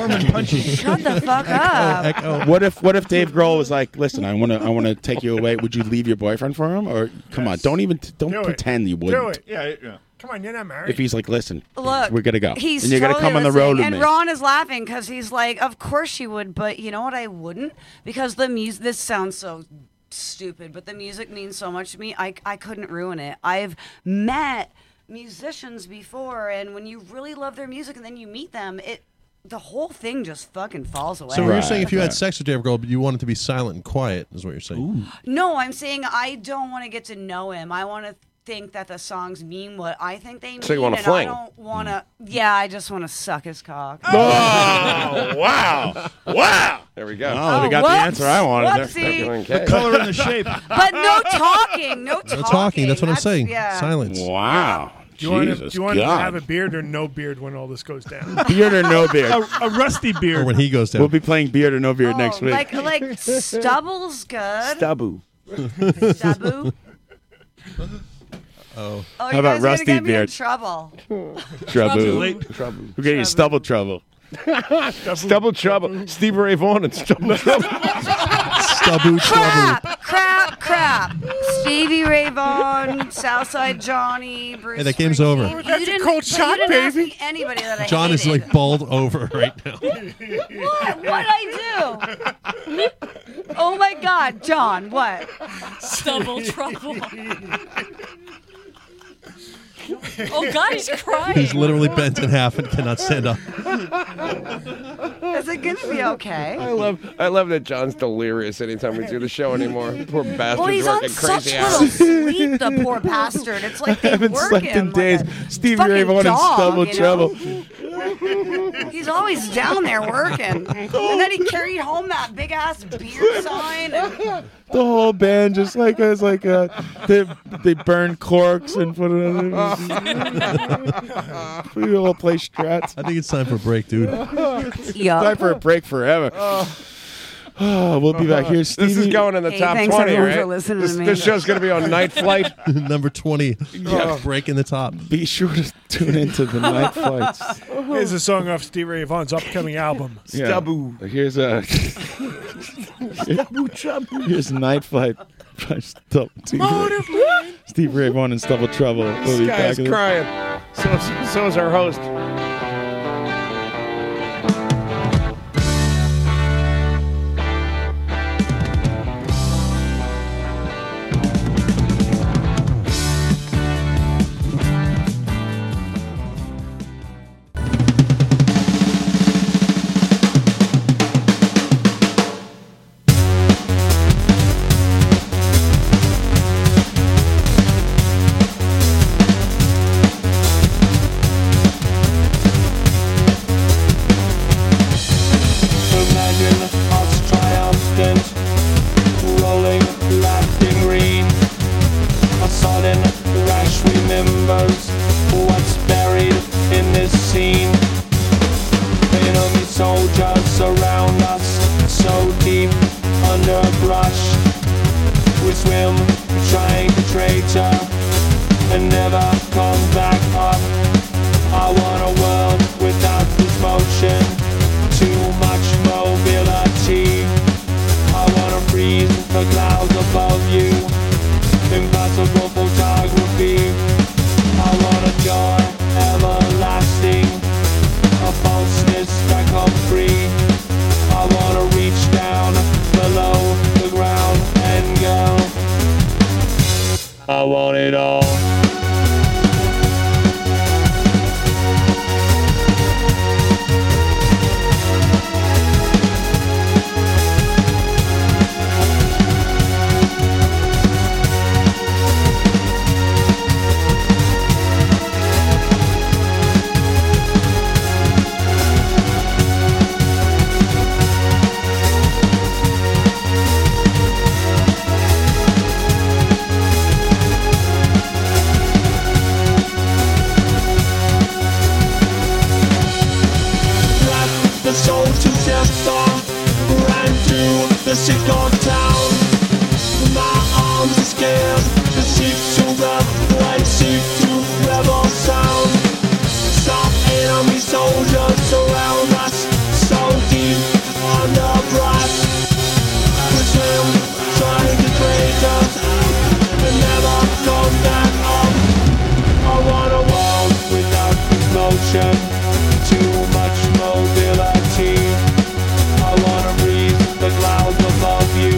[SPEAKER 18] Shut the fuck up.
[SPEAKER 1] What if what if Dave Grohl was like, listen, I want to I want to take you away. Would you leave your boyfriend for him? Or come on, don't even don't
[SPEAKER 22] Do it.
[SPEAKER 1] pretend you
[SPEAKER 22] Do
[SPEAKER 1] wouldn't.
[SPEAKER 22] it. Yeah, yeah. Come on, you're not married.
[SPEAKER 1] If he's like, listen,
[SPEAKER 18] Look,
[SPEAKER 1] we're gonna go.
[SPEAKER 18] He's
[SPEAKER 1] and you're gonna
[SPEAKER 18] totally
[SPEAKER 1] come on the road
[SPEAKER 18] listening. and
[SPEAKER 1] with me.
[SPEAKER 18] Ron is laughing because he's like, "Of course she would," but you know what? I wouldn't because the music. This sounds so stupid, but the music means so much to me. I I couldn't ruin it. I've met musicians before, and when you really love their music, and then you meet them, it the whole thing just fucking falls away.
[SPEAKER 19] So you're saying if you had sex with Dave Grohl, but you wanted to be silent and quiet, is what you're saying?
[SPEAKER 18] No, I'm saying I don't want to get to know him. I want to think that the songs mean what I think they mean.
[SPEAKER 23] So you wanna
[SPEAKER 18] and
[SPEAKER 23] fling.
[SPEAKER 18] I don't want to. Yeah, I just want to suck his cock.
[SPEAKER 1] Oh, wow. Wow.
[SPEAKER 23] There we go.
[SPEAKER 1] Oh, we got the
[SPEAKER 23] whoops.
[SPEAKER 1] answer I wanted. there.
[SPEAKER 23] Whoopsie.
[SPEAKER 1] Okay.
[SPEAKER 23] The color and the shape.
[SPEAKER 18] But no talking. No
[SPEAKER 19] No
[SPEAKER 18] talking.
[SPEAKER 19] talking. That's what I'm saying.
[SPEAKER 18] yeah.
[SPEAKER 19] Silence.
[SPEAKER 1] Wow.
[SPEAKER 22] Do you want, to, do you want to
[SPEAKER 1] God.
[SPEAKER 22] have a beard or no beard when all this goes down?
[SPEAKER 1] beard or no beard?
[SPEAKER 22] A, a rusty beard.
[SPEAKER 1] Or when he goes down. We'll be playing beard or no beard
[SPEAKER 18] Oh,
[SPEAKER 1] next week.
[SPEAKER 18] Like like stubble's good.
[SPEAKER 1] Stabu.
[SPEAKER 18] Stabu.
[SPEAKER 1] Oh.
[SPEAKER 18] Oh,
[SPEAKER 1] How
[SPEAKER 18] you guys are
[SPEAKER 1] about
[SPEAKER 18] gonna
[SPEAKER 1] rusty
[SPEAKER 18] get me in
[SPEAKER 1] beard?
[SPEAKER 18] trouble.
[SPEAKER 1] Trouble. We're getting you stubble trouble.
[SPEAKER 23] Stubble Trouble. Steve Ray Vaughan and Stubble Trouble.
[SPEAKER 19] Stubble
[SPEAKER 18] Crap! Crap! Crap! Stevie Ray Vaughan, Southside Johnny, Bruce.
[SPEAKER 19] Hey, that game's
[SPEAKER 18] Springsteen.
[SPEAKER 19] over.
[SPEAKER 18] You
[SPEAKER 22] That's a
[SPEAKER 18] didn't-
[SPEAKER 22] cold
[SPEAKER 18] but you
[SPEAKER 22] shot,
[SPEAKER 18] didn't ask
[SPEAKER 22] baby.
[SPEAKER 18] me anybody that I
[SPEAKER 19] John is
[SPEAKER 18] hated.
[SPEAKER 19] like bald over right now.
[SPEAKER 18] What? What I do? Oh my God, John! What?
[SPEAKER 17] Stubble trouble. oh God, he's crying.
[SPEAKER 19] He's literally bent in half and cannot stand up.
[SPEAKER 18] Is it gonna be okay?
[SPEAKER 23] I love, I love that John's delirious anytime we do the show anymore. Poor bastard's
[SPEAKER 18] Well, he's on
[SPEAKER 23] working
[SPEAKER 18] such
[SPEAKER 23] crazy
[SPEAKER 18] little
[SPEAKER 23] hours.
[SPEAKER 18] sleep, the poor bastard. It's like they
[SPEAKER 1] haven't
[SPEAKER 18] work
[SPEAKER 1] slept
[SPEAKER 18] him.
[SPEAKER 1] in days. Stevie
[SPEAKER 18] fucking
[SPEAKER 1] Ray Vaughan and
[SPEAKER 18] dog,
[SPEAKER 1] Stubble
[SPEAKER 18] you know?
[SPEAKER 1] Trouble.
[SPEAKER 18] He's always down there working. And then he carried home that big ass beer sign. And
[SPEAKER 1] The whole band just like it's like uh, they they burn corks and put it on. we all play strats.
[SPEAKER 19] I think it's time for a break, dude.
[SPEAKER 18] Yeah.
[SPEAKER 1] Time for a break forever.
[SPEAKER 23] Uh,
[SPEAKER 1] Oh, we'll be back here.
[SPEAKER 23] This
[SPEAKER 1] Stevie.
[SPEAKER 23] is going in the Hey, top thanks 20, everyone for right? listening to This- me. this show's gonna be on Night Flight.
[SPEAKER 19] Number 20.
[SPEAKER 1] Yeah.
[SPEAKER 19] Break in the top.
[SPEAKER 1] Be sure to tune into the Night Flights.
[SPEAKER 22] Here's a song off Stevie Ray Vaughan's upcoming album.
[SPEAKER 1] Yeah. Here's a. Here's Night Flight. by Stubble- Steve Ray- Steve Ray Vaughan and Stubble Trouble. We'll
[SPEAKER 23] This
[SPEAKER 1] be
[SPEAKER 23] guy
[SPEAKER 1] back
[SPEAKER 23] is
[SPEAKER 1] in the-
[SPEAKER 23] crying. So, so is our host.
[SPEAKER 9] Thank
[SPEAKER 27] I want it all.
[SPEAKER 5] Run the soul to Chester, run to the Chicago town. My arms are scared, the sheep to the white sheep to rebel sound. Some enemy soldiers surround us, so deep underbrush. Resume trying to break us out, but never come back up. I want a world without emotion. Too much mobility. I wanna breathe the clouds above you.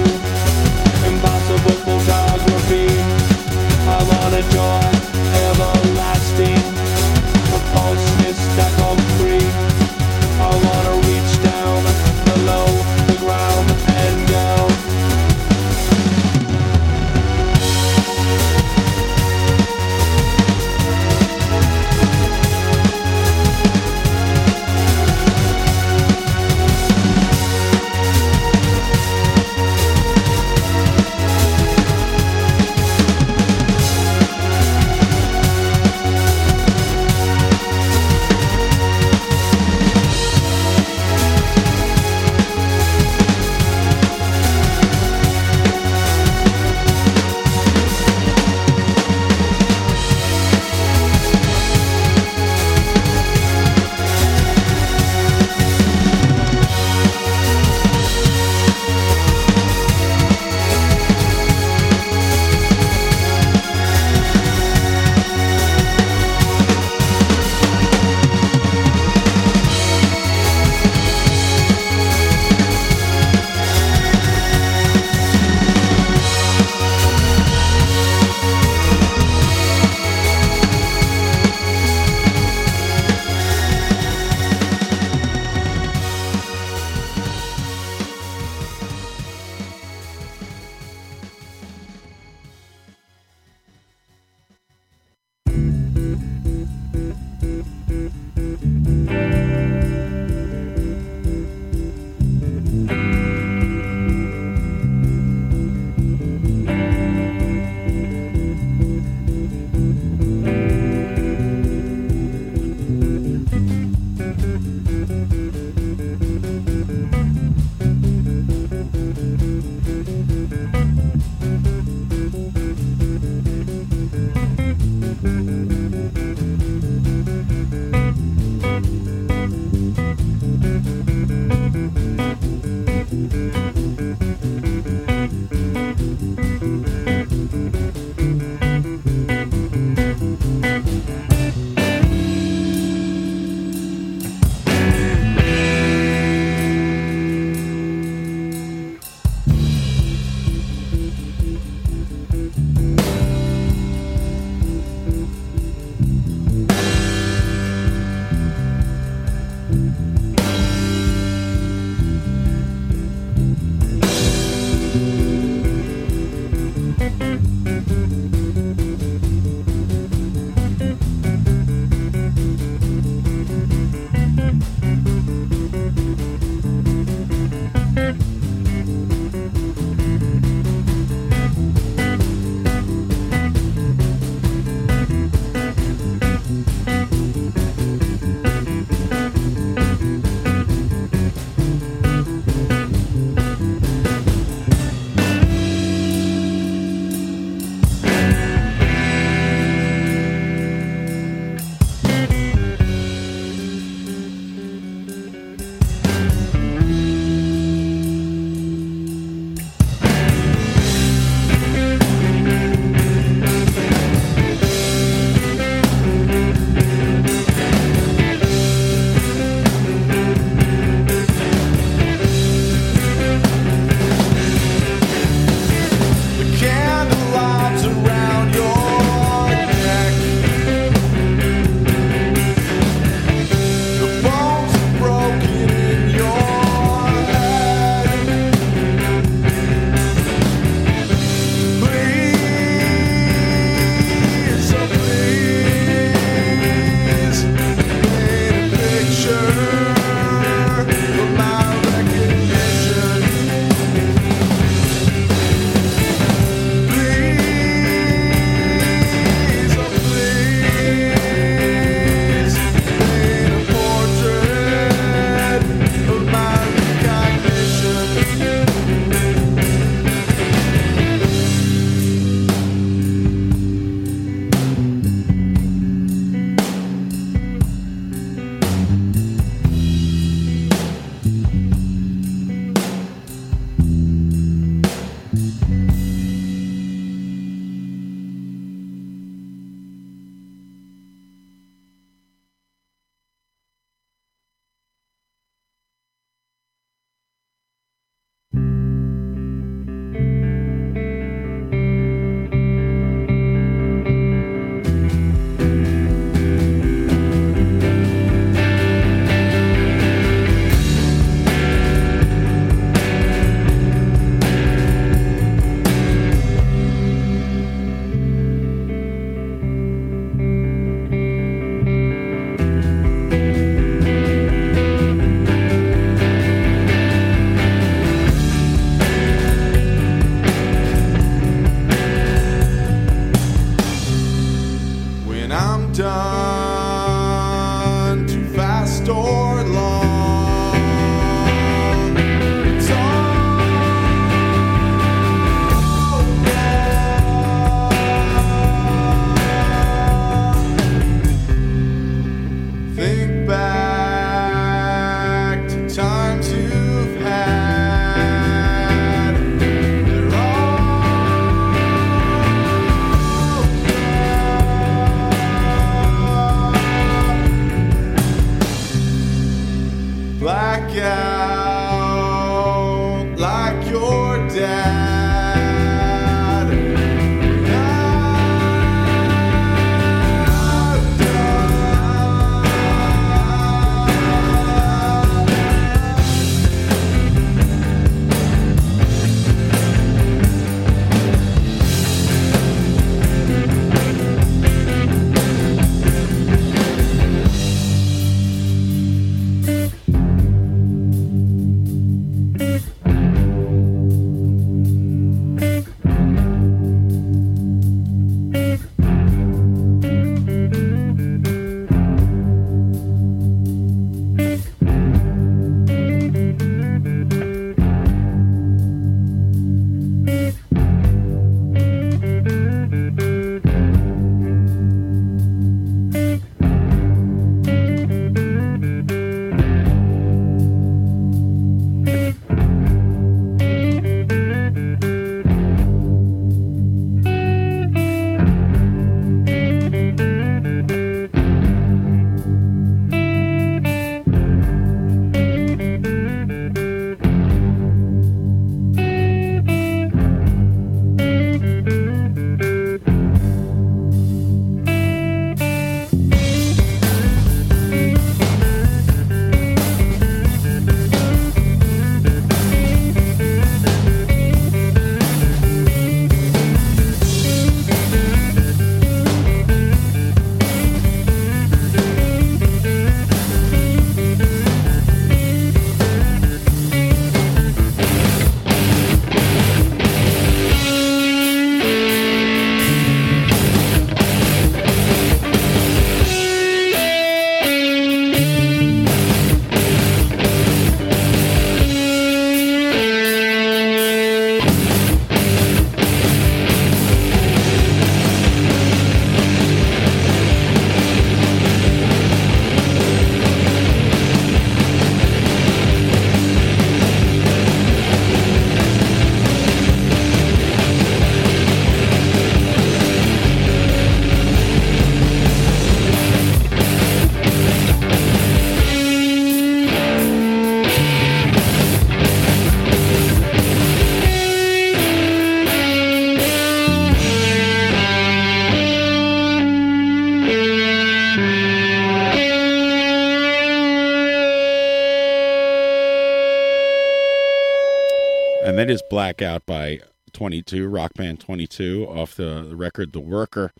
[SPEAKER 1] And that is Blackout by 22, Rock Band 22, off the, the record The Worker,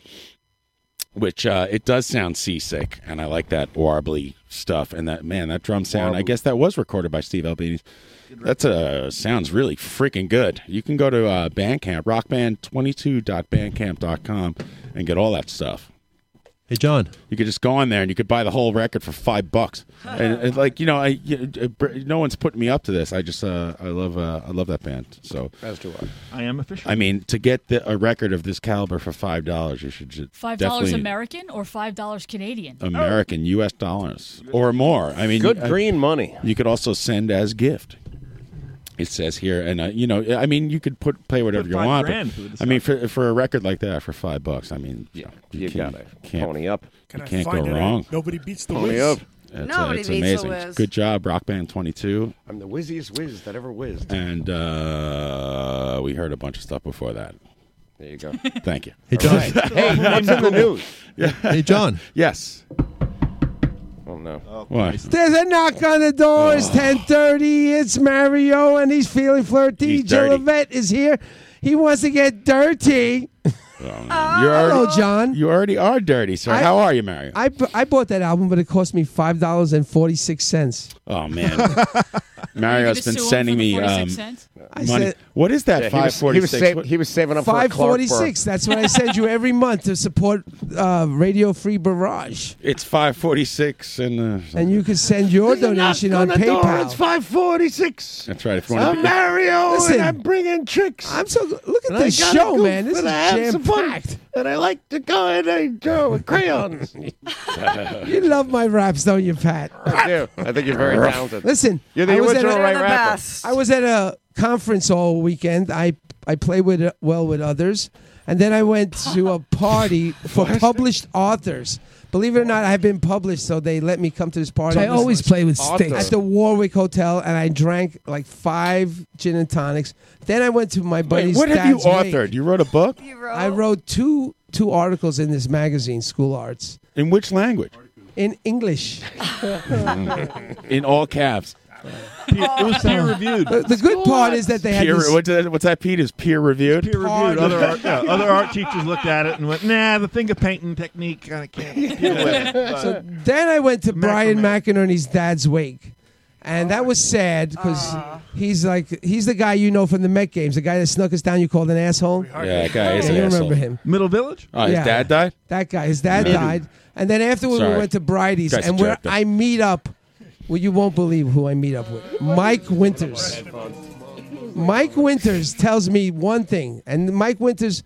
[SPEAKER 1] which uh, it does sound seasick. And I like that warbly stuff. And that, man, that drum sound, I guess that was recorded by Steve Albini. That's uh, sounds really freaking good. You can go to uh, Bandcamp, rockband22.bandcamp.com, and get all that stuff.
[SPEAKER 28] Hey John,
[SPEAKER 1] you could just go on there and you could buy the whole record for five bucks. and, and, Uh, like you know, I you- uh, br- no one's putting me up to this. I just uh, I love uh, I love that band. So
[SPEAKER 22] As do
[SPEAKER 29] I am official.
[SPEAKER 1] I mean, to get the, a record of this caliber for five dollars, you should just
[SPEAKER 17] Five dollars
[SPEAKER 1] definitely-
[SPEAKER 17] American or five dollars Canadian?
[SPEAKER 1] American U.S. dollars or more. I mean,
[SPEAKER 17] Good
[SPEAKER 1] I-
[SPEAKER 17] green
[SPEAKER 5] money.
[SPEAKER 1] You could also send as gift. It says here, and uh, you know, I mean, you could put play whatever you
[SPEAKER 5] five
[SPEAKER 1] want.
[SPEAKER 5] grand for the
[SPEAKER 1] But, I mean, for for a record like that, for five bucks, I mean, yeah, you, got to
[SPEAKER 5] pony up.
[SPEAKER 1] You
[SPEAKER 30] I
[SPEAKER 1] can't go
[SPEAKER 30] find it out?
[SPEAKER 1] wrong.
[SPEAKER 30] Nobody beats the
[SPEAKER 5] Pony
[SPEAKER 30] Wiz.
[SPEAKER 5] up.
[SPEAKER 1] It's, uh,
[SPEAKER 5] Nobody
[SPEAKER 1] it's
[SPEAKER 5] beats the
[SPEAKER 1] amazing.
[SPEAKER 5] whiz.
[SPEAKER 1] Good job, Rock Band Twenty Two.
[SPEAKER 5] I'm the whizziest whiz that ever whizzed.
[SPEAKER 1] And uh, we heard a bunch of stuff before that.
[SPEAKER 5] There you go.
[SPEAKER 1] Thank you.
[SPEAKER 5] Hey, John. Hey, what's in the news? Hey, John.
[SPEAKER 1] Yes.
[SPEAKER 5] Oh no.
[SPEAKER 1] What?
[SPEAKER 10] There's a knock on the door.
[SPEAKER 1] Oh.
[SPEAKER 10] It's ten thirty. It's Mario, and he's feeling flirty.
[SPEAKER 1] He's dirty.
[SPEAKER 10] Gillivette is here. He wants to get dirty.
[SPEAKER 1] You're already,
[SPEAKER 10] Oh, Hello, John.
[SPEAKER 1] You already are dirty, sir.
[SPEAKER 10] I-
[SPEAKER 1] How are you, Mario?
[SPEAKER 10] I, bu- I bought that album, but it cost me five dollars and forty six cents.
[SPEAKER 1] Oh man, Mario's been
[SPEAKER 10] sue him
[SPEAKER 1] sending
[SPEAKER 10] for the
[SPEAKER 1] me um,
[SPEAKER 10] 46 cents? I
[SPEAKER 1] money.
[SPEAKER 10] said-
[SPEAKER 1] what is that?
[SPEAKER 10] Yeah, he
[SPEAKER 1] Five
[SPEAKER 10] was-
[SPEAKER 1] forty
[SPEAKER 5] he was
[SPEAKER 1] six.
[SPEAKER 5] sav- he was saving up for a
[SPEAKER 10] Five
[SPEAKER 5] Clark
[SPEAKER 10] forty
[SPEAKER 5] burr.
[SPEAKER 10] six. That's what I send you every month to support uh, Radio Free Barrage.
[SPEAKER 1] It's five forty six, and uh,
[SPEAKER 10] And you can send your donation on PayPal. It's
[SPEAKER 5] five forty six.
[SPEAKER 1] that's right. If you
[SPEAKER 10] I'm
[SPEAKER 1] want to,
[SPEAKER 5] Mario,
[SPEAKER 10] Listen.
[SPEAKER 5] and I'm bringing tricks.
[SPEAKER 10] I'm so look at
[SPEAKER 5] And I
[SPEAKER 10] this
[SPEAKER 5] gotta
[SPEAKER 10] show,
[SPEAKER 5] goof,
[SPEAKER 10] man. This is
[SPEAKER 5] and I have
[SPEAKER 10] jam
[SPEAKER 5] some fun, and I like to go and I draw with crayons.
[SPEAKER 10] You love my raps, don't you, Pat?
[SPEAKER 5] I do. I think you're very talented.
[SPEAKER 10] Listen,
[SPEAKER 5] you're the
[SPEAKER 10] I was at
[SPEAKER 5] original
[SPEAKER 10] a-
[SPEAKER 5] right rapper.
[SPEAKER 10] I was at a conference all weekend. I I play with well with others, and then I went to a party for published authors Believe it or not, I've been published, so they let me come to this party.
[SPEAKER 31] So I always play with sticks.
[SPEAKER 10] at the Warwick Hotel, and I drank like five gin and tonics. Then I went to my buddy's.
[SPEAKER 1] what have you
[SPEAKER 10] dad's wake.
[SPEAKER 1] authored? You wrote a book
[SPEAKER 10] I wrote two two articles in this magazine, School Arts.
[SPEAKER 1] In which language?
[SPEAKER 10] In English.
[SPEAKER 5] Hmm.
[SPEAKER 1] in all caps.
[SPEAKER 10] it was
[SPEAKER 18] Oh.
[SPEAKER 10] peer reviewed. The, the good part is that they had
[SPEAKER 1] Peer,
[SPEAKER 10] this
[SPEAKER 1] what's, that, what's that, Pete? Is peer reviewed?
[SPEAKER 22] Peer reviewed. Other art, yeah, other art teachers looked at it and went, "Nah, the finger painting technique kind of can't." compete with it."
[SPEAKER 10] so then I went to Brian McInerney's dad's wake. And that was sad because he's like he's the guy you know from the Met games, the guy that snuck us down. You called an asshole.
[SPEAKER 1] Yeah, that guy is an
[SPEAKER 10] you
[SPEAKER 1] asshole.
[SPEAKER 10] remember him?
[SPEAKER 22] Middle Village.
[SPEAKER 1] Oh, his
[SPEAKER 10] Yeah.
[SPEAKER 1] dad died?
[SPEAKER 10] That guy. His dad
[SPEAKER 1] Maybe.
[SPEAKER 10] died. And then afterward,
[SPEAKER 1] Sorry.
[SPEAKER 10] we went to Bridie's,
[SPEAKER 1] Guy's
[SPEAKER 10] and where
[SPEAKER 1] jacked up.
[SPEAKER 10] I meet up, well, you won't believe who I meet up with. Mike Winters. Mike Winters tells me one thing, and Mike Winters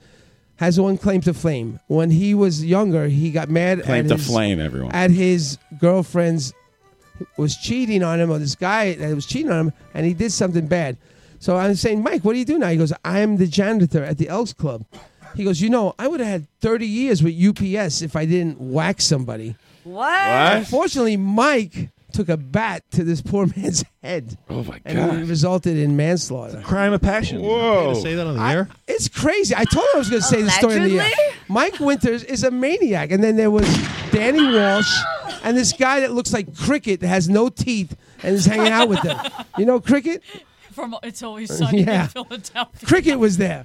[SPEAKER 10] has one claim to fame. When he was younger, he got mad
[SPEAKER 1] Claim
[SPEAKER 10] at
[SPEAKER 1] to
[SPEAKER 10] his,
[SPEAKER 1] flame, everyone.
[SPEAKER 10] at his girlfriend's was cheating on him, or this guy that was cheating on him, and he did something bad. So I'm saying, Mike, what do you do now? He goes, I am the janitor at the Elks Club. He goes, you know, I would have had 30 years with UPS if I didn't whack somebody.
[SPEAKER 18] What?
[SPEAKER 10] Unfortunately, Mike took a bat to this poor man's head.
[SPEAKER 1] Oh my
[SPEAKER 10] And it resulted in manslaughter.
[SPEAKER 22] crime of passion.
[SPEAKER 10] Whoa!
[SPEAKER 22] Way to say that on the
[SPEAKER 10] I-
[SPEAKER 22] air?
[SPEAKER 10] It's crazy. I told him I was going to say the story on the air.
[SPEAKER 22] Allegedly?
[SPEAKER 10] Mike Winters is a maniac, and then there was Danny Walsh, and this guy that looks like Cricket that has no teeth and is hanging out with them. You know Cricket?
[SPEAKER 17] From it's always sunny
[SPEAKER 10] Yeah.
[SPEAKER 17] in Philadelphia.
[SPEAKER 10] Cricket was there.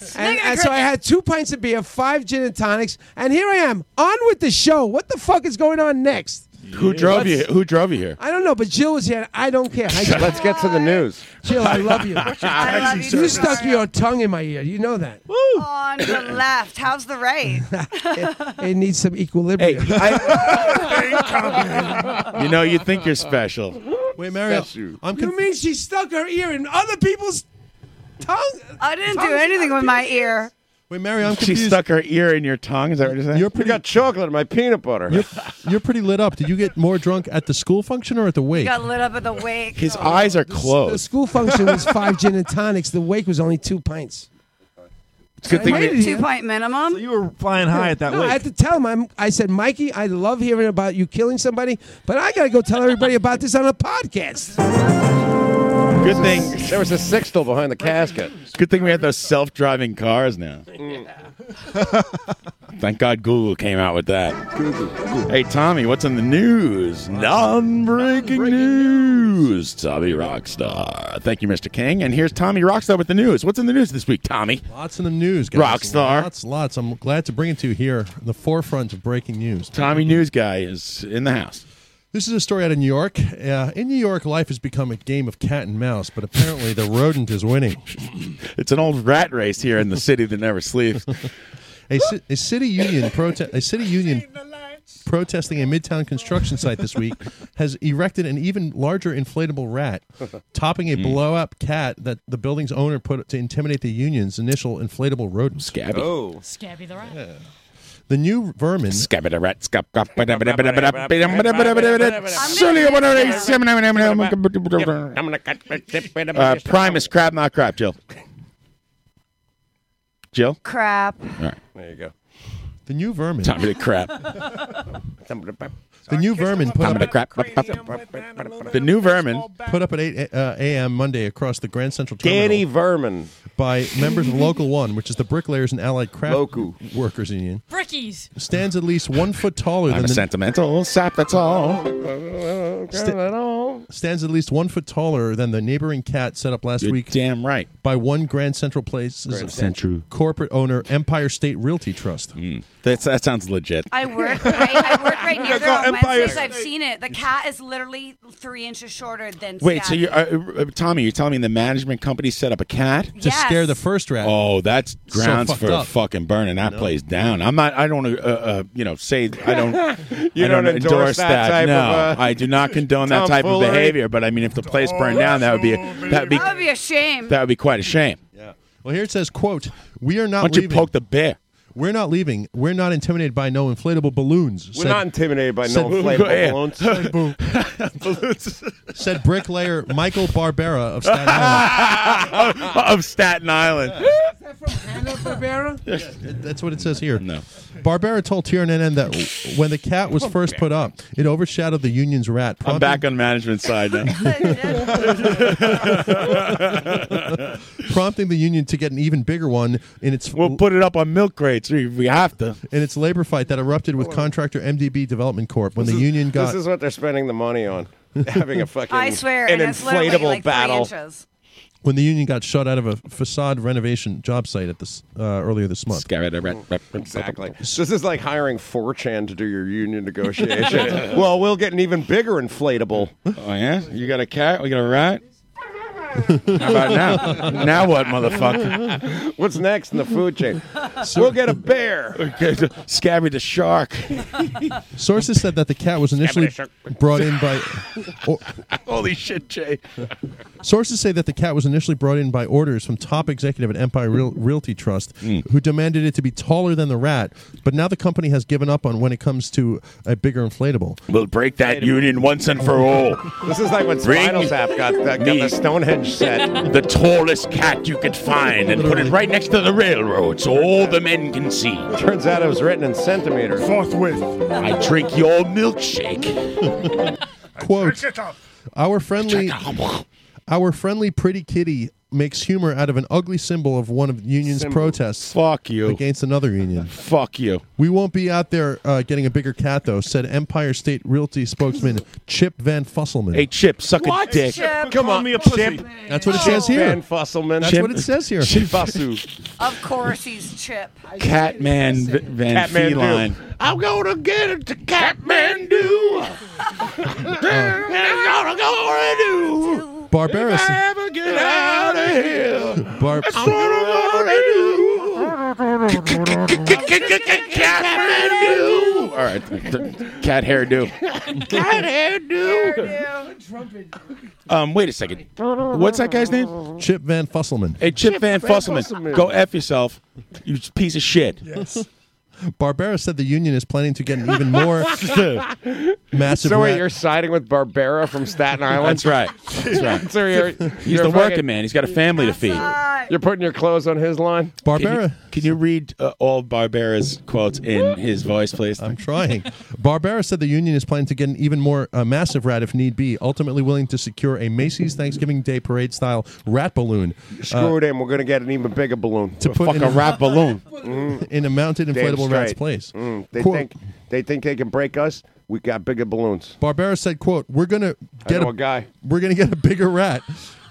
[SPEAKER 10] And,
[SPEAKER 17] Speaking of
[SPEAKER 10] and so I
[SPEAKER 17] Cricket.
[SPEAKER 10] had two pints of beer, five gin and tonics, and here I am on with the show. What the fuck is going on next?
[SPEAKER 1] Who drove you? Who drove you here?
[SPEAKER 10] I don't know, but Jill was here. and I don't care. I-
[SPEAKER 1] Let's get to the news.
[SPEAKER 10] Jill, I love you.
[SPEAKER 1] I love you,
[SPEAKER 10] You
[SPEAKER 1] too,
[SPEAKER 10] stuck your tongue in my ear. You know that.
[SPEAKER 18] On the left. How's the right?
[SPEAKER 10] It needs some equilibrium.
[SPEAKER 1] You know, you think you're special.
[SPEAKER 20] Wait, Mario, I'm
[SPEAKER 10] you mean she stuck her ear in other people's tongue?
[SPEAKER 18] I didn't do anything with my ear.
[SPEAKER 20] Wait, Mary, I'm
[SPEAKER 1] She
[SPEAKER 20] confused.
[SPEAKER 1] stuck her ear in your tongue. Is that what you're saying?
[SPEAKER 20] You're pretty
[SPEAKER 1] got chocolate in my peanut butter.
[SPEAKER 20] You're, you're pretty lit up. Did you get more drunk at the school function or at the
[SPEAKER 18] You
[SPEAKER 20] wake?
[SPEAKER 18] got lit up at the wake.
[SPEAKER 23] Oh,
[SPEAKER 1] His eyes are
[SPEAKER 10] The
[SPEAKER 1] closed.
[SPEAKER 10] school function was five gin and tonics. The wake was only two pints.
[SPEAKER 1] It's a good thing. you-
[SPEAKER 18] Two point minimum.
[SPEAKER 22] you were flying high at that
[SPEAKER 10] no,
[SPEAKER 22] wake.
[SPEAKER 10] I had to tell him. I'm, I said, Mikey, I love hearing about you killing somebody, but I got to go tell everybody about this on a podcast.
[SPEAKER 1] Good thing.
[SPEAKER 15] There was a sextile behind the casket.
[SPEAKER 1] Good thing we have those self-driving cars now. Thank God Google came out with that. Hey Tommy, what's in the news? Non-breaking news. Tommy Rockstar. Thank you, Mr. King. And here's Tommy Rockstar with the news. What's in the news this week, Tommy?
[SPEAKER 20] Lots in the news, guys.
[SPEAKER 1] Rockstar.
[SPEAKER 20] Lots, lots. I'm glad to bring it to you here, in the forefront of breaking news.
[SPEAKER 1] Tommy News Guy is in the house.
[SPEAKER 20] This is a story out of New York. Uh, in New York, life has become a game of cat and mouse, but apparently the rodent is winning.
[SPEAKER 1] It's an old rat race here in the city that never sleeps.
[SPEAKER 20] A, ci- a city union protest. A city union protesting a midtown construction site this week has erected an even larger inflatable rat, topping
[SPEAKER 1] Hmm.
[SPEAKER 20] a blow-up cat that the building's owner put to intimidate the union's initial inflatable rodent.
[SPEAKER 1] Scabby.
[SPEAKER 20] Oh.
[SPEAKER 17] Scabby the rat.
[SPEAKER 20] The new vermin.
[SPEAKER 1] Scabby the rat. Scab. Uh, Primus, crab, not crap, Jill. Jill?
[SPEAKER 18] Crap.
[SPEAKER 1] All right.
[SPEAKER 15] There you go.
[SPEAKER 20] The new vermin.
[SPEAKER 1] Tommy the crap.
[SPEAKER 20] The new vermin put
[SPEAKER 1] Tommy
[SPEAKER 20] up
[SPEAKER 1] the crap. The new vermin
[SPEAKER 20] put up at 8 uh, a.m. Monday across the Grand Central Terminal.
[SPEAKER 15] Danny Vermin.
[SPEAKER 20] By members of Local 1, which is the Bricklayers and Allied Craft Workers Union,
[SPEAKER 17] Brickies.
[SPEAKER 20] stands at least one foot taller
[SPEAKER 1] I'm
[SPEAKER 20] than
[SPEAKER 1] a
[SPEAKER 20] the
[SPEAKER 1] sentimental sap, that's all.
[SPEAKER 20] stands at least one foot taller than the neighboring cat set up last week.
[SPEAKER 1] Damn right.
[SPEAKER 20] By one Grand Central Place's
[SPEAKER 1] Grand Central. Hmm.
[SPEAKER 20] corporate owner, Empire State Realty Trust.
[SPEAKER 1] That's, that sounds legit.
[SPEAKER 18] I work. Right, I work right near
[SPEAKER 5] That's
[SPEAKER 18] there
[SPEAKER 5] all
[SPEAKER 18] on
[SPEAKER 5] Empire
[SPEAKER 18] Wednesdays.
[SPEAKER 5] State.
[SPEAKER 18] I've seen it. The cat is literally three inches shorter than.
[SPEAKER 1] Wait, so
[SPEAKER 18] Scabby.
[SPEAKER 1] you, uh, uh, Tommy, you're telling me the management company set up a cat
[SPEAKER 18] To scare
[SPEAKER 20] the first rat?
[SPEAKER 1] Oh, that's
[SPEAKER 20] So
[SPEAKER 1] grounds
[SPEAKER 20] fucked
[SPEAKER 1] for
[SPEAKER 20] up.
[SPEAKER 1] fucking burning that place down. I'm not. I don't. Uh, uh, you know, say I don't.
[SPEAKER 15] You
[SPEAKER 1] I don't,
[SPEAKER 15] don't endorse that type
[SPEAKER 1] no,
[SPEAKER 15] of, uh,
[SPEAKER 1] I do not condone that type of
[SPEAKER 15] tomfoolery?
[SPEAKER 1] behavior. But I mean, if the place burned down, that would be that would be
[SPEAKER 18] that would be a shame.
[SPEAKER 1] that would be quite a shame.
[SPEAKER 20] Well, here it says, "quote We are not
[SPEAKER 1] Why don't you
[SPEAKER 20] leaving."
[SPEAKER 1] poke the bear?
[SPEAKER 20] We're not leaving. We're not intimidated by no inflatable balloons.
[SPEAKER 15] We're
[SPEAKER 20] said-
[SPEAKER 15] not intimidated by no
[SPEAKER 20] said-
[SPEAKER 15] inflatable balloons.
[SPEAKER 20] said bricklayer Michael Barbera of Staten Island.
[SPEAKER 1] of Staten Island.
[SPEAKER 10] Isn't that Barbera?
[SPEAKER 20] That's what it says here. No. Barbera told TRNN that when the cat was first put up, it overshadowed the union's rat.
[SPEAKER 1] I'm back on management side now.
[SPEAKER 20] prompting the union to get an even bigger one in its.
[SPEAKER 1] We'll put it up on milk crates. We, we have to.
[SPEAKER 20] In its labor fight that erupted with contractor MDB Development Corp. When
[SPEAKER 15] This
[SPEAKER 20] the
[SPEAKER 15] is-
[SPEAKER 20] union got.
[SPEAKER 15] This is what they're spending the money on. Having a fucking
[SPEAKER 18] I swear,
[SPEAKER 15] an
[SPEAKER 18] and it's literally
[SPEAKER 15] inflatable
[SPEAKER 18] like three
[SPEAKER 15] battle.
[SPEAKER 18] inches.
[SPEAKER 20] when the union got shut out of a facade renovation job site at this uh, earlier this month.
[SPEAKER 15] Mm, Exactly. This is like hiring 4chan to do your union negotiation. well, we'll get an even bigger inflatable.
[SPEAKER 1] Oh yeah, you got a cat? We got a rat? How about now? now what, motherfucker?
[SPEAKER 15] What's next in the food chain? we'll get a bear.
[SPEAKER 1] Okay, so Scabby the shark.
[SPEAKER 20] Sources said that the cat was initially
[SPEAKER 1] Scabbity shark.
[SPEAKER 20] brought in by. or-
[SPEAKER 1] Holy shit, Jay.
[SPEAKER 20] sources say that the cat was initially brought in by orders from top executive at Empire Real- Realty Trust,
[SPEAKER 1] Mm.
[SPEAKER 20] who demanded it to be taller than the rat. But now the company has given up on when it comes to a bigger inflatable.
[SPEAKER 1] We'll break that union once and for all.
[SPEAKER 15] This is like when
[SPEAKER 1] Bring
[SPEAKER 15] Spinal Tap got, got
[SPEAKER 1] me
[SPEAKER 15] the Stonehenge set.
[SPEAKER 1] The tallest cat you could find and put it right next to the railroad so all the men can see.
[SPEAKER 15] Turns out it was written in centimeters.
[SPEAKER 22] Forthwith.
[SPEAKER 1] I drink your milkshake.
[SPEAKER 20] Quote: Our friendly, our friendly pretty kitty makes humor out of an ugly symbol of one of the union's
[SPEAKER 1] Symbol.
[SPEAKER 20] protests.
[SPEAKER 1] Fuck you.
[SPEAKER 20] Against another union.
[SPEAKER 1] Fuck you.
[SPEAKER 20] We won't be out there uh, getting a bigger cat, though," said Empire State Realty spokesman Chip Van Fusselman.
[SPEAKER 1] Hey, Chip, suck
[SPEAKER 20] What?
[SPEAKER 1] a dick.
[SPEAKER 18] Chip,
[SPEAKER 1] Come
[SPEAKER 18] call
[SPEAKER 1] on,
[SPEAKER 18] me
[SPEAKER 1] a pussy.
[SPEAKER 20] That's what it says here.
[SPEAKER 15] Van Oh, Fusselman.
[SPEAKER 20] That's what it says here.
[SPEAKER 1] Chip Vasu.
[SPEAKER 18] Of course, he's Chip.
[SPEAKER 1] Catman v- Van
[SPEAKER 18] Catman do.
[SPEAKER 1] Feline.
[SPEAKER 5] I'm gonna get it to Kathmandu. I'm gonna go to
[SPEAKER 20] Barbara.
[SPEAKER 5] If I
[SPEAKER 20] s-
[SPEAKER 5] ever get out of here,
[SPEAKER 20] Bar-
[SPEAKER 5] that's what I'm gonna do. Kathmandu.
[SPEAKER 1] All right, cat hairdo.
[SPEAKER 5] Kathmandu.
[SPEAKER 1] Um, wait a second. What's that guy's name?
[SPEAKER 20] Chip Van Fusselman.
[SPEAKER 1] Hey, Chip,
[SPEAKER 20] Chip
[SPEAKER 1] Van,
[SPEAKER 20] Van
[SPEAKER 1] Fusselman,
[SPEAKER 20] Fusselman.
[SPEAKER 1] go f yourself, you piece of shit.
[SPEAKER 22] Yes.
[SPEAKER 20] Barbera said the union is planning to get an even more massive.
[SPEAKER 15] So
[SPEAKER 20] rat-
[SPEAKER 15] wait, you're siding with Barbera from Staten Island?
[SPEAKER 1] That's right. That's right.
[SPEAKER 15] so you're,
[SPEAKER 1] He's the working man. He's got a family to feed.
[SPEAKER 15] You're putting your clothes on his line.
[SPEAKER 1] Can you, can you read uh, all Barbera's quotes in his voice, please?
[SPEAKER 20] I'm trying. Barbera said the union is planning to get an even more uh, massive rat if need be, ultimately willing to secure a Macy's Thanksgiving Day parade style rat balloon. uh,
[SPEAKER 15] Screw it in. We're gonna get an even bigger balloon.
[SPEAKER 20] To put in a-
[SPEAKER 1] balloon
[SPEAKER 20] in a mounted
[SPEAKER 15] Damn
[SPEAKER 20] inflatable rat's
[SPEAKER 15] straight.
[SPEAKER 20] place.
[SPEAKER 15] Mm, They
[SPEAKER 20] Quote-
[SPEAKER 15] think they think they can break us. We got bigger balloons.
[SPEAKER 20] Barbera said, "quote We're gonna
[SPEAKER 15] I
[SPEAKER 20] get
[SPEAKER 15] know
[SPEAKER 20] a,
[SPEAKER 15] a guy.
[SPEAKER 20] We're gonna get a bigger rat.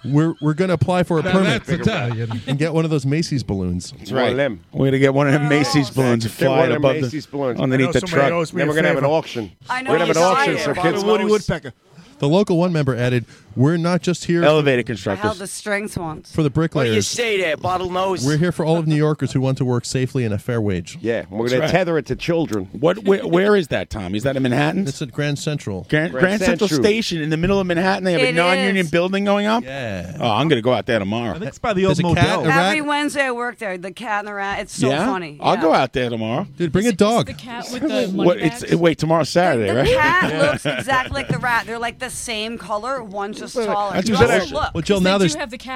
[SPEAKER 20] We're we're gonna apply for a
[SPEAKER 15] Now
[SPEAKER 20] permit
[SPEAKER 15] that's Italian.
[SPEAKER 20] and get one of those Macy's balloons. That's
[SPEAKER 15] right. One of them.
[SPEAKER 1] We're gonna get one of them Macy's balloons and
[SPEAKER 15] Get
[SPEAKER 1] fly
[SPEAKER 15] one
[SPEAKER 1] it
[SPEAKER 15] of
[SPEAKER 1] above
[SPEAKER 15] them
[SPEAKER 1] the
[SPEAKER 15] Macy's balloons.
[SPEAKER 1] underneath the truck.
[SPEAKER 15] Then we're gonna have an auction.
[SPEAKER 18] I know
[SPEAKER 15] we're gonna have an
[SPEAKER 18] you
[SPEAKER 15] auction
[SPEAKER 18] said
[SPEAKER 15] so
[SPEAKER 18] it.
[SPEAKER 15] kids.
[SPEAKER 18] Woody
[SPEAKER 20] Woodpecker. The local one member added, "We're not just here
[SPEAKER 1] elevated
[SPEAKER 18] I held the strings once.
[SPEAKER 20] for the bricklayers.
[SPEAKER 16] say there, bottlenose?
[SPEAKER 20] We're here for all of New Yorkers who want to work safely and a fair wage."
[SPEAKER 15] Yeah, we're
[SPEAKER 1] That's
[SPEAKER 15] gonna
[SPEAKER 1] right.
[SPEAKER 15] tether it to children.
[SPEAKER 1] What? Where, where is that, Tom? Is that in Manhattan?
[SPEAKER 20] It's at Grand Central.
[SPEAKER 1] Grand,
[SPEAKER 20] Grand
[SPEAKER 1] Grand Central,
[SPEAKER 20] Central.
[SPEAKER 1] Station in the middle of Manhattan. They have a
[SPEAKER 18] It
[SPEAKER 1] non-union
[SPEAKER 18] is.
[SPEAKER 1] building going up.
[SPEAKER 20] Yeah.
[SPEAKER 1] Oh, I'm gonna go out there tomorrow.
[SPEAKER 6] It's by the old
[SPEAKER 20] There's a cat,
[SPEAKER 6] motel.
[SPEAKER 20] a rat-
[SPEAKER 18] Every Wednesday I work there. The cat and the rat. It's so
[SPEAKER 1] yeah?
[SPEAKER 18] funny.
[SPEAKER 1] I'll
[SPEAKER 18] yeah.
[SPEAKER 1] go out there tomorrow.
[SPEAKER 20] Dude, bring a dog.
[SPEAKER 18] The cat with the
[SPEAKER 1] What? It's wait tomorrow's Saturday, right?
[SPEAKER 18] cat looks exactly like the rat. They're like the same color. One's just taller.
[SPEAKER 1] That's
[SPEAKER 18] You
[SPEAKER 1] what
[SPEAKER 18] all
[SPEAKER 1] I-
[SPEAKER 18] look.
[SPEAKER 1] Well, Jill, now there's-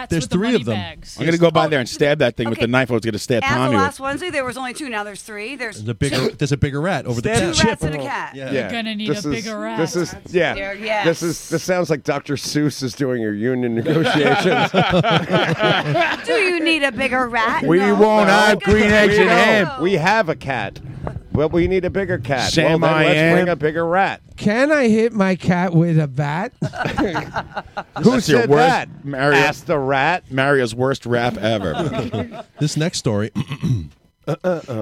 [SPEAKER 1] there's three of them. I'm gonna go by there and stab that thing with the knife. I was gonna stab
[SPEAKER 18] As of
[SPEAKER 1] Tommy with.
[SPEAKER 18] last Wednesday, there was only two. Now there's three. There's
[SPEAKER 20] There's a bigger, there's a bigger rat over
[SPEAKER 15] Stab
[SPEAKER 20] the
[SPEAKER 15] a
[SPEAKER 20] cat.
[SPEAKER 18] rats and a cat.
[SPEAKER 15] Yeah.
[SPEAKER 18] You're gonna need
[SPEAKER 15] This
[SPEAKER 18] a
[SPEAKER 15] is-
[SPEAKER 18] bigger rat.
[SPEAKER 15] This is yeah.
[SPEAKER 18] There- yes.
[SPEAKER 15] This is this sounds like Dr. Seuss is doing your union negotiations.
[SPEAKER 18] Do you need a bigger rat?
[SPEAKER 15] We
[SPEAKER 18] No.
[SPEAKER 15] won't
[SPEAKER 18] No.
[SPEAKER 15] have green eggs
[SPEAKER 18] We
[SPEAKER 15] and
[SPEAKER 18] don't.
[SPEAKER 15] ham. We have a cat. Well, we need a bigger cat.
[SPEAKER 1] Sam,
[SPEAKER 15] well, then
[SPEAKER 1] I
[SPEAKER 15] let's
[SPEAKER 1] am-
[SPEAKER 15] bring a bigger rat.
[SPEAKER 10] Can I hit my cat with a bat?
[SPEAKER 15] Who
[SPEAKER 1] That's
[SPEAKER 15] said
[SPEAKER 1] your worst,
[SPEAKER 15] that?
[SPEAKER 1] Mario,
[SPEAKER 15] Ask the rat.
[SPEAKER 1] Mario's worst rap ever.
[SPEAKER 20] This next story.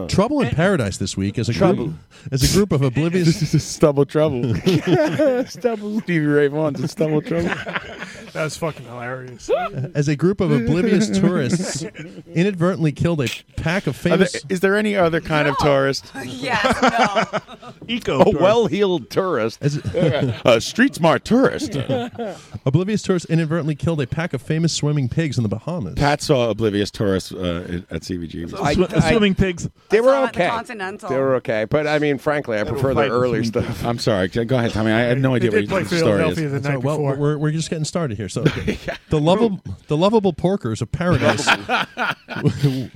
[SPEAKER 20] Trouble in Paradise this week as a
[SPEAKER 1] Trouble.
[SPEAKER 20] group as a group of oblivious
[SPEAKER 1] stubble trouble.
[SPEAKER 15] Stubble.
[SPEAKER 1] Stevie Ray Vaughan's in stubble trouble.
[SPEAKER 22] That was fucking hilarious.
[SPEAKER 20] as a group of oblivious tourists inadvertently killed a pack of
[SPEAKER 1] Are there-
[SPEAKER 20] famous
[SPEAKER 1] is there any other kind of tourist?
[SPEAKER 18] Yes,
[SPEAKER 1] no.
[SPEAKER 20] Eco tourist.
[SPEAKER 15] well-heeled tourist.
[SPEAKER 1] a street smart tourist.
[SPEAKER 20] oblivious tourists inadvertently killed a pack of famous swimming pigs in the Bahamas.
[SPEAKER 1] Pat saw oblivious tourists uh, at CVG.
[SPEAKER 6] pigs.
[SPEAKER 15] They were
[SPEAKER 18] at the
[SPEAKER 15] okay.
[SPEAKER 18] Continental.
[SPEAKER 15] They were okay, but I mean, frankly, I prefer the
[SPEAKER 1] fight
[SPEAKER 15] early
[SPEAKER 1] between
[SPEAKER 15] stuff.
[SPEAKER 1] I'm sorry. Go ahead, Tommy. I have no idea what your story is.
[SPEAKER 20] That's all right. well, we're, we're just getting started here. here. So the lovable the lovable porkers of paradise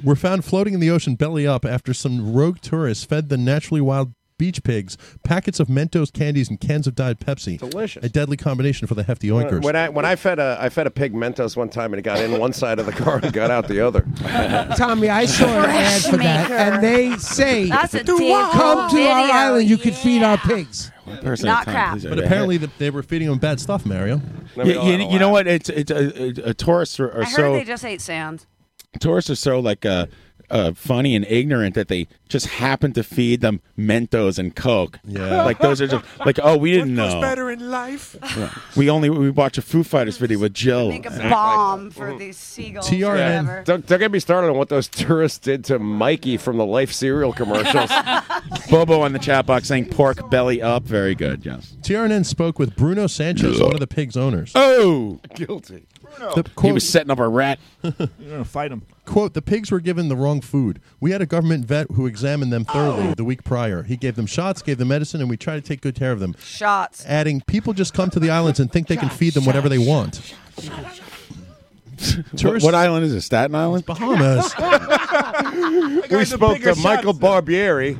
[SPEAKER 20] were found floating in the ocean belly up after some rogue tourists fed the naturally wild beach pigs packets of Mentos candies and cans of Diet Pepsi.
[SPEAKER 15] Delicious.
[SPEAKER 20] A deadly combination for the hefty oinkers.
[SPEAKER 15] When I when I fed a I fed a pig Mentos one time and it got in one side of the car and got out the other.
[SPEAKER 10] Tommy, I saw an ad for that, and they say,
[SPEAKER 18] That's a
[SPEAKER 10] "Do
[SPEAKER 18] damn
[SPEAKER 10] come to our
[SPEAKER 18] video,
[SPEAKER 10] island? You can feed our pigs."
[SPEAKER 1] person
[SPEAKER 18] Not crap.
[SPEAKER 20] But apparently the, they were feeding them bad stuff, Mario.
[SPEAKER 1] You, you, you know what? It's it's uh, uh, tourists are,
[SPEAKER 18] I
[SPEAKER 1] are
[SPEAKER 18] heard
[SPEAKER 1] so
[SPEAKER 18] they just ate sounds.
[SPEAKER 1] tourists are so like uh, uh, funny and ignorant that they just happen to feed them Mentos and Coke. Yeah, like those are just like oh we didn't know.
[SPEAKER 22] better in life.
[SPEAKER 1] Right. We only we watch a Foo Fighters video with Jill.
[SPEAKER 18] Make a bomb for these seagulls. or whatever.
[SPEAKER 15] Don't, don't get me started on what those tourists did to Mikey from the Life cereal commercials.
[SPEAKER 1] Bobo on the chat box saying pork belly up. Very good. Yes.
[SPEAKER 20] TRNN spoke with Bruno Sanchez, one of the pig's owners.
[SPEAKER 1] Oh,
[SPEAKER 15] guilty.
[SPEAKER 1] he
[SPEAKER 20] The quote-
[SPEAKER 1] was setting up a rat.
[SPEAKER 6] You're gonna fight him.
[SPEAKER 20] Quote, the pigs were given the wrong food. We had a government vet who examined them thoroughly the week prior. He gave them shots, gave them medicine, and we tried to take good care of them.
[SPEAKER 18] Shots.
[SPEAKER 20] Adding, people just come to the islands and think they can feed them whatever they want.
[SPEAKER 1] What, what island is it? Staten Island,
[SPEAKER 20] Bahamas.
[SPEAKER 15] we spoke to Michael Barbieri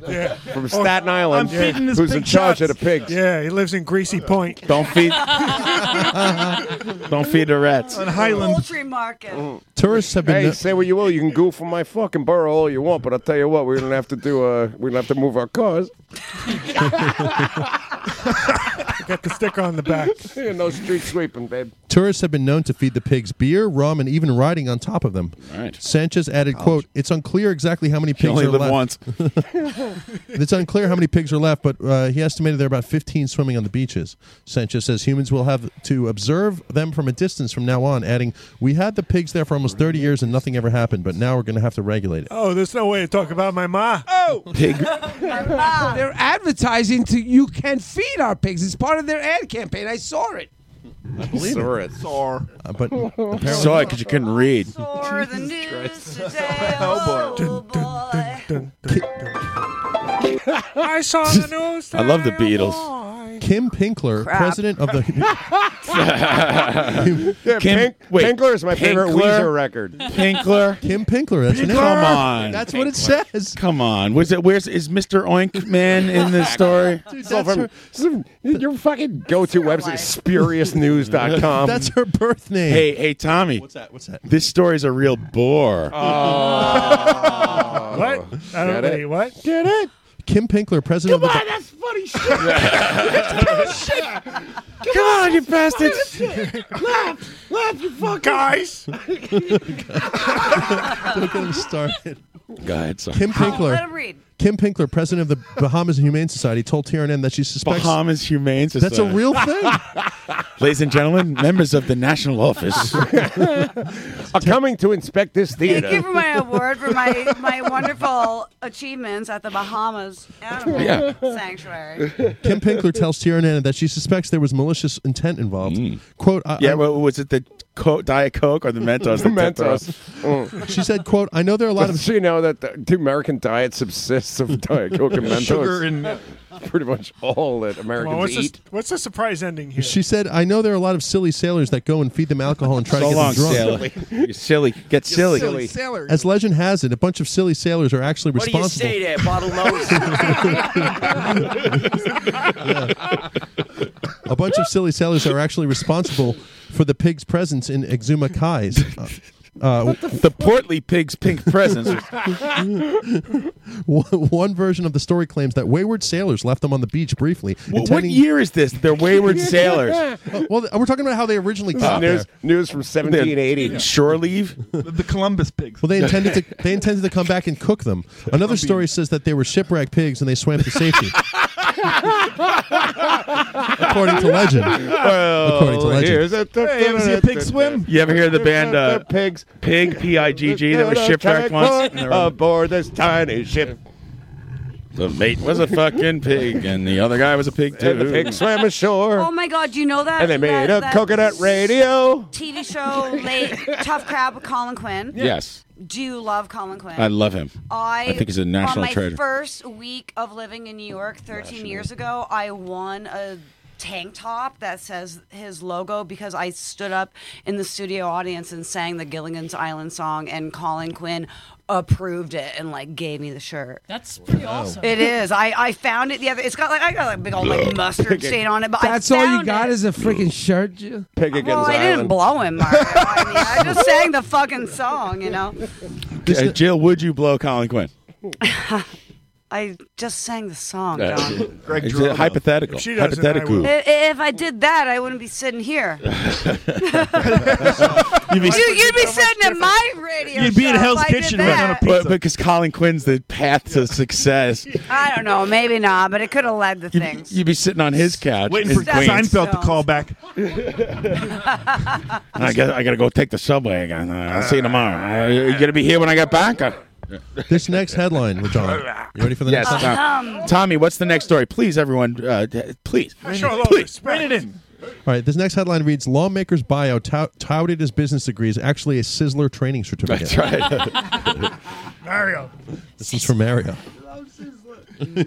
[SPEAKER 15] from Staten
[SPEAKER 22] Oh,
[SPEAKER 15] Island, who's in charge of the pigs.
[SPEAKER 22] Yeah, he lives in Greasy Point.
[SPEAKER 1] Don't feed.
[SPEAKER 15] Uh-huh.
[SPEAKER 1] Don't feed the rats.
[SPEAKER 22] On Highland.
[SPEAKER 18] Poultry market.
[SPEAKER 20] Tourists have
[SPEAKER 15] been. Hey, say what you will. You can goof on my fucking borough all you want, but I'll tell you what, we're gonna have to do. Uh, we're gonna have to move our cars.
[SPEAKER 22] Got the sticker on the back.
[SPEAKER 15] no street sweeping, babe.
[SPEAKER 20] Tourists have been known to feed the pigs beer, rum, and even riding on top of them. Sanchez added, "quote It's unclear exactly how many pigs
[SPEAKER 1] only
[SPEAKER 20] are
[SPEAKER 1] lived
[SPEAKER 20] left.
[SPEAKER 1] once.
[SPEAKER 20] it's unclear how many pigs are left, but uh, he estimated there are about 15 swimming on the beaches." Sanchez says humans will have to observe them from a distance from now on, adding, "We had the pigs there for almost 30 years and nothing ever happened, but now we're going to have to regulate it."
[SPEAKER 22] Oh, there's no way to talk about my ma.
[SPEAKER 20] Oh, pig.
[SPEAKER 18] Ah.
[SPEAKER 10] They're advertising to you can feed our pigs. It's part of their ad campaign. I saw it.
[SPEAKER 20] I believe
[SPEAKER 1] Saw
[SPEAKER 20] it.
[SPEAKER 1] it.
[SPEAKER 20] Uh, but apparently-
[SPEAKER 1] Saw it because you couldn't read.
[SPEAKER 18] Or the news today.
[SPEAKER 22] Oh boy. I saw the news.
[SPEAKER 20] I love the Beatles. Kim Pinkler,
[SPEAKER 22] Crap.
[SPEAKER 20] president of the
[SPEAKER 15] Yeah, Pink- Pinkler is my favorite Weezer record.
[SPEAKER 1] Pinkler.
[SPEAKER 20] Kim Pinkler. That's an
[SPEAKER 1] Come on.
[SPEAKER 20] That's what it says.
[SPEAKER 1] Come on. Was it? Where's is Mr. Oinkman in this story?
[SPEAKER 15] It's all from- your fucking go-to website, spuriousnews.com.
[SPEAKER 20] That's her birth name.
[SPEAKER 1] Hey, hey, Tommy. What's
[SPEAKER 20] that? What's that?
[SPEAKER 1] This story's a real bore.
[SPEAKER 5] Oh.
[SPEAKER 22] What? I don't
[SPEAKER 20] Get
[SPEAKER 22] know.
[SPEAKER 20] it?
[SPEAKER 22] What?
[SPEAKER 15] Get it?
[SPEAKER 20] Kim Pinkler, president of the.
[SPEAKER 15] that's funny shit. that's bullshit. Come on, you bastards.
[SPEAKER 9] Laugh, laugh, you fuck
[SPEAKER 22] guys.
[SPEAKER 20] Don't get him started.
[SPEAKER 1] Go ahead. Sorry.
[SPEAKER 20] Kim Pinkler.
[SPEAKER 18] Let him read.
[SPEAKER 20] Kim Pinkler, president of the Bahamas Humane Society, told TRN that she suspects
[SPEAKER 1] Bahamas Humane Society.
[SPEAKER 20] that's a real thing.
[SPEAKER 1] Ladies and gentlemen, members of the national office.
[SPEAKER 15] Are coming to inspect this
[SPEAKER 18] Thank you
[SPEAKER 15] theater.
[SPEAKER 18] for my award for my, my wonderful achievements at the Bahamas Animal
[SPEAKER 20] Yeah.
[SPEAKER 18] Sanctuary.
[SPEAKER 20] Kim Pinkler tells TRN that she suspects there was malicious intent involved. "Quote: I,
[SPEAKER 1] yeah, well, was it the co- Diet Coke or the Mentos?
[SPEAKER 15] The
[SPEAKER 1] that took
[SPEAKER 15] Mentos. Mm.
[SPEAKER 1] off?
[SPEAKER 20] She said, "quote I know there are a lot
[SPEAKER 15] Doesn't she know that the, the American diet subsists of Diet Coke and Mentos?
[SPEAKER 20] Sugar and-
[SPEAKER 15] pretty much all that Americans
[SPEAKER 22] Well, what's,
[SPEAKER 15] eat.
[SPEAKER 22] the, what's the surprise ending here?
[SPEAKER 20] of." She said, "I know there are a lot of silly sailors that go and feed them alcohol and try
[SPEAKER 1] So
[SPEAKER 20] to get
[SPEAKER 1] long,
[SPEAKER 20] them drunk."
[SPEAKER 1] silly. You're silly. Get silly.
[SPEAKER 20] silly As legend has it, a bunch of silly sailors are actually
[SPEAKER 4] What do you
[SPEAKER 20] responsible.
[SPEAKER 4] say there, bottle nose?
[SPEAKER 20] A bunch of silly sailors are actually responsible for the pig's presence in Exuma Kai's. Uh,
[SPEAKER 1] the portly pig's pink presence.
[SPEAKER 20] one, one version of the story claims that wayward sailors left them on the beach briefly.
[SPEAKER 1] Well, what year is this? They're wayward sailors.
[SPEAKER 20] Uh, well, th- we're talking about how they originally
[SPEAKER 1] This
[SPEAKER 20] got
[SPEAKER 1] is
[SPEAKER 15] Uh, News
[SPEAKER 1] news-
[SPEAKER 20] there.
[SPEAKER 15] from 1780.
[SPEAKER 1] Shore leave.
[SPEAKER 6] The Columbus pigs.
[SPEAKER 20] Well, they intended to they intended to come back and cook them. Another story says that they were shipwrecked pigs and they swam to safety. According to legend. According to legend.
[SPEAKER 1] here's a-
[SPEAKER 6] Hey, you ever see a pig swim?
[SPEAKER 1] You ever hear the band uh,
[SPEAKER 15] Pigs?
[SPEAKER 1] Pig P I G G that was shipwrecked once? And they were-
[SPEAKER 15] Aboard this tiny ship.
[SPEAKER 1] The mate was a fucking pig, and the other guy was a pig too.
[SPEAKER 15] And the pig swam ashore.
[SPEAKER 18] Oh my God, you know that?
[SPEAKER 1] And they made
[SPEAKER 18] that,
[SPEAKER 1] a
[SPEAKER 18] that
[SPEAKER 1] coconut radio.
[SPEAKER 18] TV show, late, Tough Crab with Colin Quinn.
[SPEAKER 1] Yes.
[SPEAKER 18] Do you love Colin Quinn?
[SPEAKER 1] I love him.
[SPEAKER 18] I,
[SPEAKER 1] I think he's a national
[SPEAKER 18] On my
[SPEAKER 1] treasure.
[SPEAKER 18] first week of living in New York 13 years ago, I won a tank top that says his logo because I stood up in the studio audience and sang the Gilligan's Island song, and Colin Quinn approved it and like gave me the shirt.
[SPEAKER 17] That's pretty
[SPEAKER 18] Wow.
[SPEAKER 17] awesome.
[SPEAKER 18] It is. I, I found it the other. It's got like I got like a big old Oh, like mustard stain on it, but
[SPEAKER 10] That's
[SPEAKER 18] I
[SPEAKER 10] all
[SPEAKER 18] found
[SPEAKER 10] you got is a freaking shirt. Ju-
[SPEAKER 32] Pig against
[SPEAKER 18] Well, I didn't blow him. Mario. I, mean, I just sang the fucking song, you know.
[SPEAKER 1] Uh, Jill, would you blow Colin Quinn?
[SPEAKER 18] I just sang the song,
[SPEAKER 1] Uh,
[SPEAKER 18] John.
[SPEAKER 1] Greg It's a hypothetical. If she doesn't, Hypothetical. I
[SPEAKER 18] I- If I did that, I wouldn't be sitting here.
[SPEAKER 1] You'd
[SPEAKER 18] you,
[SPEAKER 1] be-
[SPEAKER 18] would be sitting at my radio. show if I did that.
[SPEAKER 1] But- because Colin Quinn's the path to success.
[SPEAKER 18] I don't know. Maybe not, but it could have led to things.
[SPEAKER 1] You'd be sitting on his couch.
[SPEAKER 18] Waiting for
[SPEAKER 1] in Queens.
[SPEAKER 18] Seinfeld to
[SPEAKER 22] call back.
[SPEAKER 1] I got. I got to go take the subway again. Uh, I'll see you tomorrow. Uh, you gonna be here when I get back? Uh,
[SPEAKER 20] This next headline, we're on. You ready for the
[SPEAKER 1] yes,
[SPEAKER 20] next
[SPEAKER 1] Tom-
[SPEAKER 20] headline?
[SPEAKER 1] Tommy. What's the next story? Please, everyone. Uh, d- please.
[SPEAKER 22] Please, rein it in.
[SPEAKER 20] All right, this next headline reads Lawmaker's bio tout- touted as business degree is actually a Sizzler training certificate.
[SPEAKER 1] That's right.
[SPEAKER 33] Mario.
[SPEAKER 20] this is from Mario.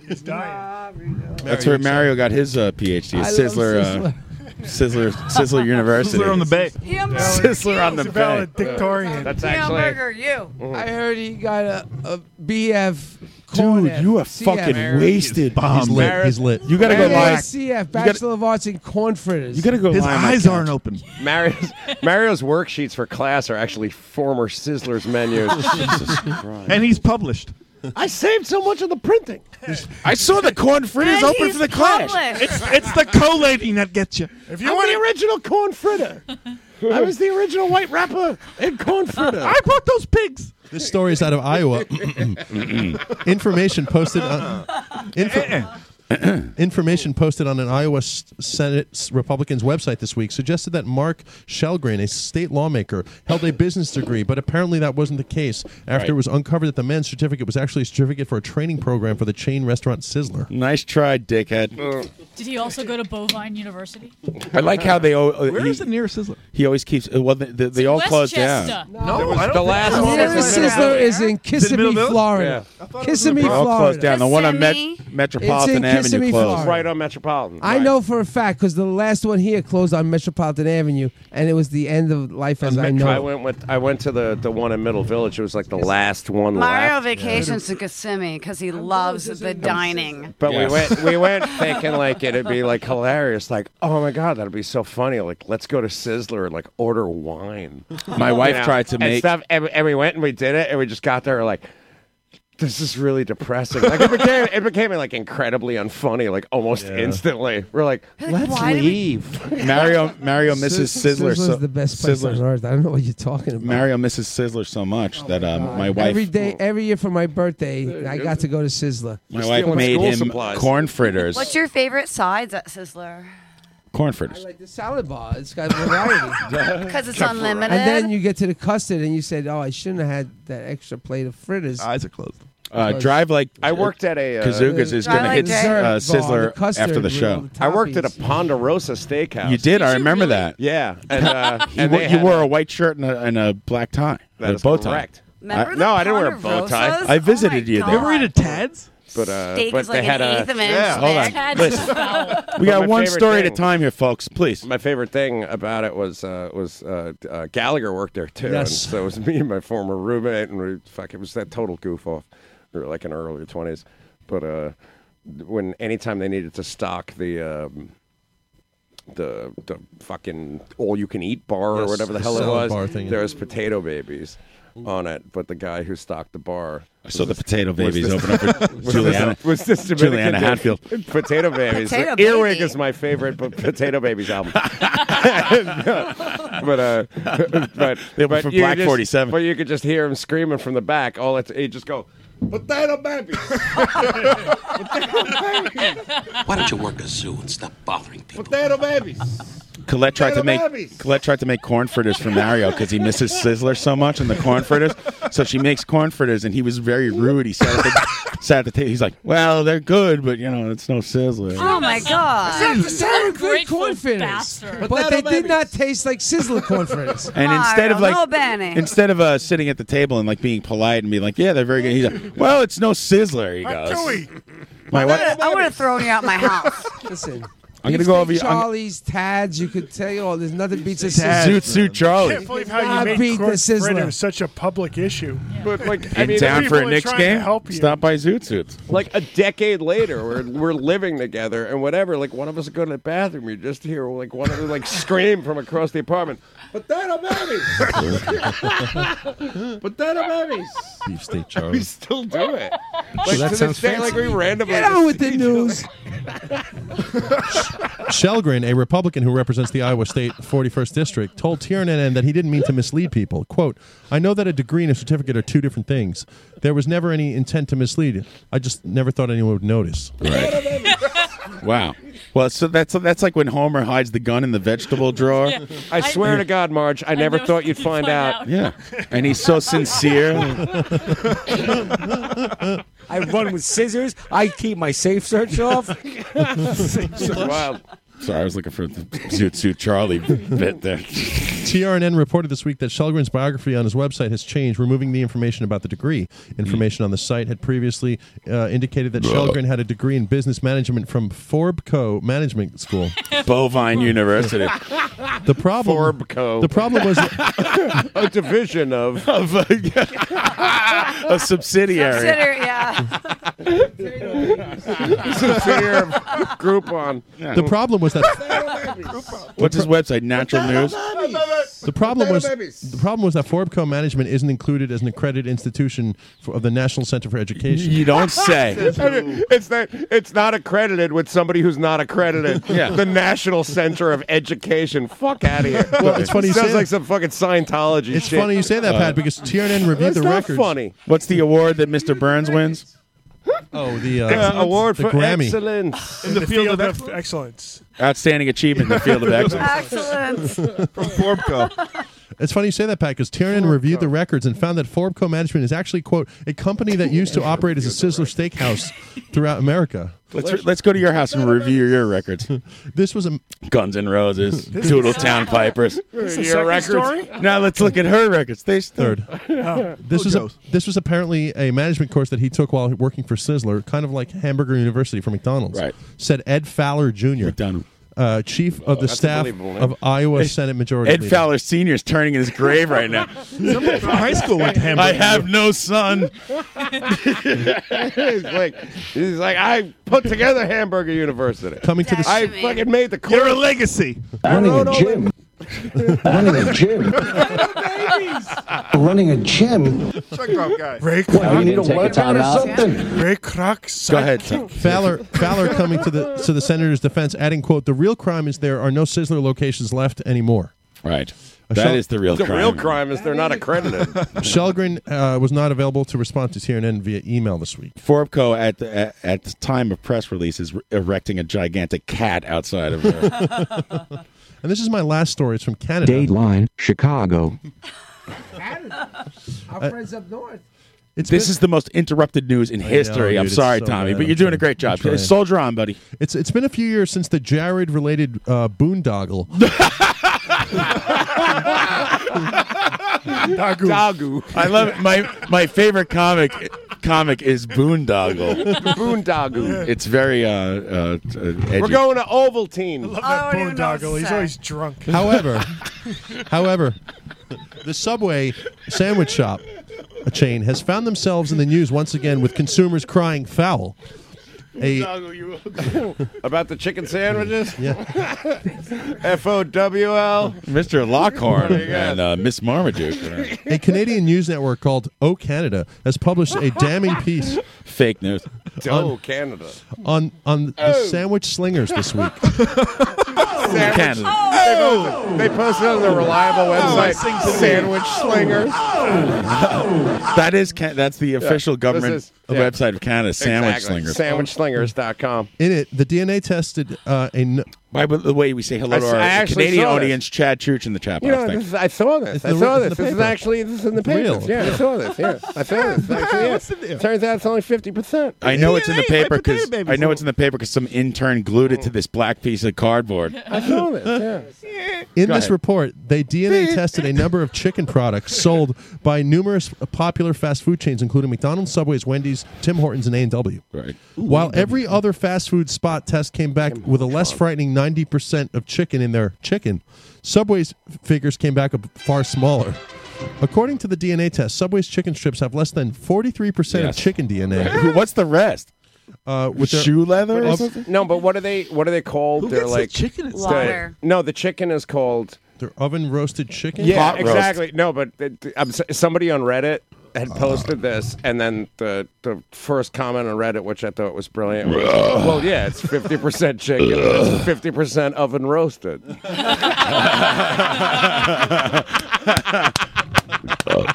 [SPEAKER 33] He's dying.
[SPEAKER 1] That's where Mario got his uh, PhD.
[SPEAKER 33] I love
[SPEAKER 1] Sizzler. Sizzler. Uh, Sizzler. Sizzler University.
[SPEAKER 22] Sizzler on the Bay.
[SPEAKER 1] Sizzler on the Bay.
[SPEAKER 10] That's
[SPEAKER 1] actually-
[SPEAKER 10] Hamburger,
[SPEAKER 18] you.
[SPEAKER 10] I heard he got a, a BF.
[SPEAKER 1] Dude, you are
[SPEAKER 10] CF.
[SPEAKER 1] fucking wasted.
[SPEAKER 20] He's lit. He's lit.
[SPEAKER 1] You gotta go
[SPEAKER 10] Mario
[SPEAKER 1] live.
[SPEAKER 10] CF, Bachelor of Arts in Corn Fritters. You gotta
[SPEAKER 1] go
[SPEAKER 20] His lie on my eyes aren't
[SPEAKER 22] open.
[SPEAKER 15] Mario's, Mario's worksheets for class are actually former Sizzlers menus.
[SPEAKER 22] Jesus And he's published.
[SPEAKER 15] I saved so much of the printing.
[SPEAKER 1] I saw the corn fritters
[SPEAKER 15] And
[SPEAKER 1] open
[SPEAKER 15] he's
[SPEAKER 1] for the Clash.
[SPEAKER 15] published.
[SPEAKER 22] It's it's the collating that gets you.
[SPEAKER 15] If you I'm the original corn fritter. I was the original white rapper and corn fritter.
[SPEAKER 20] I
[SPEAKER 22] bought those pigs.
[SPEAKER 20] This story is out of Iowa. information posted on info- information posted on an Iowa s- Senate s- Republicans website this week suggested that Mark Shelgren, a state lawmaker, held a business degree, but apparently that wasn't the case. After
[SPEAKER 1] Right.
[SPEAKER 20] it was uncovered that the man's certificate was actually a certificate for a training program for the chain restaurant Sizzler.
[SPEAKER 1] Nice try, dickhead.
[SPEAKER 17] Did he also go to Bovine University?
[SPEAKER 1] I like how they. al- Uh,
[SPEAKER 17] Where
[SPEAKER 1] he,
[SPEAKER 17] is
[SPEAKER 22] the nearest Sizzler?
[SPEAKER 1] He always keeps. uh, Well, they, they, they all closed down.
[SPEAKER 17] No,
[SPEAKER 15] There was
[SPEAKER 17] I
[SPEAKER 15] the last
[SPEAKER 10] The
[SPEAKER 15] one.
[SPEAKER 10] nearest
[SPEAKER 15] was
[SPEAKER 10] Sizzler is in
[SPEAKER 1] Is it
[SPEAKER 10] Kissimmee,
[SPEAKER 1] Middleville?
[SPEAKER 10] Florida.
[SPEAKER 1] Yeah.
[SPEAKER 10] Kissimmee,
[SPEAKER 1] They all
[SPEAKER 10] Florida.
[SPEAKER 1] closed down. The one on Met- Metropolitan
[SPEAKER 10] It's in
[SPEAKER 1] Avenue
[SPEAKER 10] Kissimmee,
[SPEAKER 1] closed.
[SPEAKER 10] Florida.
[SPEAKER 15] Right on Metropolitan.
[SPEAKER 10] I know for a fact because the last one here closed on Metropolitan Avenue, and it was the end of life as I know.
[SPEAKER 15] I
[SPEAKER 10] it.
[SPEAKER 15] went with I went to the, the one in Middle Village. It was like the last one
[SPEAKER 18] Mario
[SPEAKER 15] left.
[SPEAKER 18] vacations to Kissimmee because he loves the dining.
[SPEAKER 15] But
[SPEAKER 18] Yes.
[SPEAKER 15] we went we went thinking like it'd be like hilarious, like, oh my god, that'd be so funny. Like, let's go to Sizzler and like order wine.
[SPEAKER 1] My wife tried to
[SPEAKER 15] and
[SPEAKER 1] make-
[SPEAKER 15] stuff and, and we went and we did it and we just got there like this is really depressing. Like it became it became like incredibly unfunny, like almost instantly. We're like, let's
[SPEAKER 10] why did we-
[SPEAKER 15] leave.
[SPEAKER 1] Mario Mario misses
[SPEAKER 10] Sizz-
[SPEAKER 1] Sizzler.
[SPEAKER 10] Sizzler's
[SPEAKER 1] so,
[SPEAKER 10] the best place
[SPEAKER 1] Sizzler-
[SPEAKER 10] on earth. I don't know what you're talking about.
[SPEAKER 1] Mario misses Sizzler so much that um, my wife
[SPEAKER 10] Every day, every year for my birthday, I got to go to Sizzler.
[SPEAKER 1] my wife made him corn fritters.
[SPEAKER 18] What's your favorite sides at Sizzler?
[SPEAKER 1] corn fritters.
[SPEAKER 10] Like the salad bar, it's got variety.
[SPEAKER 18] 'Cause
[SPEAKER 1] uh,
[SPEAKER 18] it's unlimited.
[SPEAKER 10] And then you get to the custard, and you said, "Oh, I shouldn't have had that extra plate of fritters."
[SPEAKER 22] Eyes are closed.
[SPEAKER 1] Uh, drive like
[SPEAKER 15] I worked at a uh,
[SPEAKER 1] Kazookas is going to hit uh, Sizzler after the show.
[SPEAKER 15] I worked at a Ponderosa Steakhouse.
[SPEAKER 1] You did. I remember that.
[SPEAKER 15] Yeah, and, uh,
[SPEAKER 1] you,
[SPEAKER 15] and
[SPEAKER 1] wo-
[SPEAKER 15] they
[SPEAKER 1] you
[SPEAKER 15] had-
[SPEAKER 1] wore a white shirt and a, and a black tie, a
[SPEAKER 15] is
[SPEAKER 1] bow tie.
[SPEAKER 15] correct.
[SPEAKER 1] I-
[SPEAKER 15] Remember the No, I didn't wear a bow tie. Ponderosas?
[SPEAKER 1] I visited you there.
[SPEAKER 22] Ever eat a Tad's?
[SPEAKER 15] But uh, Steak but is they like had an a- eighth of an inch
[SPEAKER 22] yeah.
[SPEAKER 15] thick. Hold on.
[SPEAKER 17] Chad's
[SPEAKER 15] Listen.
[SPEAKER 17] is foul.
[SPEAKER 1] We
[SPEAKER 15] But
[SPEAKER 1] got
[SPEAKER 15] my
[SPEAKER 1] one
[SPEAKER 15] favorite
[SPEAKER 1] story at
[SPEAKER 15] thing-
[SPEAKER 1] a time here, folks. Please.
[SPEAKER 15] My favorite thing about it was uh, was uh, uh, Gallagher worked there too.
[SPEAKER 1] Yes.
[SPEAKER 15] And so it was me and my former roommate, and we fuck, it was that total goof off. We were like in our early twenties, but uh, when anytime they needed to stock the. Um, the the fucking all you can eat bar or
[SPEAKER 20] Yes,
[SPEAKER 15] whatever the,
[SPEAKER 20] the
[SPEAKER 15] hell it
[SPEAKER 20] salad
[SPEAKER 15] was.
[SPEAKER 20] bar thing.
[SPEAKER 15] There was potato babies on it, but the guy who stocked the bar.
[SPEAKER 1] I saw the potato
[SPEAKER 15] was
[SPEAKER 1] babies
[SPEAKER 15] this-
[SPEAKER 1] open up for
[SPEAKER 15] was this-
[SPEAKER 1] Juliana-
[SPEAKER 15] Was this Dominican
[SPEAKER 1] Juliana
[SPEAKER 15] dude.
[SPEAKER 1] Hatfield.
[SPEAKER 15] Potato babies.
[SPEAKER 1] Potato
[SPEAKER 15] The Earwig is my favorite, but Potato Babies album. but uh, but,
[SPEAKER 1] They opened
[SPEAKER 15] but
[SPEAKER 1] for
[SPEAKER 15] you
[SPEAKER 1] Black
[SPEAKER 15] just-
[SPEAKER 1] 47.
[SPEAKER 15] But you could just hear him screaming from the back. All it he just go. Potato babies.
[SPEAKER 5] Why don't you work a zoo and stop bothering people?
[SPEAKER 15] Potato babies.
[SPEAKER 1] Colette tried to
[SPEAKER 15] Potato
[SPEAKER 1] make
[SPEAKER 15] babies.
[SPEAKER 1] Colette tried to make corn fritters for Mario because he misses Sizzler so much and the corn fritters. So she makes corn fritters, and he was very rude. He sat at the, sat at the table. He's like, "Well, they're good, but you know, it's no Sizzler."
[SPEAKER 18] Oh my god!
[SPEAKER 10] Except the sour great corn fritters, but, they did not taste like Sizzler corn fritters.
[SPEAKER 1] And instead of like,
[SPEAKER 10] no
[SPEAKER 1] instead of uh, sitting at the table and like being polite and being like, "Yeah, they're very good," he's like, "Well, it's no Sizzler." He goes, "My
[SPEAKER 18] I
[SPEAKER 1] wife."
[SPEAKER 18] would have thrown you out my house.
[SPEAKER 10] Listen,
[SPEAKER 1] I'm
[SPEAKER 10] You
[SPEAKER 1] gonna
[SPEAKER 10] could
[SPEAKER 1] go
[SPEAKER 10] take
[SPEAKER 1] over your- I'm-
[SPEAKER 10] Charlie's Tads. You could tell you all. There's nothing beats a
[SPEAKER 1] Tads, Zoot Suit man. Charlie.
[SPEAKER 22] I can't believe how
[SPEAKER 10] Not
[SPEAKER 22] you
[SPEAKER 10] beat
[SPEAKER 22] made
[SPEAKER 10] the
[SPEAKER 22] Court
[SPEAKER 10] Sizzler.
[SPEAKER 22] Fritter such a public issue.
[SPEAKER 15] But like,
[SPEAKER 1] In town for a Knicks game?
[SPEAKER 22] Help you.
[SPEAKER 1] Stop by Zoot Suits.
[SPEAKER 15] like a decade later, we're we're living together and whatever. Like one of us go to the bathroom, you just hear like one of them like scream from across the apartment. But then I'm Abby's. but then I'm Abby's.
[SPEAKER 20] Beefsteak
[SPEAKER 15] We
[SPEAKER 20] Charlie.
[SPEAKER 15] still do it. Like
[SPEAKER 20] that
[SPEAKER 15] to
[SPEAKER 20] sounds
[SPEAKER 15] this day, like we
[SPEAKER 20] fancy.
[SPEAKER 15] randomly.
[SPEAKER 10] Get on with the news.
[SPEAKER 20] Shelgren, a Republican who represents the Iowa State 41st District, told TRNN that he didn't mean to mislead people. Quote, I know that a degree and a certificate are two different things. There was never any intent to mislead. I just never thought anyone would notice.
[SPEAKER 1] Wow. Well, so that's that's like when Homer hides the gun in the vegetable drawer.
[SPEAKER 15] Yeah. I swear to God, Marge, I never thought you'd find out.
[SPEAKER 1] Yeah, and he's so sincere.
[SPEAKER 21] I run with scissors. I keep my safe search off.
[SPEAKER 15] Wild.
[SPEAKER 1] Sorry, I was looking for the Zoot Suit Charlie bit there.
[SPEAKER 20] TRNN reported this week that Shelgren's biography on his website has changed, removing the information about the degree. Information on the site had previously uh, indicated that Shelgren had a degree in business management from Forbco Management School.
[SPEAKER 1] Bovine University.
[SPEAKER 20] The problem, The problem was
[SPEAKER 15] a division of
[SPEAKER 1] of uh, a subsidiary.
[SPEAKER 18] Consider, yeah.
[SPEAKER 15] Subsidiary of Groupon.
[SPEAKER 20] The problem was that.
[SPEAKER 1] What's his website? Natural News.
[SPEAKER 20] The problem was
[SPEAKER 1] Potato babies.
[SPEAKER 20] the problem was that Forbco Management isn't included as an accredited institution for, of the National Center for Education.
[SPEAKER 1] You don't
[SPEAKER 15] it's not, it's not accredited with somebody who's not accredited.
[SPEAKER 20] Yeah.
[SPEAKER 15] The National Center of Education. Fuck out of here.
[SPEAKER 20] Well, it's funny you
[SPEAKER 15] Sounds
[SPEAKER 20] say
[SPEAKER 15] like some fucking Scientology
[SPEAKER 20] It's
[SPEAKER 15] shit.
[SPEAKER 20] funny you say that, Pat, because TRN reviewed
[SPEAKER 15] That's
[SPEAKER 20] the
[SPEAKER 15] not
[SPEAKER 20] records.
[SPEAKER 15] funny.
[SPEAKER 1] Uh, What's the award that Mr. Burns wins?
[SPEAKER 20] Oh, the
[SPEAKER 15] Uh, award
[SPEAKER 20] the
[SPEAKER 15] for
[SPEAKER 20] Grammy.
[SPEAKER 15] excellence
[SPEAKER 22] Ah. in the field of ex- excellence.
[SPEAKER 1] Outstanding achievement in the field of excellence.
[SPEAKER 22] From
[SPEAKER 20] Forbco. uh, It's funny you say that, Pat, because Tiernan reviewed the records and found that Forbco Management is actually, quote, a company that used to operate as a Sizzler steakhouse throughout America.
[SPEAKER 1] Let's, re- let's go to your house and review your records.
[SPEAKER 20] This was a
[SPEAKER 1] Guns N' Roses, Toodletown Pipers.
[SPEAKER 22] This is
[SPEAKER 15] Your
[SPEAKER 22] the second
[SPEAKER 15] records?
[SPEAKER 22] story?
[SPEAKER 1] Now let's look at her records. They
[SPEAKER 20] third.
[SPEAKER 22] Oh.
[SPEAKER 20] This was a, this was apparently a management course that he took while working for Sizzler, kind of like Hamburger University for McDonald's. Right. Said Ed Fowler Jr. Uh, chief of the
[SPEAKER 1] Oh, that's a
[SPEAKER 20] staff
[SPEAKER 1] believable name.
[SPEAKER 20] of Iowa
[SPEAKER 1] Ed-
[SPEAKER 20] Senate Majority
[SPEAKER 1] Ed
[SPEAKER 20] Leader.
[SPEAKER 1] Fowler Senior is turning in his grave right now.
[SPEAKER 20] Somebody from high school went to Hamburg.
[SPEAKER 1] I have no son.
[SPEAKER 15] he's like, he's like, I put together Hamburger University.
[SPEAKER 20] Coming to the-
[SPEAKER 15] I fucking made the. Course. You're a legacy.
[SPEAKER 3] Running a gym. Running a gym. Running a gym.
[SPEAKER 22] Ray
[SPEAKER 3] Well,
[SPEAKER 22] Kroc.
[SPEAKER 3] you need to work out or something.
[SPEAKER 22] Ray Kroc.
[SPEAKER 20] Go ahead, Fowler, Fowler coming to the to the senator's defense, adding, "quote The real crime is there are no Sizzler locations left anymore."
[SPEAKER 1] Right.
[SPEAKER 20] A
[SPEAKER 1] That
[SPEAKER 20] shell-
[SPEAKER 1] is the real
[SPEAKER 15] The
[SPEAKER 1] crime.
[SPEAKER 15] real crime is they're not accredited.
[SPEAKER 20] Shelgren uh, was not available to respond to TNN via email this week.
[SPEAKER 1] Forbco at the at, at the time of press release is erecting a gigantic cat outside of her.
[SPEAKER 20] And this is my last story. It's from Canada.
[SPEAKER 24] Dateline, Chicago.
[SPEAKER 1] Uh,
[SPEAKER 10] Our friends up north.
[SPEAKER 20] It's
[SPEAKER 1] this
[SPEAKER 20] been-
[SPEAKER 1] is the most interrupted news in
[SPEAKER 20] I
[SPEAKER 1] history.
[SPEAKER 20] know,
[SPEAKER 1] I'm
[SPEAKER 20] dude,
[SPEAKER 1] sorry,
[SPEAKER 20] it's so
[SPEAKER 1] Tommy,
[SPEAKER 20] bad.
[SPEAKER 1] but you're
[SPEAKER 20] I'm
[SPEAKER 1] doing a
[SPEAKER 20] trying.
[SPEAKER 1] great
[SPEAKER 20] I'm
[SPEAKER 1] job.
[SPEAKER 20] trying.
[SPEAKER 1] Soldier on, buddy.
[SPEAKER 20] It's it's been a few years since the Jared related uh, boondoggle.
[SPEAKER 1] Dagu. I love it. My my favorite comic comic is Boondoggle.
[SPEAKER 15] Boondoggle.
[SPEAKER 1] It's very uh, uh, uh, edgy.
[SPEAKER 15] We're going to Ovaltine. I
[SPEAKER 22] love that boondoggle. He's always drunk.
[SPEAKER 20] However, however, the Subway sandwich shop a chain has found themselves in the news once again with consumers crying foul. A
[SPEAKER 15] About the chicken sandwiches?
[SPEAKER 20] Yeah.
[SPEAKER 15] F O W L.
[SPEAKER 1] Mr. Lockhorn
[SPEAKER 15] Oh my God.
[SPEAKER 1] and uh, Miss Marmaduke.
[SPEAKER 20] a Canadian news network called O Canada has published a damning piece
[SPEAKER 1] Fake news.
[SPEAKER 15] Doe, Oh, Canada.
[SPEAKER 20] on on the sandwich slingers this week.
[SPEAKER 15] Sandwich.
[SPEAKER 18] Oh.
[SPEAKER 15] They, posted, they posted on the reliable website Sandwich
[SPEAKER 18] Oh.
[SPEAKER 15] Slingers.
[SPEAKER 1] That is Can- that's the official
[SPEAKER 15] this
[SPEAKER 1] government
[SPEAKER 15] is- yeah.
[SPEAKER 1] website of Canada. Sandwich slingers.
[SPEAKER 15] Slingers. SandwichSlingers.com.
[SPEAKER 20] In it, the DNA tested uh, a. N-
[SPEAKER 1] By the way, we say hello
[SPEAKER 15] I
[SPEAKER 1] to
[SPEAKER 15] s-
[SPEAKER 1] our
[SPEAKER 15] I actually
[SPEAKER 1] Canadian
[SPEAKER 15] saw this.
[SPEAKER 1] audience, Chad Church in the chat
[SPEAKER 15] You
[SPEAKER 1] box.
[SPEAKER 15] know,
[SPEAKER 1] Thank
[SPEAKER 15] this is, I saw this.
[SPEAKER 1] It's
[SPEAKER 15] I
[SPEAKER 1] the-
[SPEAKER 15] saw
[SPEAKER 1] it's in
[SPEAKER 15] this.
[SPEAKER 1] the
[SPEAKER 15] This is
[SPEAKER 1] paper.
[SPEAKER 15] actually this is in the
[SPEAKER 1] It's real.
[SPEAKER 15] paper. Yeah, I
[SPEAKER 1] It's
[SPEAKER 15] saw this. Yeah, I saw this. Actually, yeah. Turns out it's only fifty percent.
[SPEAKER 1] I know it's in the paper because I know it's in the paper because some intern glued it to this black piece of cardboard.
[SPEAKER 15] I saw this. Yeah.
[SPEAKER 20] In
[SPEAKER 1] Go
[SPEAKER 20] this
[SPEAKER 1] ahead.
[SPEAKER 20] report, they DNA tested a number of chicken products sold by numerous popular fast food chains, including McDonald's, Subway's, Wendy's, Tim Hortons, and A&W.
[SPEAKER 1] Right.
[SPEAKER 20] While every other fast food spot test came back with a less frightening 90% of chicken in their chicken, Subway's figures came back up far smaller. According to the DNA test, Subway's chicken strips have less than 43%
[SPEAKER 1] Yes.
[SPEAKER 20] of chicken DNA.
[SPEAKER 1] What's the rest?
[SPEAKER 20] Uh, with their-
[SPEAKER 1] Shoe leather or
[SPEAKER 20] Of-
[SPEAKER 1] something?
[SPEAKER 15] No, but what are they? What are they called?
[SPEAKER 20] Who
[SPEAKER 15] They're
[SPEAKER 20] gets the
[SPEAKER 15] like
[SPEAKER 20] chicken at
[SPEAKER 15] the-
[SPEAKER 20] Subway?
[SPEAKER 15] No, the chicken is called
[SPEAKER 20] Their oven roasted chicken.
[SPEAKER 15] Yeah, exactly. No, but th- th- I'm s- somebody on Reddit had posted this, and then the the first comment on Reddit, which I thought was brilliant, was, "Well, yeah, it's fifty percent chicken, fifty percent oven roasted."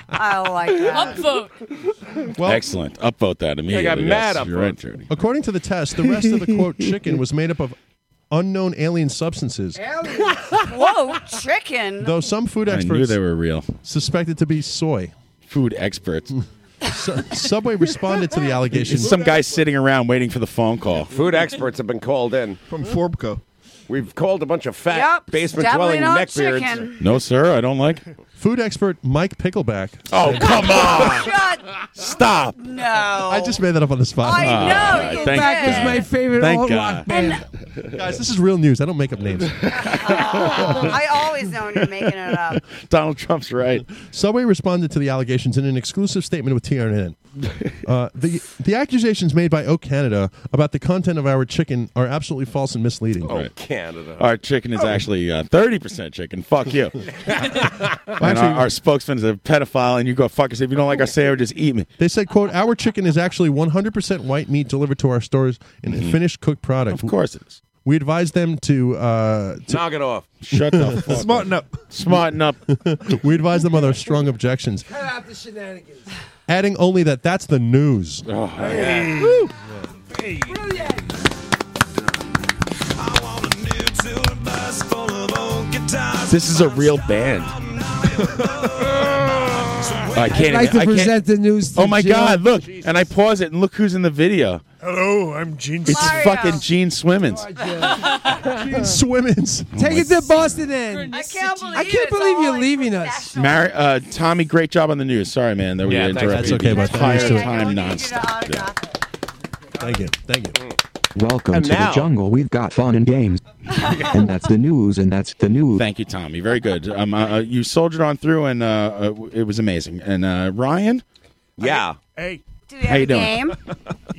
[SPEAKER 18] I like that.
[SPEAKER 1] Upvote. Excellent. Upvote that immediately.
[SPEAKER 20] mad
[SPEAKER 1] yes,
[SPEAKER 20] upvote.
[SPEAKER 1] You're right, Jody.
[SPEAKER 20] According to the test, the rest of the quote chicken was made up of unknown alien substances,
[SPEAKER 18] Whoa, chicken.
[SPEAKER 20] though some food
[SPEAKER 1] I
[SPEAKER 20] experts
[SPEAKER 1] knew they were real.
[SPEAKER 20] suspected to be soy.
[SPEAKER 1] Food experts.
[SPEAKER 20] Su- Subway responded to the allegation.
[SPEAKER 1] It's some guy sitting around waiting for the phone call.
[SPEAKER 15] Food experts have been called in
[SPEAKER 34] from Forbco.
[SPEAKER 15] We've called a bunch of fat
[SPEAKER 18] Yep,
[SPEAKER 15] basement
[SPEAKER 18] definitely
[SPEAKER 15] dwelling
[SPEAKER 18] not
[SPEAKER 15] neckbeards.
[SPEAKER 18] chicken.
[SPEAKER 1] No, sir, I don't like.
[SPEAKER 20] Food expert Mike Pickleback.
[SPEAKER 1] Oh, come on.
[SPEAKER 18] God,
[SPEAKER 1] Stop.
[SPEAKER 18] no.
[SPEAKER 20] I just made that up on the spot.
[SPEAKER 18] I know Ah, you thank
[SPEAKER 10] Pickleback is did. my favorite
[SPEAKER 20] Thank
[SPEAKER 10] alt
[SPEAKER 20] God.
[SPEAKER 10] rock band.
[SPEAKER 20] Guys, this is real news. I don't make up names.
[SPEAKER 18] Oh, I always know when you're making it up.
[SPEAKER 1] Donald Trump's right.
[SPEAKER 20] Subway responded to the allegations in an exclusive statement with TRN. Uh, the the accusations made by O Canada about the content of our chicken are absolutely false and misleading.
[SPEAKER 1] Right.
[SPEAKER 15] Canada.
[SPEAKER 1] Our chicken is actually uh, 30% chicken. Fuck you. and our, our spokesman is a pedophile, and you go fuck us. If you don't like our sandwiches, eat me.
[SPEAKER 20] They said, "quote Our chicken is actually 100% white meat delivered to our stores in a finished cooked product. Of
[SPEAKER 1] Mm-hmm. course it is.
[SPEAKER 20] We advise them to uh,
[SPEAKER 15] Knock it off.
[SPEAKER 1] Shut the fuck Smarten
[SPEAKER 34] up.
[SPEAKER 1] Smarten up.
[SPEAKER 20] we advise them on their strong objections,
[SPEAKER 10] Cut out the shenanigans.
[SPEAKER 20] adding only that that's the news.
[SPEAKER 1] Oh,
[SPEAKER 18] Oh,
[SPEAKER 10] Woo.
[SPEAKER 1] This is a real band. I
[SPEAKER 10] I'd
[SPEAKER 1] can't.
[SPEAKER 10] like to
[SPEAKER 1] even, I can't-
[SPEAKER 10] present the news to
[SPEAKER 1] oh my
[SPEAKER 10] Jill.
[SPEAKER 1] God! Look, and I pause it and look who's in the video.
[SPEAKER 22] Hello, I'm Gene.
[SPEAKER 1] It's fucking Gene Swimmins.
[SPEAKER 20] Swimmins.
[SPEAKER 10] Take it to Boston then. I
[SPEAKER 18] can't believe,
[SPEAKER 10] I can't believe you're leaving us.
[SPEAKER 1] Mar- uh, Tommy, great job on the news. Sorry, man, that we
[SPEAKER 20] Yeah, thanks.
[SPEAKER 1] interrupted.
[SPEAKER 20] That's okay,
[SPEAKER 1] you
[SPEAKER 20] bud.
[SPEAKER 1] the entire
[SPEAKER 20] Thanks, too.
[SPEAKER 1] time nonstop. Yeah.
[SPEAKER 20] Thank you. Thank you.
[SPEAKER 5] Welcome
[SPEAKER 1] And
[SPEAKER 5] to
[SPEAKER 1] now-
[SPEAKER 5] the jungle. We've got fun and games. and that's the news, and that's the news.
[SPEAKER 1] Thank you, Tommy. Very good. Um, uh, uh, you soldiered on through, and uh, uh, w- it was amazing. And uh, Ryan,
[SPEAKER 15] yeah,
[SPEAKER 22] Hey.
[SPEAKER 18] Do
[SPEAKER 1] How you doing?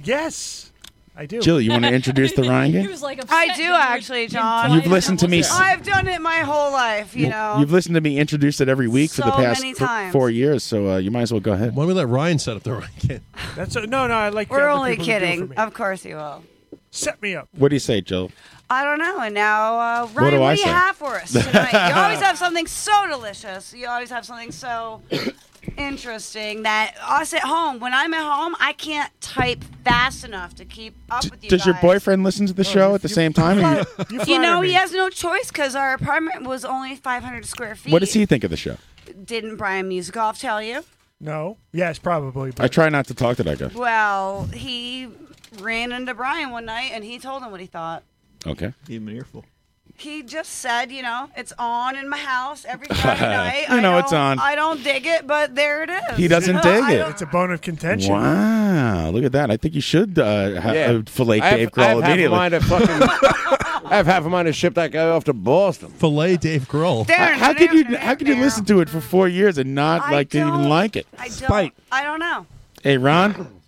[SPEAKER 22] yes, I do.
[SPEAKER 1] Jill, you want to introduce the Ryan game?
[SPEAKER 18] I do actually, John.
[SPEAKER 1] You've listened to me s-
[SPEAKER 18] I've done it my whole life, you know.
[SPEAKER 1] You've listened to me introduce it every week for the
[SPEAKER 18] So
[SPEAKER 1] past
[SPEAKER 18] many
[SPEAKER 1] th-
[SPEAKER 18] times.
[SPEAKER 1] four years, so uh, you might as well go ahead.
[SPEAKER 20] Why don't we let Ryan set up the ranking?
[SPEAKER 22] That's a, no, no. I like.
[SPEAKER 18] We're
[SPEAKER 22] other
[SPEAKER 18] only
[SPEAKER 22] people to do it for
[SPEAKER 18] kidding.
[SPEAKER 22] me.
[SPEAKER 18] Of course you will.
[SPEAKER 22] Set me up.
[SPEAKER 1] What do you say, Jill?
[SPEAKER 18] I don't know. And now, uh, Ryan,
[SPEAKER 1] What
[SPEAKER 18] what
[SPEAKER 1] do
[SPEAKER 18] do,
[SPEAKER 1] I
[SPEAKER 18] you
[SPEAKER 1] say?
[SPEAKER 18] have for us tonight? you always have something so delicious. You always have something so interesting that us at home, when I'm at home, I can't type fast enough to keep up with you
[SPEAKER 1] Does your
[SPEAKER 18] guys.
[SPEAKER 1] boyfriend listen to the show at the same time? or you-
[SPEAKER 18] You, know, he has no choice because our apartment was only 500 square feet.
[SPEAKER 1] what does he think of the show?
[SPEAKER 18] Didn't Brian Musikoff tell you?
[SPEAKER 22] No. Yes, probably.
[SPEAKER 1] I try not to talk to that guy.
[SPEAKER 18] Well, he ran into Brian one night and he told him what he thought.
[SPEAKER 1] Okay.
[SPEAKER 34] Give him an earful.
[SPEAKER 18] He just said, you know, it's on in my house every Friday night.
[SPEAKER 1] You
[SPEAKER 18] I
[SPEAKER 1] know it's
[SPEAKER 18] don't-
[SPEAKER 1] on.
[SPEAKER 18] I don't dig it, but there it is.
[SPEAKER 1] He doesn't
[SPEAKER 18] I
[SPEAKER 1] dig it.
[SPEAKER 18] don't-
[SPEAKER 22] It's a bone of contention.
[SPEAKER 1] Wow, look at that! I think you should uh, ha-
[SPEAKER 15] Yeah.
[SPEAKER 1] uh, fillet
[SPEAKER 15] I have-
[SPEAKER 1] Dave
[SPEAKER 15] I
[SPEAKER 1] Grohl
[SPEAKER 15] have half a
[SPEAKER 1] immediately.
[SPEAKER 15] mind to fucking- I have half a mind to ship that guy off to Boston.
[SPEAKER 20] Fillet Dave Grohl.
[SPEAKER 1] How, how could you? How could you listen to it for four years and not
[SPEAKER 18] I
[SPEAKER 1] like didn't even
[SPEAKER 18] don't-
[SPEAKER 1] like it?
[SPEAKER 18] I don't. I don't know.
[SPEAKER 1] Hey, Ron,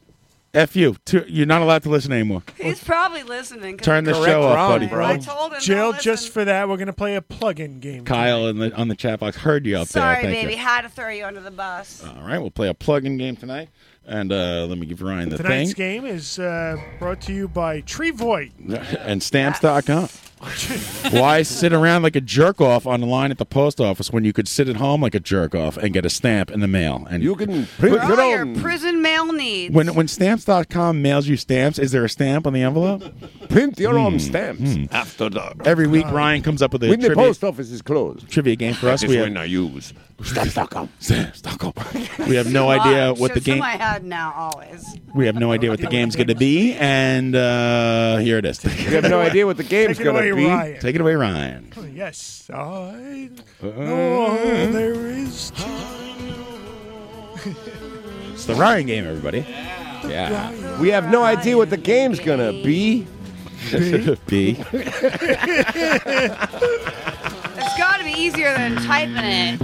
[SPEAKER 1] f you. Two, you're not allowed to listen anymore.
[SPEAKER 18] He's probably listening. 'cause
[SPEAKER 1] Turn the
[SPEAKER 18] he's
[SPEAKER 1] show
[SPEAKER 18] like,
[SPEAKER 1] off, buddy.
[SPEAKER 18] I told him.
[SPEAKER 22] Jill, just for that, we're gonna play a plug-in game.
[SPEAKER 1] Kyle in the, on the chat box heard you up
[SPEAKER 18] Sorry,
[SPEAKER 1] there. Thank
[SPEAKER 18] baby.
[SPEAKER 1] you.
[SPEAKER 18] Had to throw you under the bus.
[SPEAKER 1] All right, we'll play a plug-in game tonight, and uh, let me give Ryan the
[SPEAKER 22] Tonight's
[SPEAKER 1] thing
[SPEAKER 22] game is uh, brought to you by Tree Void.
[SPEAKER 1] and stamps.com. Why sit around like a jerk off on the line at the post office when you could sit at home like a jerk off and get a stamp in the mail? And you
[SPEAKER 15] can
[SPEAKER 18] For all your prison mail needs.
[SPEAKER 1] When when stamps.com mails you stamps, is there a stamp on the envelope?
[SPEAKER 15] Print your own
[SPEAKER 1] Hmm.
[SPEAKER 15] stamps after dark. Uh,
[SPEAKER 1] Every week, Ryan comes up with a
[SPEAKER 15] when the
[SPEAKER 1] trivia-
[SPEAKER 15] post office is closed.
[SPEAKER 1] trivia game for us.
[SPEAKER 15] That is
[SPEAKER 1] We have,
[SPEAKER 15] when I use stamps.com. Stamps.com.
[SPEAKER 1] we have no
[SPEAKER 18] Gosh,
[SPEAKER 1] idea what the
[SPEAKER 18] it's in
[SPEAKER 1] game.
[SPEAKER 18] my head now. Always.
[SPEAKER 1] We have no idea what the game's going to be, and uh, here it is.
[SPEAKER 15] You have no idea what the game's
[SPEAKER 22] Take it away,
[SPEAKER 15] going to be.
[SPEAKER 22] Ryan.
[SPEAKER 1] Take it away, Ryan.
[SPEAKER 22] Oh,
[SPEAKER 15] Oh,
[SPEAKER 17] Oh.
[SPEAKER 22] Yes, I know all there is. to-
[SPEAKER 1] It's the Ryan game, everybody. Yeah.
[SPEAKER 23] We have no idea what the game's gonna be.
[SPEAKER 1] B.
[SPEAKER 18] It's got to be easier than typing it.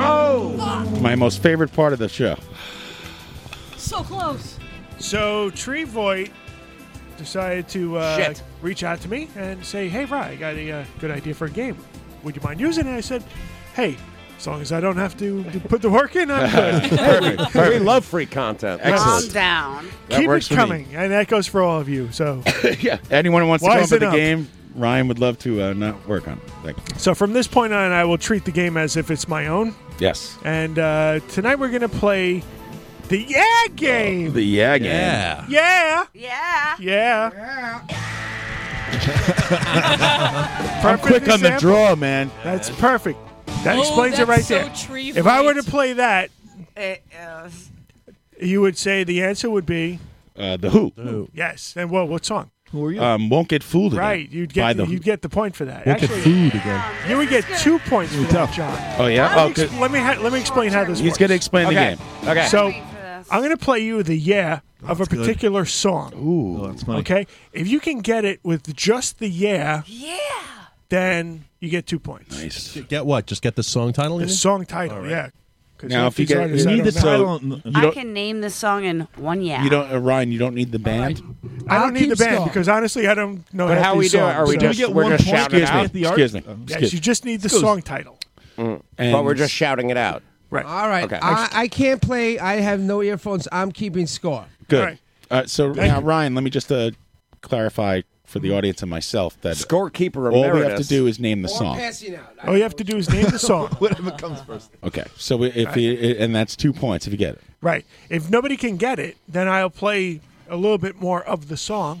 [SPEAKER 1] Oh. My most favorite part of the show.
[SPEAKER 17] So close.
[SPEAKER 22] So Trevoit decided to uh, Shit.
[SPEAKER 23] reach
[SPEAKER 22] out to me and say, "Hey, Rye, I got a uh, good idea for a game. Would you mind using it?" I said, "Hey." As long as I don't have to to put the work in, I'm good.
[SPEAKER 23] Perfect. We love free content.
[SPEAKER 22] Excellent.
[SPEAKER 18] down.
[SPEAKER 1] That
[SPEAKER 22] Keep
[SPEAKER 1] works
[SPEAKER 22] it
[SPEAKER 1] for me.
[SPEAKER 22] coming, and that goes for all of you. So,
[SPEAKER 1] yeah. Anyone who wants to
[SPEAKER 22] Wise
[SPEAKER 1] come up with
[SPEAKER 22] enough.
[SPEAKER 1] a game, Ryan would love to uh, not work on. it. Thank you.
[SPEAKER 22] so from this point on, I will treat the game as if it's my own.
[SPEAKER 1] Yes.
[SPEAKER 22] And uh, tonight we're gonna play the Yeah game.
[SPEAKER 1] The yeah game.
[SPEAKER 22] Yeah. yeah.
[SPEAKER 18] Yeah.
[SPEAKER 22] Yeah.
[SPEAKER 6] I'm quick on the
[SPEAKER 22] example.
[SPEAKER 6] draw, man.
[SPEAKER 22] That's perfect. That
[SPEAKER 6] Oh,
[SPEAKER 22] explains it
[SPEAKER 6] that's
[SPEAKER 22] right
[SPEAKER 6] so
[SPEAKER 22] there.
[SPEAKER 6] tree
[SPEAKER 22] if I were to play that,
[SPEAKER 18] It, uh,
[SPEAKER 22] you would say the answer would be
[SPEAKER 1] Uh, the Who.
[SPEAKER 22] yes. And well, what song? Who are you?
[SPEAKER 1] Um, won't get fooled again.
[SPEAKER 22] right. You'd
[SPEAKER 1] by
[SPEAKER 22] get
[SPEAKER 1] the
[SPEAKER 22] the,
[SPEAKER 1] Who.
[SPEAKER 22] you'd get the point for that.
[SPEAKER 1] Won't get
[SPEAKER 22] Actually,
[SPEAKER 1] fooled again.
[SPEAKER 22] you would get two points for that, John.
[SPEAKER 1] Oh, yeah?
[SPEAKER 22] Let me,
[SPEAKER 1] Oh, good.
[SPEAKER 22] ex- let me ha- let me explain how this
[SPEAKER 1] He's
[SPEAKER 22] works.
[SPEAKER 1] gonna explain the Okay. game. Okay.
[SPEAKER 22] So I'm going to play you the yeah of a
[SPEAKER 6] good.
[SPEAKER 22] particular song.
[SPEAKER 1] Oh,
[SPEAKER 22] Ooh, that's
[SPEAKER 6] money.
[SPEAKER 22] Okay, if you can get it with just the yeah, yeah, then you get two points.
[SPEAKER 1] Nice.
[SPEAKER 20] Get what? Just get the song title. you
[SPEAKER 22] The
[SPEAKER 20] mean?
[SPEAKER 22] song title,
[SPEAKER 20] All right.
[SPEAKER 22] yeah. 'Cause
[SPEAKER 1] Now,
[SPEAKER 22] half
[SPEAKER 1] if you
[SPEAKER 22] these
[SPEAKER 1] get-
[SPEAKER 22] artists,
[SPEAKER 1] you
[SPEAKER 22] I
[SPEAKER 1] need
[SPEAKER 22] don't
[SPEAKER 1] the
[SPEAKER 22] know.
[SPEAKER 1] title and- You
[SPEAKER 18] I
[SPEAKER 1] don't-
[SPEAKER 18] can name this song in one yeah.
[SPEAKER 1] You don't, uh, Ryan. You don't need the band.
[SPEAKER 22] I don't need the band
[SPEAKER 18] score.
[SPEAKER 22] because honestly, I don't know.
[SPEAKER 1] But
[SPEAKER 22] half
[SPEAKER 1] how we
[SPEAKER 22] these
[SPEAKER 1] do it?
[SPEAKER 22] songs,
[SPEAKER 1] Are we
[SPEAKER 22] so-
[SPEAKER 1] just- Do we get we're one just point? shouting it out? Mm. Excuse me.
[SPEAKER 22] Yes,
[SPEAKER 1] Excuse-
[SPEAKER 22] you just need the
[SPEAKER 1] Excuse-
[SPEAKER 22] song title.
[SPEAKER 1] And-
[SPEAKER 23] but we're just shouting it out.
[SPEAKER 22] Right.
[SPEAKER 10] All right.
[SPEAKER 23] Okay.
[SPEAKER 10] I, I can't play. I have no earphones. I'm keeping score.
[SPEAKER 1] Good.
[SPEAKER 10] Right.
[SPEAKER 1] Uh, so
[SPEAKER 10] Thank
[SPEAKER 1] now, Ryan, let me just uh, clarify for the audience and myself that
[SPEAKER 23] scorekeeper.
[SPEAKER 1] All we have to
[SPEAKER 23] emeritus.
[SPEAKER 1] do is name the song.
[SPEAKER 22] All you have to do is name the song.
[SPEAKER 23] Whatever comes first.
[SPEAKER 1] Okay. So we- if you, and that's two points if you get it.
[SPEAKER 22] Right. If nobody can get it, then I'll play a little bit more of the song,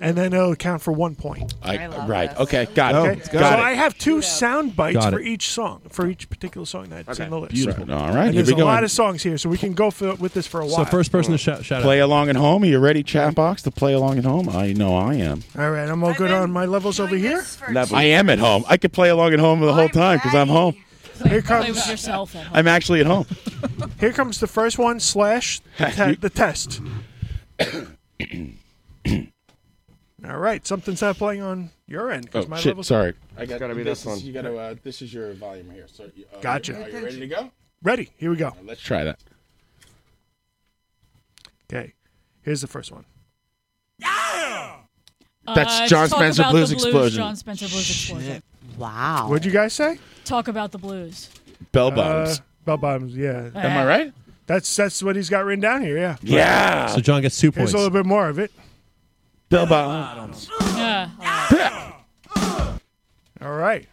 [SPEAKER 22] and then it'll count for one point.
[SPEAKER 1] I, right. Okay. Got
[SPEAKER 22] Okay?
[SPEAKER 1] it.
[SPEAKER 22] So
[SPEAKER 1] Got it.
[SPEAKER 22] I have two sound bites
[SPEAKER 1] Got
[SPEAKER 22] for
[SPEAKER 1] it.
[SPEAKER 22] each song, for each particular song that's in the list.
[SPEAKER 1] Beautiful. Right. All
[SPEAKER 22] And
[SPEAKER 1] right, here
[SPEAKER 22] there's
[SPEAKER 1] we
[SPEAKER 22] a
[SPEAKER 1] go.
[SPEAKER 22] lot of songs here, so we can go for, with this for a while.
[SPEAKER 1] person to shout, shout play along at home. Are you ready, chat box, to play along at home? I know I am.
[SPEAKER 22] All right, I'm all good on my levels over here.
[SPEAKER 1] I am at home. I could play along at home the whole time because I'm home.
[SPEAKER 22] Here
[SPEAKER 17] Play
[SPEAKER 22] comes
[SPEAKER 17] with yourself. At home.
[SPEAKER 1] I'm actually at home.
[SPEAKER 22] Here comes the first one slash the, te- the test. All right, something's not playing on your end because
[SPEAKER 1] Oh,
[SPEAKER 22] my
[SPEAKER 1] shit,
[SPEAKER 22] level's
[SPEAKER 1] sorry.
[SPEAKER 15] I got- Gotta be this this is- one. you
[SPEAKER 1] gotta, uh, this is your volume here. So, uh,
[SPEAKER 22] Gotcha.
[SPEAKER 15] are you ready to go?
[SPEAKER 22] Ready? Here we go.
[SPEAKER 1] Let's try that.
[SPEAKER 22] Okay, here's the first one.
[SPEAKER 1] That's
[SPEAKER 17] Uh,
[SPEAKER 1] John
[SPEAKER 17] talk
[SPEAKER 1] Spencer
[SPEAKER 17] about
[SPEAKER 1] Blues
[SPEAKER 17] the blues
[SPEAKER 1] Explosion.
[SPEAKER 17] John Spencer Blues Explosion.
[SPEAKER 18] Wow.
[SPEAKER 22] What'd you guys say?
[SPEAKER 17] Talk about the blues.
[SPEAKER 1] Bell bottoms.
[SPEAKER 22] Uh, bell bottoms. Yeah.
[SPEAKER 17] Am I right?
[SPEAKER 22] That's that's what he's got written down here. Yeah.
[SPEAKER 1] Yeah.
[SPEAKER 20] So John gets two
[SPEAKER 22] Here's
[SPEAKER 20] points.
[SPEAKER 22] a little bit more of it.
[SPEAKER 1] Bell bottoms.
[SPEAKER 17] Yeah.
[SPEAKER 22] All right.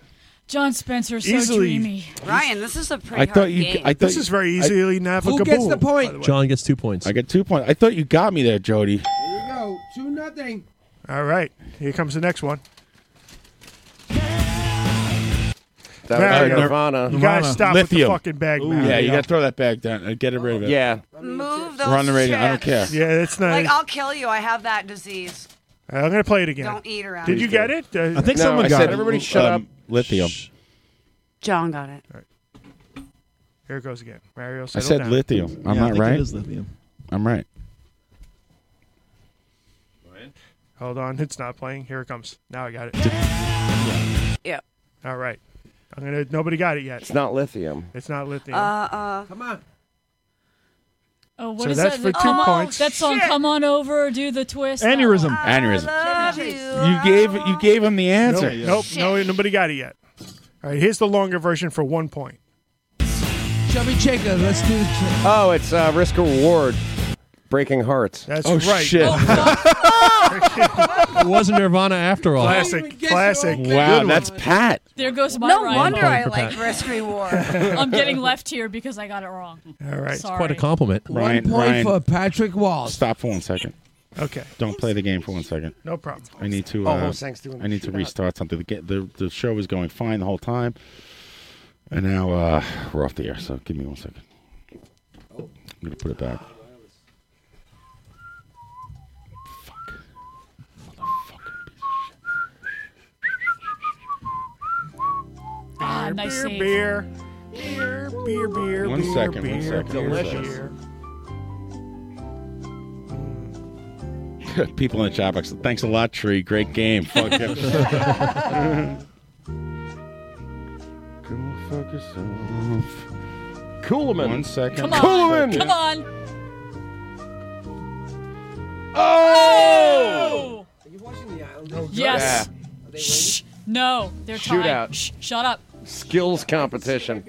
[SPEAKER 17] John Spencer, so
[SPEAKER 22] Easily.
[SPEAKER 17] dreamy.
[SPEAKER 18] Ryan, this is a pretty
[SPEAKER 1] I
[SPEAKER 18] hard
[SPEAKER 1] thought you.
[SPEAKER 18] game.
[SPEAKER 1] I thought
[SPEAKER 22] This
[SPEAKER 1] you-
[SPEAKER 22] is very easily navigable. by the way.
[SPEAKER 1] John gets two points. I get two points. I thought you got me there, Jody.
[SPEAKER 10] Here you go. Two nothing.
[SPEAKER 22] All right. Here comes the next one.
[SPEAKER 23] That
[SPEAKER 22] There
[SPEAKER 23] was
[SPEAKER 22] we go.
[SPEAKER 23] Nirvana.
[SPEAKER 22] You gotta stop
[SPEAKER 1] Lithium.
[SPEAKER 22] with the fucking bag. man.
[SPEAKER 1] yeah, you got to throw that bag down. Uh, Get rid of it.
[SPEAKER 23] Yeah.
[SPEAKER 18] Move those
[SPEAKER 1] We're on the radio. I don't care.
[SPEAKER 18] chips.
[SPEAKER 22] Yeah, that's not.
[SPEAKER 18] Like I'll kill you. I have that disease.
[SPEAKER 22] I'm gonna play it again.
[SPEAKER 18] Don't eat around.
[SPEAKER 22] Did you
[SPEAKER 18] me.
[SPEAKER 22] get it?
[SPEAKER 23] I think No, someone I got said it.
[SPEAKER 1] Oh,
[SPEAKER 23] everybody shut up.
[SPEAKER 1] um, Lithium.
[SPEAKER 18] John got it.
[SPEAKER 22] Here it goes again. Mario,
[SPEAKER 1] I
[SPEAKER 22] settle
[SPEAKER 1] said
[SPEAKER 22] down.
[SPEAKER 1] lithium. I'm
[SPEAKER 6] Yeah, I
[SPEAKER 1] not
[SPEAKER 6] think it
[SPEAKER 1] right.
[SPEAKER 6] is lithium.
[SPEAKER 1] I'm right.
[SPEAKER 22] Hold on, it's not playing. Here it comes. Now I got it.
[SPEAKER 18] Yeah.
[SPEAKER 22] All right. I'm gonna. Nobody got it yet.
[SPEAKER 23] It's not lithium.
[SPEAKER 22] It's not lithium.
[SPEAKER 18] Uh, uh. Come
[SPEAKER 10] on.
[SPEAKER 17] Oh, what
[SPEAKER 22] So
[SPEAKER 17] is
[SPEAKER 22] that's
[SPEAKER 17] that?
[SPEAKER 22] for
[SPEAKER 17] The-
[SPEAKER 22] two
[SPEAKER 17] come on-
[SPEAKER 22] points.
[SPEAKER 17] That song,
[SPEAKER 22] Shit.
[SPEAKER 17] Come On Over, Do the Twist.
[SPEAKER 1] Aneurysm. Aneurysm. You gave you gave him the answer.
[SPEAKER 22] Nope. No, nobody got it yet. All right. Here's the longer version for one point.
[SPEAKER 10] Chubby Checker. Let's do.
[SPEAKER 23] Oh, it's uh, risk reward. Breaking hearts.
[SPEAKER 22] That's
[SPEAKER 23] oh,
[SPEAKER 22] right.
[SPEAKER 23] Shit.
[SPEAKER 20] it wasn't Nirvana after all.
[SPEAKER 22] Classic. Classic.
[SPEAKER 20] Wow,
[SPEAKER 18] Ah,
[SPEAKER 20] that's
[SPEAKER 1] Pat.
[SPEAKER 17] There goes my
[SPEAKER 18] No
[SPEAKER 17] Ryan.
[SPEAKER 18] wonder
[SPEAKER 20] Calling
[SPEAKER 18] I
[SPEAKER 20] for
[SPEAKER 18] like
[SPEAKER 20] Pat.
[SPEAKER 18] risk reward.
[SPEAKER 17] I'm getting left here because I got it wrong.
[SPEAKER 22] All right.
[SPEAKER 17] Sorry.
[SPEAKER 20] Quite a compliment.
[SPEAKER 1] Ryan,
[SPEAKER 10] One point
[SPEAKER 1] Ryan,
[SPEAKER 10] for Patrick Walls.
[SPEAKER 1] stop for one second.
[SPEAKER 22] Okay.
[SPEAKER 1] Don't play the game for one second.
[SPEAKER 22] No problem.
[SPEAKER 1] I need to.
[SPEAKER 23] Oh,
[SPEAKER 1] Uh,
[SPEAKER 23] well, thanks to him.
[SPEAKER 1] I need to restart something. The, ga- the the show was going fine the whole time, and now uh, we're off the air. So give me one second. I'm gonna put it back.
[SPEAKER 17] Ah, nice
[SPEAKER 22] beer,
[SPEAKER 17] save.
[SPEAKER 22] beer. Beer. Beer. beer, beer,
[SPEAKER 1] One
[SPEAKER 22] beer,
[SPEAKER 1] second,
[SPEAKER 22] beer,
[SPEAKER 1] one second.
[SPEAKER 22] beer,
[SPEAKER 1] Delicious.
[SPEAKER 22] beer.
[SPEAKER 1] People in the chat box. Thanks a lot, Tree. Great game. Fuck it. Go fuck yourself.
[SPEAKER 23] Coolman.
[SPEAKER 1] One second.
[SPEAKER 23] Come on, Coolman.
[SPEAKER 17] Come on.
[SPEAKER 23] Oh!
[SPEAKER 17] Are
[SPEAKER 10] you watching the
[SPEAKER 17] Islanders? Yes. Shh. No, they're tied.
[SPEAKER 23] Shootout.
[SPEAKER 17] Shh. Shut up.
[SPEAKER 23] Skills competition.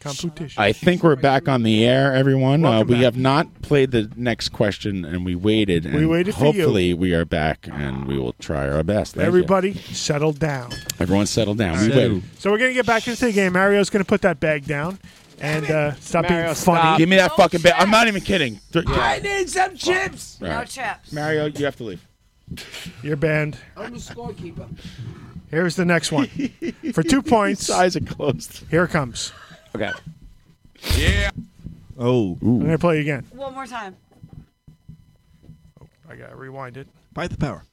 [SPEAKER 22] Competition.
[SPEAKER 1] I think we're back on the air, everyone. Uh,
[SPEAKER 23] Welcome
[SPEAKER 1] we have not played the next question, and we waited. And
[SPEAKER 22] We waited for you.
[SPEAKER 1] Hopefully, we are back, and we will try our best. Thank you.
[SPEAKER 22] Everybody, settle down.
[SPEAKER 1] everyone, settle down. We
[SPEAKER 22] Settle.
[SPEAKER 1] waited.
[SPEAKER 22] So we're gonna get back into the game. Mario's gonna put that bag down and uh, stop being funny.
[SPEAKER 1] Give me that fucking bag. I'm not even kidding. Th-
[SPEAKER 22] I
[SPEAKER 10] need some chips.
[SPEAKER 1] All right.
[SPEAKER 18] chips.
[SPEAKER 1] Mario, you have to leave.
[SPEAKER 22] You're banned.
[SPEAKER 10] I'm the scorekeeper.
[SPEAKER 22] Here's the next one for two points.
[SPEAKER 1] Eyes are closed.
[SPEAKER 22] Here it comes.
[SPEAKER 23] Okay.
[SPEAKER 4] Yeah.
[SPEAKER 1] Oh.
[SPEAKER 22] I'm gonna play again.
[SPEAKER 18] One more time.
[SPEAKER 22] I gotta rewind it.
[SPEAKER 6] Bite the power.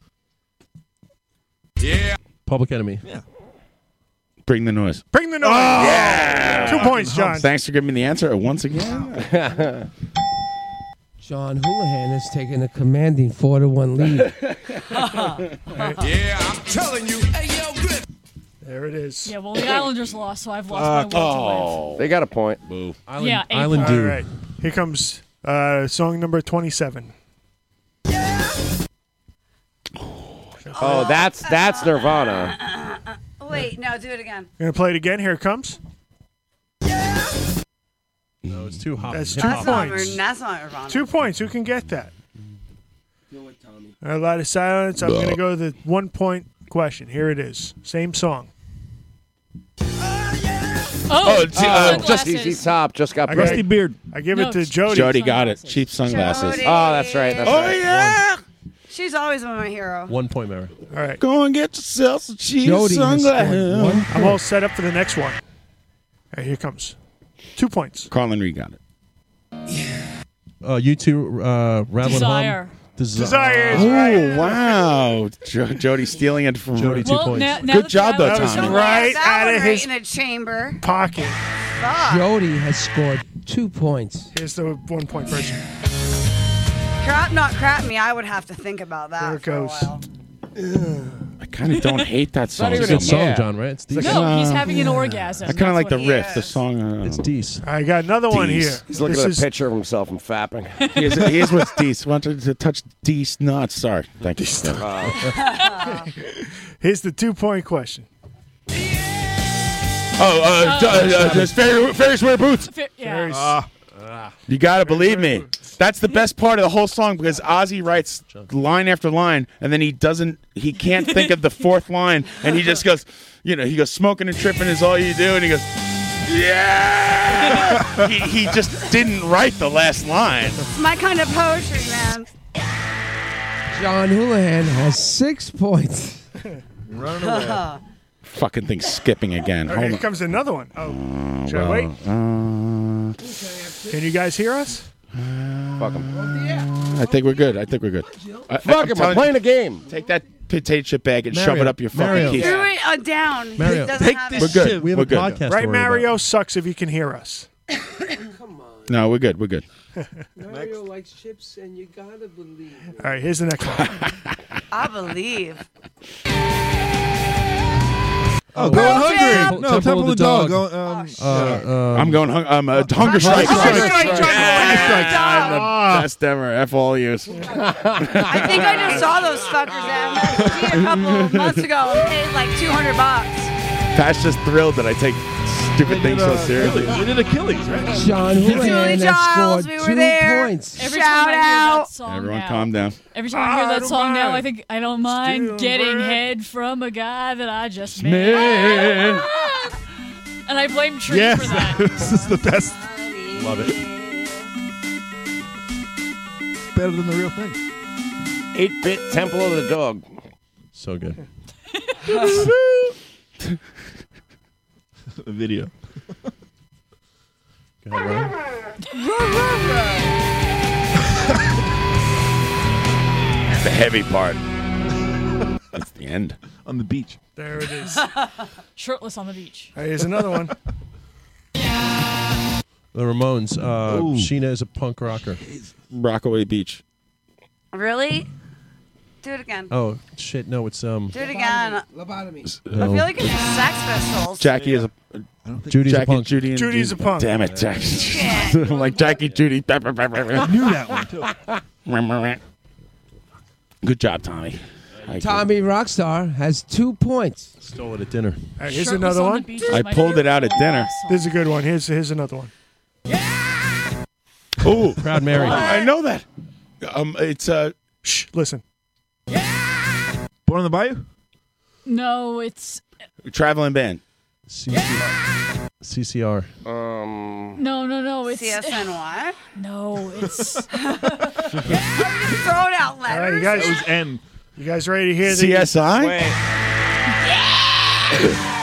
[SPEAKER 23] Yeah.
[SPEAKER 20] Public Enemy.
[SPEAKER 6] Yeah.
[SPEAKER 1] Bring the noise.
[SPEAKER 22] Bring the noise.
[SPEAKER 1] Ah. yeah.
[SPEAKER 22] Two points, John.
[SPEAKER 1] Thanks for giving me the answer once again.
[SPEAKER 10] John Houlihan has taken a commanding four to one lead.
[SPEAKER 4] yeah, I'm telling you. Hey, yo, Griff.
[SPEAKER 22] There it is.
[SPEAKER 17] Yeah, well, the Islanders lost, so I've
[SPEAKER 22] Uh,
[SPEAKER 17] lost my will to live.
[SPEAKER 23] Uh, They got a point.
[SPEAKER 1] Boo.
[SPEAKER 17] Island- Yeah, eight Island
[SPEAKER 22] All
[SPEAKER 17] Dew.
[SPEAKER 22] right. Here comes uh, song number 27.
[SPEAKER 23] Oh, that's that's Nirvana.
[SPEAKER 18] Wait, no, do it again.
[SPEAKER 22] Gonna play it again. Here it comes.
[SPEAKER 20] No, it's too hot.
[SPEAKER 22] That's two
[SPEAKER 18] That's not,
[SPEAKER 22] points.
[SPEAKER 18] that's not Nirvana.
[SPEAKER 22] Two points. Who can get that? A lot of silence. I'm going to go to the one point question. Here it is. Same song.
[SPEAKER 23] Oh,
[SPEAKER 22] it's, uh,
[SPEAKER 23] just easy top. Just got
[SPEAKER 22] I got-
[SPEAKER 23] rusty
[SPEAKER 6] beard.
[SPEAKER 22] I give
[SPEAKER 18] No,
[SPEAKER 22] it to
[SPEAKER 18] it's
[SPEAKER 22] Jody.
[SPEAKER 1] Jody got it. Cheap sunglasses.
[SPEAKER 23] Oh, that's right. That's right.
[SPEAKER 18] yeah. She's always been my hero.
[SPEAKER 20] One point, Mary.
[SPEAKER 22] All right.
[SPEAKER 1] Go and get yourself some cheap
[SPEAKER 22] Jody has
[SPEAKER 1] sunglasses.
[SPEAKER 22] scored one I'm all set up for the next one. All right, here comes. Two points.
[SPEAKER 1] Carlin Reed got it.
[SPEAKER 20] Uh, you two, uh, Rattling
[SPEAKER 17] Desire.
[SPEAKER 20] Desire.
[SPEAKER 22] Desire is
[SPEAKER 1] Oh wow, jo- Jody stealing it from
[SPEAKER 20] Jody, two
[SPEAKER 17] Well, points. now- now
[SPEAKER 1] Good
[SPEAKER 17] that
[SPEAKER 1] job
[SPEAKER 17] the
[SPEAKER 1] though,
[SPEAKER 17] Islanders
[SPEAKER 1] Tommy.
[SPEAKER 17] are
[SPEAKER 22] Right
[SPEAKER 18] that
[SPEAKER 22] out
[SPEAKER 18] one
[SPEAKER 22] of
[SPEAKER 18] right
[SPEAKER 22] his
[SPEAKER 18] in the chamber.
[SPEAKER 22] pocket.
[SPEAKER 18] Fuck.
[SPEAKER 10] Jody has scored two points.
[SPEAKER 22] Here's the one point version.
[SPEAKER 18] Crap, not crap me. I would have to think about that.
[SPEAKER 22] There it goes.
[SPEAKER 1] I kind of don't hate that
[SPEAKER 20] not
[SPEAKER 1] song.
[SPEAKER 20] even a It's a good song, yeah. John, right? It's decent.
[SPEAKER 17] No, he's having an
[SPEAKER 1] Uh,
[SPEAKER 17] orgasm.
[SPEAKER 1] I kind of
[SPEAKER 17] That's
[SPEAKER 1] like
[SPEAKER 17] what
[SPEAKER 1] the
[SPEAKER 17] he
[SPEAKER 1] riff,
[SPEAKER 17] is.
[SPEAKER 1] the song. Uh, it's
[SPEAKER 20] decent.
[SPEAKER 22] I got another one here.
[SPEAKER 23] He's looking
[SPEAKER 22] This
[SPEAKER 23] at a
[SPEAKER 22] is-
[SPEAKER 23] picture of himself and fapping.
[SPEAKER 1] Here's, here's what's Dees. Wanted to touch Dees nuts. Sorry, thank you.
[SPEAKER 22] Here's the two point question.
[SPEAKER 1] Oh, uh, d- uh, uh, there's Fer- Ferris wear boots. Ah.
[SPEAKER 17] Fair- yeah.
[SPEAKER 22] Ferris.
[SPEAKER 1] You gotta believe me. That's the best part of the whole song because Ozzy writes line after line, and then he doesn't, he can't think of the fourth line, and he just goes, you know, he goes smoking and tripping is all you do, and he goes, yeah. he, he just didn't write the last line.
[SPEAKER 18] It's my kind of poetry, man.
[SPEAKER 10] John Houlihan has six points.
[SPEAKER 22] Run
[SPEAKER 1] Fucking thing skipping again.
[SPEAKER 22] All right,
[SPEAKER 1] Hold
[SPEAKER 22] here
[SPEAKER 1] on. Mm,
[SPEAKER 22] comes another one. Oh, should I wait?
[SPEAKER 1] I wait?
[SPEAKER 22] Can you guys hear us?
[SPEAKER 1] Fuck I think Uh, we're good. I think we're good. I- I-
[SPEAKER 23] Fuck him.
[SPEAKER 1] telling
[SPEAKER 23] I'm
[SPEAKER 1] you,
[SPEAKER 23] playing a game.
[SPEAKER 1] Take that potato chip bag and shove
[SPEAKER 20] Mario,
[SPEAKER 1] it up your fucking
[SPEAKER 20] Mario.
[SPEAKER 1] keister.
[SPEAKER 18] Threw it uh, down.
[SPEAKER 1] Mario,
[SPEAKER 18] It doesn't
[SPEAKER 1] take
[SPEAKER 18] have
[SPEAKER 1] this
[SPEAKER 18] it.
[SPEAKER 1] We're good.
[SPEAKER 20] We have
[SPEAKER 1] We're
[SPEAKER 20] a
[SPEAKER 1] good.
[SPEAKER 20] podcast.
[SPEAKER 22] Right,
[SPEAKER 20] to worry about.
[SPEAKER 22] Mario sucks if you can hear us.
[SPEAKER 1] No, we're good. We're good.
[SPEAKER 10] Mario likes chips, and you gotta believe.
[SPEAKER 22] All right, here's the next one.
[SPEAKER 18] I believe.
[SPEAKER 6] Oh, going
[SPEAKER 18] Pearl
[SPEAKER 6] hungry.
[SPEAKER 18] Jam.
[SPEAKER 20] Temple-
[SPEAKER 6] no,
[SPEAKER 20] Temple
[SPEAKER 6] Temple, of
[SPEAKER 20] of the
[SPEAKER 6] the Dog.
[SPEAKER 5] Oh,
[SPEAKER 20] Dog.
[SPEAKER 6] Go-
[SPEAKER 1] Oh,
[SPEAKER 6] um,
[SPEAKER 1] Uh, I'm going hung- um, uh, hunger strike.
[SPEAKER 6] Hunger strike,
[SPEAKER 1] Yeah,
[SPEAKER 6] Hunger strike.
[SPEAKER 1] I'm the best ever. F all yous.
[SPEAKER 18] I think I just saw those fuckers at MSG a couple months ago and paid like 200 bucks.
[SPEAKER 1] Pat's just thrilled that I take stupid things
[SPEAKER 20] uh,
[SPEAKER 1] so seriously.
[SPEAKER 6] Achilles. They did Achilles, right?
[SPEAKER 10] John Houlihan
[SPEAKER 18] Julie
[SPEAKER 10] has
[SPEAKER 18] Giles,
[SPEAKER 10] scored
[SPEAKER 18] we
[SPEAKER 10] two
[SPEAKER 18] were there.
[SPEAKER 10] points.
[SPEAKER 17] Every
[SPEAKER 18] Shout
[SPEAKER 17] time I hear
[SPEAKER 18] out.
[SPEAKER 17] that song
[SPEAKER 1] Everyone,
[SPEAKER 17] now,
[SPEAKER 1] calm down.
[SPEAKER 17] every time I hear
[SPEAKER 22] Ah, I
[SPEAKER 17] that
[SPEAKER 22] don't
[SPEAKER 17] song now,
[SPEAKER 22] mind.
[SPEAKER 17] I think I don't mind
[SPEAKER 22] Still
[SPEAKER 17] getting
[SPEAKER 22] bread.
[SPEAKER 17] head from a guy that I just met.
[SPEAKER 1] Man.
[SPEAKER 17] And I blame Tree for
[SPEAKER 6] Yes,
[SPEAKER 17] that.
[SPEAKER 6] this is the best.
[SPEAKER 20] Love it.
[SPEAKER 6] It's better than the real thing.
[SPEAKER 23] 8 bit Temple of the Dog.
[SPEAKER 20] So good.
[SPEAKER 6] A video.
[SPEAKER 20] Go ahead, Ryan.
[SPEAKER 1] The heavy part. That's the end.
[SPEAKER 6] On the beach.
[SPEAKER 22] There it is.
[SPEAKER 17] Shirtless on the beach.
[SPEAKER 22] All right, here's another one.
[SPEAKER 20] The Ramones. Uh,
[SPEAKER 1] Ooh.
[SPEAKER 20] Sheena is a punk rocker.
[SPEAKER 1] Rockaway Beach.
[SPEAKER 18] Really? Do it again.
[SPEAKER 20] Oh shit! No, it's um.
[SPEAKER 18] Do it again.
[SPEAKER 20] S-
[SPEAKER 18] Lobotomy. I
[SPEAKER 20] no.
[SPEAKER 18] feel like it's Sex Pistols.
[SPEAKER 1] Jackie is a.
[SPEAKER 20] Judy's a
[SPEAKER 1] Jackie,
[SPEAKER 20] punk.
[SPEAKER 1] Judy and
[SPEAKER 18] Judy's
[SPEAKER 1] Judy.
[SPEAKER 18] a punk.
[SPEAKER 1] Damn it, Jackie. I'm like Jackie, Judy. I
[SPEAKER 20] knew that one
[SPEAKER 1] too. Good job, Tommy. I-
[SPEAKER 10] Tommy Rockstar has two points.
[SPEAKER 20] Stole it at dinner.
[SPEAKER 22] All right, here's another one.
[SPEAKER 1] I pulled it out at dinner.
[SPEAKER 22] This is a good one. Here's here's another one.
[SPEAKER 1] Ooh,
[SPEAKER 20] Proud
[SPEAKER 22] Mary.
[SPEAKER 1] I know that. Um, it's uh,
[SPEAKER 22] shh. Listen,
[SPEAKER 1] Born on the Bayou.
[SPEAKER 17] No, it's
[SPEAKER 1] Traveling band.
[SPEAKER 20] CCR.
[SPEAKER 15] Um.
[SPEAKER 17] no, no, no. It's
[SPEAKER 18] CSNY.
[SPEAKER 17] No, it's
[SPEAKER 18] Throw it out
[SPEAKER 22] all right,
[SPEAKER 18] letters.
[SPEAKER 22] you guys.
[SPEAKER 18] It
[SPEAKER 22] M. You guys ready to hear the
[SPEAKER 1] CSI?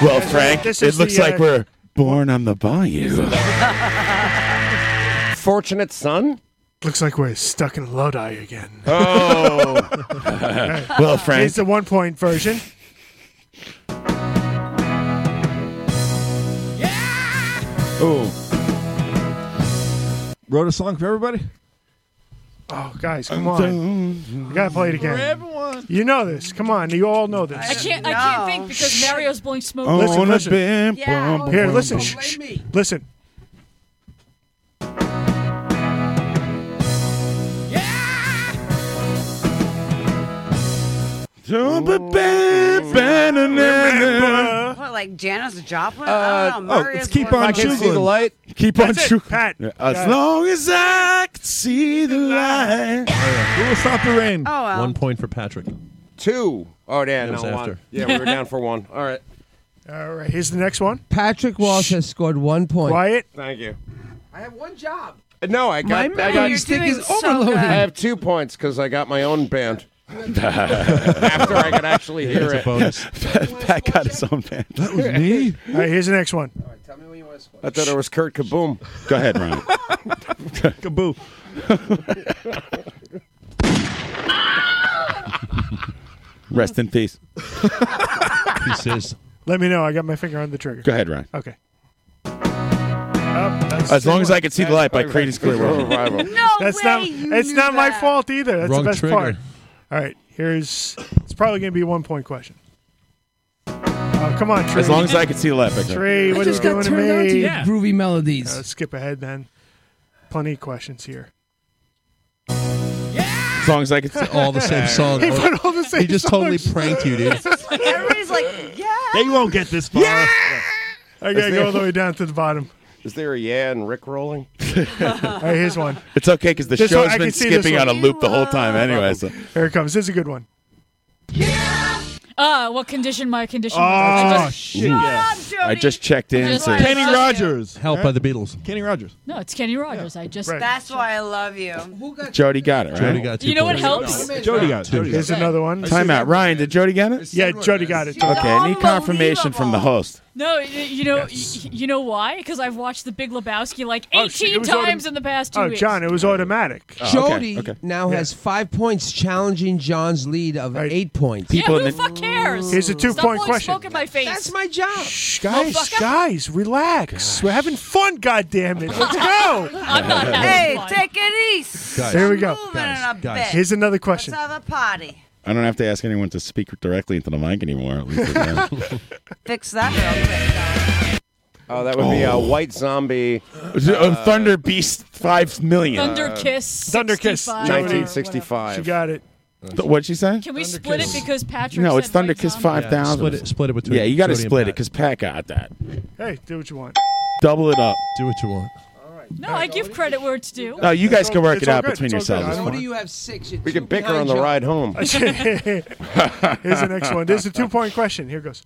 [SPEAKER 1] Well, Frank,
[SPEAKER 22] This
[SPEAKER 1] it
[SPEAKER 22] is
[SPEAKER 1] looks
[SPEAKER 22] the,
[SPEAKER 1] like
[SPEAKER 22] uh,
[SPEAKER 1] we're born on the bayou.
[SPEAKER 15] Fortunate son.
[SPEAKER 22] Looks like we're stuck in Lodi again.
[SPEAKER 15] Oh.
[SPEAKER 1] Well, Frank-
[SPEAKER 22] Here's the one point version.
[SPEAKER 6] Oh. Wrote a song for everybody?
[SPEAKER 22] Oh, guys, come on. You gotta play it again.
[SPEAKER 6] For
[SPEAKER 22] everyone. You know this. Come on. You all know this.
[SPEAKER 17] I can't. I can't think because Mario's blowing smoke.
[SPEAKER 22] Listen, listen.
[SPEAKER 17] Yeah.
[SPEAKER 22] Here, listen. Shh, shh. Listen.
[SPEAKER 18] Remember- What, like Janis Joplin? Uh,
[SPEAKER 1] Uh,
[SPEAKER 18] I don't
[SPEAKER 1] oh,
[SPEAKER 18] know. Maria's Boy-
[SPEAKER 1] light. Keep on
[SPEAKER 18] That's it,
[SPEAKER 1] shooting.
[SPEAKER 18] Pat.
[SPEAKER 1] As
[SPEAKER 18] Got it.
[SPEAKER 1] long as I can see the light.
[SPEAKER 20] We will stop the rain.
[SPEAKER 18] Oh, well.
[SPEAKER 20] One point for Patrick.
[SPEAKER 15] Two. Oh, yeah,
[SPEAKER 20] That
[SPEAKER 15] no,
[SPEAKER 20] was
[SPEAKER 15] one.
[SPEAKER 20] after.
[SPEAKER 15] Yeah, we were down for one. All right.
[SPEAKER 22] All right. Here's the next one.
[SPEAKER 10] Patrick Walsh has scored one point.
[SPEAKER 22] Quiet.
[SPEAKER 15] Thank you.
[SPEAKER 10] I have one job.
[SPEAKER 15] No, I got.
[SPEAKER 10] My
[SPEAKER 15] I got,
[SPEAKER 10] memory stick is You're doing so overloaded. good.
[SPEAKER 15] I have two points because I got my own band. After I could actually hear it.
[SPEAKER 1] Pat got his own band.
[SPEAKER 22] That was me. All right. Here's the next one.
[SPEAKER 15] I thought it was Kurt Kaboom.
[SPEAKER 1] Go ahead, Ryan.
[SPEAKER 15] Kaboo.
[SPEAKER 1] Rest in peace.
[SPEAKER 22] Let me know. I got my finger on the trigger.
[SPEAKER 1] Go ahead, Ryan.
[SPEAKER 22] Okay. Oh, that's
[SPEAKER 1] As
[SPEAKER 22] two
[SPEAKER 1] long as
[SPEAKER 22] one.
[SPEAKER 1] I can see the light by Creedence Clearwater.
[SPEAKER 22] that's not. it's not my fault either. That's
[SPEAKER 1] Wrong
[SPEAKER 22] the best
[SPEAKER 1] trigger.
[SPEAKER 22] part. All right, here's. It's probably going to be a one point question. Oh, come on, Tree.
[SPEAKER 1] As long as I can see the light by Creedence.
[SPEAKER 22] Tree,
[SPEAKER 10] I
[SPEAKER 22] what are you
[SPEAKER 10] just got
[SPEAKER 22] doing to
[SPEAKER 10] turned
[SPEAKER 22] me?
[SPEAKER 10] on to your Yeah. groovy melodies.
[SPEAKER 22] Uh, let's skip ahead then. Plenty of questions here.
[SPEAKER 1] As long as I can see
[SPEAKER 20] all the same song.
[SPEAKER 22] He put all the same
[SPEAKER 20] He just totally
[SPEAKER 22] songs.
[SPEAKER 20] pranked you, dude.
[SPEAKER 18] Everybody's like, yeah.
[SPEAKER 6] They won't get this far.
[SPEAKER 22] I
[SPEAKER 15] Is
[SPEAKER 22] gotta
[SPEAKER 15] there-
[SPEAKER 22] go all the way down to the bottom.
[SPEAKER 15] Is there a yeah and Rick rolling?
[SPEAKER 22] All right, here's one.
[SPEAKER 1] It's okay because the
[SPEAKER 22] This
[SPEAKER 1] show's
[SPEAKER 22] one- I
[SPEAKER 1] been
[SPEAKER 22] can see this
[SPEAKER 1] skipping
[SPEAKER 22] one.
[SPEAKER 1] on a loop the whole time anyway. So.
[SPEAKER 22] Here it comes. This is a good one.
[SPEAKER 17] Ah, what condition? My condition. was. I
[SPEAKER 22] Oh,
[SPEAKER 17] just-
[SPEAKER 22] shit.
[SPEAKER 1] Ah, I just checked in.
[SPEAKER 17] Just
[SPEAKER 1] so-
[SPEAKER 17] like- Kenny Rogers.
[SPEAKER 20] Help by the Beatles.
[SPEAKER 6] Kenny Rogers.
[SPEAKER 17] No, it's Kenny Rogers. I just.
[SPEAKER 18] That's why I love you. Who got
[SPEAKER 1] Jody got it, right?
[SPEAKER 20] Jody got
[SPEAKER 17] You know what helps?
[SPEAKER 6] Jody got
[SPEAKER 1] Two.
[SPEAKER 22] Here's another one.
[SPEAKER 1] Time out. Ryan, did Jody get it?
[SPEAKER 22] Yeah, Jody got it.
[SPEAKER 1] Okay, I need confirmation from the host.
[SPEAKER 17] No, y- you know, y- you know why? Because I've watched The Big Lebowski like 18
[SPEAKER 22] it Oh, was autom-
[SPEAKER 17] times in the past two
[SPEAKER 22] Oh,
[SPEAKER 17] weeks.
[SPEAKER 22] John, it was automatic.
[SPEAKER 1] Oh,
[SPEAKER 10] Jody now has five points, challenging John's lead of eight points.
[SPEAKER 17] People yeah, who fuck cares?
[SPEAKER 10] Here's a
[SPEAKER 17] Stop
[SPEAKER 10] two-point
[SPEAKER 17] blowing
[SPEAKER 10] question.
[SPEAKER 17] Smoke in my face. That's
[SPEAKER 10] my job.
[SPEAKER 22] Shh, guys, guys, relax. We're having fun. God damn it! Let's go.
[SPEAKER 18] I'm not Hey, take it easy.
[SPEAKER 1] Guys,
[SPEAKER 22] Here we go.
[SPEAKER 18] Moving in a bit.
[SPEAKER 22] Here's another question.
[SPEAKER 18] Let's have a party.
[SPEAKER 1] I don't have to ask anyone to speak directly into the mic anymore. At least I can.
[SPEAKER 18] Fix that real quick.
[SPEAKER 15] Oh, that would be a
[SPEAKER 1] Oh.
[SPEAKER 15] white zombie.
[SPEAKER 1] Uh, Thunder Beast 5 million. Uh,
[SPEAKER 17] Thunder Kiss.
[SPEAKER 22] uh, Thunder Kiss.
[SPEAKER 17] 65 or
[SPEAKER 15] She
[SPEAKER 1] 1965.
[SPEAKER 22] got it.
[SPEAKER 1] Th- what'd she say?
[SPEAKER 17] whatever. Can we split it because Patrick?
[SPEAKER 1] No,
[SPEAKER 17] said
[SPEAKER 1] it's Thunder
[SPEAKER 17] White
[SPEAKER 1] Kiss
[SPEAKER 17] Zombie?
[SPEAKER 1] 5000.
[SPEAKER 20] split it- split it between
[SPEAKER 1] Yeah, you got to
[SPEAKER 20] Jody and
[SPEAKER 1] split it because Pat got that.
[SPEAKER 22] Hey, do what you want.
[SPEAKER 1] Double it up.
[SPEAKER 20] Do what you want.
[SPEAKER 17] No, I give credit where it's due.
[SPEAKER 1] No, you guys can work
[SPEAKER 22] it's
[SPEAKER 1] it
[SPEAKER 22] all
[SPEAKER 1] out
[SPEAKER 22] good.
[SPEAKER 1] between
[SPEAKER 22] It's all good.
[SPEAKER 1] yourselves.
[SPEAKER 22] I
[SPEAKER 1] It's
[SPEAKER 22] don't
[SPEAKER 1] fine.
[SPEAKER 10] You have six. You're
[SPEAKER 15] We
[SPEAKER 10] two
[SPEAKER 15] could bicker on
[SPEAKER 10] behind
[SPEAKER 15] the
[SPEAKER 10] John.
[SPEAKER 15] ride home.
[SPEAKER 22] Here's the next one. This is a two point question. Here goes.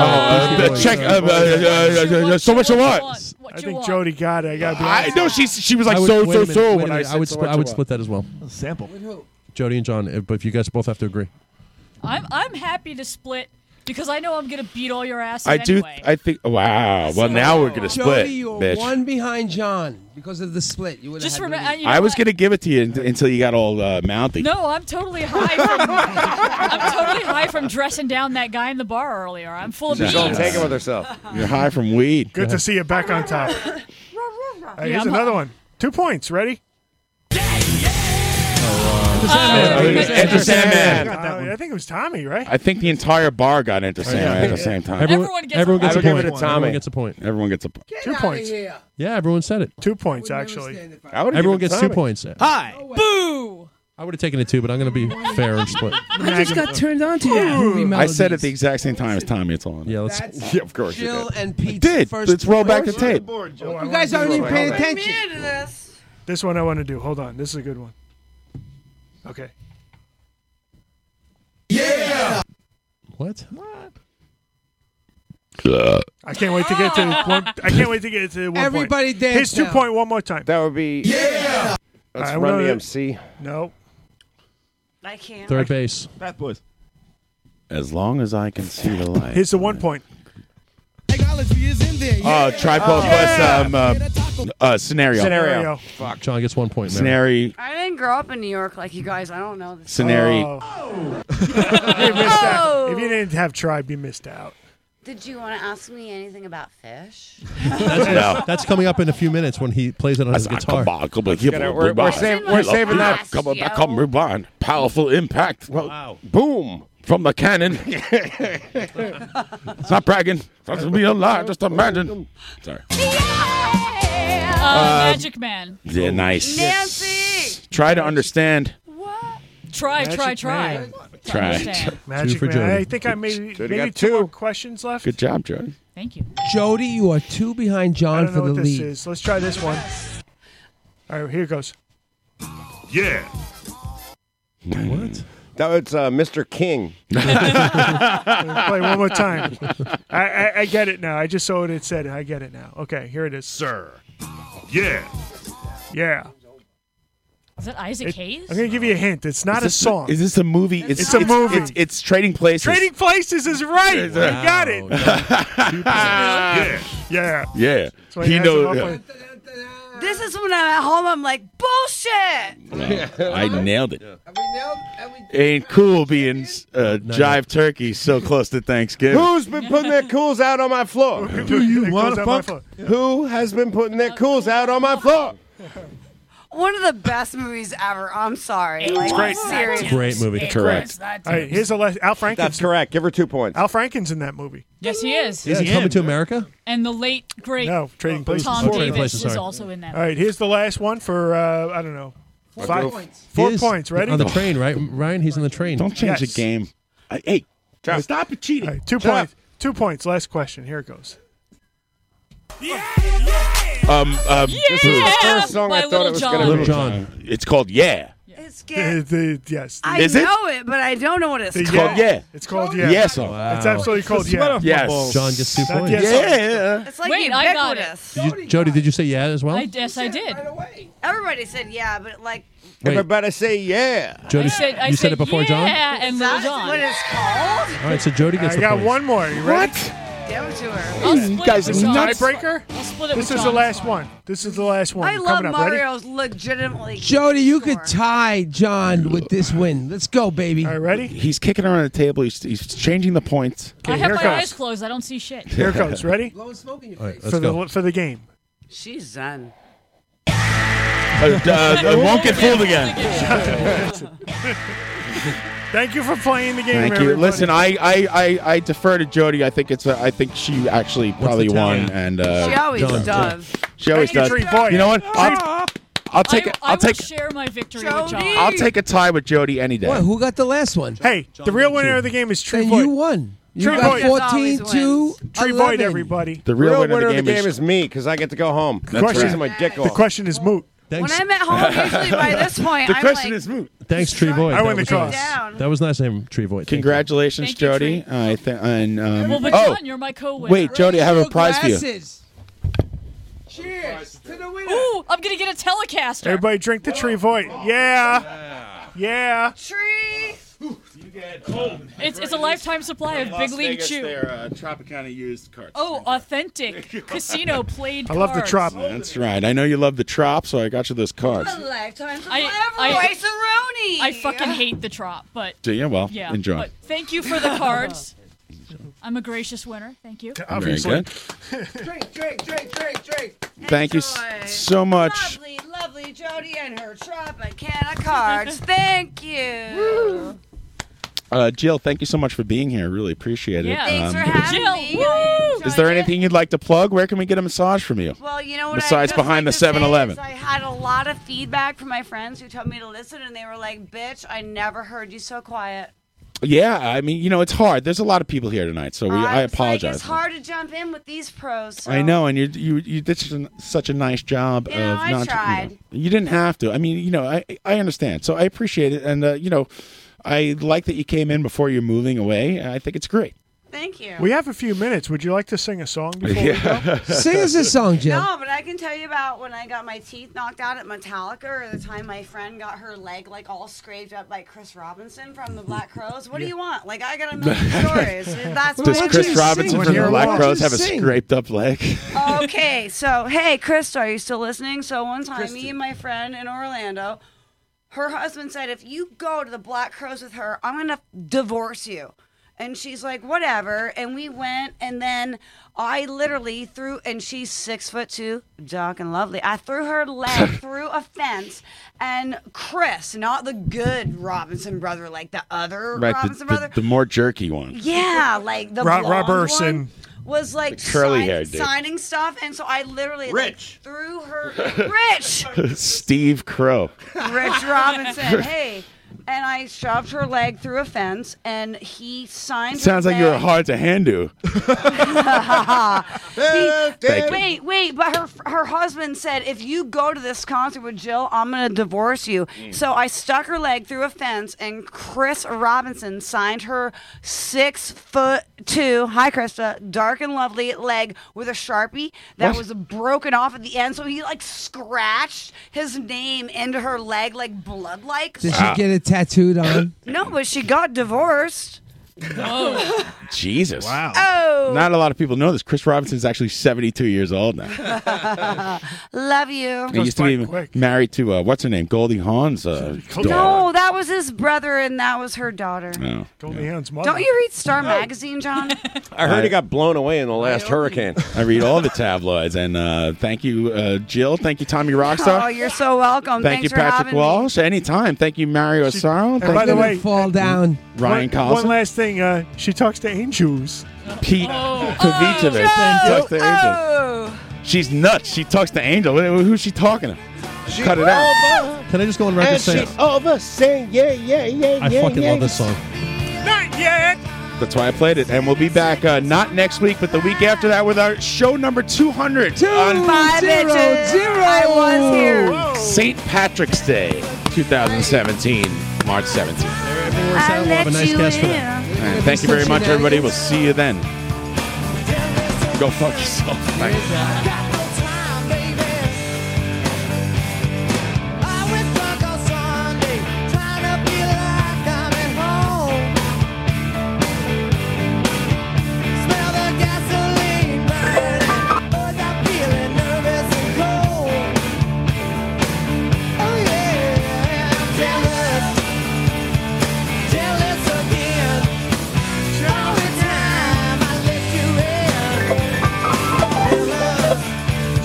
[SPEAKER 1] Oh, uh, check. Uh, uh, uh, uh, uh, so much you want.
[SPEAKER 22] I think Jody got it. I gotta be honest.
[SPEAKER 1] No, she she was like
[SPEAKER 20] I would-
[SPEAKER 1] so
[SPEAKER 20] wait a
[SPEAKER 1] so
[SPEAKER 20] minute,
[SPEAKER 1] so
[SPEAKER 20] wait a
[SPEAKER 1] when I
[SPEAKER 20] minute.
[SPEAKER 1] said
[SPEAKER 20] would
[SPEAKER 1] so
[SPEAKER 20] split,
[SPEAKER 1] much
[SPEAKER 20] I would
[SPEAKER 1] you
[SPEAKER 20] split that as well.
[SPEAKER 6] Sample.
[SPEAKER 20] Jody and John, if- but if you guys both have to agree.
[SPEAKER 17] I'm I'm happy to split because I know I'm gonna beat all your asses.
[SPEAKER 1] I do.
[SPEAKER 17] anyway.
[SPEAKER 1] I think. Wow. Well, now we're gonna split,
[SPEAKER 10] Jody, you were
[SPEAKER 1] bitch.
[SPEAKER 10] one behind John because of the split. You would
[SPEAKER 17] Just
[SPEAKER 10] have had
[SPEAKER 17] remember, you know
[SPEAKER 1] I was
[SPEAKER 17] what?
[SPEAKER 1] gonna give it to you unt- until you got all uh, mouthy.
[SPEAKER 17] No, I'm totally high. From, I'm totally high from dressing down that guy in the bar earlier. I'm full of
[SPEAKER 1] She's gonna
[SPEAKER 17] beans.
[SPEAKER 1] take it with
[SPEAKER 15] herself.
[SPEAKER 1] You're high from weed.
[SPEAKER 22] Good to see you back on top. Hey, here's
[SPEAKER 17] I'm-
[SPEAKER 22] another one. Two points. Ready?
[SPEAKER 1] Uh,
[SPEAKER 20] Oh, uh,
[SPEAKER 1] Enter Sandman.
[SPEAKER 22] Uh, I think it was Tommy, right?
[SPEAKER 1] I think the entire bar got into Sandman at the same time.
[SPEAKER 20] Everyone- Everyone gets a everyone gets a
[SPEAKER 1] I would give
[SPEAKER 20] point.
[SPEAKER 1] it to Tommy.
[SPEAKER 20] Everyone gets a point.
[SPEAKER 1] Everyone gets a point.
[SPEAKER 22] Two points.
[SPEAKER 20] Yeah, everyone said it.
[SPEAKER 22] Two points, actually.
[SPEAKER 20] Everyone gets two points.
[SPEAKER 22] Hi.
[SPEAKER 17] Boo!
[SPEAKER 20] I would have taken it too, but I'm going to be fair and split.
[SPEAKER 7] I just got turned on to that groovy
[SPEAKER 1] I said it
[SPEAKER 7] melodies.
[SPEAKER 1] the exact same time as Tommy. It's all. Yeah,
[SPEAKER 20] let's.
[SPEAKER 1] yeah, of course.
[SPEAKER 10] Jill
[SPEAKER 1] you did.
[SPEAKER 10] and
[SPEAKER 1] I
[SPEAKER 10] Pete's
[SPEAKER 1] did.
[SPEAKER 10] first
[SPEAKER 1] Let's roll back the
[SPEAKER 10] choice.
[SPEAKER 1] tape.
[SPEAKER 22] Oh,
[SPEAKER 10] You guys aren't even paying attention.
[SPEAKER 22] This one I want to do. Hold on. This is a good one. Okay.
[SPEAKER 20] What?
[SPEAKER 22] I can't wait to get to one. I can't wait to get to one
[SPEAKER 10] Everybody
[SPEAKER 22] point.
[SPEAKER 10] dance
[SPEAKER 22] Here's two
[SPEAKER 10] now.
[SPEAKER 22] point one more time.
[SPEAKER 15] That would be. Yeah. Let's
[SPEAKER 22] I
[SPEAKER 15] run
[SPEAKER 22] wanna-
[SPEAKER 15] the MC.
[SPEAKER 22] No.
[SPEAKER 18] I can't.
[SPEAKER 20] Third base.
[SPEAKER 6] Bad boys.
[SPEAKER 1] As long as I can see the light.
[SPEAKER 22] Here's the one point.
[SPEAKER 7] Technology is in there.
[SPEAKER 20] Uh,
[SPEAKER 1] Oh, tripod plus um, uh, uh, scenario.
[SPEAKER 22] Scenario.
[SPEAKER 20] Fuck. John gets one point. Mary.
[SPEAKER 1] Scenario.
[SPEAKER 18] I didn't grow up in New York like you guys. I don't know this.
[SPEAKER 1] Scenario.
[SPEAKER 22] You missed out.
[SPEAKER 18] Oh.
[SPEAKER 22] Oh. If you didn't have tribe, you missed out.
[SPEAKER 18] Did you want to ask me anything about fish?
[SPEAKER 20] That's,
[SPEAKER 1] No.
[SPEAKER 20] that's coming up in a few minutes when he plays it on his guitar.
[SPEAKER 1] Gonna- we're- we're saving- we're saving that. Come on, back on, rewind. Powerful impact. Wow. Boom. From the cannon. it's not bragging. That's gonna be a lie. Just imagine. Sorry.
[SPEAKER 17] Uh,
[SPEAKER 1] Uh,
[SPEAKER 17] Magic Man.
[SPEAKER 1] Yeah, nice.
[SPEAKER 17] Nancy!
[SPEAKER 1] Try to understand.
[SPEAKER 17] Try,
[SPEAKER 22] Magic
[SPEAKER 17] try, try.
[SPEAKER 22] Man.
[SPEAKER 17] To
[SPEAKER 1] Try.
[SPEAKER 17] understand.
[SPEAKER 22] Magic
[SPEAKER 1] for
[SPEAKER 22] man.
[SPEAKER 1] Jody.
[SPEAKER 22] I think I maybe,
[SPEAKER 1] Jody
[SPEAKER 22] maybe
[SPEAKER 1] got
[SPEAKER 22] two, more questions left.
[SPEAKER 1] Good job, Jody.
[SPEAKER 17] Thank you.
[SPEAKER 10] Jody, you are two behind
[SPEAKER 22] I
[SPEAKER 10] John
[SPEAKER 22] don't know
[SPEAKER 10] for the
[SPEAKER 22] what this
[SPEAKER 10] lead.
[SPEAKER 22] is. Let's try this one. All right, here goes. Yeah.
[SPEAKER 20] What?
[SPEAKER 15] That was uh, Mr. King.
[SPEAKER 22] Play one more time. I, I, I get it now. I just saw what it said. I get it now. Okay, here it is. Sir. Yeah. Yeah.
[SPEAKER 17] Is that Isaac Hayes?
[SPEAKER 22] I'm gonna give you a hint. It's not
[SPEAKER 1] Is
[SPEAKER 22] a
[SPEAKER 1] this-
[SPEAKER 22] song.
[SPEAKER 1] Is this a movie?
[SPEAKER 22] It's a movie.
[SPEAKER 1] It's, it's Trading Places.
[SPEAKER 22] Trading Places is right. You
[SPEAKER 1] Wow.
[SPEAKER 22] got it. yeah. Yeah.
[SPEAKER 1] Yeah.
[SPEAKER 22] why
[SPEAKER 1] He
[SPEAKER 22] you
[SPEAKER 1] knows.
[SPEAKER 22] asked him
[SPEAKER 18] This is when I'm at home. I'm like bullshit.
[SPEAKER 1] Wow, I nailed it. Ain't cool being uh, jive turkey so close to Thanksgiving.
[SPEAKER 15] Who's been putting their cools out on my floor?
[SPEAKER 22] Do you want to fuck?
[SPEAKER 15] Who has been putting their cools out on my floor?
[SPEAKER 18] One of the best movies ever. I'm sorry. like,
[SPEAKER 15] great.
[SPEAKER 18] Serious.
[SPEAKER 20] Great movie. Correct.
[SPEAKER 22] All right, here's the last. Al Franken's.
[SPEAKER 15] That's correct. Give her two points.
[SPEAKER 22] Al Franken's in that movie.
[SPEAKER 17] Yes, he is.
[SPEAKER 20] Is he coming to America?
[SPEAKER 17] And the late great
[SPEAKER 22] No, Trading Places.
[SPEAKER 17] Tom
[SPEAKER 22] Trading
[SPEAKER 17] Davis
[SPEAKER 20] Places,
[SPEAKER 17] is
[SPEAKER 20] sorry.
[SPEAKER 17] also in that.
[SPEAKER 22] All right, here's the last one for uh, I don't know.
[SPEAKER 17] Four
[SPEAKER 22] Five-
[SPEAKER 17] points.
[SPEAKER 22] Four
[SPEAKER 20] He is
[SPEAKER 22] points. Ready?
[SPEAKER 20] On the train, right? Ryan, he's on the train.
[SPEAKER 1] Don't change the
[SPEAKER 22] Yes.
[SPEAKER 1] game. I- hey,
[SPEAKER 22] All
[SPEAKER 1] stop it cheating.
[SPEAKER 22] right, two
[SPEAKER 1] Shut
[SPEAKER 22] points. Two points. Last question. Here it goes.
[SPEAKER 1] Um, um,
[SPEAKER 15] This is the first song I thought it was going to be.
[SPEAKER 1] Little John. It's called Yeah.
[SPEAKER 18] It's
[SPEAKER 22] The-
[SPEAKER 18] good.
[SPEAKER 22] the- yes.
[SPEAKER 18] I
[SPEAKER 1] Is it?
[SPEAKER 18] know it? but I don't know what it's
[SPEAKER 22] The
[SPEAKER 1] It's
[SPEAKER 18] called.
[SPEAKER 1] called Yeah.
[SPEAKER 22] It's called yeah.
[SPEAKER 1] Yeah, song.
[SPEAKER 22] It's absolutely called
[SPEAKER 1] The sweat
[SPEAKER 22] yeah.
[SPEAKER 1] off my Yes. balls. John gets two
[SPEAKER 22] Not
[SPEAKER 1] points.
[SPEAKER 22] yes,
[SPEAKER 1] Yeah.
[SPEAKER 18] It's like
[SPEAKER 17] Wait, I got it.
[SPEAKER 18] ubiquitous.
[SPEAKER 20] Did you, Jody, did you say yeah as well?
[SPEAKER 17] I, yes, I did.
[SPEAKER 18] Everybody said yeah, but like
[SPEAKER 20] Wait,
[SPEAKER 15] Everybody say yeah.
[SPEAKER 20] Jody,
[SPEAKER 17] I said, I
[SPEAKER 20] you said it before, John?
[SPEAKER 17] Yeah, and Little
[SPEAKER 18] that's
[SPEAKER 17] John.
[SPEAKER 18] what it's called.
[SPEAKER 20] All right, so Jody gets
[SPEAKER 22] I
[SPEAKER 20] the
[SPEAKER 22] got
[SPEAKER 20] points.
[SPEAKER 22] one more. You ready? What?
[SPEAKER 18] Give it to her.
[SPEAKER 17] I'll split
[SPEAKER 1] guys
[SPEAKER 17] it
[SPEAKER 1] are
[SPEAKER 17] with John.
[SPEAKER 1] nuts.
[SPEAKER 22] Tiebreaker.
[SPEAKER 17] I'll split it
[SPEAKER 22] This
[SPEAKER 17] with
[SPEAKER 22] is the
[SPEAKER 17] John.
[SPEAKER 22] last one. This is the last one.
[SPEAKER 18] I love
[SPEAKER 22] Coming up, ready?
[SPEAKER 18] Mario's legitimately.
[SPEAKER 10] Jody, you could tie John with this win. Let's go, baby.
[SPEAKER 22] All right, ready?
[SPEAKER 1] He's kicking around the table. He's, he's changing the points.
[SPEAKER 17] I
[SPEAKER 22] here
[SPEAKER 17] have my
[SPEAKER 22] it
[SPEAKER 17] eyes
[SPEAKER 22] goes.
[SPEAKER 17] closed. I don't see shit.
[SPEAKER 22] Here it goes. Ready?
[SPEAKER 20] All right, let's
[SPEAKER 22] for
[SPEAKER 20] go.
[SPEAKER 22] the for the game.
[SPEAKER 18] She's zen.
[SPEAKER 1] Uh, d- uh, won't get fooled again.
[SPEAKER 22] Thank you for playing the game.
[SPEAKER 1] Thank you.
[SPEAKER 22] everybody.
[SPEAKER 1] Listen, I, I, I, I defer to Jody. I think it's. Uh, I think she actually probably
[SPEAKER 20] the tally?
[SPEAKER 1] won, and uh,
[SPEAKER 18] She always
[SPEAKER 1] John.
[SPEAKER 18] does.
[SPEAKER 1] She always
[SPEAKER 22] Thank
[SPEAKER 1] does.
[SPEAKER 22] you, Tree Boy.
[SPEAKER 1] You know what?
[SPEAKER 22] Tree-
[SPEAKER 1] I'll, I'll take.
[SPEAKER 17] I,
[SPEAKER 1] it.
[SPEAKER 17] I
[SPEAKER 1] I'll
[SPEAKER 17] will
[SPEAKER 1] take.
[SPEAKER 17] share my victory with
[SPEAKER 18] Jody.
[SPEAKER 17] John.
[SPEAKER 1] I'll take a tie with Jody any day.
[SPEAKER 10] What? Who got the last one?
[SPEAKER 22] Hey, the real winner of the game is Tree
[SPEAKER 10] And
[SPEAKER 22] Boy.
[SPEAKER 10] you won. You
[SPEAKER 22] Tree
[SPEAKER 10] got
[SPEAKER 22] Boy.
[SPEAKER 10] 14
[SPEAKER 18] Always wins.
[SPEAKER 10] to
[SPEAKER 22] Tree
[SPEAKER 10] 11.
[SPEAKER 22] Boyd, everybody.
[SPEAKER 1] The
[SPEAKER 15] The
[SPEAKER 1] real, winner,
[SPEAKER 15] of the game
[SPEAKER 1] is.
[SPEAKER 15] is me because I get to go home.
[SPEAKER 1] That's
[SPEAKER 15] Questions
[SPEAKER 1] right.
[SPEAKER 15] my dick
[SPEAKER 22] The
[SPEAKER 15] off.
[SPEAKER 22] question is moot.
[SPEAKER 18] When
[SPEAKER 20] Thanks,
[SPEAKER 18] I'm at home, usually by this point,
[SPEAKER 1] The
[SPEAKER 18] I'm
[SPEAKER 1] question
[SPEAKER 18] like,
[SPEAKER 1] is moot.
[SPEAKER 20] thanks, Tree Boy.
[SPEAKER 22] I win
[SPEAKER 20] That
[SPEAKER 22] the
[SPEAKER 20] was
[SPEAKER 22] cross.
[SPEAKER 18] Down.
[SPEAKER 20] That was nice, name Tree Boy. Thank you.
[SPEAKER 1] Congratulations,
[SPEAKER 17] Thank you,
[SPEAKER 1] Jody. I think. And um,
[SPEAKER 17] Well, but
[SPEAKER 1] oh,
[SPEAKER 17] John, you're my co-winner.
[SPEAKER 1] wait, Jody, I have a prize for you.
[SPEAKER 10] Cheers to the winner.
[SPEAKER 17] Ooh, I'm gonna get a Telecaster.
[SPEAKER 22] Everybody drink the Tree Void. Yeah. Yeah.
[SPEAKER 18] tree.
[SPEAKER 17] It's, it's a lifetime supply of
[SPEAKER 1] Las
[SPEAKER 17] Big League
[SPEAKER 1] Vegas,
[SPEAKER 17] Chew.
[SPEAKER 1] They're uh, Tropicana used carts.
[SPEAKER 17] Oh, authentic casino played.
[SPEAKER 1] I love the
[SPEAKER 17] cards.
[SPEAKER 1] trop. That's right. I know you love the trop, so I got you those cards.
[SPEAKER 18] A lifetime supply
[SPEAKER 17] I,
[SPEAKER 18] of
[SPEAKER 17] I,
[SPEAKER 18] Royce Aroni.
[SPEAKER 17] I fucking hate the trop, but
[SPEAKER 1] Do you? Well,
[SPEAKER 17] yeah.
[SPEAKER 1] enjoy.
[SPEAKER 17] But thank you for the cards. I'm a gracious winner. Thank you.
[SPEAKER 1] Very good.
[SPEAKER 18] drink, drink, drink, drink, drink.
[SPEAKER 1] Thank you s- so much.
[SPEAKER 18] Lovely, lovely Jody and her Tropicana cards. Thank you.
[SPEAKER 1] Uh, Jill, thank you so much for being here. Really appreciate it.
[SPEAKER 18] Yeah. Thanks for
[SPEAKER 1] Um,
[SPEAKER 18] having
[SPEAKER 17] Jill,
[SPEAKER 18] me.
[SPEAKER 1] Is there anything you'd like to plug? Where can we get a massage from you?
[SPEAKER 18] Well, you know what?
[SPEAKER 1] Besides
[SPEAKER 18] I just
[SPEAKER 1] behind
[SPEAKER 18] like to
[SPEAKER 1] the
[SPEAKER 18] say is
[SPEAKER 1] 7-Eleven.
[SPEAKER 18] I had a lot of feedback from my friends who told me to listen, and they were like, "Bitch, I never heard you so quiet."
[SPEAKER 1] Yeah, I mean, you know, it's hard. There's a lot of people here tonight, so we, I
[SPEAKER 18] was like, it's
[SPEAKER 1] apologize.
[SPEAKER 18] hard to jump in with these pros. so-
[SPEAKER 1] I know, and you you you did such a, such a nice job
[SPEAKER 18] You know,
[SPEAKER 1] of
[SPEAKER 18] I
[SPEAKER 1] not. You,
[SPEAKER 18] tried.
[SPEAKER 1] know, you didn't have to. I mean, you know, I I understand. So I appreciate it, and uh, you know, I like that you came in before you're moving away. I think it's great.
[SPEAKER 18] Thank you.
[SPEAKER 22] We have a few minutes. Would you like to sing a song before we go?
[SPEAKER 10] Sing us a song,
[SPEAKER 18] No, but I can tell you about when I got my teeth knocked out at Metallica, or the time my friend got her leg like all scraped up by Chris Robinson from the Black Crows. What do you want? Like I got a million stories. That's
[SPEAKER 1] Does
[SPEAKER 18] what
[SPEAKER 1] Chris Robinson from the Black Crows have a
[SPEAKER 18] scrape?
[SPEAKER 1] scraped up leg?
[SPEAKER 18] okay, so hey, Chris, are you still listening? So one time, me and my friend in Orlando, her husband said, "If you go to the Black Crows with her, I'm gonna divorce you." And she's like, "Whatever." And we went, and then I literally threw, and she's six foot two, dark and lovely. I threw her leg through a fence, and Chris, not the good Robinson brother, like the other
[SPEAKER 1] Right, the,
[SPEAKER 18] Robinson
[SPEAKER 1] the,
[SPEAKER 18] brother,
[SPEAKER 1] the more jerky one.
[SPEAKER 18] yeah, like the
[SPEAKER 1] Rob-
[SPEAKER 18] Rob,
[SPEAKER 1] Rob Erson.
[SPEAKER 18] was like
[SPEAKER 1] curly
[SPEAKER 18] sign-
[SPEAKER 1] hair dude.
[SPEAKER 18] signing stuff, and so I literally rich like, threw her rich
[SPEAKER 1] Steve Crow.
[SPEAKER 18] Rich Robinson. Hey. And I shoved her leg through a fence, and he signed.
[SPEAKER 1] Sounds
[SPEAKER 18] her
[SPEAKER 1] like you were
[SPEAKER 18] leg-
[SPEAKER 1] hard to handle.
[SPEAKER 18] He-
[SPEAKER 1] Thank you.
[SPEAKER 18] wait, wait! But her her husband said, "If you go to this concert with Jill, I'm gonna divorce you."
[SPEAKER 10] Hmm.
[SPEAKER 18] So I stuck her leg through a fence, and Chris Robinson signed her six foot two, hi Krista, dark and lovely leg with a sharpie that
[SPEAKER 1] What?
[SPEAKER 18] was broken off at the end. So he like scratched his name into her leg, like blood like.
[SPEAKER 10] Did she get it tattooed on?
[SPEAKER 18] No, but she got divorced.
[SPEAKER 1] Jesus. Wow.
[SPEAKER 18] Oh.
[SPEAKER 1] Not a lot of people know this. Chris Robinson's actually 72 years old now.
[SPEAKER 18] Love you.
[SPEAKER 1] He used to be married to uh, what's her name, Goldie Hawn's uh, daughter.
[SPEAKER 18] No, that was his brother, and that was her daughter.
[SPEAKER 1] No.
[SPEAKER 22] Goldie Hawn's mother.
[SPEAKER 18] Don't you read Star Magazine, John?
[SPEAKER 15] I heard he got blown away in the last hurricane.
[SPEAKER 1] I read all the tabloids, and uh, thank you, uh, Jill. Thank you, Tommy Rockstar.
[SPEAKER 18] oh, you're so welcome.
[SPEAKER 1] thank
[SPEAKER 18] Thanks
[SPEAKER 1] you,
[SPEAKER 18] for
[SPEAKER 1] Patrick
[SPEAKER 18] having
[SPEAKER 1] Walsh. Anytime. Thank you, Mario Asaro.
[SPEAKER 22] And by the way,
[SPEAKER 10] fall down.
[SPEAKER 1] Ryan
[SPEAKER 22] one,
[SPEAKER 1] Collison.
[SPEAKER 22] One last thing. Uh, she talks to angels.
[SPEAKER 1] Pete
[SPEAKER 22] Oh.
[SPEAKER 1] Kovicevic
[SPEAKER 22] Oh,
[SPEAKER 1] talks to Angel. She's nuts. She talks to Angel. Who- Who's she talking to?
[SPEAKER 5] She
[SPEAKER 1] Cut it out.
[SPEAKER 5] over,
[SPEAKER 20] Can I just go on record
[SPEAKER 5] And
[SPEAKER 1] saying-
[SPEAKER 5] she's over saying, yeah, yeah, yeah,
[SPEAKER 20] I
[SPEAKER 5] yeah.
[SPEAKER 20] fucking
[SPEAKER 5] yeah.
[SPEAKER 20] love this song.
[SPEAKER 22] Not yet.
[SPEAKER 1] That's why I played it. And we'll be back uh, not next week, but the week after that with our show number 200 on
[SPEAKER 18] Bye,
[SPEAKER 10] Zero,
[SPEAKER 18] bitches.
[SPEAKER 10] zero.
[SPEAKER 18] I was here.
[SPEAKER 1] St. Patrick's Day, 2017, March 17th.
[SPEAKER 18] I
[SPEAKER 20] We'll have a
[SPEAKER 18] let
[SPEAKER 20] nice
[SPEAKER 18] you
[SPEAKER 20] guest for
[SPEAKER 18] in.
[SPEAKER 20] that.
[SPEAKER 1] And thank you very much, everybody. We'll see you then. Go fuck yourself. Bye.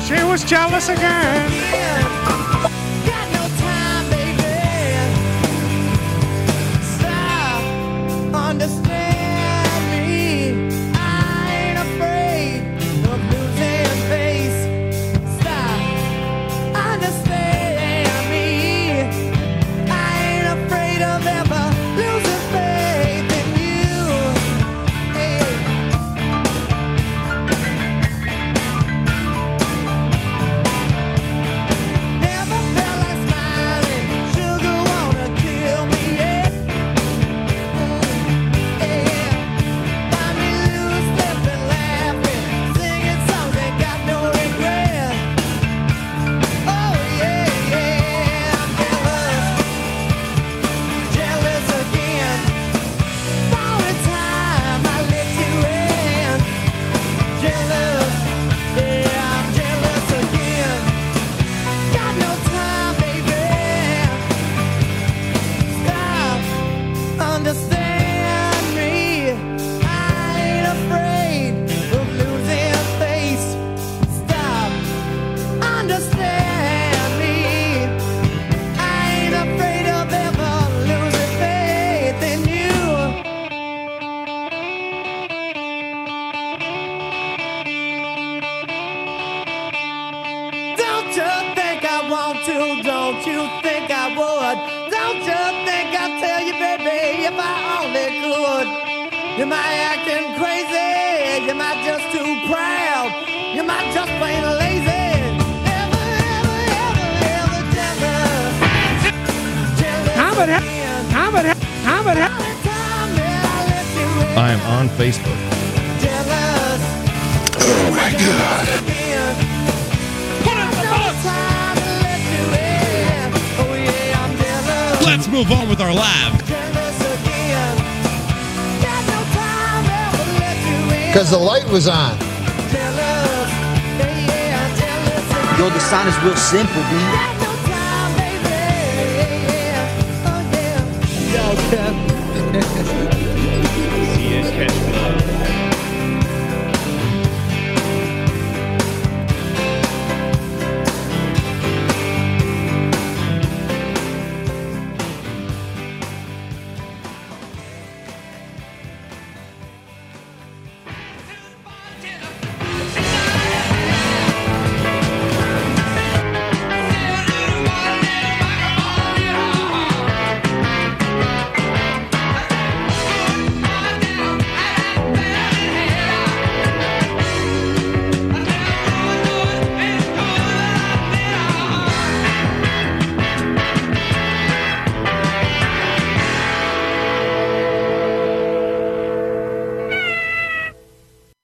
[SPEAKER 22] She was jealous again.
[SPEAKER 9] Understand me, I ain't afraid of losing face. Stop, understand me, I ain't afraid of ever losing faith in you. Hey. Never
[SPEAKER 5] Oh, think I would? Don't you think I'd tell you, baby, if I only could? Am I acting crazy? Am I just too proud? Am I just plain lazy? Ever, ever, ever, ever jealous. Jealous
[SPEAKER 35] How about that?
[SPEAKER 5] again.
[SPEAKER 35] How about that? How about that?
[SPEAKER 15] I am on Facebook.
[SPEAKER 5] Jealous. Oh my God. Put up the
[SPEAKER 15] Let's move on with our live.
[SPEAKER 36] Because the light was on.
[SPEAKER 6] Yo, the sign is real simple, B.
[SPEAKER 5] Yo, Kev.
[SPEAKER 15] Catch